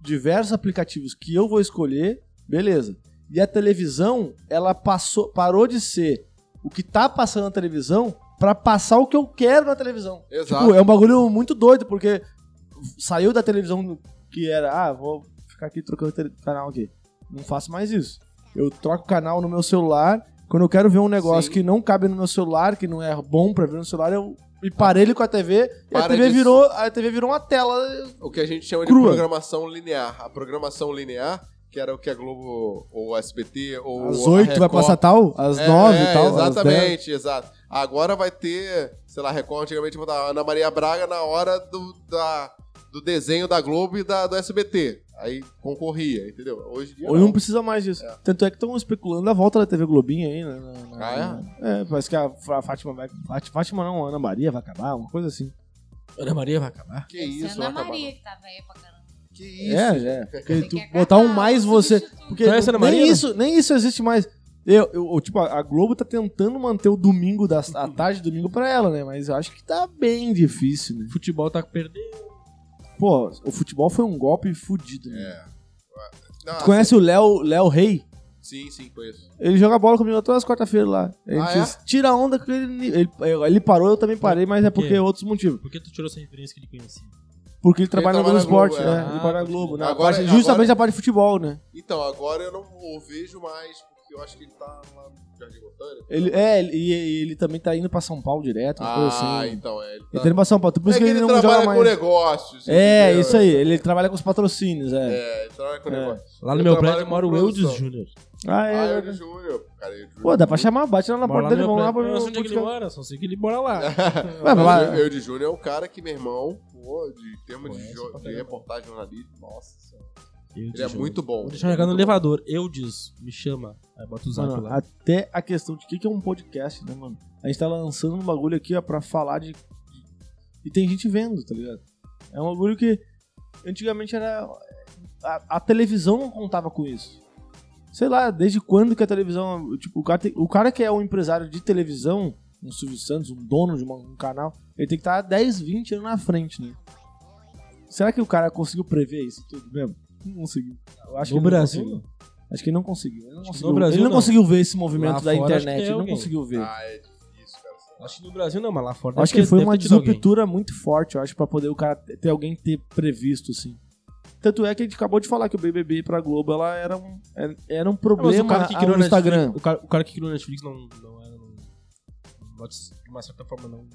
[SPEAKER 1] diversos aplicativos que eu vou escolher, beleza. E a televisão, ela passou, parou de ser o que tá passando na televisão pra passar o que eu quero na televisão.
[SPEAKER 3] Exato.
[SPEAKER 1] Tipo, é um bagulho muito doido, porque saiu da televisão que era, ah, vou ficar aqui trocando tele- canal aqui. Não faço mais isso. Eu troco canal no meu celular. Quando eu quero ver um negócio
[SPEAKER 3] Sim.
[SPEAKER 1] que não cabe no meu celular, que não é bom pra ver no celular, eu me parelho com a TV e a
[SPEAKER 3] Para
[SPEAKER 1] TV,
[SPEAKER 3] disso.
[SPEAKER 1] virou, a TV virou uma tela. né?
[SPEAKER 3] o que a gente chama
[SPEAKER 1] Crua.
[SPEAKER 3] de programação linear. A programação linear, que era o que a Globo ou o SBT ou
[SPEAKER 1] Às
[SPEAKER 3] a
[SPEAKER 1] 8 vai
[SPEAKER 3] Record-
[SPEAKER 1] passar tal, às
[SPEAKER 3] É,
[SPEAKER 1] 9
[SPEAKER 3] é,
[SPEAKER 1] e tal. às 10.
[SPEAKER 3] Exatamente, exato. Agora vai ter, sei lá, Record antigamente botava Ana Maria Braga na hora do, da, do desenho da Globo e da, do SBT. Aí concorria, entendeu? Hoje em dia
[SPEAKER 1] Ou um
[SPEAKER 3] não.
[SPEAKER 1] não precisa mais disso. Tanto é que estão especulando a volta da TV Globinho aí, né? na- na-
[SPEAKER 3] Ah,
[SPEAKER 1] É, parece que a Fa- Fátima vai. Fat- Fátima não, Ana Maria vai acabar, uma coisa assim.
[SPEAKER 6] Ana Maria vai acabar.
[SPEAKER 3] Que
[SPEAKER 4] Essa
[SPEAKER 3] isso,
[SPEAKER 4] é a Ana
[SPEAKER 3] vai acabar.
[SPEAKER 4] Maria que tá velha pra caramba.
[SPEAKER 3] Que isso.
[SPEAKER 1] É, é. Porque
[SPEAKER 4] Tem
[SPEAKER 1] tu
[SPEAKER 4] que acabar,
[SPEAKER 1] botar um mais você.
[SPEAKER 4] substituto.
[SPEAKER 1] Porque
[SPEAKER 6] Então essa Ana
[SPEAKER 1] nem,
[SPEAKER 6] Maria, né?
[SPEAKER 1] isso, nem isso existe mais. Eu, eu- eu, tipo, a a Globo tá tentando manter o domingo da a tarde, domingo pra ela, né? Mas eu acho que tá bem difícil, né?
[SPEAKER 6] Futebol tá perdendo.
[SPEAKER 1] pô, o futebol foi um golpe fudido. né?
[SPEAKER 3] É. Não,
[SPEAKER 1] Tu conhece o Léo, Léo Rey?
[SPEAKER 3] Sim, sim, conheço.
[SPEAKER 1] Ele joga bola comigo todas as quarta-feiras lá. A gente
[SPEAKER 3] Ah,
[SPEAKER 1] tira onda com ele, ele. Ele parou, eu também parei, mas é porque
[SPEAKER 6] quê?
[SPEAKER 1] outros motivos.
[SPEAKER 6] Por que tu tirou essa referência que ele conhecia?
[SPEAKER 1] Porque ele trabalha na Globo
[SPEAKER 3] trabalha na
[SPEAKER 1] Esporte,
[SPEAKER 3] Globo,
[SPEAKER 1] né?
[SPEAKER 6] é.
[SPEAKER 1] Ele
[SPEAKER 6] Ah,
[SPEAKER 1] trabalha na
[SPEAKER 6] pode
[SPEAKER 1] Globo, né?
[SPEAKER 3] Agora-
[SPEAKER 1] A parte- justamente
[SPEAKER 3] agora-
[SPEAKER 1] a parte de futebol, né?
[SPEAKER 3] Então, agora eu não o vejo mais, porque eu acho que ele tá lá no Jardim Botânico.
[SPEAKER 1] Ele, é, ele- e e ele também tá indo pra São Paulo direto, uma coisa assim.
[SPEAKER 3] Ah,
[SPEAKER 1] Ele
[SPEAKER 3] então, é. Ele tá...
[SPEAKER 1] tá indo pra São Paulo, por isso
[SPEAKER 3] é
[SPEAKER 1] que, ele, não joga
[SPEAKER 3] trabalha com
[SPEAKER 1] mais.
[SPEAKER 3] negócios.
[SPEAKER 1] É,
[SPEAKER 3] entendeu?
[SPEAKER 1] isso aí, ele trabalha com os patrocínios, é.
[SPEAKER 3] É, ele trabalha com
[SPEAKER 1] É.
[SPEAKER 3] negócios.
[SPEAKER 6] Lá no
[SPEAKER 3] Eu
[SPEAKER 6] meu
[SPEAKER 3] trabalho
[SPEAKER 6] prédio
[SPEAKER 3] com
[SPEAKER 6] mora o
[SPEAKER 3] produção.
[SPEAKER 6] Eudes Júnior.
[SPEAKER 1] Ah,
[SPEAKER 3] Ah,
[SPEAKER 1] é.
[SPEAKER 3] é do Júnior. Cara, é do Júnior.
[SPEAKER 1] Pô, dá pra chamar, bate lá na
[SPEAKER 6] Mora
[SPEAKER 1] porta
[SPEAKER 6] lá
[SPEAKER 1] dele,
[SPEAKER 6] no
[SPEAKER 1] vamos
[SPEAKER 6] meu
[SPEAKER 1] lá
[SPEAKER 6] prédio. Eu não sei onde é que ele
[SPEAKER 1] pra
[SPEAKER 6] mora, só sei que ele mora lá.
[SPEAKER 1] Ué, mas lá-
[SPEAKER 3] Mas Eu de Júnior é um cara que, meu irmão, pô, de termos de, jo- de reportagem jornalística, nossa senhora.
[SPEAKER 6] Eudes
[SPEAKER 3] Ele é
[SPEAKER 6] Júnior.
[SPEAKER 3] muito bom.
[SPEAKER 6] Vou deixar eu chegar no elevador. Eudes, me chama. Aí bota o zap
[SPEAKER 1] Mano,
[SPEAKER 6] lá.
[SPEAKER 1] até a questão de o que que é um podcast, né, mano? A gente tá lançando um bagulho aqui, ó, pra falar de. E tem gente vendo, tá ligado? É um bagulho que antigamente era. A, a televisão não contava com isso. Sei lá, desde quando que a televisão. Tipo, o cara, tem- o cara que é um empresário de televisão, um Silvio Santos, um dono de uma- um canal, ele tem que estar 10, 20 anos na frente, né? Será que o cara conseguiu prever isso tudo mesmo? Não conseguiu. Eu acho
[SPEAKER 6] No
[SPEAKER 1] que ele não
[SPEAKER 6] Brasil?
[SPEAKER 1] conseguiu. Acho que ele não conseguiu. Ele não, conseguiu,
[SPEAKER 6] Brasil,
[SPEAKER 1] ele não
[SPEAKER 6] não.
[SPEAKER 1] conseguiu ver esse movimento da
[SPEAKER 6] Lá fora, acho que é
[SPEAKER 1] internet. Ele não
[SPEAKER 6] alguém.
[SPEAKER 1] conseguiu ver.
[SPEAKER 3] Ah, é difícil, cara.
[SPEAKER 6] Acho que no Brasil não, mas lá fora
[SPEAKER 1] acho
[SPEAKER 6] deve
[SPEAKER 1] que
[SPEAKER 6] ter-
[SPEAKER 1] foi
[SPEAKER 6] deve
[SPEAKER 1] uma
[SPEAKER 6] ter tido alguém.
[SPEAKER 1] disruptura muito forte, eu acho, pra poder o cara ter ter alguém ter previsto, assim. Tanto é que a gente acabou de falar que o BBB pra Globo ela era um, era- era um
[SPEAKER 6] Ah, mas o
[SPEAKER 1] problema
[SPEAKER 6] cara que criou
[SPEAKER 1] no Instagram.
[SPEAKER 6] Netflix, o, cara, o cara que criou Netflix não, não era. um- não- de uma certa forma, não.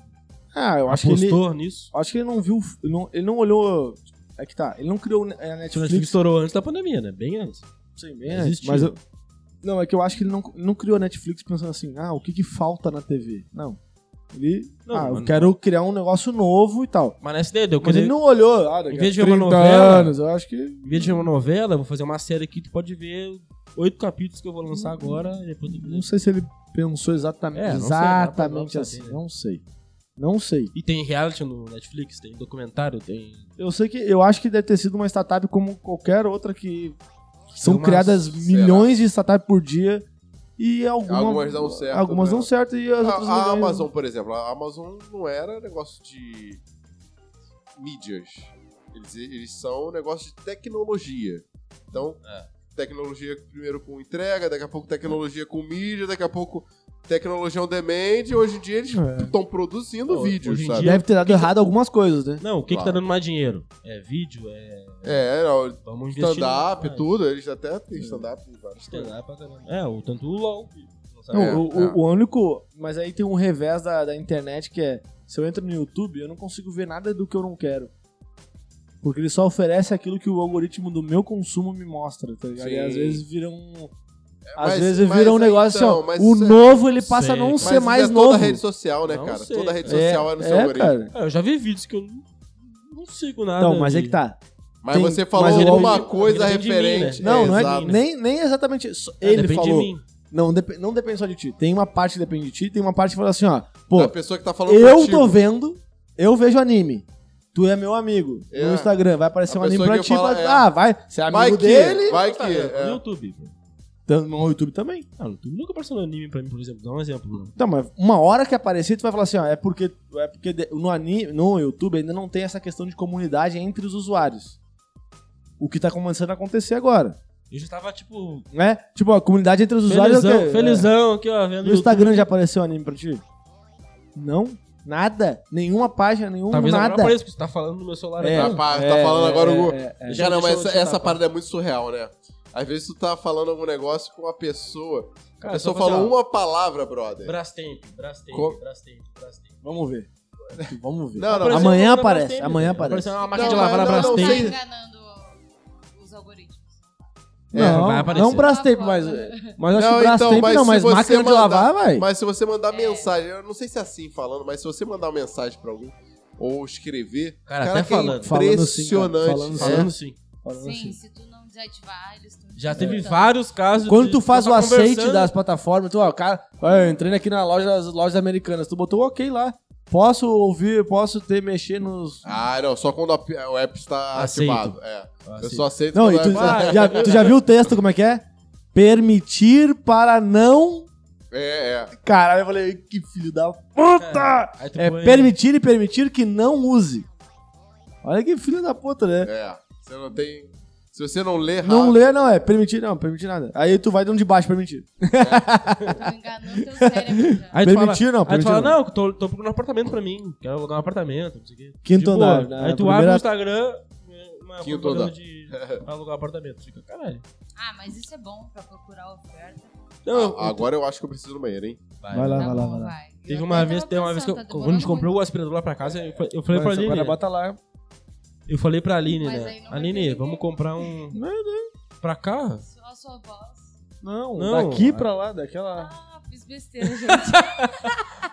[SPEAKER 1] Ah, eu acho que, ele,
[SPEAKER 6] Apostou nisso.
[SPEAKER 1] acho que ele não viu. Ele não, ele não olhou. É que tá, ele não criou a
[SPEAKER 6] O Netflix
[SPEAKER 1] Netflix.
[SPEAKER 6] estourou antes da pandemia, né? Bem antes.
[SPEAKER 1] Sim, bem antes,
[SPEAKER 6] Existiu.
[SPEAKER 1] mas eu- Não, é que eu acho que ele não, não criou a Netflix pensando assim, ah, o que que falta na TV? Não. Ele.
[SPEAKER 6] Não,
[SPEAKER 1] ah, eu
[SPEAKER 6] mano.
[SPEAKER 1] quero criar um negócio novo e tal.
[SPEAKER 6] Mas nessa ideia deu.
[SPEAKER 1] Mas
[SPEAKER 6] Quando
[SPEAKER 1] ele não olhou. Ah,
[SPEAKER 6] Em vez de ver uma
[SPEAKER 1] 30
[SPEAKER 6] novela-
[SPEAKER 1] anos, eu acho que.
[SPEAKER 6] Em vez de ver uma novela, eu vou fazer uma série aqui. Tu pode ver oito capítulos que eu vou lançar agora. e Depois tu...
[SPEAKER 1] Não sei se ele pensou exatamente,
[SPEAKER 6] É, não sei,
[SPEAKER 1] exatamente
[SPEAKER 6] dá pra- dá pra
[SPEAKER 1] assim.
[SPEAKER 6] saber, né?
[SPEAKER 1] Não sei. Não sei.
[SPEAKER 6] E tem reality no Netflix, tem documentário, tem.
[SPEAKER 1] Eu sei que. Eu acho que deve ter sido uma startup como qualquer outra que. São
[SPEAKER 6] Tem uma-
[SPEAKER 1] criadas
[SPEAKER 3] será?
[SPEAKER 1] milhões de startups por dia. E alguma-
[SPEAKER 3] Algumas dão certo,
[SPEAKER 1] Algumas
[SPEAKER 3] né?
[SPEAKER 1] dão certo e as
[SPEAKER 3] A,
[SPEAKER 1] outras
[SPEAKER 3] a
[SPEAKER 1] não.
[SPEAKER 3] Amazon, por exemplo, a Amazon não era negócio de mídias. Eles, eles são um negócio de tecnologia. Então,
[SPEAKER 6] É.
[SPEAKER 3] tecnologia primeiro com entrega, daqui a pouco tecnologia com mídia, daqui a pouco tecnologia on demand. E hoje em dia eles
[SPEAKER 1] É.
[SPEAKER 3] estão produzindo
[SPEAKER 6] Hoje
[SPEAKER 3] vídeos,
[SPEAKER 6] em
[SPEAKER 3] sabe? É.
[SPEAKER 6] dia-
[SPEAKER 1] Deve ter dado errado algumas coisas, né?
[SPEAKER 6] Não, o que, que
[SPEAKER 3] Claro.
[SPEAKER 6] tá dando mais dinheiro? É vídeo? É.
[SPEAKER 3] É, não,
[SPEAKER 6] Vamos investir.
[SPEAKER 3] stand-up,
[SPEAKER 6] nisso.
[SPEAKER 3] tudo. Eles até têm stand-up e
[SPEAKER 6] Ah,
[SPEAKER 3] várias coisas.
[SPEAKER 6] Stand-up pra caramba. É, o tanto o LOL.
[SPEAKER 1] Não,
[SPEAKER 3] É,
[SPEAKER 1] o, o-
[SPEAKER 3] é.
[SPEAKER 1] o único. Mas aí tem um revés da, da internet que é: se eu entro no YouTube, eu não consigo ver nada do que eu não quero. Porque ele só oferece aquilo que o algoritmo do meu consumo me mostra, tá ligado? E
[SPEAKER 3] Sim.
[SPEAKER 1] às vezes vira um. Às
[SPEAKER 3] mas-
[SPEAKER 1] vezes
[SPEAKER 3] mas
[SPEAKER 1] vira um
[SPEAKER 3] aí,
[SPEAKER 1] negócio
[SPEAKER 3] então,
[SPEAKER 1] assim,
[SPEAKER 3] mas
[SPEAKER 1] ó. O
[SPEAKER 3] isso é-
[SPEAKER 1] novo ele passa a não
[SPEAKER 6] Sei,
[SPEAKER 3] Mas
[SPEAKER 1] ser
[SPEAKER 3] isso
[SPEAKER 1] mais
[SPEAKER 3] é
[SPEAKER 1] novo.
[SPEAKER 3] toda rede social, né,
[SPEAKER 6] Não
[SPEAKER 3] cara?
[SPEAKER 6] sei,
[SPEAKER 3] Toda rede
[SPEAKER 1] é,
[SPEAKER 3] social é, no seu
[SPEAKER 1] é,
[SPEAKER 3] algoritmo.
[SPEAKER 1] cara.
[SPEAKER 6] Ah, eu já vi vídeos que eu não, não sigo nada.
[SPEAKER 1] Não, mas
[SPEAKER 6] de-
[SPEAKER 1] é que tá.
[SPEAKER 3] Mas
[SPEAKER 1] Tem-
[SPEAKER 3] você
[SPEAKER 1] mas
[SPEAKER 3] falou
[SPEAKER 1] ele
[SPEAKER 3] alguma
[SPEAKER 6] depende-
[SPEAKER 3] coisa
[SPEAKER 6] ele depende de mim,
[SPEAKER 3] referente.
[SPEAKER 6] né?
[SPEAKER 1] Não, não é,
[SPEAKER 3] Exato.
[SPEAKER 1] nem, nem exatamente isso.
[SPEAKER 6] É,
[SPEAKER 1] ele
[SPEAKER 6] depende
[SPEAKER 1] falou.
[SPEAKER 6] de mim.
[SPEAKER 1] Não, depe- não depende só de ti. Tem uma parte que depende de ti, tem uma parte que fala assim, ó. Pô,
[SPEAKER 3] a pessoa que tá falando
[SPEAKER 1] Eu
[SPEAKER 3] contigo.
[SPEAKER 1] tô vendo, eu vejo anime. Tu é meu amigo.
[SPEAKER 3] É.
[SPEAKER 1] No Instagram, vai aparecer
[SPEAKER 3] A
[SPEAKER 1] um anime
[SPEAKER 3] pessoa
[SPEAKER 1] pra
[SPEAKER 3] que
[SPEAKER 1] ti.
[SPEAKER 3] fala,
[SPEAKER 1] vai-
[SPEAKER 3] é.
[SPEAKER 1] Ah, vai. Você é amigo
[SPEAKER 3] Vai que,
[SPEAKER 1] dele.
[SPEAKER 3] vai que.
[SPEAKER 6] Ah,
[SPEAKER 3] é.
[SPEAKER 6] No YouTube.
[SPEAKER 1] Tá No YouTube também.
[SPEAKER 6] Ah, no YouTube nunca apareceu no anime pra mim, por exemplo. Dá um exemplo. né?
[SPEAKER 1] Então, mas uma hora que aparecer, tu vai falar assim, ó, é porque, é porque de- no, anime, no YouTube ainda não tem essa questão de comunidade entre os usuários. O que tá começando a acontecer agora,
[SPEAKER 6] Eu já tava, tipo,
[SPEAKER 1] né? Tipo, a comunidade entre os usuários... é o
[SPEAKER 6] felizão,
[SPEAKER 1] quê?
[SPEAKER 6] felizão aqui, ó,
[SPEAKER 1] É.
[SPEAKER 6] vendo
[SPEAKER 1] No Instagram já apareceu anime pra ti? Não? Nada? Nenhuma página, nenhum
[SPEAKER 6] Talvez agora
[SPEAKER 1] nada?
[SPEAKER 6] apareça, porque você tá falando no meu celular
[SPEAKER 1] É,
[SPEAKER 6] aqui.
[SPEAKER 3] Tá, pa- tá falando agora o.
[SPEAKER 1] é, é.
[SPEAKER 3] Cara, não,
[SPEAKER 6] Deixa eu-
[SPEAKER 3] mas
[SPEAKER 6] deixa
[SPEAKER 3] essa,
[SPEAKER 6] eu
[SPEAKER 3] essa
[SPEAKER 6] tapar.
[SPEAKER 3] parada é muito surreal, né? Às vezes tu tá falando algum negócio com uma pessoa.
[SPEAKER 6] Cara,
[SPEAKER 3] a pessoa
[SPEAKER 6] só fala
[SPEAKER 3] falou
[SPEAKER 6] assim, ó,
[SPEAKER 3] uma palavra, brother.
[SPEAKER 6] Brastemp, Brastemp,
[SPEAKER 3] Co-
[SPEAKER 6] Brastemp, Brastemp.
[SPEAKER 1] Vamos ver. Vamos ver.
[SPEAKER 3] Não, não,
[SPEAKER 6] Apareceu
[SPEAKER 1] amanhã
[SPEAKER 6] um nome da
[SPEAKER 1] aparece,
[SPEAKER 6] Brastemp,
[SPEAKER 1] amanhã
[SPEAKER 6] né?
[SPEAKER 1] aparece.
[SPEAKER 6] Apareceu uma máquina
[SPEAKER 3] Não,
[SPEAKER 6] de lavar
[SPEAKER 3] mas
[SPEAKER 6] na
[SPEAKER 3] não,
[SPEAKER 4] Não
[SPEAKER 3] sei.
[SPEAKER 4] tá
[SPEAKER 6] Brastemp.
[SPEAKER 4] enganando os algoritmos.
[SPEAKER 1] Não,
[SPEAKER 6] É, vai aparecer.
[SPEAKER 1] não Brastemp, mas. Mas eu acho que Brastemp não,
[SPEAKER 3] então, se
[SPEAKER 1] mas
[SPEAKER 3] você
[SPEAKER 1] máquina de
[SPEAKER 3] mandar-
[SPEAKER 1] lavar, vai.
[SPEAKER 3] Mas se você mandar
[SPEAKER 4] É.
[SPEAKER 3] mensagem, eu não sei se é assim falando, mas se você mandar uma mensagem pra alguém ou escrever,
[SPEAKER 6] Cara,
[SPEAKER 3] cara,
[SPEAKER 6] até
[SPEAKER 3] que é
[SPEAKER 6] falando.
[SPEAKER 1] Falando sim, cara,
[SPEAKER 3] impressionante.
[SPEAKER 1] falando
[SPEAKER 3] É.
[SPEAKER 6] Falando sim.
[SPEAKER 1] Falando
[SPEAKER 4] Sim,
[SPEAKER 1] assim.
[SPEAKER 4] se tu não desativar, eles estão.
[SPEAKER 6] Já teve vários casos.
[SPEAKER 1] Quando
[SPEAKER 6] de-
[SPEAKER 1] tu faz
[SPEAKER 6] tá
[SPEAKER 1] o aceite
[SPEAKER 6] conversando,
[SPEAKER 1] das plataformas, tu, ó, cara, ó, eu entrei aqui na loja das lojas americanas, tu botou ok lá. Posso ouvir, posso ter, mexer nos.
[SPEAKER 3] Ah, não, só quando a- o app está
[SPEAKER 6] Aceito.
[SPEAKER 3] ativado. É. Eu
[SPEAKER 6] aceita.
[SPEAKER 3] só aceito
[SPEAKER 1] Não, e
[SPEAKER 3] quando é
[SPEAKER 1] tu
[SPEAKER 3] o app-
[SPEAKER 1] já, já- tu já viu o texto, como é que é? Permitir para não.
[SPEAKER 3] É, é.
[SPEAKER 1] Caralho, eu falei, que filho da puta!
[SPEAKER 6] Ah, Aí tu
[SPEAKER 1] É
[SPEAKER 6] põe-
[SPEAKER 1] permitir e permitir que não use. Olha que filho da puta, né?
[SPEAKER 3] É. Você não tem. Se você não lê rápido.
[SPEAKER 1] Não ler, não, é permitir, não, permitir nada. Aí tu vai dando de baixo, permitir.
[SPEAKER 4] Tu enganou teu cérebro já.
[SPEAKER 6] Aí tu fala,
[SPEAKER 1] permitir, não,
[SPEAKER 6] aí tu
[SPEAKER 1] permitir.
[SPEAKER 6] fala
[SPEAKER 1] não.
[SPEAKER 6] não, tô, tô procurando um apartamento pra mim. Quero alugar um apartamento, não sei o quê.
[SPEAKER 1] Quinto
[SPEAKER 6] De boa.
[SPEAKER 1] andar. na
[SPEAKER 6] Aí tu abre
[SPEAKER 1] primeira-
[SPEAKER 6] o Instagram, é, uma
[SPEAKER 3] Quinto
[SPEAKER 6] propaganda
[SPEAKER 3] andar.
[SPEAKER 6] de alugar um apartamento. Fica, caralho.
[SPEAKER 4] Ah, mas isso é bom pra procurar oferta.
[SPEAKER 6] Não, eu-
[SPEAKER 3] Ah, Agora eu acho que eu preciso do banheiro, hein?
[SPEAKER 1] Vai lá,
[SPEAKER 4] Tá
[SPEAKER 1] vai lá,
[SPEAKER 4] bom,
[SPEAKER 1] vai lá.
[SPEAKER 4] vai. Eu
[SPEAKER 6] Teve
[SPEAKER 4] até
[SPEAKER 6] uma
[SPEAKER 4] tava
[SPEAKER 6] vez, tem uma vez que eu-
[SPEAKER 4] pensando, tá
[SPEAKER 6] quando a gente
[SPEAKER 4] demorando
[SPEAKER 6] comprou o aspirador lá pra casa, eu, fa- eu falei
[SPEAKER 1] Agora-
[SPEAKER 6] pra Aline.
[SPEAKER 1] Agora bota lá.
[SPEAKER 6] Eu falei pra Aline,
[SPEAKER 4] Mas
[SPEAKER 6] né?
[SPEAKER 4] aí não vai ter
[SPEAKER 6] Aline,
[SPEAKER 4] ninguém.
[SPEAKER 6] vamos comprar um. Pra cá?
[SPEAKER 4] muito. Só a sua voz.
[SPEAKER 1] Não,
[SPEAKER 6] Não,
[SPEAKER 1] daqui
[SPEAKER 6] é.
[SPEAKER 1] pra lá, daquela.
[SPEAKER 4] Ah, fiz besteira, gente.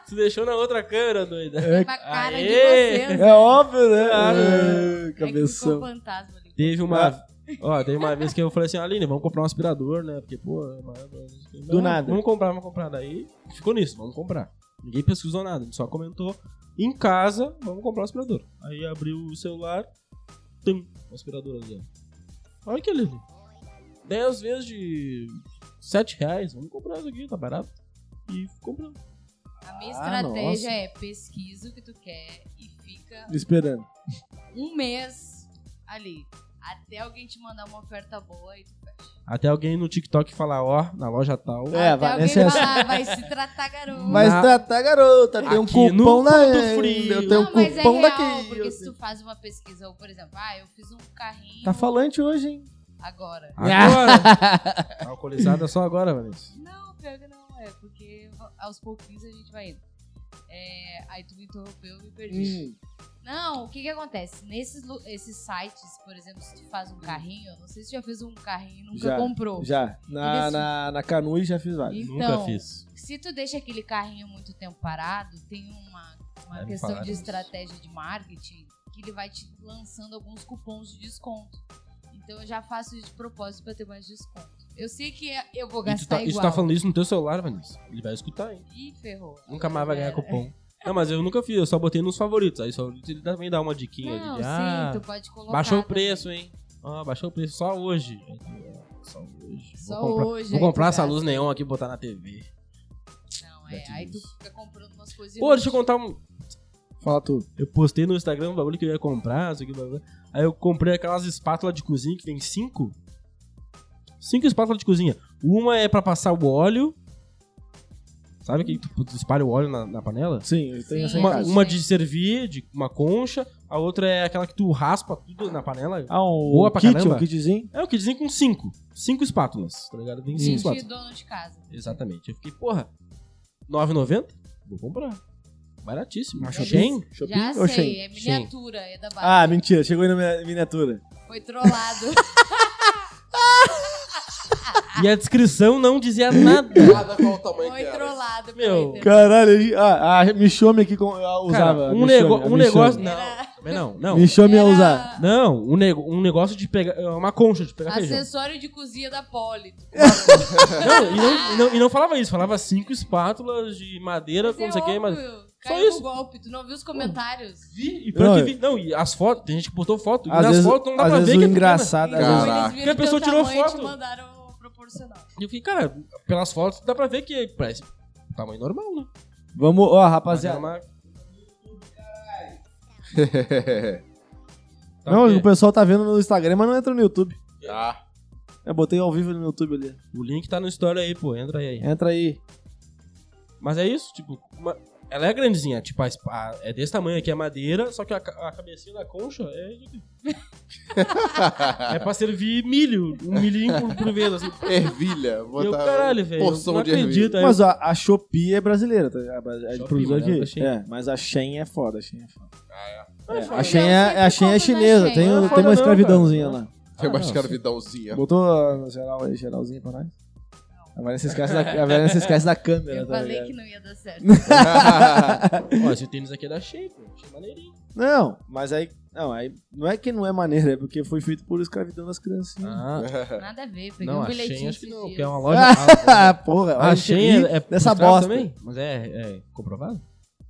[SPEAKER 6] Tu deixou na outra câmera, doida.
[SPEAKER 1] É,
[SPEAKER 4] Pra cara de
[SPEAKER 6] Aê!
[SPEAKER 4] vocês.
[SPEAKER 1] é óbvio, né?
[SPEAKER 6] Claro.
[SPEAKER 1] É,
[SPEAKER 4] É que ficou
[SPEAKER 1] cabeção.
[SPEAKER 4] fantasma ali.
[SPEAKER 6] Teve uma. Ó, teve uma vez que eu falei assim, Aline, vamos comprar um aspirador, né? Porque, pô, é maior- Não,
[SPEAKER 1] nada.
[SPEAKER 6] Vamos comprar, vamos comprar. Daí ficou nisso, vamos comprar. Ninguém pesquisou nada, a gente só comentou. Em casa, vamos comprar um aspirador. Aí abriu o celular, tem um aspirador ali, ó. Olha que lindo. 10 vezes de 7 reais, vamos comprar isso aqui, tá barato. E compramos.
[SPEAKER 4] A minha
[SPEAKER 1] Ah,
[SPEAKER 4] estratégia
[SPEAKER 1] nossa.
[SPEAKER 4] é pesquisa o que tu quer e fica
[SPEAKER 1] Esperando.
[SPEAKER 4] um mês ali. Até alguém te mandar uma oferta boa e tu fecha.
[SPEAKER 6] Até alguém no TikTok falar, ó, na loja tal.
[SPEAKER 1] É,
[SPEAKER 4] Até
[SPEAKER 1] vai,
[SPEAKER 4] alguém
[SPEAKER 1] essa é
[SPEAKER 4] falar, vai se tratar, garoto.
[SPEAKER 1] Mas
[SPEAKER 6] Na-
[SPEAKER 1] tratar garota, tem um
[SPEAKER 6] Aqui no
[SPEAKER 1] cupom na.
[SPEAKER 6] Ponto Frio.
[SPEAKER 1] Eu tenho um
[SPEAKER 4] não, mas é
[SPEAKER 1] cupom
[SPEAKER 4] real,
[SPEAKER 1] daqui.
[SPEAKER 4] porque
[SPEAKER 1] eu
[SPEAKER 4] se
[SPEAKER 1] tenho-
[SPEAKER 4] tu faz uma pesquisa, ou por exemplo, ah, eu fiz um carrinho
[SPEAKER 1] Tá falante hoje, hein?
[SPEAKER 4] agora.
[SPEAKER 6] Agora! Alcoolizada só agora, Vanessa.
[SPEAKER 4] Não, pior que não, é porque aos pouquinhos a gente vai indo. É, aí tu me interrompeu, eu me perdi. Não, o que que acontece? Nesses lu- esses sites, por exemplo, se tu faz um carrinho, eu não sei se tu já fez um carrinho e nunca
[SPEAKER 1] Hum. Já,
[SPEAKER 4] comprou.
[SPEAKER 1] Já. Na,
[SPEAKER 4] Eles-
[SPEAKER 1] na, na Canu já fiz vários.
[SPEAKER 4] Então,
[SPEAKER 6] Nunca fiz.
[SPEAKER 4] se tu deixa aquele carrinho muito tempo parado, tem uma, uma
[SPEAKER 6] É, me
[SPEAKER 4] questão
[SPEAKER 6] falaram
[SPEAKER 4] de
[SPEAKER 6] isso.
[SPEAKER 4] estratégia de marketing que ele vai te lançando alguns cupons de desconto. Então eu já faço isso de propósito pra ter mais desconto. Eu sei que é- eu vou
[SPEAKER 6] E tu,
[SPEAKER 4] gastar
[SPEAKER 6] tá, e tu
[SPEAKER 4] igual.
[SPEAKER 6] tá falando isso no teu celular, Vanessa? Ele vai escutar, hein?
[SPEAKER 4] Ih, ferrou.
[SPEAKER 6] Nunca mais vai ganhar
[SPEAKER 4] Era.
[SPEAKER 6] cupom. Não, mas eu nunca fiz, eu só botei nos favoritos. Aí só ele também dá uma diquinha
[SPEAKER 4] Não,
[SPEAKER 6] ali. de,
[SPEAKER 4] sim,
[SPEAKER 6] Ah,
[SPEAKER 4] tu pode colocar.
[SPEAKER 6] baixou o
[SPEAKER 4] também.
[SPEAKER 6] preço, hein? Ah, baixou o preço só hoje. Aí tu, ah, Só hoje.
[SPEAKER 4] Só
[SPEAKER 6] vou comprar,
[SPEAKER 4] hoje. é
[SPEAKER 6] vou
[SPEAKER 4] aí tu
[SPEAKER 6] comprar essa
[SPEAKER 4] gasta.
[SPEAKER 6] luz né? neon aqui e botar na TV.
[SPEAKER 4] Não, é. Aí tu fica comprando umas coisas.
[SPEAKER 6] Pô, deixa eu
[SPEAKER 4] inúteis.
[SPEAKER 6] contar um.
[SPEAKER 1] Fala tu.
[SPEAKER 6] Eu postei no Instagram um bagulho que eu ia comprar, não sei o que, blá, blá. aí eu comprei aquelas espátulas de cozinha que vem cinco. Cinco espátulas de cozinha. Uma é pra passar o óleo. Sabe que tu tu espalha o óleo na, na panela?
[SPEAKER 1] Sim, eu tenho essa
[SPEAKER 4] Sim.
[SPEAKER 1] em
[SPEAKER 6] Uma,
[SPEAKER 1] casa.
[SPEAKER 6] uma de servir, de uma concha. A outra é aquela que tu raspa tudo na panela.
[SPEAKER 1] Ah, um
[SPEAKER 6] Boa pra
[SPEAKER 1] kit,
[SPEAKER 6] caramba.
[SPEAKER 1] um kitzinho.
[SPEAKER 6] É o que dizem com cinco. Cinco espátulas, tá ligado? Tem cinco
[SPEAKER 4] Gente,
[SPEAKER 6] espátulas.
[SPEAKER 4] dono de casa.
[SPEAKER 6] Exatamente. Eu fiquei, porra, 9,90? Vou comprar. Baratíssimo.
[SPEAKER 1] Shopping?
[SPEAKER 6] Shen?
[SPEAKER 1] Shopping
[SPEAKER 4] Já
[SPEAKER 1] ou
[SPEAKER 4] sei,
[SPEAKER 1] Shein?
[SPEAKER 4] é
[SPEAKER 6] Shein.
[SPEAKER 4] miniatura, é da barra.
[SPEAKER 1] Ah, mentira, chegou aí na minha miniatura.
[SPEAKER 4] Foi trollado.
[SPEAKER 6] E a descrição não dizia nada.
[SPEAKER 3] Nada qual o tamanho
[SPEAKER 4] Foi
[SPEAKER 3] que era.
[SPEAKER 4] trollado,
[SPEAKER 6] Meu.
[SPEAKER 4] pelo Inter.
[SPEAKER 1] Caralho, aí- ah, a Michome aqui com- ah,
[SPEAKER 6] Cara,
[SPEAKER 1] usava. a
[SPEAKER 6] um,
[SPEAKER 1] Michome,
[SPEAKER 6] nego-
[SPEAKER 1] a
[SPEAKER 6] um
[SPEAKER 1] Michome.
[SPEAKER 6] negócio.
[SPEAKER 4] Era-
[SPEAKER 6] Não, também não, não.
[SPEAKER 1] Michome ia
[SPEAKER 4] Era
[SPEAKER 1] usar.
[SPEAKER 6] Não, um, nego- um negócio de pegar. é Uma concha de pegar feijão.
[SPEAKER 4] Acessório de cozinha da Poli. Tu
[SPEAKER 6] Não, e, não, e não- e não falava isso, falava cinco espátulas de madeira,
[SPEAKER 4] Mas
[SPEAKER 6] como
[SPEAKER 4] é
[SPEAKER 6] sei o que, mas.
[SPEAKER 4] óbvio,
[SPEAKER 6] Só
[SPEAKER 4] Caiu
[SPEAKER 6] isso.
[SPEAKER 4] no golpe, tu não viu os comentários?
[SPEAKER 6] Vi, e pior
[SPEAKER 1] Não,
[SPEAKER 6] que
[SPEAKER 1] eu-
[SPEAKER 6] vi. Não, e as fotos, tem gente que postou foto, e
[SPEAKER 1] Às
[SPEAKER 6] nas
[SPEAKER 1] vezes,
[SPEAKER 6] fotos não dá
[SPEAKER 1] às
[SPEAKER 6] pra ver
[SPEAKER 1] vezes
[SPEAKER 6] que
[SPEAKER 1] o
[SPEAKER 6] é pequena.
[SPEAKER 1] engraçado. às
[SPEAKER 4] Então
[SPEAKER 1] vezes-
[SPEAKER 4] eles
[SPEAKER 3] Caraca.
[SPEAKER 4] viram
[SPEAKER 6] E a pessoa
[SPEAKER 4] teu
[SPEAKER 6] tirou
[SPEAKER 4] tamanho e
[SPEAKER 6] foto.
[SPEAKER 4] te mandaram proporcional.
[SPEAKER 6] E eu fiquei, cara, pelas fotos dá pra ver que parece tamanho normal, né?
[SPEAKER 1] Vamos, ó,
[SPEAKER 6] Mas era
[SPEAKER 1] rapaziada.
[SPEAKER 6] uma. Tá
[SPEAKER 1] Não,
[SPEAKER 6] o,
[SPEAKER 1] o
[SPEAKER 6] quê?
[SPEAKER 1] pessoal tá vendo no Instagram, mas não entra no YouTube.
[SPEAKER 3] ah,
[SPEAKER 1] Eu botei ao vivo no YouTube ali.
[SPEAKER 6] O link tá no story aí, pô, entra aí.
[SPEAKER 1] Entra aí.
[SPEAKER 6] Mas é isso, tipo, uma- ela é grandezinha, tipo, a, esp- a- é desse tamanho aqui a madeira, só que a, ca- a cabecinha da concha é. isso aqui. é pra servir milho, um milhinho por, por vez, assim.
[SPEAKER 3] ervilha.
[SPEAKER 6] E eu,
[SPEAKER 3] botar
[SPEAKER 6] caralho, velho, eu
[SPEAKER 3] porção
[SPEAKER 6] não
[SPEAKER 3] de ervilha.
[SPEAKER 6] acredito. Aí
[SPEAKER 1] Mas a, a Shopee é brasileira, tá? ligado? A- É de
[SPEAKER 6] Shopee,
[SPEAKER 1] produção
[SPEAKER 6] mas não é da
[SPEAKER 1] aqui.
[SPEAKER 6] Shein.
[SPEAKER 1] É, mas a Shen é foda, a Shen é foda.
[SPEAKER 6] eu-
[SPEAKER 1] É, a Shen é, a Shein é
[SPEAKER 4] compra da
[SPEAKER 1] chinesa,
[SPEAKER 4] Shein.
[SPEAKER 1] tem,
[SPEAKER 6] Não é
[SPEAKER 1] um-
[SPEAKER 6] foda
[SPEAKER 1] tem
[SPEAKER 6] não,
[SPEAKER 1] uma escravidãozinha lá.
[SPEAKER 3] Tem uma
[SPEAKER 6] Ah, não,
[SPEAKER 3] escravidãozinha.
[SPEAKER 1] Botou a- no geral aí, geralzinha pra nós? A Vanessa esquece da, a Vanessa esquece da câmera,
[SPEAKER 4] Eu
[SPEAKER 1] tá
[SPEAKER 4] falei
[SPEAKER 1] ligado?
[SPEAKER 4] que não ia dar certo.
[SPEAKER 6] Ó, esse tênis aqui é da Shein, pô. Achei maneirinho.
[SPEAKER 1] Não, mas aí. Não, aí não é que não é maneiro, é porque foi feito por escravidão das crianças.
[SPEAKER 6] Ah,
[SPEAKER 4] Nada a ver, peguei
[SPEAKER 6] não,
[SPEAKER 4] um
[SPEAKER 6] a Shein
[SPEAKER 4] bilhetinho
[SPEAKER 6] acho que
[SPEAKER 4] esses
[SPEAKER 6] não,
[SPEAKER 4] dias.
[SPEAKER 6] porque é uma loja. a-
[SPEAKER 1] Ah, porra,
[SPEAKER 6] A,
[SPEAKER 1] olha,
[SPEAKER 6] Shein
[SPEAKER 1] ri
[SPEAKER 6] é, é
[SPEAKER 1] dessa
[SPEAKER 6] frustrado
[SPEAKER 1] bosta.
[SPEAKER 6] também, mas é, é comprovado?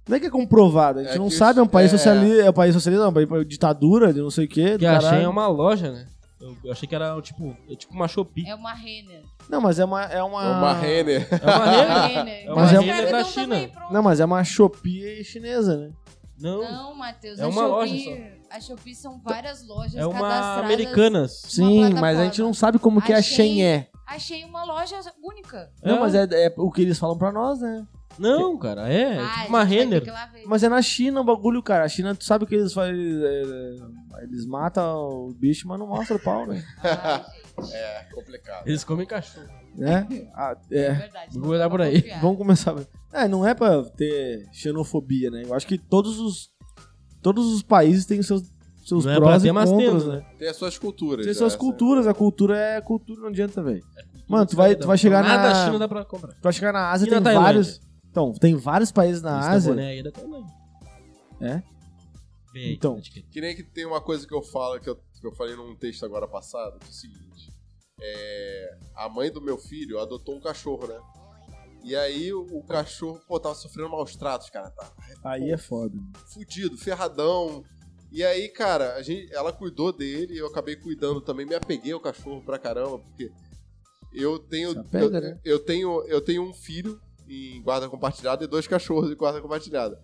[SPEAKER 1] Não é que é comprovado, a gente
[SPEAKER 3] É
[SPEAKER 1] não
[SPEAKER 3] que
[SPEAKER 1] sabe, é um
[SPEAKER 3] isso-
[SPEAKER 1] país
[SPEAKER 3] é.
[SPEAKER 1] socialista, é um país socialista, não, é um país de ditadura, de não sei o quê. do
[SPEAKER 6] Porque a
[SPEAKER 1] caralho.
[SPEAKER 6] Shein é uma loja, né? Eu, eu achei que era tipo, é tipo uma Shopee.
[SPEAKER 4] É uma Renner.
[SPEAKER 1] Não, mas é uma. É uma...
[SPEAKER 3] Uma Renner.
[SPEAKER 6] É uma
[SPEAKER 4] É
[SPEAKER 6] rede.
[SPEAKER 4] uma Renner.
[SPEAKER 6] é
[SPEAKER 1] uma Renner
[SPEAKER 4] escravidão
[SPEAKER 6] da China.
[SPEAKER 4] também, pronto.
[SPEAKER 1] Não, mas é uma Shopee chinesa, né?
[SPEAKER 6] Não,
[SPEAKER 4] Não, Matheus,
[SPEAKER 6] É
[SPEAKER 4] a
[SPEAKER 6] uma loja
[SPEAKER 4] Shopee- A Shopee são várias lojas
[SPEAKER 6] É uma
[SPEAKER 4] cadastradas.
[SPEAKER 6] Americanas.
[SPEAKER 1] Sim, mas a gente não sabe como que a
[SPEAKER 4] Achei.
[SPEAKER 1] Shen é.
[SPEAKER 4] Achei uma loja única.
[SPEAKER 1] Não, mas é, é o que eles falam pra nós, né?
[SPEAKER 6] Não, cara, é.
[SPEAKER 4] Ah,
[SPEAKER 6] tipo uma
[SPEAKER 4] a gente vai ter
[SPEAKER 6] Renner.
[SPEAKER 4] que ir lá ver.
[SPEAKER 1] Mas é na China o bagulho, cara. A China, tu sabe o que eles fazem? é, Eles matam o bicho, mas não mostra o pau, né?
[SPEAKER 4] Ah, gente,
[SPEAKER 3] É complicado.
[SPEAKER 6] Eles comem cachorro.
[SPEAKER 1] né? Ah, é.
[SPEAKER 4] é verdade.
[SPEAKER 6] Vou olhar por aí.
[SPEAKER 1] Vamos começar. É, não é pra ter xenofobia, né? Eu acho que todos os todos os países têm os seus seus
[SPEAKER 6] Não é pra
[SPEAKER 1] prós
[SPEAKER 6] ter,
[SPEAKER 1] e
[SPEAKER 6] mas
[SPEAKER 1] contras,
[SPEAKER 6] temos,
[SPEAKER 1] né?
[SPEAKER 3] Tem as suas culturas.
[SPEAKER 1] Tem
[SPEAKER 3] né?
[SPEAKER 1] suas
[SPEAKER 3] Essa-
[SPEAKER 1] culturas, a cultura é cultura, não adianta, velho. Mano, tu vai, tu vai chegar
[SPEAKER 6] né? Nada
[SPEAKER 1] na
[SPEAKER 6] é da China dá pra comprar.
[SPEAKER 1] tu vai chegar na Ásia,
[SPEAKER 6] E na
[SPEAKER 1] tem
[SPEAKER 6] Tailândia?
[SPEAKER 1] vários. Então, tem vários países na
[SPEAKER 6] Esse
[SPEAKER 1] Ásia.
[SPEAKER 6] taboné aí é da Tailândia.
[SPEAKER 1] É?
[SPEAKER 6] Vê aí,
[SPEAKER 1] Então.
[SPEAKER 6] etiqueta.
[SPEAKER 3] Que nem que tem uma coisa que eu falo, que eu, que eu falei num texto agora passado, que é o seguinte. É, a mãe do meu filho adotou um cachorro, né? E aí o, o cachorro, pô, tava sofrendo maus tratos, cara. Tá
[SPEAKER 1] Aí é foda.
[SPEAKER 3] fudido, ferradão. E aí, cara, a gente, ela cuidou dele, eu acabei cuidando também, me apeguei ao cachorro pra caramba, porque eu tenho.
[SPEAKER 1] Se apega,
[SPEAKER 3] eu,
[SPEAKER 1] né?
[SPEAKER 3] eu tenho eu tenho um filho em guarda compartilhada e dois cachorros em guarda compartilhada.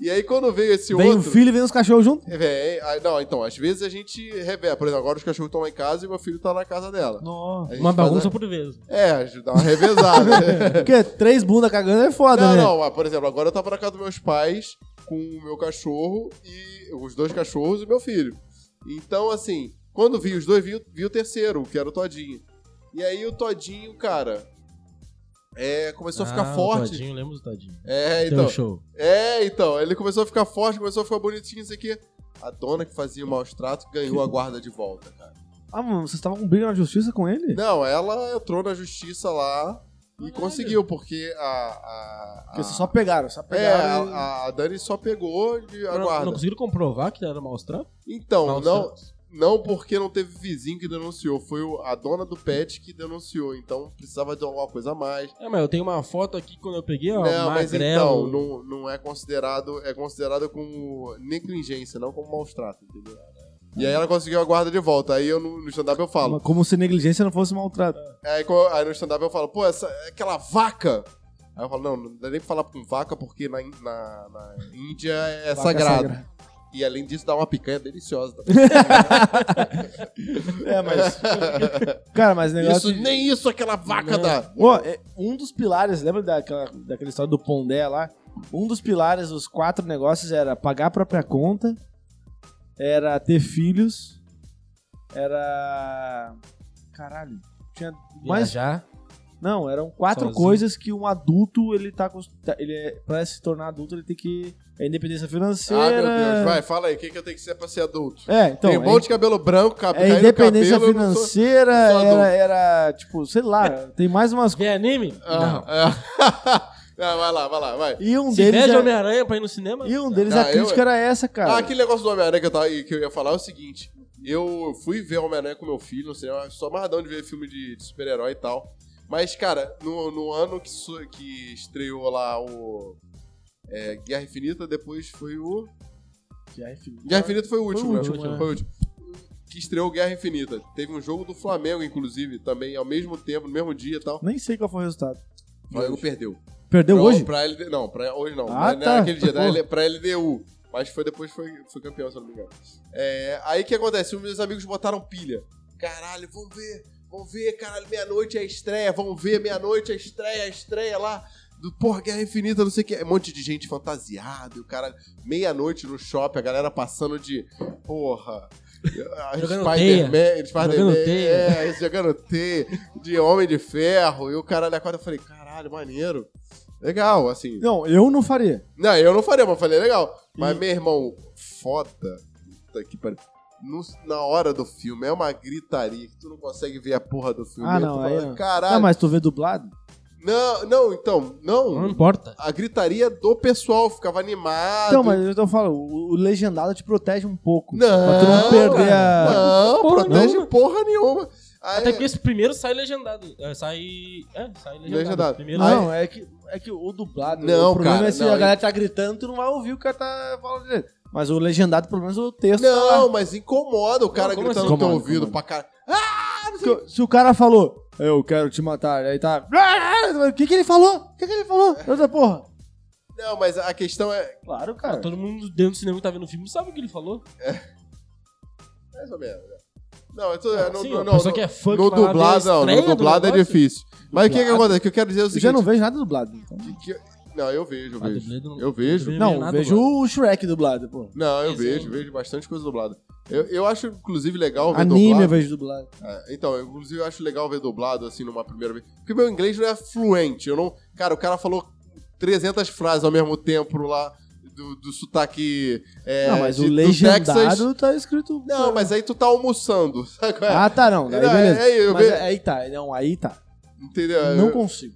[SPEAKER 3] E aí quando veio esse
[SPEAKER 1] Vem o
[SPEAKER 3] outro.
[SPEAKER 1] filho e vem os cachorros junto.
[SPEAKER 3] É, véi, aí- não, então, às vezes a gente revela. Por exemplo, agora os cachorros estão lá em casa e meu filho tá na casa dela.
[SPEAKER 1] Nossa.
[SPEAKER 3] A gente
[SPEAKER 6] Uma
[SPEAKER 3] faz
[SPEAKER 6] bagunça
[SPEAKER 3] a-
[SPEAKER 6] por vez.
[SPEAKER 3] É, a gente dá uma revezada.
[SPEAKER 1] É, Porque três bundas cagando é foda,
[SPEAKER 3] Não,
[SPEAKER 1] né?
[SPEAKER 3] não, mas, por exemplo, agora eu tava na casa dos meus pais com o meu cachorro e os dois cachorros e meu filho. Então, assim, quando vi os dois, vi, o- vi o terceiro, que era o Todinho. E aí o Todinho, cara, é, começou a ficar
[SPEAKER 6] Ah,
[SPEAKER 3] forte.
[SPEAKER 6] O tadinho, lembra do tadinho.
[SPEAKER 3] É,
[SPEAKER 6] Então,
[SPEAKER 3] então.
[SPEAKER 6] show.
[SPEAKER 3] É, então, ele começou a ficar forte, começou a ficar bonitinho isso aqui. A dona que fazia o maus tratos ganhou a guarda de volta, cara.
[SPEAKER 1] Ah, mano, vocês estavam com briga na justiça com ele?
[SPEAKER 3] Não, ela entrou na justiça lá e conseguiu, porque a. a-
[SPEAKER 1] Porque
[SPEAKER 3] a-
[SPEAKER 1] vocês só pegaram, só
[SPEAKER 3] É,
[SPEAKER 1] pegaram. e-
[SPEAKER 3] a, a Dani só pegou e
[SPEAKER 6] Não, não
[SPEAKER 3] aguarda.
[SPEAKER 6] conseguiram comprovar que era maus tratos?
[SPEAKER 3] Então,
[SPEAKER 6] Maus
[SPEAKER 3] não,
[SPEAKER 6] tratos.
[SPEAKER 3] não porque não teve vizinho que denunciou, foi o- a dona do pet que denunciou, então precisava de alguma coisa a mais.
[SPEAKER 6] É, mas eu tenho uma foto aqui quando eu peguei, ó.
[SPEAKER 3] não, mas então,
[SPEAKER 6] magrelo.
[SPEAKER 3] não, não é considerado, é considerado como negligência, não como maus trato, entendeu? E aí ela conseguiu a guarda de volta. Aí eu no, no stand-up eu falo.
[SPEAKER 1] Mas Como se negligência não fosse maltrato.
[SPEAKER 3] Aí, co- aí no stand-up eu falo, pô, essa, aquela vaca. Aí eu falo, não, não dá nem pra falar com vaca, porque na, in- na, na Índia é
[SPEAKER 1] Vaca
[SPEAKER 3] sagrado.
[SPEAKER 1] sagrada.
[SPEAKER 3] E além disso, dá uma picanha deliciosa também.
[SPEAKER 1] É, mas. Cara, mas o negócio.
[SPEAKER 3] Isso, nem isso aquela vaca Ah, dá.
[SPEAKER 1] Ó, é, um dos pilares, lembra daquela, daquela história do Pondé lá? Um dos pilares, os quatro negócios era pagar a própria conta, era ter filhos, era. Caralho, tinha mais.
[SPEAKER 6] Viajar.
[SPEAKER 1] Não, eram quatro
[SPEAKER 6] Sozinho.
[SPEAKER 1] coisas que um adulto, ele tá. cons- tá- Ele é, pra se tornar adulto, ele tem que. É independência financeira.
[SPEAKER 3] Ah, meu Deus, vai, fala aí, o que, que eu tenho que ser pra ser adulto?
[SPEAKER 1] É, então.
[SPEAKER 3] Tem um
[SPEAKER 1] é-
[SPEAKER 3] monte de cabelo branco, cab
[SPEAKER 1] é
[SPEAKER 3] caindo
[SPEAKER 1] independência
[SPEAKER 3] cabelo, eu não sou-
[SPEAKER 1] financeira,
[SPEAKER 3] não sou
[SPEAKER 1] era,
[SPEAKER 3] adulto.
[SPEAKER 1] era, tipo, sei lá, tem mais umas
[SPEAKER 6] Vê anime?
[SPEAKER 3] Ah, é. Não, vai lá, vai lá, vai.
[SPEAKER 1] E um
[SPEAKER 6] Se
[SPEAKER 1] deles.
[SPEAKER 6] veste
[SPEAKER 1] é-
[SPEAKER 6] Homem-Aranha pra ir no cinema?
[SPEAKER 1] E um deles
[SPEAKER 3] Ah,
[SPEAKER 1] a
[SPEAKER 3] eu-
[SPEAKER 1] crítica era essa, cara.
[SPEAKER 3] Ah, aquele negócio do Homem-Aranha que, eu tava- que eu ia falar é o seguinte. Eu fui ver Homem-Aranha com meu filho no cinema, sou amarradão de ver filme de, de super-herói e tal. Mas, cara, no, no ano que, su- que estreou lá o é, Guerra Infinita, depois foi o... Guerra Infinita foi o último,
[SPEAKER 1] o
[SPEAKER 3] né?
[SPEAKER 1] último, é.
[SPEAKER 3] Foi o último. Que estreou Guerra Infinita. Teve um jogo do Flamengo, inclusive, também, ao mesmo tempo, no mesmo dia e tal.
[SPEAKER 1] Nem sei qual foi o resultado.
[SPEAKER 3] O Flamengo perdeu.
[SPEAKER 1] Perdeu
[SPEAKER 3] Pra-
[SPEAKER 1] hoje?
[SPEAKER 3] Pra LD... Não, pra... hoje não.
[SPEAKER 1] Ah,
[SPEAKER 3] Ah, não
[SPEAKER 1] tá.
[SPEAKER 3] era aquele
[SPEAKER 1] Pô.
[SPEAKER 3] dia, da L... pra LDU. Mas foi depois foi, foi campeão, se eu não me engano. É, Aí o que acontece? Os meus amigos botaram pilha. Caralho, vamos ver, vamos ver, caralho, meia-noite é a estreia, vamos ver, meia-noite é a estreia, a estreia lá. Do, porra, Guerra Infinita, não sei o que. Um monte de gente fantasiada, e o cara, meia-noite no shopping, a galera passando de. Porra.
[SPEAKER 6] Jogando
[SPEAKER 3] Spider-Man, Spider-Man,
[SPEAKER 6] Jogando teia.
[SPEAKER 3] é, jogando teia, de Homem de Ferro, e o caralho acorda, eu falei, caralho, maneiro. Legal, assim.
[SPEAKER 1] Não, eu não faria.
[SPEAKER 3] Não, eu não faria, mas falei legal. Mas,
[SPEAKER 1] Hum.
[SPEAKER 3] meu irmão, foda. Puta que pariu. No- na hora do filme, é uma gritaria que tu não consegue ver a porra do filme.
[SPEAKER 1] Ah,
[SPEAKER 3] Eu tô
[SPEAKER 1] não, aí
[SPEAKER 3] falando,
[SPEAKER 1] não.
[SPEAKER 3] Caralho.
[SPEAKER 1] Ah, mas tu vê dublado?
[SPEAKER 3] Não, não, então, não.
[SPEAKER 6] Não importa.
[SPEAKER 3] A gritaria do pessoal ficava animado.
[SPEAKER 1] Então, mas eu tô falando, o o legendado te protege um pouco.
[SPEAKER 3] Não,
[SPEAKER 1] pra tu não perder a-
[SPEAKER 3] Não,
[SPEAKER 6] Porra,
[SPEAKER 3] protege
[SPEAKER 6] não.
[SPEAKER 3] porra nenhuma. Aí,
[SPEAKER 6] Até porque esse primeiro sai legendado. É, Sai. É, sai legendado.
[SPEAKER 3] Legendado.
[SPEAKER 6] Primeiro sai.
[SPEAKER 1] Não, é que, é que o dublado.
[SPEAKER 3] Não,
[SPEAKER 1] o problema
[SPEAKER 3] cara,
[SPEAKER 1] é se
[SPEAKER 3] não,
[SPEAKER 1] a galera tá gritando, tu não vai ouvir o que ela tá falando direito. Mas o legendado, pelo menos o texto. tá lá.
[SPEAKER 3] Não, mas incomoda o cara
[SPEAKER 6] como
[SPEAKER 3] gritando
[SPEAKER 6] assim?
[SPEAKER 3] no teu
[SPEAKER 1] Incomoda,
[SPEAKER 3] ouvido
[SPEAKER 1] incomoda.
[SPEAKER 3] pra caralho.
[SPEAKER 1] Se, se o cara falou, eu quero te matar, aí tá. O que que ele falou? O que que ele falou? Outra porra.
[SPEAKER 3] Não, mas a questão é.
[SPEAKER 1] Claro, cara.
[SPEAKER 6] Todo mundo dentro do cinema que tá vendo o filme sabe o que ele falou.
[SPEAKER 3] Mais ou menos, né? Não, eu tô, é, no,
[SPEAKER 6] Sim,
[SPEAKER 3] no,
[SPEAKER 6] ó,
[SPEAKER 3] no,
[SPEAKER 6] pessoa
[SPEAKER 3] no-
[SPEAKER 6] que é fã
[SPEAKER 3] no dublado, não, no dublado é difícil. Mas o que que
[SPEAKER 1] Dublado?
[SPEAKER 3] acontece? O que eu quero dizer é o
[SPEAKER 1] Eu
[SPEAKER 3] seguinte...
[SPEAKER 1] já não vejo nada dublado. então.
[SPEAKER 3] que- que- não, eu vejo, eu
[SPEAKER 6] Ah,
[SPEAKER 3] vejo.
[SPEAKER 6] dublê não-
[SPEAKER 3] Eu vejo.
[SPEAKER 6] dublê
[SPEAKER 1] Não,
[SPEAKER 6] é nada
[SPEAKER 1] vejo o Shrek dublado, pô.
[SPEAKER 3] Não, eu
[SPEAKER 6] Esse é
[SPEAKER 3] vejo,
[SPEAKER 6] aí.
[SPEAKER 3] vejo bastante coisa dublada. Eu, eu acho, inclusive, legal ver
[SPEAKER 1] Anime eu
[SPEAKER 3] dublado.
[SPEAKER 1] vejo dublado.
[SPEAKER 3] É, Então, eu, inclusive, eu acho legal ver dublado, assim, numa primeira vez. Porque meu inglês não é fluente. Eu não... Cara, o cara falou 300 frases ao mesmo tempo lá, do, do sotaque é,
[SPEAKER 1] não, mas
[SPEAKER 3] de-
[SPEAKER 1] o
[SPEAKER 3] do
[SPEAKER 1] legendado
[SPEAKER 6] é
[SPEAKER 3] Texas.
[SPEAKER 1] tá escrito.
[SPEAKER 3] Não, mas aí tu tá almoçando, sabe qual é?
[SPEAKER 1] Ah, tá, não. Aí
[SPEAKER 3] Não,
[SPEAKER 1] beleza.
[SPEAKER 3] é, é, eu
[SPEAKER 1] mas
[SPEAKER 3] vejo-
[SPEAKER 1] aí tá, não, aí tá.
[SPEAKER 3] Entendeu?
[SPEAKER 1] Não
[SPEAKER 3] Eu-
[SPEAKER 1] consigo.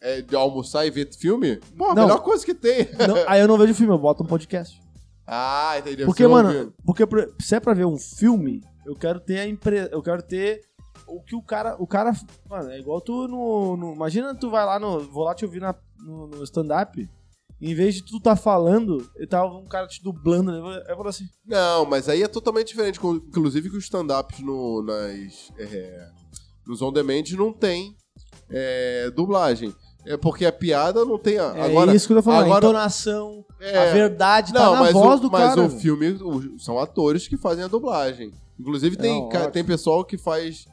[SPEAKER 3] é, de almoçar e ver filme? Pô, a
[SPEAKER 1] Não.
[SPEAKER 3] melhor coisa que tem.
[SPEAKER 1] Não, aí eu não vejo filme, eu boto um podcast.
[SPEAKER 3] Ah, entendeu.
[SPEAKER 1] Porque,
[SPEAKER 3] Você não
[SPEAKER 1] mano,
[SPEAKER 3] ouviu.
[SPEAKER 1] porque pra- se é pra ver um filme, eu quero ter a empresa. Eu quero ter o que o cara. O cara. Mano, é igual tu no. no- imagina tu vai lá no. Vou lá te ouvir na- no, no stand-up. Em vez de tu tá falando, e tá um cara te dublando, né? Eu- Eu falo assim.
[SPEAKER 3] Não, mas aí é totalmente diferente. com- Inclusive que os stand-ups no, nas, é, nos on demand não tem é, dublagem. É porque a piada não tem. A,
[SPEAKER 1] É
[SPEAKER 3] agora,
[SPEAKER 1] isso que eu tô falando.
[SPEAKER 3] agora-
[SPEAKER 1] a entonação,
[SPEAKER 3] é,
[SPEAKER 1] a verdade
[SPEAKER 3] não,
[SPEAKER 1] tá na
[SPEAKER 3] mas
[SPEAKER 1] voz
[SPEAKER 3] o,
[SPEAKER 1] do
[SPEAKER 3] mas
[SPEAKER 1] cara.
[SPEAKER 3] o filme o- são atores que fazem a dublagem. Inclusive tem,
[SPEAKER 1] Não,
[SPEAKER 3] ca-
[SPEAKER 1] ótimo.
[SPEAKER 3] tem pessoal que faz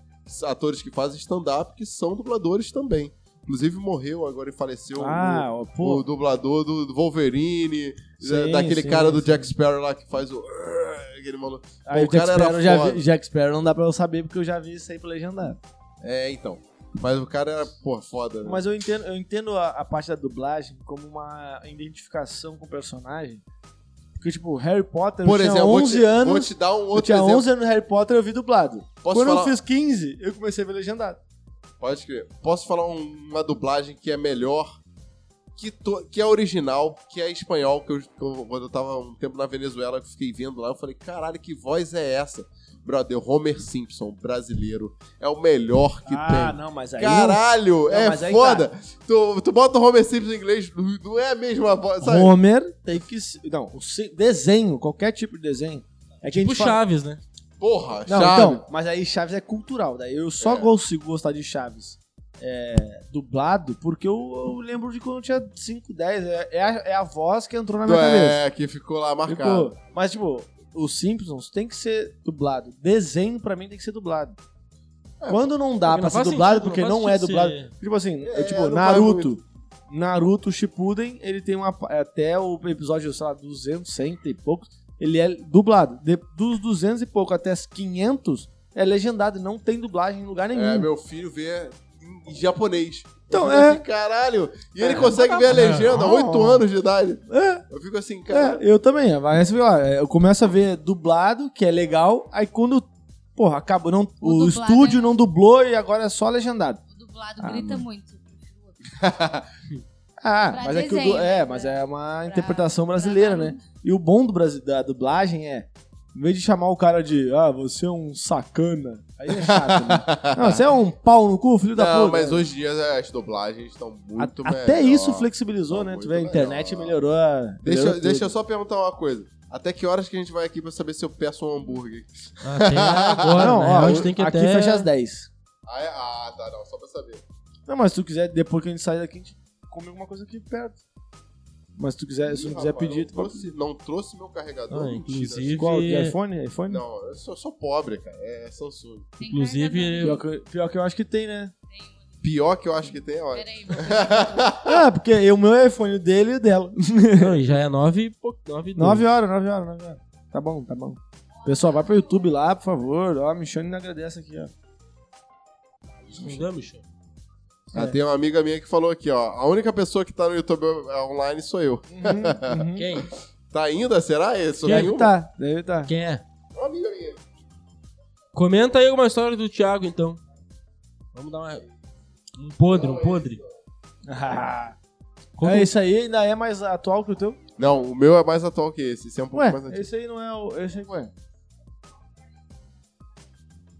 [SPEAKER 3] atores que fazem stand-up que são dubladores também. Inclusive morreu agora e faleceu o-
[SPEAKER 1] ah, ó,
[SPEAKER 3] o
[SPEAKER 1] pô.
[SPEAKER 3] dublador do do Wolverine, da-
[SPEAKER 1] Sim,
[SPEAKER 3] daquele
[SPEAKER 1] sim,
[SPEAKER 3] cara do
[SPEAKER 1] sim.
[SPEAKER 3] Jack Sparrow lá que faz o. Aquele maluco.
[SPEAKER 1] Aí
[SPEAKER 3] o
[SPEAKER 1] o Jack
[SPEAKER 3] cara era
[SPEAKER 1] Sparrow já
[SPEAKER 3] foda.
[SPEAKER 1] vi, Jack Sparrow não dá pra eu saber porque eu já vi isso aí pro legendário.
[SPEAKER 3] É, então. Mas o cara era, porra, foda, né?
[SPEAKER 1] Mas eu entendo, eu entendo a, a parte da dublagem como uma identificação com o personagem. Porque, tipo, Harry Potter, eu
[SPEAKER 3] Por
[SPEAKER 1] tinha
[SPEAKER 3] exemplo, vou
[SPEAKER 1] 11
[SPEAKER 3] te,
[SPEAKER 1] anos.
[SPEAKER 3] vou te dar um
[SPEAKER 1] Eu
[SPEAKER 3] outro
[SPEAKER 1] tinha
[SPEAKER 3] exemplo.
[SPEAKER 1] 11 anos no Harry Potter eu vi dublado.
[SPEAKER 3] Posso
[SPEAKER 1] Quando
[SPEAKER 3] falar-
[SPEAKER 1] eu fiz 15, eu comecei a ver legendado.
[SPEAKER 3] Pode crer. Posso falar um- uma dublagem que é melhor, que, to- que é original, que é espanhol, que eu, que eu- quando eu tava um tempo na Venezuela, eu fiquei vendo lá, eu falei, caralho, que voz é essa? Brother, Homer Simpson, brasileiro, é o melhor que tem.
[SPEAKER 1] Ah, não, mas
[SPEAKER 3] Caralho, é
[SPEAKER 1] mas aí tá.
[SPEAKER 3] foda. Tu, tu bota o Homer Simpson em inglês, não não é a mesma voz, sabe?
[SPEAKER 1] Homer tem que. se- Não, o se- desenho, qualquer tipo de desenho. É que a gente
[SPEAKER 6] Tipo
[SPEAKER 1] fala-
[SPEAKER 6] Chaves, né?
[SPEAKER 3] Porra,
[SPEAKER 1] Não,
[SPEAKER 3] chave.
[SPEAKER 1] então, mas aí Chaves é cultural. Daí eu só
[SPEAKER 3] É.
[SPEAKER 1] consigo gostar de Chaves é, dublado porque eu, eu lembro de quando eu tinha 5, 10. É, é a, é a voz que entrou na minha cabeça.
[SPEAKER 3] é, que ficou lá marcado.
[SPEAKER 1] Ficou. Mas, tipo, os Simpsons tem que ser dublado. Desenho, pra mim, tem que ser dublado. Quando não dá
[SPEAKER 6] Porque
[SPEAKER 1] pra
[SPEAKER 6] não
[SPEAKER 1] ser
[SPEAKER 6] faz
[SPEAKER 1] dublado,
[SPEAKER 6] sentido,
[SPEAKER 1] porque
[SPEAKER 6] faz
[SPEAKER 1] não, é
[SPEAKER 6] sentido
[SPEAKER 1] dublado.
[SPEAKER 6] ser-
[SPEAKER 1] Tipo assim, é,
[SPEAKER 3] É,
[SPEAKER 1] tipo,
[SPEAKER 3] não faz
[SPEAKER 1] Naruto. Naruto Shippuden, ele tem uma. pa- Até o episódio, sei lá, 200, 100 e poucos, ele é dublado. De- dos 200 e pouco até as 500, é legendado e não tem dublagem em lugar nenhum.
[SPEAKER 3] É, meu filho vê em japonês.
[SPEAKER 1] Então,
[SPEAKER 3] Eu fico
[SPEAKER 1] é.
[SPEAKER 3] assim, caralho. E ele consegue ver a legenda,
[SPEAKER 1] Ah.
[SPEAKER 3] 8 anos de idade.
[SPEAKER 1] É,
[SPEAKER 3] Eu fico assim,
[SPEAKER 1] é,
[SPEAKER 3] cara.
[SPEAKER 1] eu também. Vai sei lá, eu começo a ver dublado, que é legal, aí quando. Porra, acabou. Não,
[SPEAKER 4] O
[SPEAKER 1] o
[SPEAKER 4] dublado
[SPEAKER 1] estúdio
[SPEAKER 4] é-
[SPEAKER 1] não dublou e agora é só legendado.
[SPEAKER 4] O dublado
[SPEAKER 1] Ah,
[SPEAKER 4] grita
[SPEAKER 1] mano.
[SPEAKER 4] muito. Eu prefiro o outro.
[SPEAKER 1] Ah,
[SPEAKER 4] Pra
[SPEAKER 1] mas é que o
[SPEAKER 4] desenho,
[SPEAKER 1] du-
[SPEAKER 4] né?
[SPEAKER 1] é, mas é uma
[SPEAKER 4] Pra-
[SPEAKER 1] interpretação
[SPEAKER 4] pra
[SPEAKER 1] brasileira,
[SPEAKER 4] dar
[SPEAKER 1] né?
[SPEAKER 4] um-
[SPEAKER 1] E o bom do Brasi- da dublagem é, em vez de chamar o cara de, ah, você é um sacana, aí é chato, né? Não, você é um pau no cu, filho da
[SPEAKER 3] Não,
[SPEAKER 1] puta.
[SPEAKER 3] mas hoje em dia as dublagens estão muito
[SPEAKER 1] A-
[SPEAKER 3] melhor.
[SPEAKER 1] é. Até isso flexibilizou,
[SPEAKER 3] Tá
[SPEAKER 1] né?
[SPEAKER 3] muito
[SPEAKER 1] Tu vê, a
[SPEAKER 3] melhor.
[SPEAKER 1] internet melhorou a...
[SPEAKER 3] Deixa,
[SPEAKER 1] melhorou
[SPEAKER 3] deixa eu
[SPEAKER 1] tudo.
[SPEAKER 3] só perguntar uma coisa. Até que horas que a gente vai aqui pra saber se eu peço um hambúrguer?
[SPEAKER 6] Ah, tem agora,
[SPEAKER 1] Não,
[SPEAKER 6] né?
[SPEAKER 1] ó,
[SPEAKER 6] Hoje tem que
[SPEAKER 1] aqui
[SPEAKER 6] até...
[SPEAKER 1] fecha às 10.
[SPEAKER 3] Ah, é? ah, tá, não, só pra saber.
[SPEAKER 1] Não, mas se tu quiser, depois que a gente sair daqui, a gente come alguma coisa aqui perto. Mas se tu quiser, É, se tu
[SPEAKER 3] Ih,
[SPEAKER 1] não quiser
[SPEAKER 3] rapaz,
[SPEAKER 1] pedir,
[SPEAKER 3] não
[SPEAKER 1] tu pode...
[SPEAKER 3] trouxe, não trouxe meu carregador,
[SPEAKER 6] Ah,
[SPEAKER 3] mentira.
[SPEAKER 6] inclusive-
[SPEAKER 1] Qual? é? De iPhone? iPhone?
[SPEAKER 3] Não, eu sou, sou pobre, cara. É Samsung.
[SPEAKER 4] Tem
[SPEAKER 6] Inclusive,
[SPEAKER 4] carregador.
[SPEAKER 1] Pior que, pior que eu acho que tem, né?
[SPEAKER 3] Pior que eu acho que tem é hora.
[SPEAKER 4] Peraí, vou
[SPEAKER 1] Ah, porque o meu é iPhone, o dele e o dela.
[SPEAKER 6] Não, e já é nove e pouco. Nove e doze.
[SPEAKER 1] 9 horas, 9 horas, 9 horas. Tá bom, tá bom. Pessoal, vai pro YouTube lá, por favor. Ó, a Michone agradece aqui, ó.
[SPEAKER 6] Não, Michel.
[SPEAKER 3] Ah,
[SPEAKER 1] É.
[SPEAKER 3] tem uma amiga minha que falou aqui, ó. A única pessoa que tá no YouTube online sou eu.
[SPEAKER 1] Uhum, uhum.
[SPEAKER 6] Quem?
[SPEAKER 3] Tá ainda? Será? É, só
[SPEAKER 1] Deve
[SPEAKER 3] nenhuma?
[SPEAKER 1] tá, deve tá.
[SPEAKER 6] Quem é?
[SPEAKER 3] Uma amiga minha.
[SPEAKER 6] Comenta aí alguma história do Thiago, então. Vamos dar uma... Um podre, um podre. Como-
[SPEAKER 1] É, esse aí ainda é mais atual que o teu?
[SPEAKER 3] Não, o meu é mais atual que esse. Esse é um pouco
[SPEAKER 1] Ué,
[SPEAKER 3] mais antigo.
[SPEAKER 1] esse aí não é o. Esse aí qual é?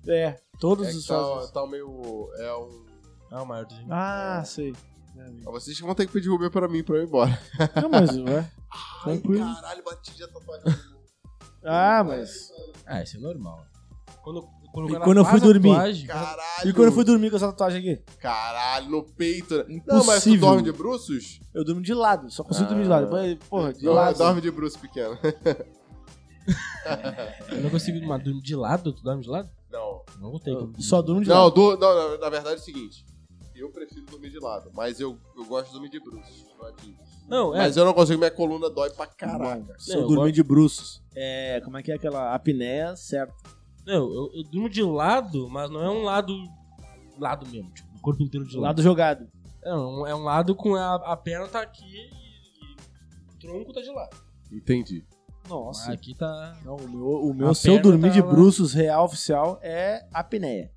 [SPEAKER 1] É, todos
[SPEAKER 3] É
[SPEAKER 1] os
[SPEAKER 3] que tá,
[SPEAKER 1] sócios.
[SPEAKER 3] tá meio... É um...
[SPEAKER 6] Ah, o maiorzinho.
[SPEAKER 1] Ah, sei.
[SPEAKER 3] Ah, Vocês que vão ter que pedir Uber pra mim, pra eu ir embora.
[SPEAKER 1] Não, mas ué. Tranquilo.
[SPEAKER 3] Caralho, bati já tatuagem.
[SPEAKER 1] Ah, mas.
[SPEAKER 6] Ah, isso é normal. Quando, quando o
[SPEAKER 1] E
[SPEAKER 6] cara
[SPEAKER 1] quando eu fui
[SPEAKER 6] faz a
[SPEAKER 1] dormir?
[SPEAKER 6] tatuagem-
[SPEAKER 3] Caralho.
[SPEAKER 1] E quando eu fui dormir com essa tatuagem aqui?
[SPEAKER 3] Caralho, no peito. Não, mas tu
[SPEAKER 1] Impossível.
[SPEAKER 3] dorme de bruços?
[SPEAKER 1] Eu durmo de lado, só consigo dormir de lado. Mas, Porra, de
[SPEAKER 3] Dorme,
[SPEAKER 1] lado.
[SPEAKER 3] dorme de bruço pequeno.
[SPEAKER 6] Eu não consigo mas dormir de lado? Tu dorme de lado?
[SPEAKER 3] Não.
[SPEAKER 6] Não tem como.
[SPEAKER 1] Só durmo de
[SPEAKER 3] Não,
[SPEAKER 1] lado.
[SPEAKER 3] do, não, na- na verdade é o seguinte. Eu prefiro dormir de lado, mas eu, eu gosto de dormir de bruxo.
[SPEAKER 6] Não, é.
[SPEAKER 3] Mas eu não consigo, minha coluna dói pra caralho.
[SPEAKER 1] Caraca. Se eu
[SPEAKER 6] eu
[SPEAKER 1] dormir
[SPEAKER 6] gosto-
[SPEAKER 1] de bruços. É, como é que é aquela apneia, certo?
[SPEAKER 6] Não, eu, eu durmo de lado, mas não é um lado. Lado mesmo, tipo, o corpo inteiro de lado.
[SPEAKER 1] Lado jogado.
[SPEAKER 6] É, um, é um lado com a, a perna tá aqui e, e o tronco tá de lado.
[SPEAKER 3] Entendi.
[SPEAKER 1] Nossa.
[SPEAKER 6] Aqui tá.
[SPEAKER 1] Não, o meu, o meu
[SPEAKER 6] A
[SPEAKER 1] se eu
[SPEAKER 6] perna
[SPEAKER 1] dormir
[SPEAKER 6] tá
[SPEAKER 1] de
[SPEAKER 6] lá.
[SPEAKER 1] bruços real oficial é apneia.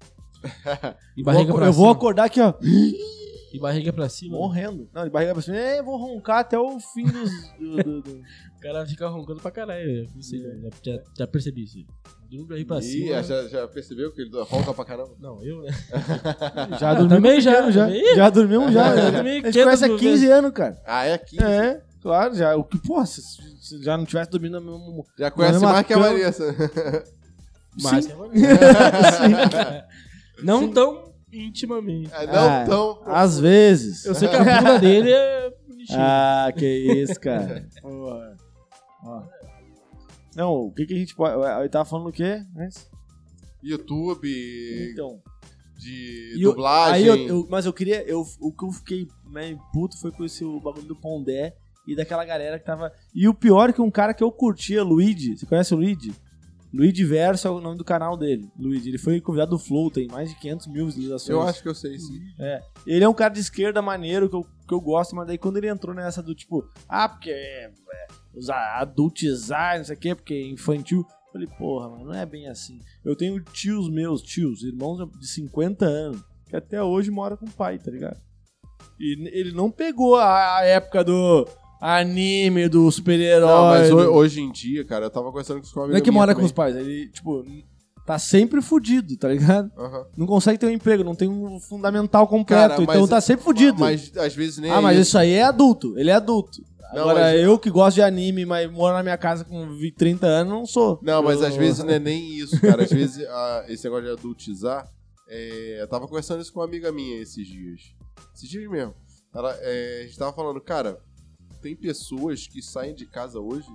[SPEAKER 6] E
[SPEAKER 1] Vou
[SPEAKER 6] barriga
[SPEAKER 1] aco-
[SPEAKER 6] pra
[SPEAKER 1] eu vou
[SPEAKER 6] cima.
[SPEAKER 1] acordar aqui, ó,
[SPEAKER 6] E barriga pra cima.
[SPEAKER 1] morrendo. Não, de barriga pra cima, é, vou roncar até o fim dos. do- do- do-
[SPEAKER 6] O cara fica roncando pra caralho. Eu não sei, né? já, já, já percebi isso. Dorme barriga pra
[SPEAKER 3] Ih,
[SPEAKER 6] cima.
[SPEAKER 1] né?
[SPEAKER 3] já, já percebeu que ele ronca pra caramba?
[SPEAKER 6] Não, eu, né?
[SPEAKER 1] Já
[SPEAKER 6] Eu
[SPEAKER 1] dormimos
[SPEAKER 6] também já,
[SPEAKER 1] pequeno, já.
[SPEAKER 6] também.
[SPEAKER 1] Já dormimos já.
[SPEAKER 6] Eu
[SPEAKER 1] A
[SPEAKER 6] dormi
[SPEAKER 1] gente
[SPEAKER 6] 500
[SPEAKER 1] conhece há
[SPEAKER 6] mil
[SPEAKER 1] 15 anos, cara.
[SPEAKER 3] Ah, é aqui.
[SPEAKER 1] É, claro, já. O que, porra, se, se já não tivesse dormido no mesmo.
[SPEAKER 3] Já conhece
[SPEAKER 1] Mas é
[SPEAKER 3] mais que a
[SPEAKER 1] bacana.
[SPEAKER 3] Marissa.
[SPEAKER 6] Mas é não tão intimamente.
[SPEAKER 3] É, não
[SPEAKER 1] Ah.
[SPEAKER 3] tão.
[SPEAKER 1] Às vezes.
[SPEAKER 6] Eu sei que a bunda dele é bonitinha.
[SPEAKER 1] Ah, que isso, cara. Porra. Ó. Não, o que, que a gente pode. Ele tava falando o quê? antes?
[SPEAKER 3] YouTube,
[SPEAKER 1] Então.
[SPEAKER 3] de
[SPEAKER 1] E eu-
[SPEAKER 3] dublagem.
[SPEAKER 1] Aí eu, eu- mas eu queria. Eu, o que eu fiquei meio puto foi com esse o bagulho do Pondé e daquela galera que tava. E o pior é que um cara que eu curtia, Luigi. Você conhece o Luigi? Luigi Verso é o nome do canal dele. Luigi, ele foi convidado do Flow, tem mais de 500 mil visualizações.
[SPEAKER 3] Eu acho que eu sei sim.
[SPEAKER 1] Ele é um cara de esquerda maneiro que eu, que eu gosto, mas daí quando ele entrou nessa do tipo, ah, porque é, é, usar adultizar, não sei o quê, porque é infantil. eu Falei, porra, mas não é bem assim. Eu tenho tios meus, tios, irmãos de 50 anos, que até hoje mora com o pai, tá ligado? E n- ele não pegou a, a época do anime, do
[SPEAKER 3] Não,
[SPEAKER 1] super-herói.
[SPEAKER 3] mas
[SPEAKER 1] do-
[SPEAKER 3] ho- hoje em dia, cara, eu tava conversando com os
[SPEAKER 1] né? Não é que mora com os pais, ele, tipo, tá sempre fudido, tá ligado? Não consegue ter um emprego, não tem um fundamental completo,
[SPEAKER 3] Cara, mas- é,
[SPEAKER 1] então tá sempre fudido.
[SPEAKER 3] Mas às vezes nem.
[SPEAKER 1] Ah,
[SPEAKER 3] é
[SPEAKER 1] mas
[SPEAKER 3] isso.
[SPEAKER 1] isso aí é adulto, ele é adulto.
[SPEAKER 3] Não,
[SPEAKER 1] Agora,
[SPEAKER 3] mas-
[SPEAKER 1] eu que gosto de anime, mas moro na minha casa com vi- 30 anos, não sou.
[SPEAKER 3] Não, mas
[SPEAKER 1] Eu-
[SPEAKER 3] às vezes não é nem isso, cara. Às vezes a- esse negócio de adultizar. é, eu tava conversando isso com uma amiga minha esses dias. Esses dias mesmo. Ela, é, a gente tava falando, cara, tem pessoas que saem de casa hoje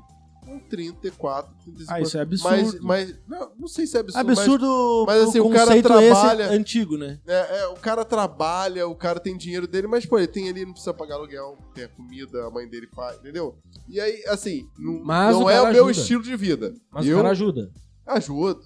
[SPEAKER 3] com 34, 35
[SPEAKER 1] Ah, isso é absurdo.
[SPEAKER 3] Mas, mas não, não sei se é absurdo. mas-
[SPEAKER 1] Absurdo
[SPEAKER 3] mas, assim, o cara
[SPEAKER 1] conceito
[SPEAKER 3] trabalha-
[SPEAKER 1] esse antigo, né?
[SPEAKER 3] É, é, o cara trabalha, o cara tem dinheiro dele, mas, pô, ele tem ali, não precisa pagar aluguel, tem a comida, a mãe dele faz, entendeu? E aí, assim, não,
[SPEAKER 6] Mas
[SPEAKER 3] não
[SPEAKER 6] o
[SPEAKER 3] é o
[SPEAKER 6] cara
[SPEAKER 3] meu
[SPEAKER 6] ajuda.
[SPEAKER 3] estilo de vida.
[SPEAKER 6] Mas
[SPEAKER 3] eu
[SPEAKER 6] o cara ajuda.
[SPEAKER 3] ajudo.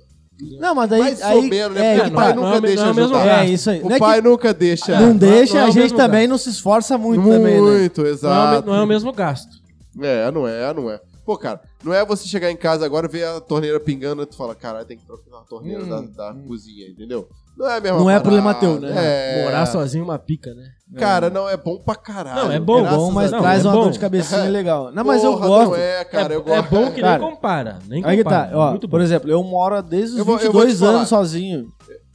[SPEAKER 1] Não, mas daí...
[SPEAKER 3] Mais
[SPEAKER 1] aí,
[SPEAKER 3] ou menos, né?
[SPEAKER 1] é,
[SPEAKER 3] Porque
[SPEAKER 1] que
[SPEAKER 3] o pai
[SPEAKER 1] tá-
[SPEAKER 6] não
[SPEAKER 3] nunca
[SPEAKER 6] é o me-
[SPEAKER 3] deixa
[SPEAKER 6] não é o mesmo
[SPEAKER 3] ajudar.
[SPEAKER 1] é, isso aí.
[SPEAKER 3] O
[SPEAKER 1] não é que
[SPEAKER 3] pai nunca deixa.
[SPEAKER 1] não deixa,
[SPEAKER 6] não é o
[SPEAKER 1] a gente
[SPEAKER 6] mesmo
[SPEAKER 1] também não se esforça muito, também, né?
[SPEAKER 3] Muito,
[SPEAKER 6] Não é, o me-
[SPEAKER 3] exato.
[SPEAKER 6] não é o mesmo gasto.
[SPEAKER 3] É, não é, não é. Pô, cara, não é você chegar em casa agora, ver a torneira pingando e tu fala, caralho, tem que trocar a torneira
[SPEAKER 1] Hum,
[SPEAKER 3] da, da cozinha, entendeu? Não é a mesma
[SPEAKER 1] Não é
[SPEAKER 3] parada,
[SPEAKER 1] problema teu, né?
[SPEAKER 3] É.
[SPEAKER 6] Morar sozinho é uma pica, né?
[SPEAKER 3] Cara, não, é bom pra caralho.
[SPEAKER 6] Não, é bom,
[SPEAKER 3] graças
[SPEAKER 1] Bom, mas
[SPEAKER 3] a
[SPEAKER 6] Não,
[SPEAKER 1] traz
[SPEAKER 6] é
[SPEAKER 1] uma
[SPEAKER 6] bom.
[SPEAKER 1] dor de cabecinha legal. Não, mas eu
[SPEAKER 3] Porra,
[SPEAKER 1] gosto.
[SPEAKER 3] Não é, cara,
[SPEAKER 6] é,
[SPEAKER 3] eu gosto.
[SPEAKER 6] é bom que
[SPEAKER 1] Cara,
[SPEAKER 6] nem compara. Nem compara.
[SPEAKER 1] Aí que tá, ó,
[SPEAKER 6] Muito bom.
[SPEAKER 1] por exemplo, eu moro desde os
[SPEAKER 3] Eu vou- eu vou te
[SPEAKER 1] 22 anos sozinho.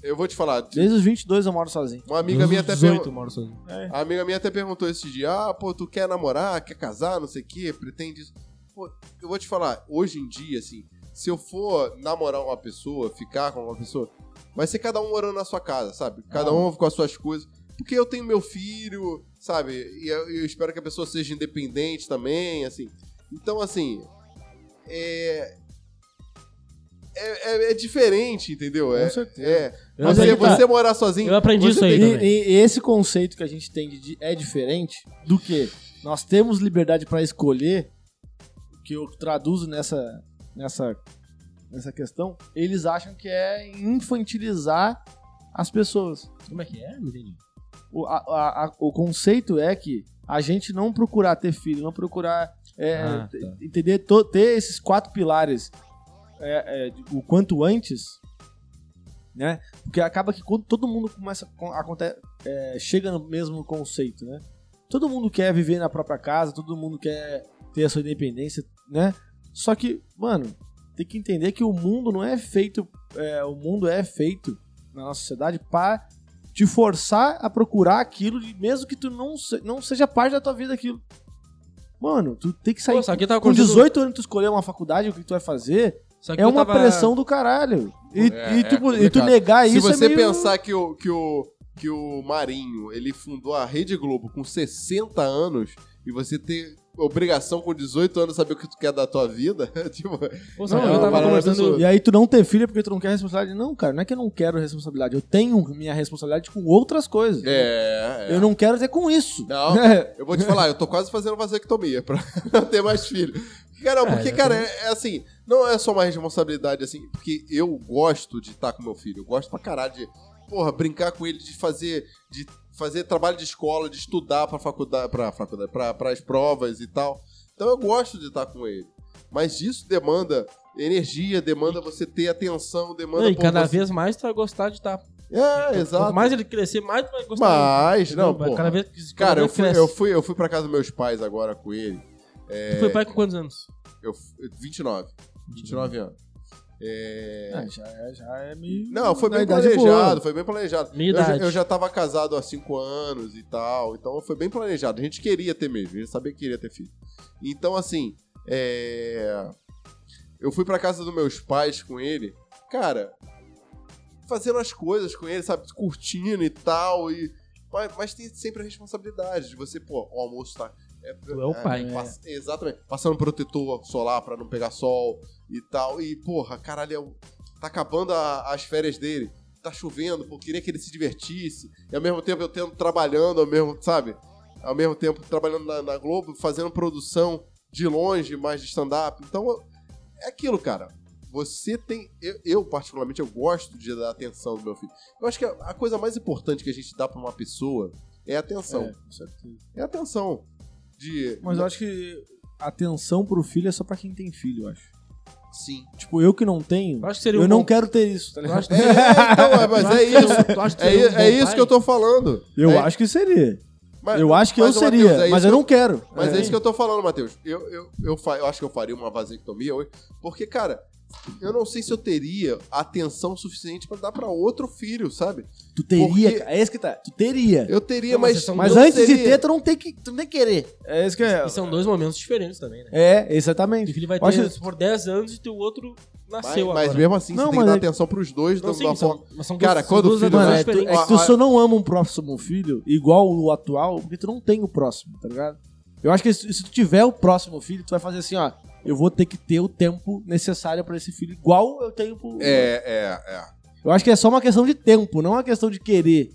[SPEAKER 3] Eu vou te falar,
[SPEAKER 1] Desde os 22 eu moro sozinho.
[SPEAKER 3] uma amiga minha, até pergun-
[SPEAKER 6] 18 moro sozinho.
[SPEAKER 3] a amiga minha até perguntou esse dia, ah, pô, tu quer namorar, quer casar, não sei o quê, pretende isso. Pô, eu vou te falar, hoje em dia, assim, se eu for namorar uma pessoa, ficar com uma pessoa, vai ser cada um morando na sua casa, sabe? Cada um com as suas coisas. Porque eu tenho meu filho, sabe? E eu, eu espero que a pessoa seja independente também, assim. Então, assim, é... É, é- é diferente, entendeu? É, é,
[SPEAKER 6] Eu
[SPEAKER 1] Mas
[SPEAKER 3] você,
[SPEAKER 1] aí que tá.
[SPEAKER 3] você morar sozinho.
[SPEAKER 6] Eu aprendi
[SPEAKER 3] você
[SPEAKER 6] isso aí
[SPEAKER 3] tem-
[SPEAKER 1] E,
[SPEAKER 6] também.
[SPEAKER 1] e- e esse conceito que a gente tem de, di- é diferente do que nós temos liberdade para escolher, que eu traduzo nessa, nessa, nessa questão, eles acham que é infantilizar as pessoas.
[SPEAKER 6] Como é que é? Não entendi.
[SPEAKER 1] O, a- a- a- o conceito é que a gente não procurar ter filho, não procurar é,
[SPEAKER 6] Ah,
[SPEAKER 1] t-
[SPEAKER 6] tá.
[SPEAKER 1] entender to- ter esses quatro pilares é, é, de- o quanto antes, né? Porque acaba que quando todo mundo começa com- aconte- é, chega no mesmo conceito, né? Todo mundo quer viver na própria casa, todo mundo quer ter a sua independência, né? Só que, mano, tem que entender que o mundo não é feito, é, o mundo é feito na nossa sociedade para te forçar a procurar aquilo, e mesmo que tu não, se- não seja parte da tua vida aquilo. Mano, tu tem que sair.
[SPEAKER 6] Pô, sabe que eu tava
[SPEAKER 1] com
[SPEAKER 6] conversando-
[SPEAKER 1] 18 anos tu escolher uma faculdade, o que tu vai fazer,
[SPEAKER 6] sabe que
[SPEAKER 1] é
[SPEAKER 6] eu
[SPEAKER 1] uma
[SPEAKER 6] tava-
[SPEAKER 1] pressão do caralho. E,
[SPEAKER 3] É,
[SPEAKER 1] e tu,
[SPEAKER 3] é
[SPEAKER 1] e tu
[SPEAKER 3] complicado.
[SPEAKER 1] negar
[SPEAKER 3] Se
[SPEAKER 1] isso
[SPEAKER 3] você
[SPEAKER 1] é meio...
[SPEAKER 3] pensar que o, que, o, que o Marinho ele fundou a Rede Globo com 60 anos e você ter obrigação com 18 anos saber o que tu quer da tua vida. tipo,
[SPEAKER 6] Pô,
[SPEAKER 5] Não,
[SPEAKER 6] sabe,
[SPEAKER 5] eu
[SPEAKER 6] eu tava
[SPEAKER 3] parada
[SPEAKER 6] conversando.
[SPEAKER 3] absurda.
[SPEAKER 5] E aí tu não ter filho é porque tu não quer responsabilidade. Não, cara, não é que eu não quero responsabilidade. Eu tenho minha responsabilidade com outras coisas.
[SPEAKER 3] é, é.
[SPEAKER 5] Eu não quero ter com isso.
[SPEAKER 3] Não,
[SPEAKER 5] É,
[SPEAKER 3] eu vou te falar, eu tô quase fazendo vasectomia pra não ter mais filho. Cara, porque, cara, é, é assim, não é só uma responsabilidade, assim, porque eu gosto de estar com meu filho, eu gosto pra caralho de, porra, brincar com ele, de fazer, de fazer trabalho de escola, de estudar pra faculdade, pra faculdade, pra, pras provas e tal. Então eu gosto de estar com ele. Mas isso demanda energia, demanda você ter atenção, demanda...
[SPEAKER 6] Não, e
[SPEAKER 3] pô,
[SPEAKER 6] cada
[SPEAKER 3] você-
[SPEAKER 6] vez mais tu vai gostar de estar.
[SPEAKER 3] É,
[SPEAKER 6] Quanto
[SPEAKER 3] exato.
[SPEAKER 6] mais ele crescer, mais tu vai gostar.
[SPEAKER 3] Mas,
[SPEAKER 6] Entendeu?
[SPEAKER 3] não,
[SPEAKER 6] Vai-
[SPEAKER 3] porra.
[SPEAKER 6] Cada vez que
[SPEAKER 3] Cara, eu
[SPEAKER 6] vez
[SPEAKER 3] fui,
[SPEAKER 6] cresce.
[SPEAKER 3] eu, fui, eu fui pra casa dos meus pais agora com ele.
[SPEAKER 6] Tu foi pai com quantos anos?
[SPEAKER 3] Eu, eu- 29. 29 anos. É...
[SPEAKER 5] Uhum. Ah, já, é- já é meio.
[SPEAKER 3] Não, foi
[SPEAKER 5] na
[SPEAKER 3] bem
[SPEAKER 5] idade boa.
[SPEAKER 3] planejado, foi bem planejado.
[SPEAKER 6] Minha
[SPEAKER 3] eu, já,
[SPEAKER 6] idade.
[SPEAKER 3] eu já tava casado há 5 anos e tal, então foi bem planejado. A gente queria ter mesmo, a gente sabia que queria ter filho. Então, assim, é... eu fui pra casa dos meus pais com ele, cara, fazendo as coisas com ele, sabe, curtindo e tal, e... Mas, mas tem sempre a responsabilidade de você, pô, o almoço tá... É,
[SPEAKER 6] Tu é o pai.
[SPEAKER 3] Pass- Exatamente. Passando protetor solar pra não pegar sol e tal. E, porra, caralho, é o- tá acabando a- as férias dele. Tá chovendo, pô, queria que ele se divertisse. E ao mesmo tempo eu tendo trabalhando, ao mesmo, sabe? Ao mesmo tempo trabalhando na, na Globo, fazendo produção de longe, mais de stand-up. Então, eu- é aquilo, cara. Você tem. Eu, eu, particularmente, eu gosto de dar atenção do meu filho. Eu acho que a, a coisa mais importante que a gente dá pra uma pessoa é atenção. É, atenção. De.
[SPEAKER 5] Mas eu acho que atenção pro filho é só pra quem tem filho, eu acho.
[SPEAKER 3] Sim.
[SPEAKER 5] Tipo, eu que não tenho,
[SPEAKER 6] Eu acho que seria
[SPEAKER 5] eu
[SPEAKER 6] um
[SPEAKER 5] não
[SPEAKER 6] bom-
[SPEAKER 5] quero ter isso, tá
[SPEAKER 6] Eu
[SPEAKER 5] ligado?
[SPEAKER 6] acho que
[SPEAKER 3] É, então, é, mas
[SPEAKER 6] Tu acha
[SPEAKER 3] é
[SPEAKER 6] que seria
[SPEAKER 3] isso.
[SPEAKER 6] um- tu acha que
[SPEAKER 3] É,
[SPEAKER 6] seria um
[SPEAKER 3] i-
[SPEAKER 6] bom
[SPEAKER 3] é isso
[SPEAKER 6] pai?
[SPEAKER 3] que eu tô falando.
[SPEAKER 5] Eu
[SPEAKER 3] É,
[SPEAKER 5] acho que seria.
[SPEAKER 3] mas-
[SPEAKER 5] eu acho que eu
[SPEAKER 3] mas, ô,
[SPEAKER 5] seria,
[SPEAKER 3] Matheus, é
[SPEAKER 5] mas
[SPEAKER 3] isso
[SPEAKER 5] eu
[SPEAKER 3] que
[SPEAKER 5] não quero.
[SPEAKER 3] Mas é isso que eu tô falando, Matheus. Eu, eu, eu, fa- eu acho que eu faria uma vasectomia hoje, porque, cara, eu não sei se eu teria atenção suficiente pra dar pra outro filho, sabe?
[SPEAKER 5] Tu teria,
[SPEAKER 3] Porque-
[SPEAKER 5] cara, é isso que tá. Tu teria.
[SPEAKER 3] Eu teria,
[SPEAKER 6] Não, mas
[SPEAKER 3] mas.
[SPEAKER 6] vocês são
[SPEAKER 5] Mas
[SPEAKER 3] eu
[SPEAKER 5] antes de
[SPEAKER 3] seria-
[SPEAKER 5] ter, tá tu não tem que, tu não tem que querer. É isso que é.
[SPEAKER 6] E são dois momentos diferentes também, né?
[SPEAKER 5] É,
[SPEAKER 6] O
[SPEAKER 5] exatamente.
[SPEAKER 6] filho vai
[SPEAKER 5] Eu acho
[SPEAKER 6] ter, se for 10 anos, e teu outro
[SPEAKER 3] Mas,
[SPEAKER 6] nasceu
[SPEAKER 3] mas
[SPEAKER 6] agora.
[SPEAKER 3] mesmo assim,
[SPEAKER 5] Não,
[SPEAKER 3] você tem
[SPEAKER 5] mas
[SPEAKER 3] que dar
[SPEAKER 5] é-
[SPEAKER 3] atenção pros dois da
[SPEAKER 6] Não,
[SPEAKER 3] da
[SPEAKER 6] sim,
[SPEAKER 3] forma.
[SPEAKER 6] são- mas são
[SPEAKER 3] Cara,
[SPEAKER 6] duas-
[SPEAKER 3] quando
[SPEAKER 6] duas
[SPEAKER 3] o filho-
[SPEAKER 5] Mano,
[SPEAKER 6] etapas
[SPEAKER 5] é, tu,
[SPEAKER 6] diferentes.
[SPEAKER 5] é que tu só não ama um próximo filho igual o atual, porque tu não tem o próximo, tá ligado? Eu acho que se, se tu tiver o próximo filho, tu vai fazer assim, ó. Eu vou ter que ter o tempo necessário pra esse filho, igual eu tenho pro.
[SPEAKER 3] É, é, é.
[SPEAKER 5] Eu acho que é só uma questão de tempo, não uma questão de querer.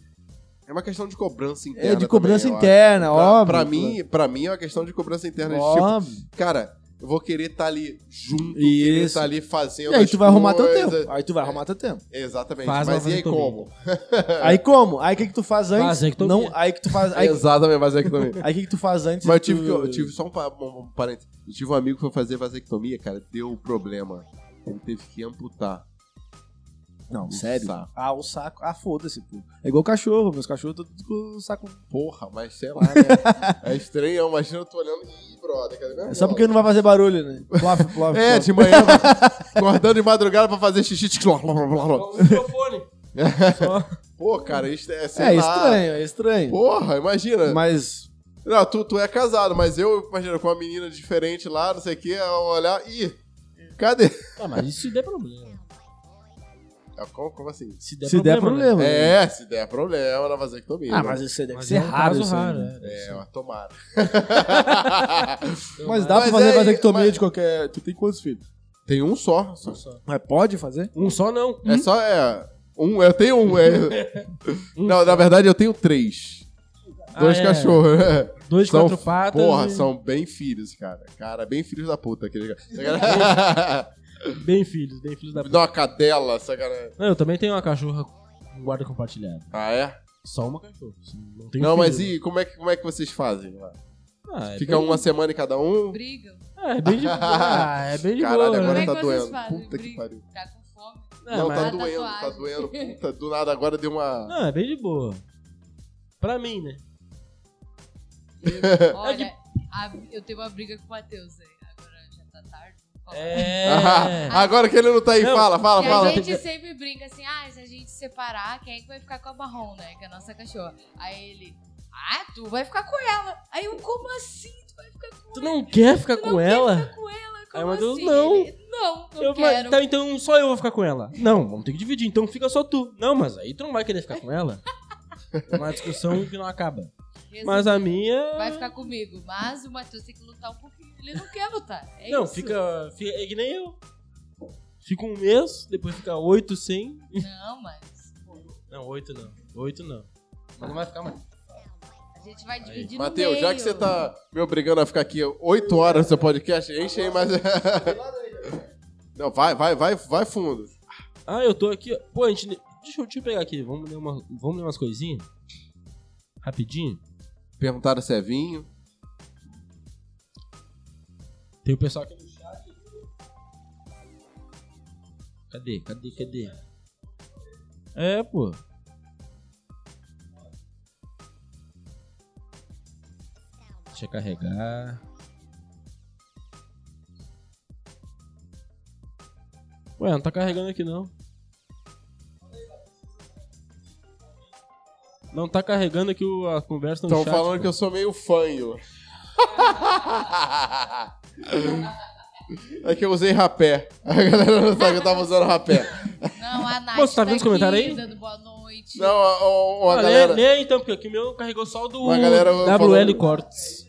[SPEAKER 3] É uma questão de cobrança interna.
[SPEAKER 5] É de
[SPEAKER 3] também,
[SPEAKER 5] cobrança
[SPEAKER 3] eu acho.
[SPEAKER 5] interna,
[SPEAKER 3] Pra,
[SPEAKER 5] óbvio.
[SPEAKER 3] pra, mim, pra mim é uma questão de cobrança interna. de tipo,
[SPEAKER 5] óbvio.
[SPEAKER 3] cara, eu vou querer estar ali junto, querer
[SPEAKER 5] Isso.
[SPEAKER 3] estar ali fazendo.
[SPEAKER 5] E aí
[SPEAKER 3] as
[SPEAKER 5] tu vai arrumar teu
[SPEAKER 3] coisas.
[SPEAKER 5] tempo. Aí tu vai arrumar teu tempo.
[SPEAKER 3] Exatamente.
[SPEAKER 6] Faz
[SPEAKER 3] mas
[SPEAKER 6] uma
[SPEAKER 3] e aí
[SPEAKER 6] vasectomia.
[SPEAKER 3] como? É.
[SPEAKER 5] Aí como? Aí o que, que tu faz antes?
[SPEAKER 6] Vasectomia.
[SPEAKER 5] não, aí que tu faz. Aí,
[SPEAKER 3] Exatamente, vasectomia.
[SPEAKER 5] aí o que, que tu faz antes?
[SPEAKER 3] Mas eu
[SPEAKER 5] tu-
[SPEAKER 3] tive, que- eu tive só um, pa- um, um parênteses. Eu tive um amigo que foi fazer vasectomia, cara, deu um problema. Ele teve que amputar.
[SPEAKER 5] Não,
[SPEAKER 3] o
[SPEAKER 5] sério.
[SPEAKER 3] saco.
[SPEAKER 5] Ah, o saco. Ah, foda-se, pô. É igual cachorro, meus cachorros todos com o saco.
[SPEAKER 3] Porra, mas sei lá, né? é estranho, imagina eu tô olhando e brother, cara.
[SPEAKER 5] É só porque não vai fazer barulho, né? Plof, plof,
[SPEAKER 3] É,
[SPEAKER 5] plof.
[SPEAKER 3] de manhã, acordando de madrugada pra fazer xixi. tch, blá, blá, blá, blá, blá.
[SPEAKER 6] O um microfone.
[SPEAKER 3] Pô, cara, isso é, sei
[SPEAKER 5] É
[SPEAKER 3] lá.
[SPEAKER 5] estranho, é estranho.
[SPEAKER 3] Porra, imagina.
[SPEAKER 5] Mas.
[SPEAKER 3] Não, tu, tu é casado, mas eu, imagina, com uma menina diferente lá, não sei o que, olhar, ih, cadê?
[SPEAKER 6] Ah, mas isso der problema.
[SPEAKER 3] Ah, Como, como assim?
[SPEAKER 6] Se der
[SPEAKER 5] Se der
[SPEAKER 6] problema.
[SPEAKER 5] problema. né?
[SPEAKER 3] É, se der problema na vasectomia.
[SPEAKER 5] Ah,
[SPEAKER 3] né?
[SPEAKER 5] mas isso aí deve
[SPEAKER 6] Mas
[SPEAKER 5] ser
[SPEAKER 6] é um
[SPEAKER 5] raro,
[SPEAKER 6] caso
[SPEAKER 5] isso aí,
[SPEAKER 6] raro,
[SPEAKER 5] né?
[SPEAKER 6] é.
[SPEAKER 3] É, ó, tomara.
[SPEAKER 5] Mas dá
[SPEAKER 3] Mas
[SPEAKER 5] pra fazer
[SPEAKER 3] é-
[SPEAKER 5] vasectomia
[SPEAKER 3] mas-
[SPEAKER 5] de qualquer. Tu tem quantos filhos?
[SPEAKER 3] Tem um só.
[SPEAKER 5] Mas pode fazer?
[SPEAKER 6] Um só não.
[SPEAKER 3] É só, é. Um, eu tenho um. é. Não, na verdade eu tenho três. Dois
[SPEAKER 6] Ah, é.
[SPEAKER 3] cachorros. né?
[SPEAKER 6] Dois,
[SPEAKER 3] São-
[SPEAKER 6] quatro patas.
[SPEAKER 3] Porra,
[SPEAKER 6] e-
[SPEAKER 3] são bem filhos, cara. Cara, bem filhos da puta. Aquele... cara.
[SPEAKER 6] Bem filhos, bem filhos da
[SPEAKER 3] Me é- dá uma cadela, sacanagem.
[SPEAKER 6] Não, eu também tenho uma cachorra com guarda compartilhada.
[SPEAKER 3] Ah, é?
[SPEAKER 6] Só uma cachorra. assim, Não tem
[SPEAKER 3] Não,
[SPEAKER 6] filho.
[SPEAKER 3] mas e como é que, como é que vocês fazem? lá?
[SPEAKER 6] Ah, é
[SPEAKER 3] Fica
[SPEAKER 6] bem-
[SPEAKER 3] uma semana em cada um?
[SPEAKER 4] Brigam.
[SPEAKER 6] Ah, é bem de Ah, é bem de
[SPEAKER 3] Caralho,
[SPEAKER 6] boa. né?
[SPEAKER 3] agora
[SPEAKER 4] Como é
[SPEAKER 3] tá
[SPEAKER 4] que vocês
[SPEAKER 3] doendo.
[SPEAKER 4] fazem?
[SPEAKER 3] Puta que
[SPEAKER 4] Briga.
[SPEAKER 3] pariu.
[SPEAKER 4] Tá com fome.
[SPEAKER 6] Ah,
[SPEAKER 3] Não,
[SPEAKER 6] mas-
[SPEAKER 3] tá
[SPEAKER 4] mas-
[SPEAKER 3] doendo, tá
[SPEAKER 4] Tatuagem.
[SPEAKER 3] doendo. Puta, do nada agora deu uma.
[SPEAKER 6] Não, é bem de boa. Pra mim, né? É
[SPEAKER 4] Olha, a- eu tenho uma briga com o Matheus aí. Agora já tá tarde. vou falar.
[SPEAKER 6] É.
[SPEAKER 3] agora que ele não tá aí,
[SPEAKER 6] Não,
[SPEAKER 3] fala, fala,
[SPEAKER 4] E
[SPEAKER 3] fala.
[SPEAKER 4] a gente sempre brinca assim, ah, se a gente separar, quem é que vai ficar com a marrom, né? Que é a nossa cachorra. Aí ele, ah, tu vai ficar com ela. Aí eu, como assim tu vai ficar com
[SPEAKER 6] Tu
[SPEAKER 4] ela?
[SPEAKER 6] não quer ficar
[SPEAKER 4] Tu
[SPEAKER 6] com
[SPEAKER 4] não quer
[SPEAKER 6] ela?
[SPEAKER 4] ficar com ela?
[SPEAKER 6] Aí o
[SPEAKER 4] Como
[SPEAKER 6] Matheus,
[SPEAKER 4] assim?
[SPEAKER 6] não.
[SPEAKER 4] Ele, não, não
[SPEAKER 6] Eu- mas-
[SPEAKER 4] quero.
[SPEAKER 6] tá, então só eu vou ficar com ela. Não, vamos ter que dividir, então fica só tu. Não, mas aí tu não vai querer ficar com ela. É uma discussão que não acaba.
[SPEAKER 4] Exatamente.
[SPEAKER 6] Mas a minha.
[SPEAKER 4] Vai ficar comigo. Mas o Matheus tem que lutar um pouquinho. Ele não quer lutar. É
[SPEAKER 6] não,
[SPEAKER 4] isso.
[SPEAKER 6] fica, fica. É que nem eu. Fica um mês, depois fica oito sem.
[SPEAKER 4] Não, mas. pô,
[SPEAKER 6] Não, oito não. Oito não. Mas não vai ficar mais.
[SPEAKER 4] a gente vai dividir no
[SPEAKER 3] Matheus, já que
[SPEAKER 4] meio.
[SPEAKER 3] você tá me obrigando a ficar aqui 8 horas no seu podcast, enche aí mais. Não, vai, vai, vai, vai fundo.
[SPEAKER 6] Ah, eu tô aqui. ó. Pô, a gente. Deixa eu, deixa eu pegar aqui. Vamos ler, uma, vamos ler umas coisinhas? Rapidinho.
[SPEAKER 3] Perguntaram se é vinho.
[SPEAKER 6] Tem o pessoal aqui no chat. Cadê? Cadê? Cadê? É, pô. Deixa eu carregar. Ué, não tá carregando aqui não. Não tá carregando aqui o- a conversa no
[SPEAKER 3] Estão
[SPEAKER 6] Um chat.
[SPEAKER 3] falando
[SPEAKER 6] pô.
[SPEAKER 3] que eu sou meio fanho. É que eu usei rapé. A galera não sabe que eu tava usando rapé.
[SPEAKER 4] Não, a Nath.
[SPEAKER 6] Pô, você tá vendo
[SPEAKER 4] aqui,
[SPEAKER 6] os comentários aí?
[SPEAKER 4] Dando boa noite.
[SPEAKER 3] Não, a- a- uma
[SPEAKER 6] Ah, lê,
[SPEAKER 3] galera.
[SPEAKER 6] lê então, porque aqui o meu carregou só o do
[SPEAKER 3] Uma galera
[SPEAKER 6] WL
[SPEAKER 3] falando-
[SPEAKER 6] Cortes.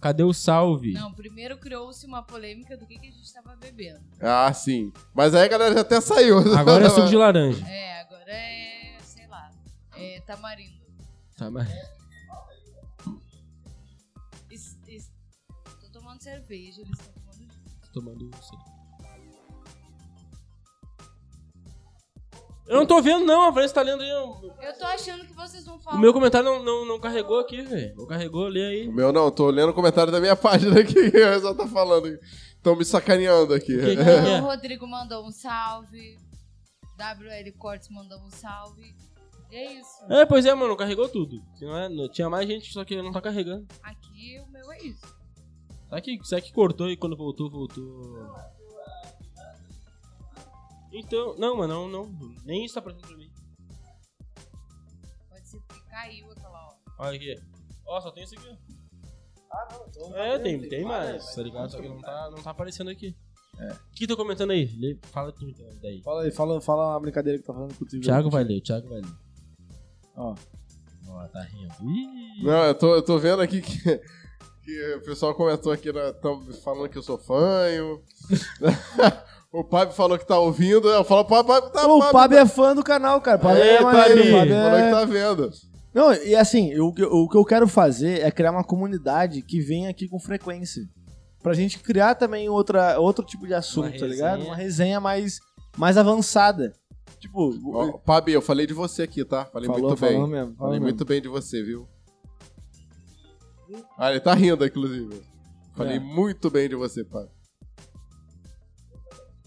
[SPEAKER 6] Cadê o salve?
[SPEAKER 4] Não, primeiro criou-se uma polêmica do que, que a gente tava bebendo.
[SPEAKER 3] Ah, sim. Mas aí a galera já até saiu.
[SPEAKER 6] Agora é suco de laranja.
[SPEAKER 4] É, agora é. sei lá. É tamarindo.
[SPEAKER 6] Tá, mas...
[SPEAKER 4] Es- es- Tô tomando cerveja, eles estão tomando. gin.
[SPEAKER 6] Tô tomando um cedo. Eu não tô vendo, não. A Vanessa tá lendo aí. O
[SPEAKER 4] Eu tô achando que vocês vão falar.
[SPEAKER 6] o meu comentário não, não, não carregou aqui, velho. Não carregou, lê aí.
[SPEAKER 3] O meu não, tô lendo o comentário da minha página aqui que o pessoal tá falando. Estão me sacaneando aqui.
[SPEAKER 6] Que-
[SPEAKER 4] Ah,
[SPEAKER 6] É.
[SPEAKER 4] O Rodrigo mandou um salve. WL Cortes mandou um salve. E é isso.
[SPEAKER 6] É, pois é, mano. Carregou tudo. Não é- não- tinha mais gente, só que não tá carregando.
[SPEAKER 4] Aqui o meu é isso.
[SPEAKER 6] Será que, será que cortou e quando voltou, voltou... Então... Não, mano. Não, não. Nem isso tá aparecendo pra mim.
[SPEAKER 4] Pode ser que caiu aquela hora.
[SPEAKER 6] Olha aqui. Ó, só tem isso aqui. Ah, não. É, tem, tem mais, tá ligado? Só que não tá, não tá aparecendo aqui. O que tá comentando aí? Lê- Fala tu então daí.
[SPEAKER 1] Fala aí, fala, fala a brincadeira que tá falando contigo.
[SPEAKER 6] Thiago vai ler, o Thiago vai ler.
[SPEAKER 1] Ó.
[SPEAKER 6] Ó, tá rindo. Ih.
[SPEAKER 3] Não, eu tô, eu tô vendo aqui que, que o pessoal comentou aqui, na, tão falando que eu sou fanho. o Pab falou que tá ouvindo. Eu falo, Pab, Pab tá
[SPEAKER 1] Ô, o
[SPEAKER 3] Pab
[SPEAKER 1] Pab é fã do canal, cara. O Pab
[SPEAKER 6] Aê,
[SPEAKER 1] é maneiro,
[SPEAKER 6] Pab.
[SPEAKER 1] o Pab
[SPEAKER 3] Falou que
[SPEAKER 1] é...
[SPEAKER 3] tá vendo.
[SPEAKER 1] Não, e assim, eu- eu- o que eu quero fazer é criar uma comunidade que venha aqui com frequência. Pra gente criar também outra, outro tipo de assunto, tá
[SPEAKER 6] resenha.
[SPEAKER 1] ligado? Uma resenha mais, mais avançada. Tipo,
[SPEAKER 3] Ó, Pab, eu falei de você aqui, tá? Falei
[SPEAKER 1] falou,
[SPEAKER 3] muito
[SPEAKER 1] falou
[SPEAKER 3] bem.
[SPEAKER 1] mesmo. Falou
[SPEAKER 3] Falei
[SPEAKER 1] mesmo.
[SPEAKER 3] muito bem de você, viu? Ah, ele tá rindo, inclusive. Falei
[SPEAKER 1] É.
[SPEAKER 3] muito bem de você, Pab.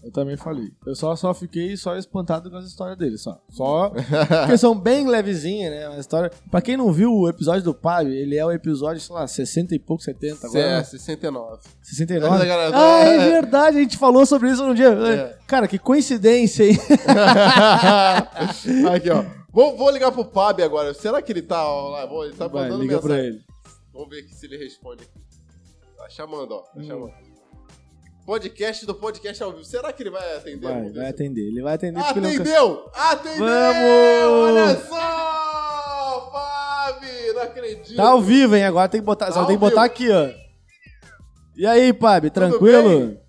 [SPEAKER 1] Eu também falei. Eu só, só fiquei só espantado com as histórias dele, só. Só. Porque são bem levezinhas, né? Uma história. Pra quem não viu o episódio do Pab, ele é o episódio, sei lá, 60 e pouco, 70 agora.
[SPEAKER 3] É,
[SPEAKER 1] né?
[SPEAKER 3] 69.
[SPEAKER 1] 69.
[SPEAKER 3] Galera,
[SPEAKER 1] Ah, é verdade, a gente falou sobre
[SPEAKER 5] um
[SPEAKER 1] isso num dia.
[SPEAKER 3] É.
[SPEAKER 1] Cara, que coincidência, hein?
[SPEAKER 3] aqui, ó. Vou, vou ligar pro Pab agora. Será que ele tá lá? Vou- Ele tá
[SPEAKER 1] Vai,
[SPEAKER 3] mandando
[SPEAKER 1] liga pra
[SPEAKER 3] mensagem.
[SPEAKER 1] ele. Hum.
[SPEAKER 3] Vamos ver aqui se ele responde aqui. Tá chamando, ó. Tá chamando. Podcast do podcast ao vivo. Será que ele vai atender?
[SPEAKER 1] Vai,
[SPEAKER 3] Vamos ver
[SPEAKER 1] vai
[SPEAKER 3] se-
[SPEAKER 1] atender. Ele vai
[SPEAKER 3] Ah,
[SPEAKER 1] atender porque ele é um cara-
[SPEAKER 3] Atendeu! Atendeu!
[SPEAKER 1] Vamos!
[SPEAKER 3] Olha só! Fábio! Não acredito!
[SPEAKER 1] Tá ao vivo, hein? Agora tem que botar. só
[SPEAKER 3] Tá
[SPEAKER 1] tem que
[SPEAKER 3] ao
[SPEAKER 1] botar aqui, ó. E aí, Pab, tranquilo?
[SPEAKER 3] bem?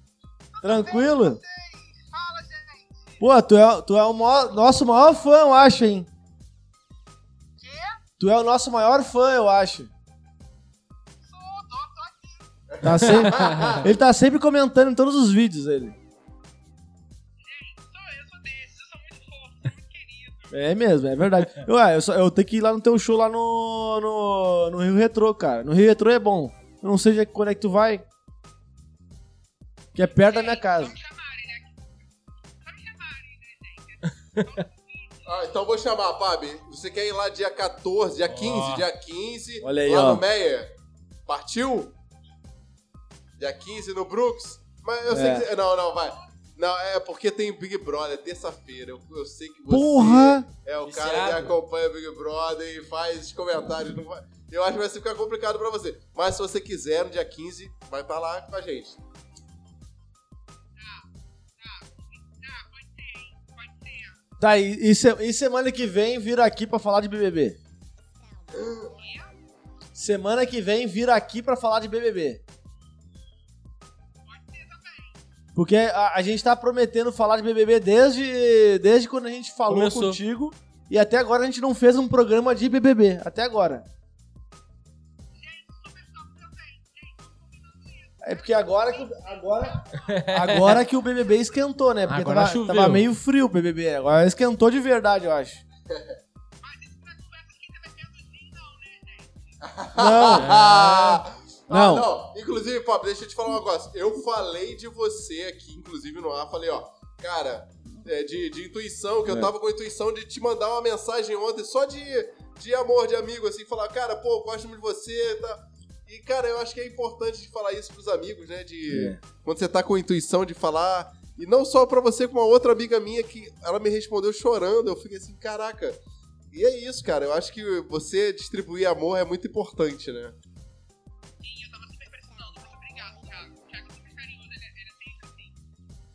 [SPEAKER 1] Tranquilo? Pô, tu é, tu é o maior- nosso maior fã, eu acho, hein? Tu é o nosso maior fã, eu acho. Tá sempre, ele tá sempre comentando em todos os vídeos, ele. É mesmo, é verdade. Ué, eu, só, eu tenho que ir lá no teu show lá no, no, no Rio Retrô, cara. No Rio Retrô é bom. Eu não sei de- quando é que tu vai. Que é perto da minha casa.
[SPEAKER 3] Ah, então eu vou chamar, Fábio. Você quer ir lá dia 14, dia 15, dia 15.
[SPEAKER 1] Ah. Olha aí,
[SPEAKER 3] lá
[SPEAKER 1] ó.
[SPEAKER 3] no Meyer. Partiu? Dia 15 no Brooks? Mas eu
[SPEAKER 1] É.
[SPEAKER 3] sei que você... Não, não, vai. Não, é porque tem Big Brother, terça-feira. Eu, eu sei que você...
[SPEAKER 1] Porra!
[SPEAKER 3] É o cara que acompanha o Big Brother e faz os comentários. não vai- Eu acho que vai ficar complicado pra você. Mas se você quiser, no dia 15, vai estar lá com a gente.
[SPEAKER 5] Tá, e, e se- e semana que vem vira aqui pra falar de BBB. Semana que vem vira aqui pra falar de BBB. Porque a, a gente tá prometendo falar de BBB desde, desde quando a gente falou
[SPEAKER 6] Começou.
[SPEAKER 5] contigo. E até agora a gente não fez um programa de BBB. Até agora. É porque agora que, o- agora, agora que o BBB esquentou, né? Porque
[SPEAKER 6] Agora
[SPEAKER 5] tava,
[SPEAKER 6] choveu.
[SPEAKER 5] tava meio frio o BBB. Agora esquentou de verdade, eu acho. Não,
[SPEAKER 3] Ah,
[SPEAKER 5] Não.
[SPEAKER 3] não. Inclusive, Pop, deixa eu te falar um negócio. Eu falei de você aqui, inclusive no ar, falei, ó, cara, é, de, de intuição, que eu tava com a intuição de te mandar uma mensagem ontem só de, de amor, de amigo, assim, falar, cara, pô, eu gosto muito de você, tá. E, cara, eu acho que é importante de falar isso pros amigos, né? De quando você tá com a intuição de falar. E não só pra você, com uma outra amiga minha que ela me respondeu chorando. Eu fiquei assim, caraca. E é isso, cara. Eu acho que você distribuir amor é muito importante, né?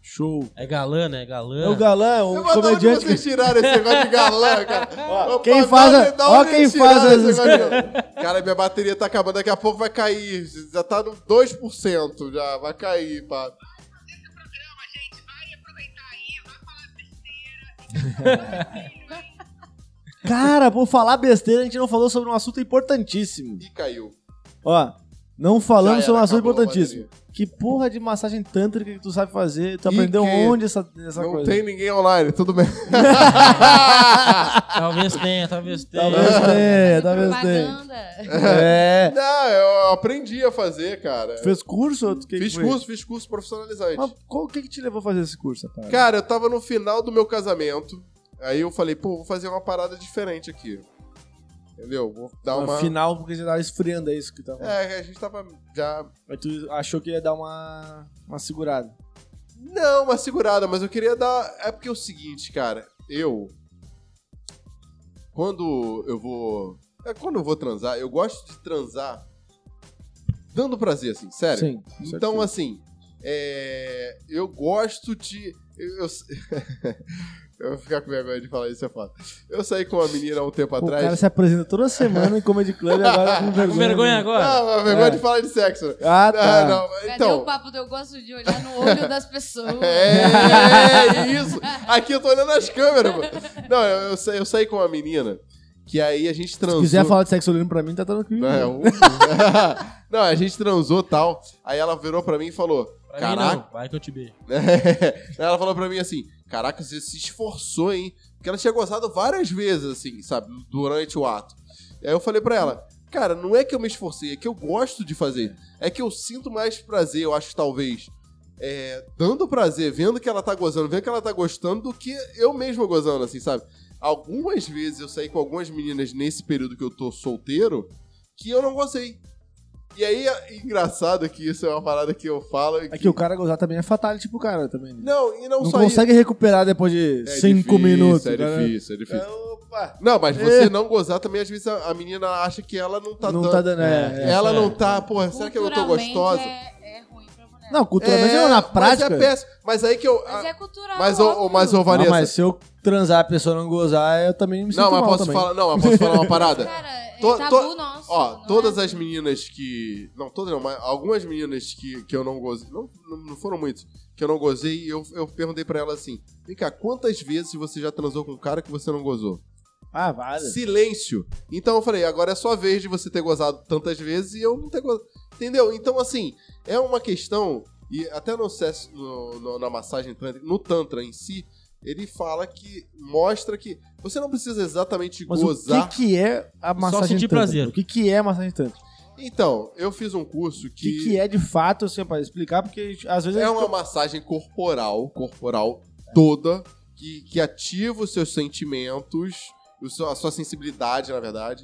[SPEAKER 5] Show.
[SPEAKER 6] É galã, né? É galã.
[SPEAKER 5] É o galã, o
[SPEAKER 3] Eu vou dar onde
[SPEAKER 5] comediante que
[SPEAKER 3] vocês tiraram esse negócio de galã, cara. Ó,
[SPEAKER 5] quem
[SPEAKER 3] pô,
[SPEAKER 5] faz
[SPEAKER 3] dá-
[SPEAKER 5] a-
[SPEAKER 3] dá
[SPEAKER 5] ó
[SPEAKER 3] onde
[SPEAKER 5] quem
[SPEAKER 3] eles tiraram
[SPEAKER 5] faz
[SPEAKER 3] esse
[SPEAKER 5] as-
[SPEAKER 3] negócio de galã. Cara, minha bateria tá acabando, daqui a pouco vai cair. Já tá no 2%, já vai cair, pá.
[SPEAKER 5] Cara, por falar besteira, a gente não falou sobre um assunto importantíssimo.
[SPEAKER 3] Ih, caiu.
[SPEAKER 5] Ó, não
[SPEAKER 3] Já
[SPEAKER 5] falamos
[SPEAKER 3] era,
[SPEAKER 5] sobre um assunto
[SPEAKER 3] acabou a
[SPEAKER 5] importantíssimo. Que porra de massagem tântrica que tu sabe fazer? Tu
[SPEAKER 3] Ih,
[SPEAKER 5] aprendeu
[SPEAKER 3] que-
[SPEAKER 5] onde essa, essa
[SPEAKER 3] Não
[SPEAKER 5] coisa?
[SPEAKER 3] tem ninguém online, tudo bem.
[SPEAKER 6] Talvez tenha, talvez tenha.
[SPEAKER 5] Talvez tenha,
[SPEAKER 4] Fazendo
[SPEAKER 5] É, talvez tenha.
[SPEAKER 4] propaganda.
[SPEAKER 5] É.
[SPEAKER 3] Não, eu aprendi a fazer, cara.
[SPEAKER 5] Tu fez curso? ou tu- que que
[SPEAKER 3] Fiz
[SPEAKER 5] foi?
[SPEAKER 3] curso, fiz curso profissionalizante.
[SPEAKER 5] Mas qual, o que que te levou a fazer esse curso, rapaz?
[SPEAKER 3] Cara, eu tava no final do meu casamento. Aí eu falei, pô, vou fazer uma parada diferente aqui. Entendeu? Vou dar
[SPEAKER 5] No
[SPEAKER 3] uma.
[SPEAKER 5] final, porque você tava esfriando, é isso
[SPEAKER 1] tá
[SPEAKER 5] que tava.
[SPEAKER 3] É, a gente tava já.
[SPEAKER 5] Mas tu achou que ia dar uma, uma segurada.
[SPEAKER 3] Não, uma segurada, mas eu queria dar. É porque é o seguinte, cara. Eu. Quando eu vou. É quando eu vou transar, eu gosto de transar dando prazer, assim, sério.
[SPEAKER 5] Sim.
[SPEAKER 3] Então, assim, é, eu gosto de. Eu, eu- eu vou ficar com vergonha de falar isso, é foda. Eu saí com uma menina há um tempo
[SPEAKER 5] Pô, o
[SPEAKER 3] atrás.
[SPEAKER 5] cara se apresenta toda semana em Comedy Club e agora com vergonha.
[SPEAKER 6] Com vergonha agora?
[SPEAKER 3] Ah, mas vergonha
[SPEAKER 5] É.
[SPEAKER 3] de falar de sexo. né?
[SPEAKER 5] Ah, tá.
[SPEAKER 3] Ah, não.
[SPEAKER 4] Cadê o
[SPEAKER 3] Então.
[SPEAKER 4] papo do eu gosto de olhar no olho das pessoas?
[SPEAKER 3] É, isso. Aqui eu tô olhando as câmeras, mano. Não, eu, eu, saí, eu saí com uma menina que aí a gente
[SPEAKER 5] Se
[SPEAKER 3] transou.
[SPEAKER 5] quiser falar de sexo olhando pra mim, tá tranquilo.
[SPEAKER 3] Não, é um- Não, a gente transou tal. Aí ela virou pra mim e falou:
[SPEAKER 6] Pra mim
[SPEAKER 3] Caraca,
[SPEAKER 6] não. Vai que eu te beijo.
[SPEAKER 3] ela falou pra mim assim: Caraca, você se esforçou, hein? Porque ela tinha gozado várias vezes, assim, sabe? Durante o ato. Aí eu falei pra ela: Cara, não é que eu me esforcei, é que eu gosto de fazer. É que eu sinto mais prazer, eu acho, talvez. é, dando prazer, vendo que ela tá gozando, vendo que ela tá gostando, do que eu mesmo gozando, assim, sabe? Algumas vezes eu saí com algumas meninas nesse período que eu tô solteiro que eu não gozei. E aí, é engraçado que isso é uma parada que eu falo. e
[SPEAKER 5] É
[SPEAKER 3] que-
[SPEAKER 5] que o cara gozar também é fatality pro cara também. né?
[SPEAKER 3] Não, e não,
[SPEAKER 5] Não
[SPEAKER 3] só isso.
[SPEAKER 5] consegue recuperar depois de
[SPEAKER 3] É
[SPEAKER 5] cinco
[SPEAKER 3] difícil,
[SPEAKER 5] minutos.
[SPEAKER 3] É
[SPEAKER 5] cara.
[SPEAKER 3] difícil, é difícil.
[SPEAKER 5] É, Opa!
[SPEAKER 3] Não, mas você não gozar também, às vezes a, a menina acha que ela não tá
[SPEAKER 5] não
[SPEAKER 3] dando.
[SPEAKER 5] tá dando. É, é.
[SPEAKER 3] ela não tá, porra, será que eu não tô
[SPEAKER 4] Culturalmente,
[SPEAKER 3] gostosa?
[SPEAKER 4] É, é ruim pra mulher.
[SPEAKER 5] Não, culturalmente não, É, na prática.
[SPEAKER 3] Mas é péssimo. Mas aí que eu.
[SPEAKER 4] Mas
[SPEAKER 3] ah,
[SPEAKER 4] é cultural.
[SPEAKER 3] Mas, ô, ô,
[SPEAKER 4] óbvio.
[SPEAKER 3] mas ô,
[SPEAKER 5] Não,
[SPEAKER 3] Vanessa.
[SPEAKER 5] mas se eu transar e a pessoa não gozar, eu também me sinto
[SPEAKER 3] não, mas
[SPEAKER 5] mal
[SPEAKER 3] posso
[SPEAKER 5] também.
[SPEAKER 3] falar. Não, mas posso falar uma parada.
[SPEAKER 4] Cara, é
[SPEAKER 3] To-
[SPEAKER 4] tabu
[SPEAKER 3] to-
[SPEAKER 4] nosso.
[SPEAKER 3] Ó,
[SPEAKER 4] não
[SPEAKER 3] todas
[SPEAKER 4] é?
[SPEAKER 3] as meninas que. Não, todas não, mas algumas meninas que, que eu não gozei. Não, não não foram muitas. Que eu não gozei, eu, eu perguntei pra ela assim: Vem cá, quantas vezes você já transou com um cara que você não gozou?
[SPEAKER 5] Ah, vale.
[SPEAKER 3] Silêncio. Então eu falei, agora é sua vez de você ter gozado tantas vezes e eu não ter gozado. Entendeu? Então, assim, é uma questão. E até no, sexo- no- no- na massagem tântrica, no Tantra em si, ele fala que. mostra que você não precisa exatamente
[SPEAKER 5] Mas o
[SPEAKER 3] gozar.
[SPEAKER 5] que, que é a massagem
[SPEAKER 6] sentir
[SPEAKER 5] tântrica?
[SPEAKER 6] prazer.
[SPEAKER 5] O que, que é a massagem tântrica?
[SPEAKER 3] Então, eu fiz um curso
[SPEAKER 5] O que, que é de fato, assim, pra explicar, porque a gente- às vezes... a
[SPEAKER 3] É
[SPEAKER 5] gente
[SPEAKER 3] uma massagem corporal, corporal toda, que, que ativa os seus sentimentos, o seu- a sua sensibilidade, na verdade.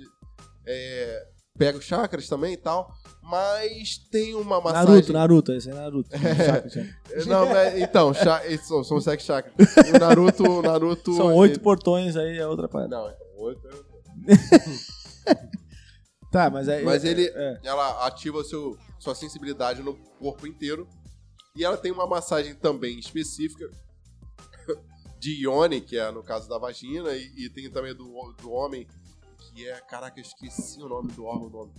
[SPEAKER 3] É, pega os chakras também e tal. Mas tem uma massagem.
[SPEAKER 5] Naruto, né? Naruto, esse é Naruto. Chaca, chaca.
[SPEAKER 3] Não, mas, então, cha- esses são, são sete chakras. O Naruto. o Naruto
[SPEAKER 5] São oito portões aí, é outra
[SPEAKER 3] ele-
[SPEAKER 5] parada.
[SPEAKER 3] Não, então, oito.
[SPEAKER 5] Tá, mas é...
[SPEAKER 3] Mas ele-
[SPEAKER 5] é.
[SPEAKER 3] Ela ativa o seu, sua sensibilidade no corpo inteiro. E ela tem uma massagem também específica de Ione, que é no caso da vagina, e, e tem também do, do homem, que é. Caraca, eu esqueci o nome do órgão. o nome.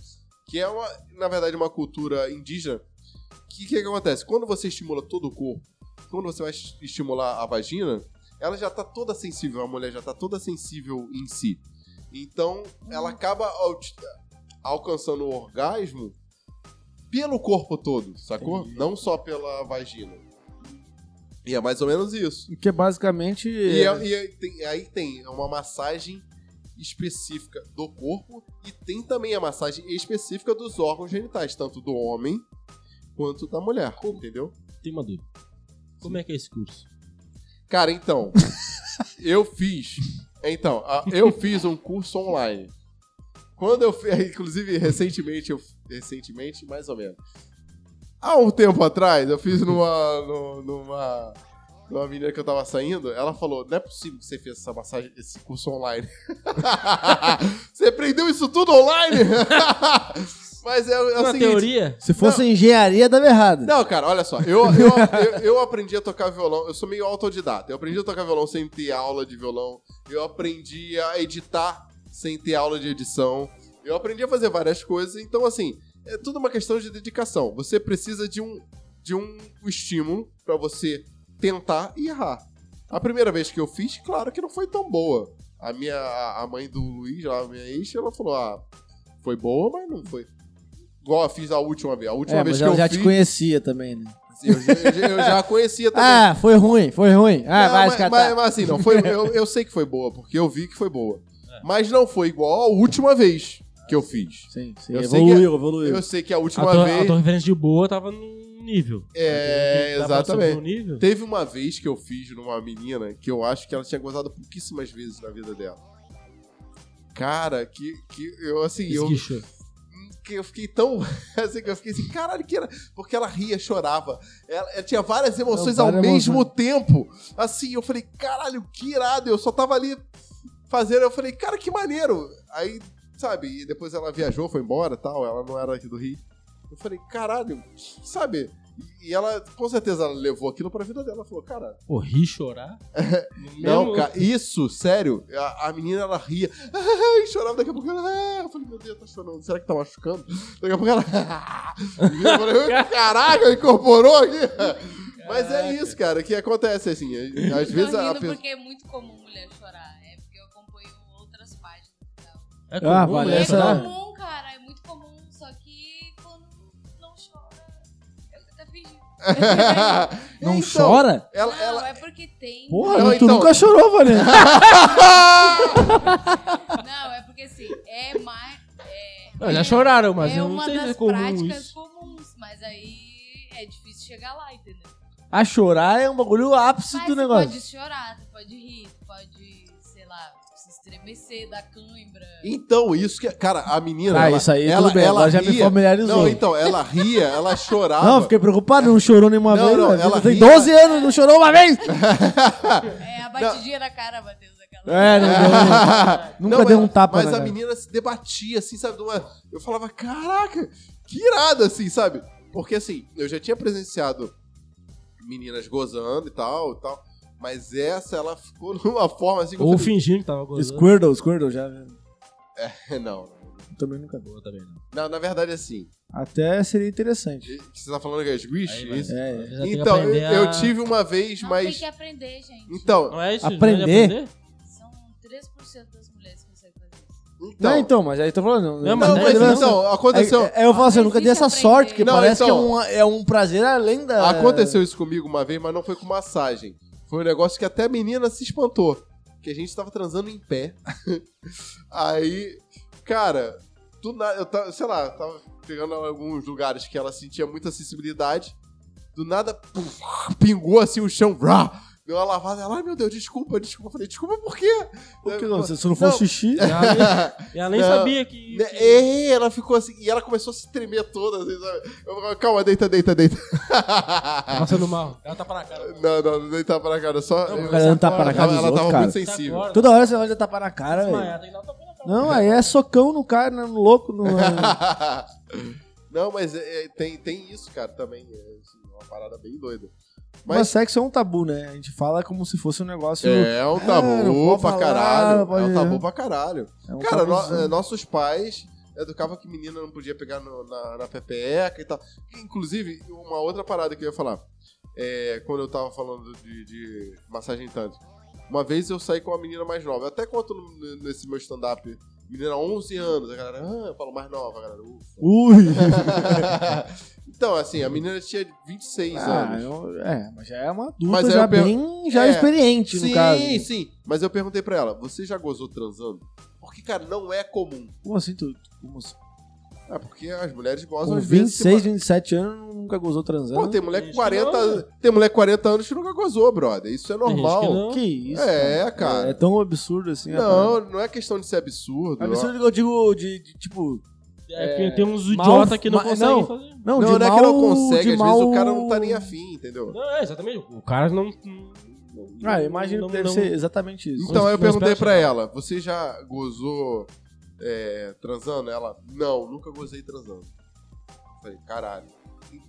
[SPEAKER 3] Que é, uma, na verdade, uma cultura indígena. O que, que, é que acontece? Quando você estimula todo o corpo, quando você vai es- estimular a vagina, ela já tá toda sensível, a mulher já tá toda sensível em si. Então, ela acaba al- alcançando o orgasmo pelo corpo todo, sacou? Não só pela vagina. E é mais ou menos isso.
[SPEAKER 1] Que é basicamente.
[SPEAKER 3] E, é- e aí tem- aí tem uma massagem específica do corpo e tem também a massagem específica dos órgãos genitais, tanto do homem quanto da mulher, entendeu?
[SPEAKER 6] Tem uma dúvida. Como é que é esse curso?
[SPEAKER 3] Cara, então, eu fiz. Então, a- eu fiz um curso online. Quando eu fiz, inclusive recentemente, eu, recentemente, mais ou menos. Há um tempo atrás, eu fiz numa, no- numa, numa menina que eu tava saindo, ela falou: "Não é possível que você fez essa massagem, esse curso online. você aprendeu isso tudo online?" Mas é, é o
[SPEAKER 6] Na
[SPEAKER 3] seguinte,
[SPEAKER 6] teoria,
[SPEAKER 1] Se fosse engenharia, dava errado.
[SPEAKER 3] não, cara, olha só. Eu, eu, eu, eu aprendi a tocar violão. Eu sou meio autodidata. Eu aprendi a tocar violão sem ter aula de violão. Eu aprendi a editar sem ter aula de edição. Eu aprendi a fazer várias coisas. Então, assim, é tudo uma questão de dedicação. Você precisa de um, de um estímulo pra você tentar e errar. A primeira vez que eu fiz, claro que não foi tão boa. A minha a a mãe do Luiz, lá, a minha ex, ela falou: ah, foi boa, mas não foi. Igual eu fiz a última vez. A última
[SPEAKER 1] é,
[SPEAKER 3] vez
[SPEAKER 1] mas
[SPEAKER 3] que
[SPEAKER 1] ela
[SPEAKER 3] eu
[SPEAKER 1] já
[SPEAKER 3] fiz.
[SPEAKER 1] te conhecia também, né?
[SPEAKER 3] Assim, Eu, já- eu já- eu já a conhecia também.
[SPEAKER 1] Ah, foi ruim, foi ruim. Ah,
[SPEAKER 3] Não,
[SPEAKER 1] vai
[SPEAKER 3] mas,
[SPEAKER 1] escatar.
[SPEAKER 3] mas, mas assim, não, foi, eu, eu sei que foi boa, porque eu vi que foi boa. Mas não foi igual a última vez que eu fiz.
[SPEAKER 1] Sim, sim. é
[SPEAKER 3] Eu sei
[SPEAKER 1] evoluiu,
[SPEAKER 3] que
[SPEAKER 1] evoluiu.
[SPEAKER 3] Eu sei que a
[SPEAKER 6] a
[SPEAKER 3] última
[SPEAKER 6] tua, a
[SPEAKER 3] vez.
[SPEAKER 6] tua referência de boa tava num nível.
[SPEAKER 3] É,
[SPEAKER 6] Dá pra subir um
[SPEAKER 3] exatamente.
[SPEAKER 6] nível?
[SPEAKER 3] Teve uma vez que eu fiz numa menina que eu acho que ela tinha gozado pouquíssimas vezes na vida dela. Cara, que, que eu assim, eu,
[SPEAKER 6] Esguichou.
[SPEAKER 3] que eu fiquei tão. assim, que eu fiquei assim, caralho, que era. Porque ela ria, chorava. Ela, ela tinha várias emoções
[SPEAKER 1] Não,
[SPEAKER 3] ao
[SPEAKER 1] várias
[SPEAKER 3] mesmo tempo. Assim, eu falei, caralho, que irado. Eu só tava ali fazendo. Eu falei, cara, que maneiro. Aí, sabe, e depois ela viajou, foi embora tal. Ela não era aqui do Rio. Eu falei, caralho, que- sabe? E ela, com certeza, ela levou aquilo pra vida dela. Ela falou, cara,
[SPEAKER 6] Pô, rir, chorar?
[SPEAKER 3] não,
[SPEAKER 6] Mesmo-
[SPEAKER 3] cara, isso, sério. A, a menina, ela ria ah, e chorava. Daqui a pouco ela... Ah, eu falei, meu Deus, tá chorando. Será que tá machucando? Daqui a pouco ela... ah. eu falei, caraca, incorporou aqui. Mas é isso, cara, que acontece, assim. Às
[SPEAKER 4] Tô
[SPEAKER 3] vezes a
[SPEAKER 4] rindo
[SPEAKER 3] pessoa...
[SPEAKER 4] porque é muito comum mulher chorar. É porque eu acompanho outras páginas e tal.
[SPEAKER 6] É
[SPEAKER 1] Ah,
[SPEAKER 6] comum,
[SPEAKER 1] vale,
[SPEAKER 6] né?
[SPEAKER 4] é
[SPEAKER 1] essa-
[SPEAKER 4] comum, cara. É muito comum. Só que quando não chora, eu até fingi. é
[SPEAKER 1] Não
[SPEAKER 3] Então,
[SPEAKER 1] chora?
[SPEAKER 3] Ela,
[SPEAKER 4] não,
[SPEAKER 3] ela...
[SPEAKER 4] é porque tem.
[SPEAKER 1] Porra,
[SPEAKER 3] Não,
[SPEAKER 1] mas tu
[SPEAKER 3] então-
[SPEAKER 1] nunca chorou, Vanessa.
[SPEAKER 4] Não, é porque assim, é mais. É,
[SPEAKER 6] Não, já choraram, mas
[SPEAKER 4] é
[SPEAKER 6] eu não
[SPEAKER 4] uma
[SPEAKER 6] sei se
[SPEAKER 4] das
[SPEAKER 6] é comum
[SPEAKER 4] práticas
[SPEAKER 6] isso.
[SPEAKER 4] comuns, mas aí é difícil chegar lá, entendeu?
[SPEAKER 1] A chorar é um bagulho o ápice
[SPEAKER 4] Mas
[SPEAKER 1] do
[SPEAKER 4] tu
[SPEAKER 1] negócio.
[SPEAKER 4] pode chorar, tu pode rir, tu pode, sei lá, se estremecer, dar cãibra.
[SPEAKER 3] Então, isso que... Cara, a menina,
[SPEAKER 1] Ah,
[SPEAKER 3] ela,
[SPEAKER 1] isso aí,
[SPEAKER 3] ela,
[SPEAKER 1] tudo bem.
[SPEAKER 3] ela
[SPEAKER 1] Agora já me
[SPEAKER 3] ria.
[SPEAKER 1] familiarizou.
[SPEAKER 3] Não, então, ela ria, ela chorava.
[SPEAKER 1] Não, fiquei preocupado, não chorou nenhuma
[SPEAKER 3] Não,
[SPEAKER 1] vez.
[SPEAKER 3] não,
[SPEAKER 1] na vida.
[SPEAKER 3] ela
[SPEAKER 1] Tem
[SPEAKER 3] ri,
[SPEAKER 1] 12 anos, não chorou uma vez!
[SPEAKER 4] É a batidinha na cara, Matheus, aquela.
[SPEAKER 1] É, não deu. Nunca deu um tapa
[SPEAKER 3] Mas
[SPEAKER 1] na
[SPEAKER 3] a
[SPEAKER 1] cara.
[SPEAKER 3] menina se debatia, assim, sabe? de uma- Eu falava, caraca, que irado, assim, sabe? Porque, assim, eu já tinha presenciado meninas gozando e tal, e tal. Mas essa, ela ficou numa forma, assim... que eu
[SPEAKER 6] Ou
[SPEAKER 3] falei,
[SPEAKER 6] fingindo que tava gozando.
[SPEAKER 1] Squirtle, Squirtle já. Eu
[SPEAKER 3] Não, não.
[SPEAKER 1] também nunca deu.
[SPEAKER 6] né?
[SPEAKER 3] Não, na verdade, assim,
[SPEAKER 1] Até seria interessante.
[SPEAKER 3] você tá falando que é squish? Isso?
[SPEAKER 1] É, é.
[SPEAKER 6] Já tem que
[SPEAKER 3] Então, eu,
[SPEAKER 6] aprender
[SPEAKER 3] eu
[SPEAKER 6] a-
[SPEAKER 3] tive uma vez,
[SPEAKER 4] Não tem
[SPEAKER 3] mas...
[SPEAKER 4] que aprender, gente.
[SPEAKER 3] Então,
[SPEAKER 6] Não é isso?
[SPEAKER 1] Aprender?
[SPEAKER 6] Não é de aprender?
[SPEAKER 4] São 3% das mulheres que conseguem fazer isso.
[SPEAKER 1] Não,
[SPEAKER 3] então...
[SPEAKER 1] então, mas É, aí tô falando.
[SPEAKER 6] Não,
[SPEAKER 3] Não,
[SPEAKER 6] mas
[SPEAKER 3] mas
[SPEAKER 6] não.
[SPEAKER 3] então, aconteceu...
[SPEAKER 1] Aí, aí eu falo assim, eu nunca dei essa
[SPEAKER 4] Existe
[SPEAKER 1] sorte, porque
[SPEAKER 4] aprender.
[SPEAKER 3] Não,
[SPEAKER 1] parece
[SPEAKER 3] então-
[SPEAKER 1] que é um, é um prazer além da.
[SPEAKER 3] Aconteceu isso comigo uma vez, mas não foi com massagem. Foi um negócio que até a menina se espantou. Que a gente tava transando em pé. Aí, cara, do nada, eu tava, sei lá, tava pegando alguns lugares que ela sentia muita sensibilidade. Do nada, pum, pingou assim o chão. vrá, Deu uma lavada. Ela, ai meu Deus, desculpa, desculpa. Eu falei, desculpa por quê? Né,
[SPEAKER 1] Por que não? Se se não for
[SPEAKER 3] É, Não.
[SPEAKER 1] xixi.
[SPEAKER 6] E ela nem- e ela nem
[SPEAKER 3] Não.
[SPEAKER 6] sabia que...
[SPEAKER 3] Né, E ela ficou assim, e ela começou a se tremer toda, assim, sabe? Eu falava, calma, deita, deita, deita.
[SPEAKER 6] Tá passando mal. Ela tá pra cara.
[SPEAKER 3] Não, não, não deitava pra cara, só.
[SPEAKER 1] mas ela não tapa na cara
[SPEAKER 3] Ela,
[SPEAKER 1] dos
[SPEAKER 3] ela
[SPEAKER 1] outros,
[SPEAKER 3] tava
[SPEAKER 1] cara.
[SPEAKER 3] muito sensível.
[SPEAKER 6] Tá agora,
[SPEAKER 1] Toda hora você vai já tapar na cara, velho.
[SPEAKER 6] desmaiada, tem que dar um tapa na cara.
[SPEAKER 1] Não, aí é socão no cara, né, no louco. No...
[SPEAKER 5] Tá
[SPEAKER 3] não, mas é, é, tem, tem isso, cara, também. É assim, uma é parada bem doida.
[SPEAKER 1] Mas...
[SPEAKER 3] Mas-
[SPEAKER 1] sexo é um tabu, né? A gente fala como se fosse um negócio.
[SPEAKER 3] É um
[SPEAKER 1] É, não
[SPEAKER 3] tabu
[SPEAKER 1] pode
[SPEAKER 3] pra
[SPEAKER 1] falar, não
[SPEAKER 3] caralho. É
[SPEAKER 1] pode-
[SPEAKER 3] um tabu pra caralho.
[SPEAKER 1] é um
[SPEAKER 3] Cara, no-
[SPEAKER 1] tabuzinho.
[SPEAKER 3] eh, nossos pais educavam que menina não podia pegar no- na, na pepeca e tal. Inclusive, uma outra parada que eu ia falar. é, quando eu tava falando de, de massagem tântrica. Uma vez eu saí com uma menina mais nova. Eu até conto no- n- nesse meu stand-up. Menina, 11 anos. A galera, ah, eu falo mais nova, a galera. ufa.
[SPEAKER 1] Ui!
[SPEAKER 3] então, assim, a menina tinha 26
[SPEAKER 1] Ah,
[SPEAKER 3] anos.
[SPEAKER 1] eu- é, mas já é uma adulta,
[SPEAKER 3] Mas aí
[SPEAKER 1] já
[SPEAKER 3] eu per-
[SPEAKER 1] bem já
[SPEAKER 3] É.
[SPEAKER 1] experiente,
[SPEAKER 3] Sim,
[SPEAKER 1] no caso.
[SPEAKER 3] sim. Mas eu perguntei pra ela, você já gozou transando? Porque, cara, não é comum.
[SPEAKER 1] Como assim, tu, como assim?
[SPEAKER 3] É porque as mulheres gozam
[SPEAKER 1] Com
[SPEAKER 3] às vezes.
[SPEAKER 1] 26,
[SPEAKER 3] se-
[SPEAKER 1] 27 anos, nunca gozou transando.
[SPEAKER 3] Pô, tem mulher com
[SPEAKER 6] Gente,
[SPEAKER 3] 40,
[SPEAKER 6] não,
[SPEAKER 3] tem mulher com 40 anos que nunca gozou, brother. Isso é
[SPEAKER 6] Tem gente
[SPEAKER 3] normal.
[SPEAKER 6] não.
[SPEAKER 1] Que isso?
[SPEAKER 3] É, cara.
[SPEAKER 1] É tão absurdo assim. a
[SPEAKER 3] Não, não é questão de ser absurdo.
[SPEAKER 1] parada. Absurdo que eu digo de, de, tipo.
[SPEAKER 6] É, porque tem uns
[SPEAKER 1] mal-
[SPEAKER 6] idiotas que não
[SPEAKER 1] ma-
[SPEAKER 6] conseguem
[SPEAKER 1] não.
[SPEAKER 6] fazer.
[SPEAKER 1] Não,
[SPEAKER 3] Não,
[SPEAKER 1] de
[SPEAKER 3] não,
[SPEAKER 1] mal,
[SPEAKER 3] é que não consegue,
[SPEAKER 1] de
[SPEAKER 3] às
[SPEAKER 1] mal...
[SPEAKER 3] vezes o cara não tá nem afim, entendeu?
[SPEAKER 6] Não, é, exatamente. O cara não. não-
[SPEAKER 1] Ah, eu imagino
[SPEAKER 6] não-
[SPEAKER 1] que deve
[SPEAKER 6] não-
[SPEAKER 1] ser exatamente isso.
[SPEAKER 3] Então,
[SPEAKER 6] Mas-
[SPEAKER 3] aí eu
[SPEAKER 6] mas
[SPEAKER 3] perguntei
[SPEAKER 6] pera,
[SPEAKER 3] pra ela, você já gozou é, transando? Ela, não, nunca gozei transando. Eu Falei, caralho.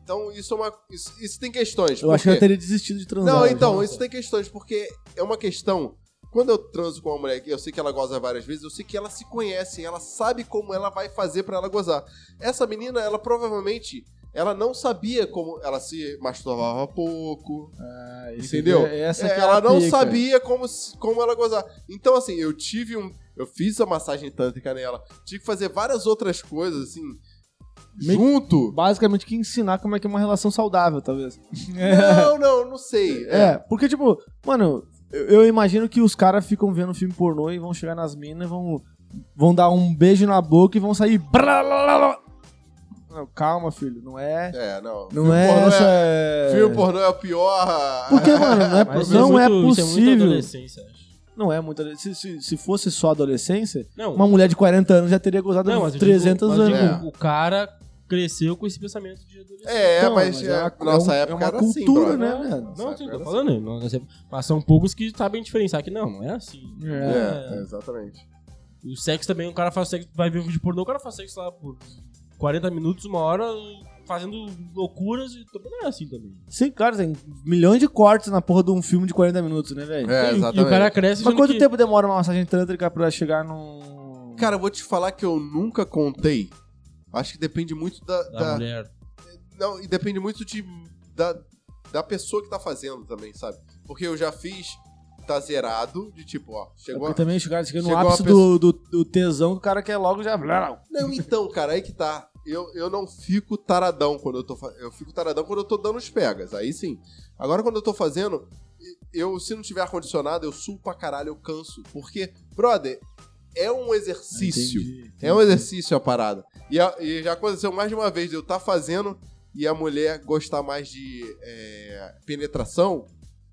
[SPEAKER 3] Então, isso é uma... Isso, isso tem questões.
[SPEAKER 1] eu
[SPEAKER 3] por
[SPEAKER 1] acho que eu
[SPEAKER 3] quê?
[SPEAKER 1] teria desistido de transar.
[SPEAKER 3] Não,
[SPEAKER 1] né?
[SPEAKER 3] então, isso tem questões, porque é uma questão... Quando eu transo com uma mulher que eu sei que ela goza várias vezes, eu sei que ela se conhece, ela sabe como ela vai fazer pra ela gozar. Essa menina, ela provavelmente, ela não sabia como ela se masturbava pouco,
[SPEAKER 1] Ah, esse-
[SPEAKER 3] Entendeu?
[SPEAKER 1] é- Essa
[SPEAKER 3] é,
[SPEAKER 1] que é
[SPEAKER 3] ela
[SPEAKER 1] a
[SPEAKER 3] não
[SPEAKER 1] pica.
[SPEAKER 3] sabia como, se- como ela gozar. Então, assim, eu tive um. Eu fiz a massagem tântrica nela. Tive que fazer várias outras coisas, assim.
[SPEAKER 1] Me-
[SPEAKER 3] Junto?
[SPEAKER 1] Basicamente, que ensinar como é que é uma relação saudável, talvez.
[SPEAKER 3] Não, não, não sei. É.
[SPEAKER 1] É, porque, tipo, mano, eu, eu imagino que os caras ficam vendo filme pornô e vão chegar nas minas e vão, vão dar um beijo na boca e vão sair. brá, lá, lá, lá. Não, calma, filho, não é.
[SPEAKER 3] É, não.
[SPEAKER 1] Não
[SPEAKER 3] Filme
[SPEAKER 1] é
[SPEAKER 3] pornô
[SPEAKER 1] essa.
[SPEAKER 3] É... Filme pornô é o pior.
[SPEAKER 1] Porque, mano, não é,
[SPEAKER 6] Mas isso
[SPEAKER 1] não é,
[SPEAKER 6] muito- isso muito
[SPEAKER 1] possível.
[SPEAKER 6] adolescência, acho.
[SPEAKER 1] não é muito. adolescência. Se, se, se fosse só adolescência,
[SPEAKER 6] Não,
[SPEAKER 1] uma mulher de 40 anos já teria gozado
[SPEAKER 6] não,
[SPEAKER 1] não,
[SPEAKER 6] mas eu digo-
[SPEAKER 1] 300
[SPEAKER 6] mas eu
[SPEAKER 1] anos.
[SPEAKER 6] digo,
[SPEAKER 3] anos.
[SPEAKER 6] O cara cresceu com esse pensamento de adolescente.
[SPEAKER 3] É,
[SPEAKER 1] Então,
[SPEAKER 3] mas, é,
[SPEAKER 1] uma-
[SPEAKER 3] nossa
[SPEAKER 1] é um-
[SPEAKER 3] época
[SPEAKER 1] é
[SPEAKER 3] era
[SPEAKER 1] uma
[SPEAKER 3] assim,
[SPEAKER 1] cultura,
[SPEAKER 3] brother.
[SPEAKER 1] né, velho?
[SPEAKER 6] Não,
[SPEAKER 3] Nossa,
[SPEAKER 6] sim,
[SPEAKER 3] era
[SPEAKER 6] tô falando. não, não sei. Mas são poucos que tá sabem diferenciar que não, não é assim.
[SPEAKER 1] É.
[SPEAKER 3] É, exatamente.
[SPEAKER 6] O sexo também, o cara faz sexo, vai ver um vídeo pornô, o cara faz sexo lá por 40 minutos, uma hora, fazendo loucuras e também não é assim também.
[SPEAKER 1] Sim, claro, tem milhões de cortes na porra de um filme de 40 minutos, né, velho?
[SPEAKER 3] É,
[SPEAKER 6] E-
[SPEAKER 3] exatamente.
[SPEAKER 6] E o cara cresce
[SPEAKER 1] Mas
[SPEAKER 6] achando
[SPEAKER 1] quanto
[SPEAKER 6] que-
[SPEAKER 1] tempo demora uma massagem tântrica pra chegar num.
[SPEAKER 3] Cara, eu vou te falar que eu nunca contei. Acho que depende muito da-
[SPEAKER 6] Da
[SPEAKER 3] da,
[SPEAKER 6] mulher.
[SPEAKER 3] Não, e depende muito de, da, da pessoa que tá fazendo também, sabe? Porque eu já fiz, tá zerado, de tipo, ó, chegou
[SPEAKER 1] Porque
[SPEAKER 3] a...
[SPEAKER 1] também chegar, chega no
[SPEAKER 3] chegou a
[SPEAKER 1] ápice do,
[SPEAKER 3] pessoa-
[SPEAKER 1] do, do tesão que o cara quer logo já.
[SPEAKER 3] Não, então, cara, aí que tá. Eu, eu não fico taradão quando eu tô fa- Eu fico taradão quando eu tô dando os pegas, aí sim. Agora, quando eu tô fazendo, eu, se não tiver ar-condicionado, eu suo pra caralho, eu canso. Porque, brother, é um exercício. É um exercício a parada. E, a- e já aconteceu mais de uma vez de eu estar fazendo e a mulher gostar mais de é, penetração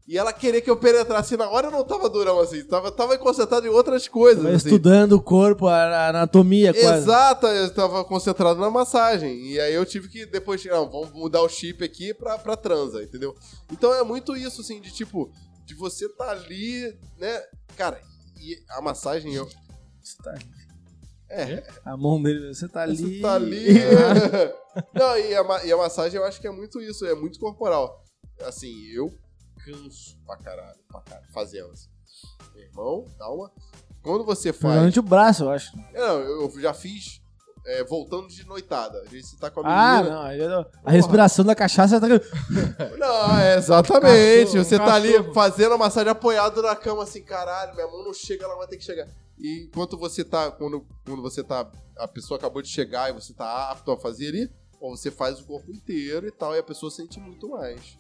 [SPEAKER 3] e ela querer que eu penetrasse. Na hora eu não tava durão assim, tava, tava concentrado em outras coisas.
[SPEAKER 1] Vai
[SPEAKER 3] assim.
[SPEAKER 1] estudando o corpo, a a anatomia É quase.
[SPEAKER 3] Exato, eu tava concentrado na massagem. E aí eu tive que depois, não, vamos mudar o chip aqui pra, pra transa, entendeu? Então é muito isso, assim, de tipo, de você tá ali, né? Cara, e a massagem eu.
[SPEAKER 1] Você tá-
[SPEAKER 3] É.
[SPEAKER 1] A mão dele, você tá ali. É.
[SPEAKER 3] Você tá ali. Não, e a, ma- e a massagem eu acho que é muito isso, é muito corporal. Assim, eu canso pra caralho, pra caralho, fazendo assim. Meu irmão, calma. Quando você faz.
[SPEAKER 1] Principalmente o braço, eu acho.
[SPEAKER 3] Não, eu eu já fiz é, voltando de noitada. Às vezes você tá com a menina.
[SPEAKER 1] Ah, não. aí eu- A respiração da cachaça tá.
[SPEAKER 3] Não, é exatamente.
[SPEAKER 6] Cachorro,
[SPEAKER 3] você
[SPEAKER 6] um
[SPEAKER 3] tá ali
[SPEAKER 6] cachorro.
[SPEAKER 3] fazendo a massagem apoiado na cama, assim, caralho, minha mão não chega, ela vai ter que chegar. E enquanto você tá. Quando, quando você tá. A pessoa acabou de chegar e você tá apto a fazer ali, ou você faz o corpo inteiro e tal, e a pessoa sente muito mais.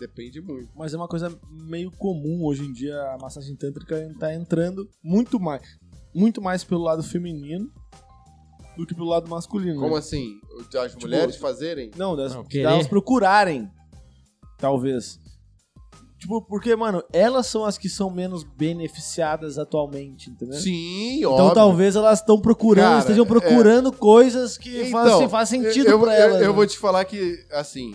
[SPEAKER 3] Depende muito.
[SPEAKER 1] Mas é uma coisa meio comum hoje em dia a massagem tântrica tá entrando muito mais. Muito mais pelo lado feminino do que pelo lado masculino.
[SPEAKER 3] Como
[SPEAKER 1] né?
[SPEAKER 3] assim? As mulheres fazerem?
[SPEAKER 1] Não, das,
[SPEAKER 6] Não,
[SPEAKER 1] delas
[SPEAKER 6] querer.
[SPEAKER 1] procurarem. Talvez. Tipo, porque, mano, elas são as que são menos beneficiadas atualmente,
[SPEAKER 5] né?
[SPEAKER 1] entendeu?
[SPEAKER 3] Sim,
[SPEAKER 1] Então
[SPEAKER 3] óbvio.
[SPEAKER 1] talvez elas estão procurando,
[SPEAKER 3] Cara, é.
[SPEAKER 1] estejam procurando coisas que assim,
[SPEAKER 3] Então,
[SPEAKER 1] fazem, faz sentido
[SPEAKER 3] eu,
[SPEAKER 1] pra
[SPEAKER 3] eu-
[SPEAKER 1] elas.
[SPEAKER 3] Eu,
[SPEAKER 1] né?
[SPEAKER 3] vou te falar que, assim,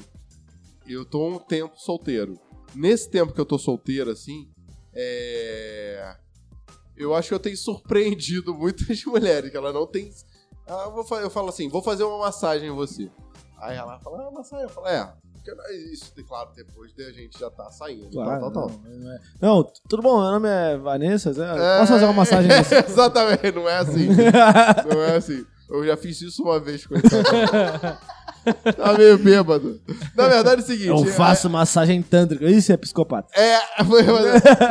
[SPEAKER 3] eu tô um tempo solteiro. Nesse tempo que eu tô solteiro, assim, é... Eu acho que eu tenho surpreendido muitas mulheres, que ela não tem... Ah, eu, vou fa- eu falo assim, vou fazer uma massagem em você. Aí ela fala, ah, massagem. Eu falo, é, Porque isso, claro, depois de a gente já tá saindo.
[SPEAKER 1] Claro,
[SPEAKER 3] tal, tal, tal.
[SPEAKER 1] não, não é- não, tudo bom, meu nome é Vanessa. Zé? Posso fazer uma massagem
[SPEAKER 3] É,
[SPEAKER 1] nesse?
[SPEAKER 3] exatamente, não é assim. não é assim. Eu já fiz isso uma vez com ele. tá meio bêbado. Na verdade é o seguinte.
[SPEAKER 1] Eu
[SPEAKER 3] é-
[SPEAKER 1] faço massagem tântrica. Isso é psicopata.
[SPEAKER 3] É, foi- na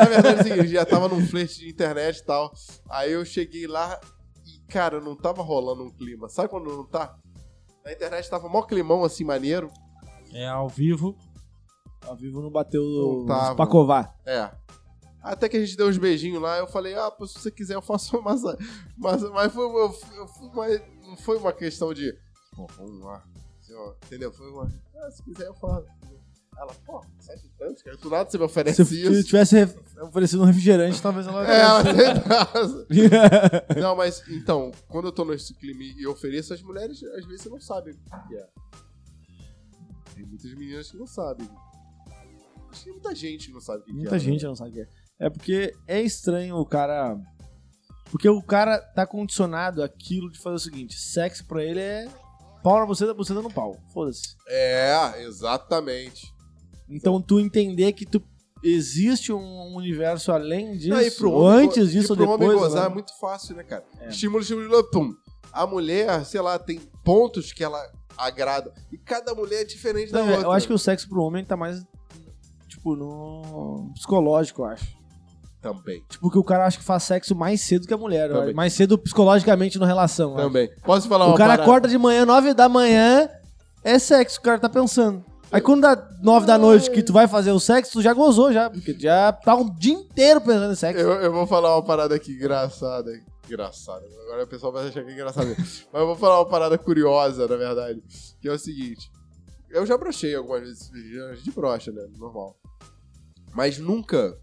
[SPEAKER 3] verdade é o seguinte, já tava num flerte de internet e tal. Aí eu cheguei lá e, cara, não tava rolando um clima. Sabe quando não tá? Na internet tava mó climão assim, maneiro.
[SPEAKER 6] É ao vivo.
[SPEAKER 1] Ao vivo não bateu
[SPEAKER 3] Não tava.
[SPEAKER 1] os pacovar.
[SPEAKER 3] É. Até que a gente deu uns beijinhos lá, eu falei, ah, pô, se você quiser eu faço uma massa. Mas, mas, foi, uma- eu fui- mas não foi uma questão de, pô, vamos lá. Assim, ó, entendeu? Foi uma, ah, se quiser eu faço. Ela, pô, sete e tantos, cara, do nada você me oferece
[SPEAKER 1] Se eu
[SPEAKER 3] isso.
[SPEAKER 1] tivesse re- oferecido um refrigerante, talvez ela...
[SPEAKER 3] É, ela aceitava. Não, mas então, quando eu tô nesse clima e eu ofereço, as mulheres às vezes não sabem o que é. Tem muitas meninas que não sabem. Acho que tem muita gente que não sabe o que
[SPEAKER 1] Muita
[SPEAKER 3] é.
[SPEAKER 1] gente não sabe o que é. É porque é estranho o cara. Porque o cara tá condicionado aquilo de fazer o seguinte: sexo pra ele é pau na buceta, buceta no pau. Foda-se.
[SPEAKER 3] É, exatamente.
[SPEAKER 1] Então tu entender que tu existe um universo além disso,
[SPEAKER 3] Não, e pro
[SPEAKER 1] ou
[SPEAKER 3] homem,
[SPEAKER 1] antes
[SPEAKER 3] go-
[SPEAKER 1] disso
[SPEAKER 3] e
[SPEAKER 1] ou
[SPEAKER 3] pro
[SPEAKER 1] depois.
[SPEAKER 3] homem gozar é
[SPEAKER 1] né?
[SPEAKER 3] muito fácil, né, cara? Estímulo, estímulo, estímulo, pum. A mulher, sei lá, tem pontos que ela agrada. E cada mulher é diferente
[SPEAKER 1] Não,
[SPEAKER 3] da
[SPEAKER 1] eu
[SPEAKER 3] outra.
[SPEAKER 1] acho que o sexo pro homem tá mais. Tipo, no. psicológico, eu acho.
[SPEAKER 3] Também.
[SPEAKER 1] Tipo, que o cara acha que faz sexo mais cedo que a mulher. eu
[SPEAKER 3] Também.
[SPEAKER 1] acho. Mais cedo psicologicamente na relação. eu acho.
[SPEAKER 3] Também. Posso falar uma
[SPEAKER 1] O cara
[SPEAKER 3] parada?
[SPEAKER 1] acorda de manhã, 9 da manhã, é sexo, o cara tá pensando. Aí quando dá 9 da noite que tu vai fazer o sexo, tu já gozou já, porque tu já tá um dia inteiro pensando em sexo.
[SPEAKER 3] Eu, eu vou falar uma parada aqui engraçada. Engraçada. Agora o pessoal vai achar que é engraçado mesmo. Mas eu vou falar uma parada curiosa, na verdade. Que é o seguinte. Eu já brochei algumas vezes. A gente brocha, né? Normal. Mas nunca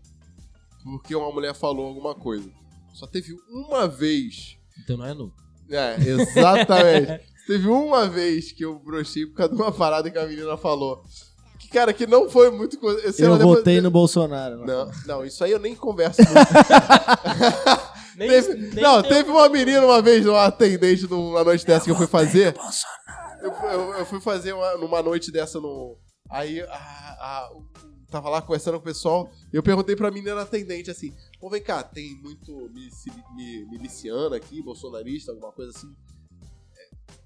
[SPEAKER 3] porque uma mulher falou alguma coisa. Só teve uma vez.
[SPEAKER 6] Então não é novo.
[SPEAKER 3] É, exatamente. teve uma vez que eu brochei por causa de uma parada que a menina falou. Que, cara, que não foi muito... co- sei
[SPEAKER 1] Eu
[SPEAKER 3] lá, depois-
[SPEAKER 1] votei no Bolsonaro. né?
[SPEAKER 3] Não, não, isso aí eu nem converso muito.
[SPEAKER 6] Nem, um
[SPEAKER 3] Teve- não, teve uma menina uma vez, uma atendente numa noite dessa que eu fui fazer. Eu, eu- eu fui fazer uma, numa noite dessa no. Aí a, a- o- tava lá conversando com o pessoal. Eu perguntei pra menina atendente assim: Pô, vem cá, tem muito milici- mi- miliciano aqui, bolsonarista, alguma coisa assim.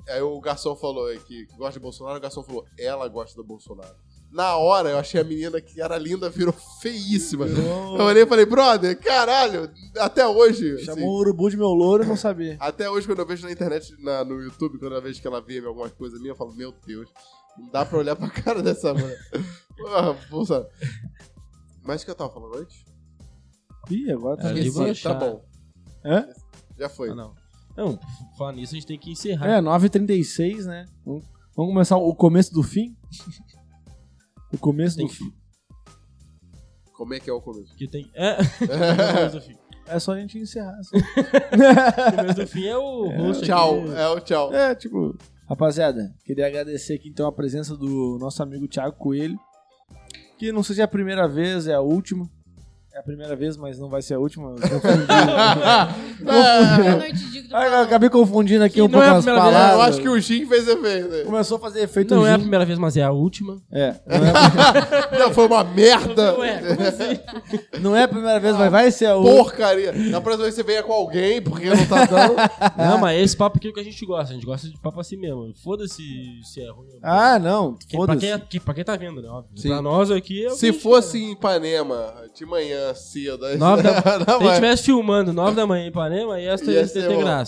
[SPEAKER 3] É, Aí o garçom falou é, que, que gosta de Bolsonaro, o garçom falou, ela gosta do Bolsonaro. Na hora, eu achei a menina que era linda, virou feíssima. Eu olhei e falei, brother, caralho, até hoje. assim,
[SPEAKER 1] Chamou o urubu de meu louro e não sabia.
[SPEAKER 3] até hoje, quando eu vejo na internet, na- no YouTube, quando eu vejo que ela vê algumas coisas minhas, eu falo, meu Deus, não dá pra olhar pra cara dessa mulher. Porra, Bolsonaro. Mas o que eu tava falando antes?
[SPEAKER 1] Ih, agora tá
[SPEAKER 6] É,
[SPEAKER 1] meio
[SPEAKER 6] de
[SPEAKER 1] baixo.
[SPEAKER 6] brochar.
[SPEAKER 3] tá bom.
[SPEAKER 1] Hã?
[SPEAKER 3] Já foi.
[SPEAKER 6] Ah, não. Não, falar nisso a gente tem que encerrar.
[SPEAKER 1] É, 9h36, né? Vamos vamos começar o começo do fim? O começo do
[SPEAKER 6] Tem
[SPEAKER 1] fim.
[SPEAKER 3] Como é que é o começo?
[SPEAKER 6] Porque tem. É. Começo do fim.
[SPEAKER 1] É só a gente encerrar. assim.
[SPEAKER 6] Começo do fim é o host
[SPEAKER 3] tchau,
[SPEAKER 6] aqui.
[SPEAKER 3] é o tchau.
[SPEAKER 1] É, tipo. Rapaziada, queria agradecer aqui então a presença do nosso amigo Thiago Coelho. Que não sei se é a primeira vez, é a última. É a primeira vez, mas não vai ser a última.
[SPEAKER 3] É,
[SPEAKER 4] Boa noite, Digo do
[SPEAKER 1] Ah, eu
[SPEAKER 4] Balão.
[SPEAKER 1] acabei confundindo aqui
[SPEAKER 6] Que
[SPEAKER 1] um
[SPEAKER 6] não
[SPEAKER 1] pouco
[SPEAKER 6] é a
[SPEAKER 1] as
[SPEAKER 6] primeira vez,
[SPEAKER 1] palavras.
[SPEAKER 3] eu acho que o Jim fez efeito.
[SPEAKER 1] Começou a fazer efeito
[SPEAKER 6] Não é a
[SPEAKER 1] gin.
[SPEAKER 6] primeira vez, mas é a última. é.
[SPEAKER 1] É, não é a-
[SPEAKER 3] Não, é. foi uma merda.
[SPEAKER 1] não é a primeira vez, mas vai ser a última.
[SPEAKER 3] Porcaria. Na próxima vez você venha com alguém, porque não tá dando.
[SPEAKER 6] Não, mas esse papo aqui é o que a gente gosta. A gente gosta de papo assim mesmo. Foda-se se é ruim. ou bom.
[SPEAKER 1] Ah, não.
[SPEAKER 6] Quem- pra,
[SPEAKER 1] Foda-se.
[SPEAKER 6] quem, que- pra quem tá vendo, né? Óbvio.
[SPEAKER 3] Sim.
[SPEAKER 6] Pra nós aqui é o
[SPEAKER 3] Se fosse em Ipanema, de manhã, cedo. aí-
[SPEAKER 6] Nove da-
[SPEAKER 3] Não,
[SPEAKER 6] Se a gente
[SPEAKER 3] mas-
[SPEAKER 6] estivesse filmando 9 da manhã em Ipanema, ia ter,
[SPEAKER 3] Ia
[SPEAKER 6] ia
[SPEAKER 3] ser
[SPEAKER 6] ter
[SPEAKER 3] bom.
[SPEAKER 6] graça.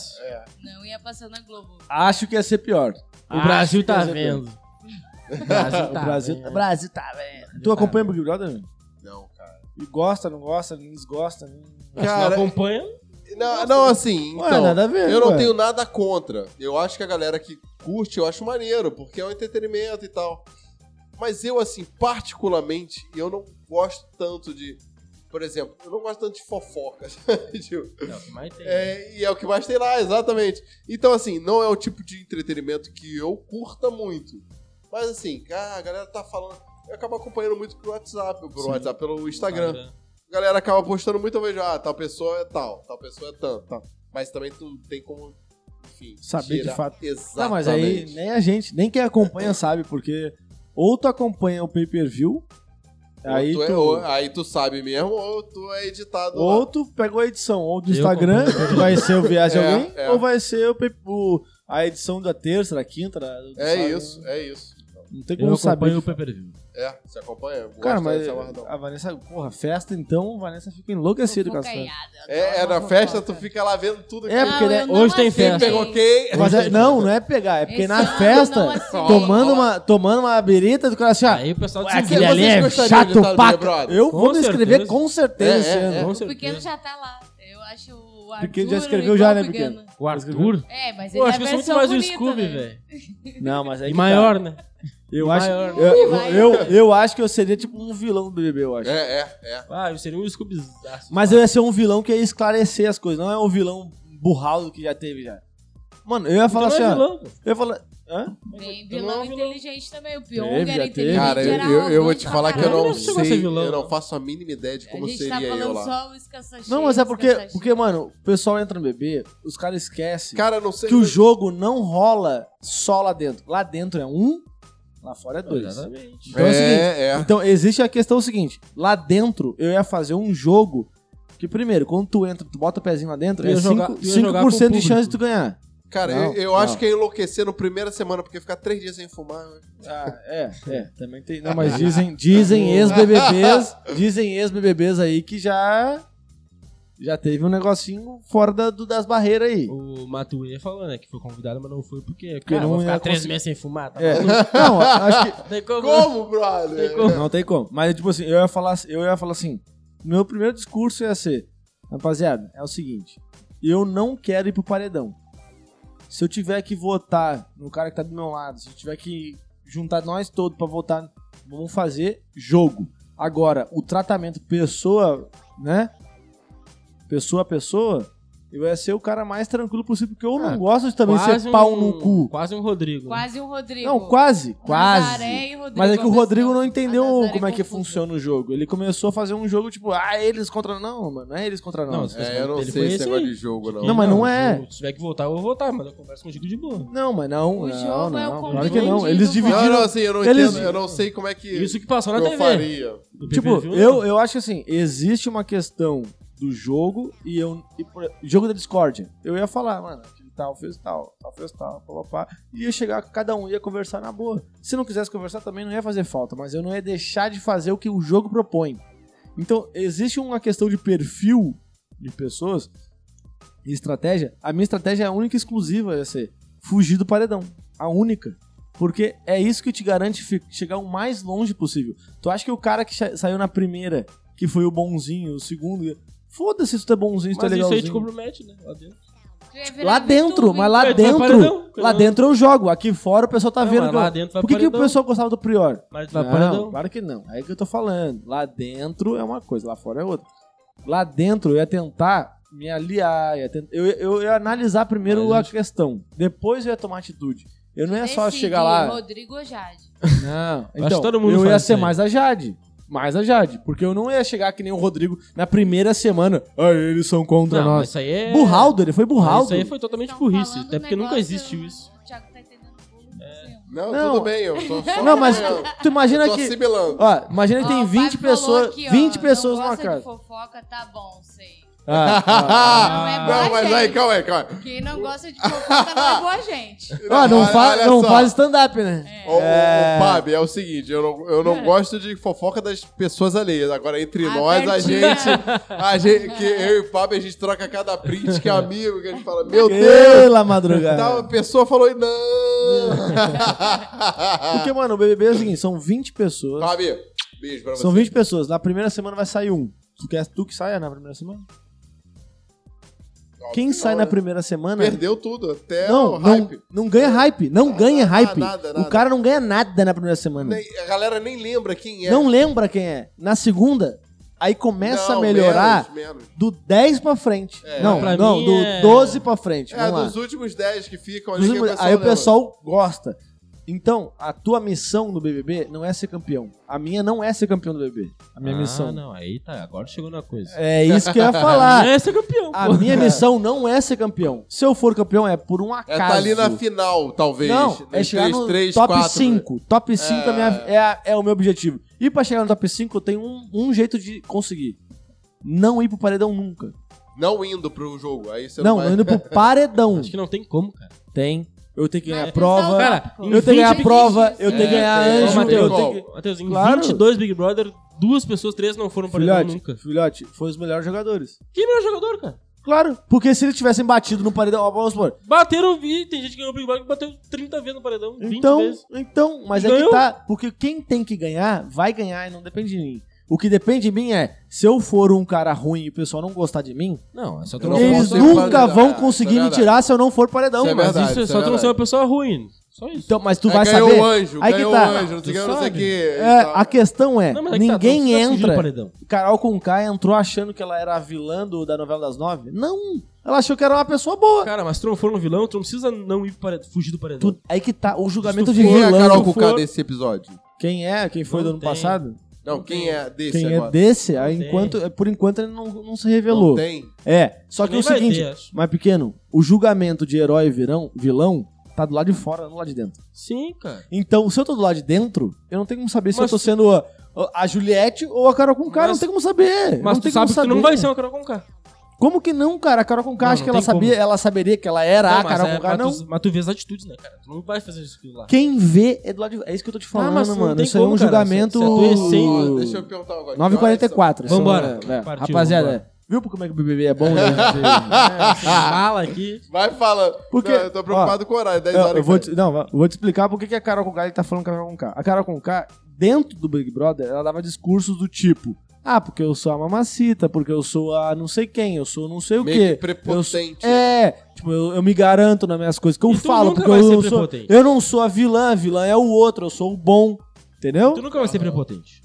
[SPEAKER 4] Não ia passar na Globo.
[SPEAKER 1] é- Acho que ia ser pior.
[SPEAKER 6] O Brasil tá
[SPEAKER 1] Acho que ia ser
[SPEAKER 6] vendo. O
[SPEAKER 1] O
[SPEAKER 6] Brasil tá
[SPEAKER 1] Brasil,
[SPEAKER 6] vendo.
[SPEAKER 1] Brasil tá vendo. Tu acompanha o Big Brother? velho?
[SPEAKER 3] Não, cara.
[SPEAKER 1] E gosta, não gosta, nem desgosta. Nem...
[SPEAKER 6] Se não
[SPEAKER 3] Cara,
[SPEAKER 6] acompanha, é
[SPEAKER 3] Não, não, assim,
[SPEAKER 1] Ué, é
[SPEAKER 3] então,
[SPEAKER 1] nada a ver,
[SPEAKER 3] eu não
[SPEAKER 1] ué.
[SPEAKER 3] tenho nada contra. Eu acho que a galera que curte, eu acho maneiro, porque é um entretenimento e tal. Mas eu, assim, particularmente, eu não gosto tanto de... Por exemplo, eu não gosto tanto de fofoca. sabe? Tipo,
[SPEAKER 6] Não, o que mais tem.
[SPEAKER 3] é, e é o que mais tem lá, exatamente. Então, assim, não é o tipo de entretenimento que eu curta muito. Mas, assim, ah, a galera tá falando... Eu acabo acompanhando muito pelo WhatsApp, pelo,
[SPEAKER 6] Sim.
[SPEAKER 3] WhatsApp, pelo Instagram a galera acaba postando muito, eu vejo, ah, tal pessoa é tal, tal pessoa é tanto, tal. Mas também tu tem como, enfim...
[SPEAKER 1] Saber de fato.
[SPEAKER 3] Exatamente.
[SPEAKER 1] né, Tá, mas aí nem a gente, nem quem acompanha sabe, porque Ou tu acompanha o pay-per-view, aí
[SPEAKER 3] tu é-
[SPEAKER 1] tu-
[SPEAKER 3] ou- aí tu sabe mesmo, ou tu é editado
[SPEAKER 1] ou
[SPEAKER 3] lá.
[SPEAKER 1] tu pegou a edição ou do
[SPEAKER 6] Eu
[SPEAKER 1] Instagram, que vai ser o Viagem
[SPEAKER 3] É,
[SPEAKER 1] Alguém,
[SPEAKER 3] é.
[SPEAKER 1] ou vai ser o pay- o- a edição da terça, da quinta, da, do
[SPEAKER 3] É
[SPEAKER 1] sábado.
[SPEAKER 3] isso, é isso.
[SPEAKER 1] Não tem
[SPEAKER 6] Eu
[SPEAKER 1] como saber.
[SPEAKER 6] acompanho o pay-per-view.
[SPEAKER 3] É, você acompanha. Gosta
[SPEAKER 1] Cara, mas
[SPEAKER 3] dessa guardão.
[SPEAKER 1] a Vanessa, porra, festa então, a Vanessa fica enlouquecida com as festas.
[SPEAKER 4] Fofocaiada, eu adoro
[SPEAKER 3] É, é
[SPEAKER 4] uma
[SPEAKER 3] na festa, tu
[SPEAKER 4] fofoca.
[SPEAKER 3] fica lá vendo tudo.
[SPEAKER 1] É, porque
[SPEAKER 4] Não,
[SPEAKER 1] né,
[SPEAKER 4] eu não
[SPEAKER 6] hoje tem
[SPEAKER 4] assinei.
[SPEAKER 6] festa.
[SPEAKER 3] Pegou quem?
[SPEAKER 1] Mas é- não, não é pegar, é porque
[SPEAKER 4] Esse
[SPEAKER 1] na
[SPEAKER 4] ano eu não assim.
[SPEAKER 1] festa,
[SPEAKER 4] assinei.
[SPEAKER 1] tomando uma, tomando uma birita, do cara assim,
[SPEAKER 5] Ah,
[SPEAKER 1] ó,
[SPEAKER 6] Aí o pessoal
[SPEAKER 1] Ué,
[SPEAKER 6] desembarca.
[SPEAKER 1] aquele ali é
[SPEAKER 3] gostariam de
[SPEAKER 1] chato
[SPEAKER 3] estar no
[SPEAKER 1] pra
[SPEAKER 3] Big Brother?
[SPEAKER 1] Eu
[SPEAKER 6] Com
[SPEAKER 1] vou me inscrever
[SPEAKER 6] certeza.
[SPEAKER 1] com certeza
[SPEAKER 3] É,
[SPEAKER 1] esse
[SPEAKER 3] é,
[SPEAKER 1] ano.
[SPEAKER 6] Com
[SPEAKER 4] O pequeno
[SPEAKER 6] certeza.
[SPEAKER 4] já tá lá. Eu acho o Arthur.
[SPEAKER 1] Pequeno já escreveu
[SPEAKER 4] igual
[SPEAKER 1] já,
[SPEAKER 4] o
[SPEAKER 1] né, pequeno?
[SPEAKER 6] O Arthur?
[SPEAKER 4] É, mas ele
[SPEAKER 6] Eu
[SPEAKER 4] é
[SPEAKER 6] acho
[SPEAKER 4] a
[SPEAKER 6] que eu sou muito
[SPEAKER 4] versão
[SPEAKER 6] mais o
[SPEAKER 4] bonita,
[SPEAKER 6] Scooby,
[SPEAKER 4] né?
[SPEAKER 6] velho.
[SPEAKER 1] Não, mas é
[SPEAKER 6] E
[SPEAKER 1] que tá.
[SPEAKER 6] maior, né?
[SPEAKER 1] Eu
[SPEAKER 6] E
[SPEAKER 1] acho,
[SPEAKER 6] maior, né?
[SPEAKER 1] eu,
[SPEAKER 4] Vai.
[SPEAKER 1] eu, eu acho que eu seria tipo um vilão do BBB, eu acho.
[SPEAKER 3] É, é, é.
[SPEAKER 6] Ah, eu seria um Scoobyzaço.
[SPEAKER 1] Mas eu ia ser um vilão que ia esclarecer as coisas, não é um vilão burraldo que já teve já. Mano, eu ia falar
[SPEAKER 6] Então não é
[SPEAKER 1] assim, ó,
[SPEAKER 6] vilão, pô.
[SPEAKER 1] eu ia falar, hã?
[SPEAKER 4] Tem
[SPEAKER 6] Então não é
[SPEAKER 4] vilão
[SPEAKER 6] um vilão.
[SPEAKER 4] inteligente também. O
[SPEAKER 1] Teve,
[SPEAKER 4] Pyong
[SPEAKER 1] já
[SPEAKER 4] era
[SPEAKER 1] teve.
[SPEAKER 4] inteligente.
[SPEAKER 3] Cara, eu,
[SPEAKER 4] era
[SPEAKER 3] eu- eu vou
[SPEAKER 4] arrogante
[SPEAKER 3] te
[SPEAKER 4] pra
[SPEAKER 3] falar que eu
[SPEAKER 4] caralho.
[SPEAKER 3] não
[SPEAKER 6] Caralho, chegou a ser
[SPEAKER 3] sei,
[SPEAKER 6] vilão.
[SPEAKER 3] eu não faço a mínima ideia de como
[SPEAKER 4] A gente
[SPEAKER 3] seria
[SPEAKER 4] tá
[SPEAKER 3] eu
[SPEAKER 4] falando
[SPEAKER 3] lá.
[SPEAKER 4] só o escassachê.
[SPEAKER 1] Não, mas é porque, porque mano, o pessoal entra no BBB, os caras esquecem
[SPEAKER 3] Cara, não sei.
[SPEAKER 1] que o jogo não rola só lá dentro. Lá dentro é um, lá fora é dois.
[SPEAKER 6] tá Exatamente.
[SPEAKER 1] Então é o seguinte,
[SPEAKER 3] é, é.
[SPEAKER 1] Então, existe a questão seguinte: lá dentro eu ia fazer um jogo que, primeiro, quando tu entra, tu bota o pezinho lá dentro,
[SPEAKER 6] Tu ia
[SPEAKER 1] é
[SPEAKER 6] jogar-
[SPEAKER 1] cinco-
[SPEAKER 6] tu ia jogar
[SPEAKER 1] 5%,
[SPEAKER 6] com o
[SPEAKER 1] de chance de
[SPEAKER 6] público.
[SPEAKER 1] tu ganhar.
[SPEAKER 3] Cara,
[SPEAKER 1] Não,
[SPEAKER 3] eu, eu
[SPEAKER 1] não.
[SPEAKER 3] acho que é enlouquecer na primeira semana, porque ficar três dias sem fumar. né?
[SPEAKER 1] Ah, é, é, também tem. Não,
[SPEAKER 6] Ah,
[SPEAKER 1] mas dizem, dizem ex-BBBs, ah. dizem ex-BBBs aí que já já teve um negocinho fora da- do- das barreiras aí.
[SPEAKER 6] O Matuê falou, né? Que foi convidado, mas não foi porque.
[SPEAKER 1] Porque
[SPEAKER 6] cara,
[SPEAKER 1] não
[SPEAKER 6] vou
[SPEAKER 1] ia
[SPEAKER 6] ficar três
[SPEAKER 1] conseguir.
[SPEAKER 6] meses sem fumar, tá?
[SPEAKER 1] É. Não, acho que
[SPEAKER 6] Tem como.
[SPEAKER 3] Como, brother?
[SPEAKER 6] Tem como.
[SPEAKER 1] Não tem como. Mas, tipo assim, eu ia falar, eu ia falar assim: meu primeiro discurso ia ser, rapaziada, é o seguinte: eu não quero ir pro paredão. Se eu tiver que votar no cara que tá do meu lado, se eu tiver que juntar nós todos pra votar, vamos fazer jogo. Agora, o tratamento pessoa, né? Pessoa a pessoa, eu ia ser o cara mais tranquilo possível, porque eu
[SPEAKER 6] Ah,
[SPEAKER 1] não gosto de também ser pau no cu.
[SPEAKER 6] Quase um Rodrigo.
[SPEAKER 4] Quase um Rodrigo.
[SPEAKER 1] Não, quase, quase.
[SPEAKER 4] Nazaré e Rodrigo,
[SPEAKER 1] Mas é que o
[SPEAKER 4] uma
[SPEAKER 1] Rodrigo
[SPEAKER 4] pessoa.
[SPEAKER 1] não entendeu
[SPEAKER 4] A Nazaré
[SPEAKER 1] como é que
[SPEAKER 4] confusa.
[SPEAKER 1] funciona o jogo. Ele começou a fazer um jogo tipo, ah, eles contra não, mano, não é eles contra
[SPEAKER 6] Não,
[SPEAKER 1] nós.
[SPEAKER 6] se-
[SPEAKER 3] É, eu não
[SPEAKER 6] Ele
[SPEAKER 3] sei
[SPEAKER 6] foi
[SPEAKER 3] esse
[SPEAKER 6] esse
[SPEAKER 3] negócio
[SPEAKER 6] aí.
[SPEAKER 3] de jogo, não.
[SPEAKER 1] Não, mas não é.
[SPEAKER 6] Se tiver que voltar, eu vou voltar, mas eu converso contigo de boa.
[SPEAKER 1] Não, mas não,
[SPEAKER 4] O
[SPEAKER 1] não,
[SPEAKER 4] jogo
[SPEAKER 1] não.
[SPEAKER 4] é o
[SPEAKER 1] claro que não.
[SPEAKER 4] combinado.
[SPEAKER 1] Eles
[SPEAKER 4] Não,
[SPEAKER 1] dividiram.
[SPEAKER 3] Não, não, assim, eu não
[SPEAKER 1] Eles-
[SPEAKER 3] entendo, eu não sei como é que
[SPEAKER 6] Isso que passou na
[SPEAKER 3] eu
[SPEAKER 6] TV.
[SPEAKER 3] faria.
[SPEAKER 6] Do
[SPEAKER 1] Tipo,
[SPEAKER 6] pay-per-view,
[SPEAKER 1] eu, eu acho assim, existe uma questão do jogo e eu e por- jogo da Discord. Eu ia falar, mano, aquele tal fez tal, tal fez tal, pá, pá, pá, e ia chegar, cada um ia conversar na boa. Se não quisesse conversar também não ia fazer falta, mas eu não ia deixar de fazer o que o jogo propõe. Então, existe uma questão de perfil de pessoas e estratégia. A minha estratégia é a única e exclusiva ia ser fugir do paredão, a única. Porque é isso que te garante fi- chegar o mais longe possível. Tu acha que o cara que sa- saiu na primeira, que foi o bonzinho, o segundo. Foda-se se tu é bonzinho, se tu é
[SPEAKER 6] Mas isso aí
[SPEAKER 1] legalzinho.
[SPEAKER 6] te compromete, né? Lá dentro.
[SPEAKER 4] Tu ia virar
[SPEAKER 1] Lá dentro,
[SPEAKER 4] YouTube,
[SPEAKER 1] mas lá
[SPEAKER 6] Vai, vai
[SPEAKER 1] dentro.
[SPEAKER 6] paredão,
[SPEAKER 1] Lá dentro eu jogo. Aqui fora o pessoal tá
[SPEAKER 6] Não,
[SPEAKER 1] vendo.
[SPEAKER 6] mas
[SPEAKER 1] que
[SPEAKER 6] lá
[SPEAKER 1] eu-
[SPEAKER 6] dentro vai
[SPEAKER 1] Por que, que o
[SPEAKER 6] paredão.
[SPEAKER 1] pessoal gostava do Prior?
[SPEAKER 6] Mas tá vai
[SPEAKER 1] não,
[SPEAKER 6] paredão.
[SPEAKER 1] claro que não. É aí que eu tô falando. Lá dentro é uma coisa, lá fora é outra. Lá dentro eu ia tentar me aliar, ia tent- eu, eu ia analisar primeiro
[SPEAKER 6] Mas
[SPEAKER 1] a
[SPEAKER 6] a gente-
[SPEAKER 1] questão. Depois eu ia tomar atitude. Eu não ia só
[SPEAKER 4] Decide,
[SPEAKER 1] chegar lá.
[SPEAKER 4] Rodrigo ou Jade?
[SPEAKER 1] Não,
[SPEAKER 6] que
[SPEAKER 1] então,
[SPEAKER 6] todo mundo
[SPEAKER 1] eu ia
[SPEAKER 6] faz
[SPEAKER 1] ser
[SPEAKER 6] isso aí.
[SPEAKER 1] mais a Jade. Mais a Jade. Porque eu não ia chegar que nem o Rodrigo na primeira semana. Ah, eles são contra
[SPEAKER 6] Não, mas
[SPEAKER 1] nós.
[SPEAKER 6] isso aí é.
[SPEAKER 1] Burraldo, ele foi burraldo.
[SPEAKER 6] Isso aí foi totalmente
[SPEAKER 4] Estão
[SPEAKER 6] burrice.
[SPEAKER 4] falando
[SPEAKER 6] Até
[SPEAKER 4] um
[SPEAKER 6] porque nunca
[SPEAKER 4] negócio,
[SPEAKER 6] existiu isso.
[SPEAKER 4] O Thiago tá entendendo bolo.
[SPEAKER 3] Não,
[SPEAKER 1] Não.
[SPEAKER 3] tudo bem, eu tô só.
[SPEAKER 1] Não, mas
[SPEAKER 3] eu
[SPEAKER 1] tu imagina
[SPEAKER 3] tô
[SPEAKER 1] que.
[SPEAKER 3] assimilando.
[SPEAKER 1] Ó, imagina que tem 20 pessoas. 20 pessoas
[SPEAKER 4] não
[SPEAKER 1] numa
[SPEAKER 4] gosta de
[SPEAKER 1] casa.
[SPEAKER 4] fofoca, tá bom, sei.
[SPEAKER 1] Ah,
[SPEAKER 4] não é boa
[SPEAKER 3] não, mas
[SPEAKER 4] gente.
[SPEAKER 3] aí, calma aí, calma aí.
[SPEAKER 4] Quem não gosta de fofoca não é boa gente.
[SPEAKER 1] Ah, não,
[SPEAKER 3] Olha-
[SPEAKER 1] fa
[SPEAKER 3] olha
[SPEAKER 1] não
[SPEAKER 3] só.
[SPEAKER 1] faz stand-up, né?
[SPEAKER 3] Ô, ô, ô,
[SPEAKER 1] É.
[SPEAKER 3] Fábio, é o seguinte, eu não, eu
[SPEAKER 6] É.
[SPEAKER 3] não gosto de fofoca das pessoas alheias. Agora, entre
[SPEAKER 6] Ah,
[SPEAKER 4] A
[SPEAKER 3] nós, a
[SPEAKER 4] Bertinha.
[SPEAKER 3] gente, a gente. Que eu e o Fábio, a gente troca cada print que é amigo, que a gente fala,
[SPEAKER 1] É,
[SPEAKER 3] meu Deus!
[SPEAKER 1] Pela
[SPEAKER 5] É.
[SPEAKER 3] Tal
[SPEAKER 1] madrugada.
[SPEAKER 3] pessoa falou, e não!
[SPEAKER 1] Porque, mano, o BBB é o seguinte, são 20 pessoas.
[SPEAKER 3] Fábio, beijo pra você.
[SPEAKER 1] São 20 pessoas. Na primeira semana vai sair um. Tu quer tu que saia na primeira semana?
[SPEAKER 3] Óbvio
[SPEAKER 1] Quem
[SPEAKER 3] que
[SPEAKER 1] sai
[SPEAKER 3] não,
[SPEAKER 1] na
[SPEAKER 3] né?
[SPEAKER 1] primeira semana...
[SPEAKER 3] Perdeu tudo, até o
[SPEAKER 1] Não, não,
[SPEAKER 3] hype.
[SPEAKER 1] não ganha hype. Não
[SPEAKER 3] Nada,
[SPEAKER 1] ganha
[SPEAKER 3] nada,
[SPEAKER 1] hype.
[SPEAKER 3] nada,
[SPEAKER 1] O
[SPEAKER 3] nada.
[SPEAKER 1] cara não ganha nada na primeira semana.
[SPEAKER 3] Nem- a galera nem lembra quem é.
[SPEAKER 1] Não lembra quem é. Na segunda, aí começa
[SPEAKER 3] Não,
[SPEAKER 1] a melhorar
[SPEAKER 3] menos, menos.
[SPEAKER 1] do 10 pra frente.
[SPEAKER 3] É.
[SPEAKER 1] não,
[SPEAKER 6] Pra
[SPEAKER 1] não,
[SPEAKER 6] mim
[SPEAKER 1] do
[SPEAKER 6] é-
[SPEAKER 1] 12 pra frente.
[SPEAKER 3] É,
[SPEAKER 1] Vamos lá.
[SPEAKER 3] dos últimos 10 que ficam
[SPEAKER 1] Dos
[SPEAKER 3] ali. que é a
[SPEAKER 1] últimos- aí o
[SPEAKER 3] lembra.
[SPEAKER 1] pessoal gosta.
[SPEAKER 5] Então, a tua missão no BBB não é ser campeão. A minha não é ser campeão do BBB. A minha
[SPEAKER 6] ah,
[SPEAKER 5] missão.
[SPEAKER 6] não, aí tá, agora chegou na coisa.
[SPEAKER 5] É isso que eu ia falar.
[SPEAKER 6] É ser campeão.
[SPEAKER 5] A minha missão não é ser campeão. Se eu for campeão, é por um
[SPEAKER 3] É
[SPEAKER 5] acaso.
[SPEAKER 3] tá ali na final, talvez.
[SPEAKER 5] Não, é
[SPEAKER 3] Nos
[SPEAKER 5] chegar
[SPEAKER 3] três,
[SPEAKER 5] no
[SPEAKER 3] três,
[SPEAKER 5] top
[SPEAKER 3] quatro, né?
[SPEAKER 5] 5. Top 5 é...
[SPEAKER 3] É.
[SPEAKER 5] minha- é a- é o meu objetivo. E pra chegar no top 5, eu tenho um, um jeito de conseguir. Não ir pro paredão nunca.
[SPEAKER 3] Não indo pro jogo. Aí você
[SPEAKER 5] não,
[SPEAKER 3] Então vai...
[SPEAKER 5] eu indo pro paredão.
[SPEAKER 6] Acho que não tem como, cara.
[SPEAKER 5] Tem. Eu tenho que ganhar
[SPEAKER 4] Mas
[SPEAKER 5] a é prova.
[SPEAKER 4] pensar o
[SPEAKER 6] Cara,
[SPEAKER 4] tópico.
[SPEAKER 5] eu tenho que ganhar a
[SPEAKER 4] 20
[SPEAKER 5] prova.
[SPEAKER 4] dias.
[SPEAKER 5] Eu tenho que
[SPEAKER 3] É,
[SPEAKER 5] ganhar
[SPEAKER 3] tem.
[SPEAKER 5] anjo.
[SPEAKER 3] Ô, Mateus,
[SPEAKER 5] Eu
[SPEAKER 3] qual?
[SPEAKER 5] tenho que...
[SPEAKER 6] Matheus, em
[SPEAKER 5] Claro.
[SPEAKER 6] 22 Big Brother, duas pessoas, três não foram para
[SPEAKER 5] Filhote,
[SPEAKER 6] nunca.
[SPEAKER 5] filhote, foi os melhores jogadores.
[SPEAKER 6] Quem é o melhor jogador, cara?
[SPEAKER 5] Claro, porque se eles tivessem batido no paredão, ó, vamos supor.
[SPEAKER 6] Bateram, vi, tem gente que ganhou o Big Brother que bateu 30 vezes no paredão, 20
[SPEAKER 5] Então,
[SPEAKER 6] vezes.
[SPEAKER 5] então, mas é que
[SPEAKER 6] Ganhou.
[SPEAKER 5] tá. Porque quem tem que ganhar, vai ganhar e não depende de mim. O que depende de mim é, se eu for um cara ruim e o pessoal não gostar de mim,
[SPEAKER 6] Não, é só tu
[SPEAKER 3] Eu
[SPEAKER 6] não,
[SPEAKER 3] não
[SPEAKER 5] eles
[SPEAKER 3] posso ser
[SPEAKER 5] nunca
[SPEAKER 3] paredão.
[SPEAKER 5] vão
[SPEAKER 3] É,
[SPEAKER 5] conseguir
[SPEAKER 3] isso é
[SPEAKER 5] me
[SPEAKER 3] verdade.
[SPEAKER 5] tirar se eu não for paredão.
[SPEAKER 3] Isso é
[SPEAKER 5] mas-
[SPEAKER 6] mas isso
[SPEAKER 3] verdade,
[SPEAKER 6] é
[SPEAKER 3] isso
[SPEAKER 6] só
[SPEAKER 3] é
[SPEAKER 6] tu não ser uma
[SPEAKER 3] verdade.
[SPEAKER 6] pessoa ruim. Só isso.
[SPEAKER 5] Então, mas tu
[SPEAKER 3] Aí
[SPEAKER 5] vai
[SPEAKER 3] É, ganhou
[SPEAKER 5] saber.
[SPEAKER 3] o anjo,
[SPEAKER 5] Aí que
[SPEAKER 3] ganhou
[SPEAKER 5] tá.
[SPEAKER 3] o anjo, não sei o que, tá. não sei o
[SPEAKER 6] Tu
[SPEAKER 3] que. e
[SPEAKER 5] É,
[SPEAKER 3] tal.
[SPEAKER 5] a questão é,
[SPEAKER 6] Não, mas é que tá, tu
[SPEAKER 5] ninguém
[SPEAKER 6] não precisa fugir do
[SPEAKER 5] entra.
[SPEAKER 6] paredão.
[SPEAKER 5] Carol Conká entrou achando que ela era a vilã do- da novela das nove? Não, ela achou que era uma pessoa boa.
[SPEAKER 6] Cara, mas tu não for no vilão, tu não precisa não ir pro paredão, fugir do paredão.
[SPEAKER 5] Tu- aí que tá, o julgamento de
[SPEAKER 3] Quem é a
[SPEAKER 5] vilã.
[SPEAKER 3] Carol
[SPEAKER 5] do-
[SPEAKER 3] Cucá desse episódio?
[SPEAKER 5] Quem é? Quem foi
[SPEAKER 6] Não
[SPEAKER 5] do ano
[SPEAKER 6] tem.
[SPEAKER 5] passado?
[SPEAKER 3] Não, quem é desse
[SPEAKER 5] Quem é
[SPEAKER 3] agora?
[SPEAKER 5] desse, aí
[SPEAKER 6] tem.
[SPEAKER 5] enquanto, é, por enquanto ele não, não se
[SPEAKER 3] Não
[SPEAKER 5] revelou.
[SPEAKER 3] tem?
[SPEAKER 5] É, só que é
[SPEAKER 6] Nem
[SPEAKER 5] o
[SPEAKER 6] vai
[SPEAKER 5] seguinte,
[SPEAKER 6] ter, acho.
[SPEAKER 5] mais pequeno, o julgamento de herói e virão, vilão tá do lado de fora, não do lado de dentro.
[SPEAKER 6] Sim, cara.
[SPEAKER 5] Então, se eu tô do lado de dentro, eu não tenho como saber se
[SPEAKER 6] Mas
[SPEAKER 5] eu tô sendo a, a Juliette ou a Carol Conká,
[SPEAKER 6] Mas-
[SPEAKER 5] não tem como saber.
[SPEAKER 6] Mas
[SPEAKER 5] não
[SPEAKER 6] tu
[SPEAKER 5] tem
[SPEAKER 6] sabe
[SPEAKER 5] como
[SPEAKER 6] que
[SPEAKER 5] saber.
[SPEAKER 6] tu não vai ser uma Carol Conká.
[SPEAKER 5] Como que não, cara? A Carol Conká,
[SPEAKER 6] Não,
[SPEAKER 5] acho
[SPEAKER 6] não
[SPEAKER 5] que ela
[SPEAKER 6] tem
[SPEAKER 5] sabia, ela saberia que ela era a
[SPEAKER 6] mas
[SPEAKER 5] Tá, Carol
[SPEAKER 6] é-
[SPEAKER 5] Conká, não.
[SPEAKER 6] mas tu, mas tu vê as atitudes, né, cara? Tu não vai fazer isso aquilo lá.
[SPEAKER 5] Quem vê é do lado de fora. É isso que eu tô te falando,
[SPEAKER 6] mas não
[SPEAKER 5] mano.
[SPEAKER 6] tem
[SPEAKER 5] Isso aí é
[SPEAKER 6] como,
[SPEAKER 5] um
[SPEAKER 6] cara.
[SPEAKER 5] julgamento...
[SPEAKER 6] Se- se a tua essência-
[SPEAKER 3] Ó, Deixa eu perguntar um agora.
[SPEAKER 5] 9h44. são-
[SPEAKER 6] Vambora.
[SPEAKER 5] é,
[SPEAKER 6] Partiu,
[SPEAKER 5] rapaziada,
[SPEAKER 6] vambora.
[SPEAKER 5] viu por como é que o BBB é bom? né? É,
[SPEAKER 6] Fala aqui.
[SPEAKER 3] Vai falando.
[SPEAKER 5] Porque-
[SPEAKER 3] Não, eu tô preocupado com o horário, 10
[SPEAKER 5] eu,
[SPEAKER 3] horas.
[SPEAKER 5] eu vou
[SPEAKER 3] cara.
[SPEAKER 5] te, não, eu vou te explicar por que que a Carol Conká ele tá falando com a Carol Conká. A Carol Conká, dentro do Big Brother, ela dava discursos do tipo... Ah, porque eu sou a mamacita, porque eu sou a não sei quem, eu sou não sei o
[SPEAKER 3] Meio
[SPEAKER 5] quê.
[SPEAKER 3] que prepotente.
[SPEAKER 5] É, tipo, eu, eu me garanto nas minhas coisas que eu
[SPEAKER 6] E tu
[SPEAKER 5] falo,
[SPEAKER 6] nunca
[SPEAKER 5] porque
[SPEAKER 6] vai
[SPEAKER 5] eu
[SPEAKER 6] ser
[SPEAKER 5] não, sou,
[SPEAKER 6] prepotente.
[SPEAKER 5] eu não sou a vilã, a vilã é o outro, eu sou o bom. Entendeu?
[SPEAKER 6] Tu nunca vai ser prepotente.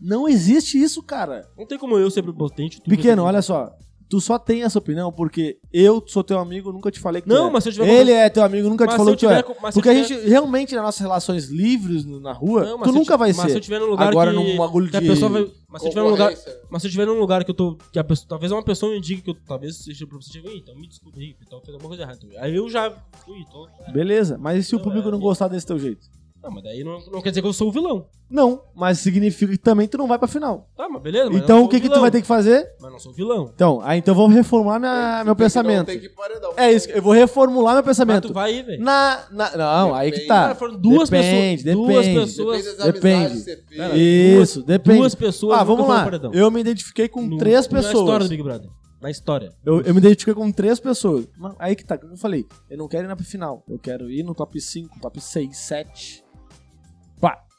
[SPEAKER 5] Não existe isso, cara.
[SPEAKER 6] Não tem como eu ser prepotente. tu
[SPEAKER 5] Pequeno,
[SPEAKER 6] vai ser
[SPEAKER 5] olha só. Tu só tem essa opinião porque eu sou teu amigo, nunca te falei que tu
[SPEAKER 6] Não,
[SPEAKER 5] é.
[SPEAKER 6] mas se eu tiver
[SPEAKER 5] Ele é teu amigo, nunca
[SPEAKER 6] Mas
[SPEAKER 5] te
[SPEAKER 6] se
[SPEAKER 5] falou
[SPEAKER 6] eu
[SPEAKER 5] que tu
[SPEAKER 6] tiver
[SPEAKER 5] é.
[SPEAKER 6] com- mas se
[SPEAKER 5] Porque a
[SPEAKER 6] eu
[SPEAKER 5] gente, realmente, nas nossas relações livres no- na rua,
[SPEAKER 6] Não, mas se
[SPEAKER 5] tu
[SPEAKER 6] eu
[SPEAKER 5] nunca
[SPEAKER 6] ti-
[SPEAKER 5] vai
[SPEAKER 6] mas se eu
[SPEAKER 5] ser.
[SPEAKER 6] tiver num lugar
[SPEAKER 5] Agora
[SPEAKER 6] que,
[SPEAKER 5] num bagulho
[SPEAKER 6] que a
[SPEAKER 5] de é
[SPEAKER 6] pessoa vai, mas se eu tiver num lugar,
[SPEAKER 3] Concorrência.
[SPEAKER 6] mas se eu tiver num lugar que eu tô que a pessoa, talvez uma pessoa me diga que eu talvez seja pra você diga, "Ih, então me desculpe aí, então fez alguma coisa errada. também." Aí eu já fui, tô...
[SPEAKER 5] Beleza, mas e se o
[SPEAKER 6] Não,
[SPEAKER 5] público
[SPEAKER 6] é-
[SPEAKER 5] não gostar desse teu jeito?
[SPEAKER 6] Não, mas daí não, não quer dizer que eu sou o vilão.
[SPEAKER 5] Não, mas significa que também tu não vai pra final.
[SPEAKER 6] Tá, mas beleza, mas eu não
[SPEAKER 5] então
[SPEAKER 6] sou
[SPEAKER 5] o que, que tu
[SPEAKER 6] vilão.
[SPEAKER 5] vai ter que fazer?
[SPEAKER 6] Mas não sou o vilão.
[SPEAKER 5] Então, aí então eu vou reformar minha-
[SPEAKER 6] É,
[SPEAKER 3] Tem
[SPEAKER 5] meu
[SPEAKER 3] que- tem que não,
[SPEAKER 5] pensamento.
[SPEAKER 3] Tem que ir pro paredão.
[SPEAKER 5] É isso, que- eu vou reformular meu
[SPEAKER 6] um, Mas
[SPEAKER 5] pensamento.
[SPEAKER 6] tu vai aí, velho.
[SPEAKER 5] Na, na- não, aí que
[SPEAKER 3] Depende.
[SPEAKER 5] tá.
[SPEAKER 6] Cara, foram duas
[SPEAKER 5] depende,
[SPEAKER 6] pessoas, duas
[SPEAKER 5] depende.
[SPEAKER 6] pessoas,
[SPEAKER 3] Depende das amizades que você fez.
[SPEAKER 6] Cara,
[SPEAKER 5] Isso, depende.
[SPEAKER 6] duas pessoas nunca
[SPEAKER 5] ah, vamos
[SPEAKER 6] foram
[SPEAKER 5] lá.
[SPEAKER 6] no paredão.
[SPEAKER 5] Eu me identifiquei com
[SPEAKER 6] No-
[SPEAKER 5] três
[SPEAKER 6] Na é história do
[SPEAKER 5] pessoas.
[SPEAKER 6] Big Brother. Na história.
[SPEAKER 5] Eu, eu me identifiquei com três pessoas. Mas Aí que tá, o que eu falei? Eu não quero ir na final. Eu quero ir no top 5, top 6, 7.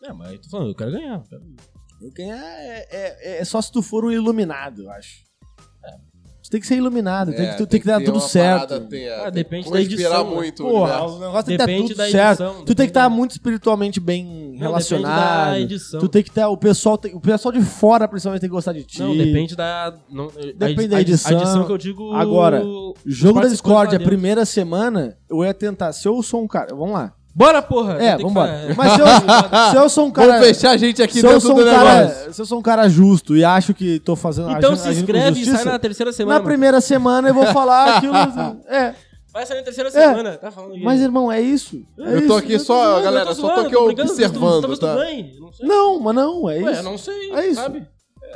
[SPEAKER 6] É, mas eu tô falando, eu quero ganhar. eu quero-
[SPEAKER 5] Eu ganhar é, é- é só se tu for um iluminado, eu acho. É. Tu tem que ser iluminado,
[SPEAKER 3] É,
[SPEAKER 5] tem que, tu, tem que dar tudo certo.
[SPEAKER 6] Ah, depende da
[SPEAKER 3] Inspirar
[SPEAKER 6] edição, né?
[SPEAKER 3] muito. o
[SPEAKER 5] Porra,
[SPEAKER 3] universo.
[SPEAKER 5] o negócio tem que dar
[SPEAKER 6] Depende
[SPEAKER 5] tudo
[SPEAKER 6] da
[SPEAKER 5] certo.
[SPEAKER 6] edição,
[SPEAKER 5] tu tem que
[SPEAKER 6] depende
[SPEAKER 5] estar
[SPEAKER 6] da-
[SPEAKER 5] muito espiritualmente bem relacionado.
[SPEAKER 6] depende da edição.
[SPEAKER 5] Tu tem que ter o pessoal, tem- o pessoal de fora principalmente tem que gostar de ti.
[SPEAKER 6] Não, depende da. Não,
[SPEAKER 5] Depende
[SPEAKER 6] a-
[SPEAKER 5] da
[SPEAKER 6] a-
[SPEAKER 5] edição.
[SPEAKER 6] A edição que eu digo.
[SPEAKER 5] Agora,
[SPEAKER 6] os
[SPEAKER 5] Jogo da
[SPEAKER 6] participantes
[SPEAKER 5] Discord, é
[SPEAKER 6] lá
[SPEAKER 5] a
[SPEAKER 6] dentro.
[SPEAKER 5] primeira semana, eu ia tentar. Se eu sou um cara. Vamos lá.
[SPEAKER 6] Bora, porra!
[SPEAKER 5] É,
[SPEAKER 6] eu tenho que
[SPEAKER 5] vambora.
[SPEAKER 6] falar.
[SPEAKER 5] Mas se eu, se eu sou um cara.
[SPEAKER 3] Vamos fechar a gente aqui
[SPEAKER 5] se eu,
[SPEAKER 3] dentro
[SPEAKER 5] sou
[SPEAKER 3] do
[SPEAKER 5] um
[SPEAKER 3] negócio.
[SPEAKER 5] cara se eu sou um cara justo e acho que tô fazendo.
[SPEAKER 6] Então
[SPEAKER 5] agindo-
[SPEAKER 6] se
[SPEAKER 5] agindo com
[SPEAKER 6] inscreve e sai
[SPEAKER 5] justiça,
[SPEAKER 6] na terceira semana.
[SPEAKER 5] na primeira semana eu vou falar aquilo. É,
[SPEAKER 6] mano. Vai sair na terceira semana. Tá falando aqui.
[SPEAKER 5] mas irmão, é isso. É
[SPEAKER 3] Eu tô
[SPEAKER 5] isso.
[SPEAKER 3] aqui
[SPEAKER 6] tô zoando,
[SPEAKER 3] só,
[SPEAKER 6] eu
[SPEAKER 3] galera, só tô
[SPEAKER 6] zoando,
[SPEAKER 3] aqui
[SPEAKER 6] brincando,
[SPEAKER 3] observando,
[SPEAKER 6] talvez tu-
[SPEAKER 3] tá?
[SPEAKER 6] Talvez tu ganhe, não sei.
[SPEAKER 5] Não, mas não, é
[SPEAKER 6] Ué,
[SPEAKER 5] isso.
[SPEAKER 6] eu não sei,
[SPEAKER 5] É isso.
[SPEAKER 6] sabe?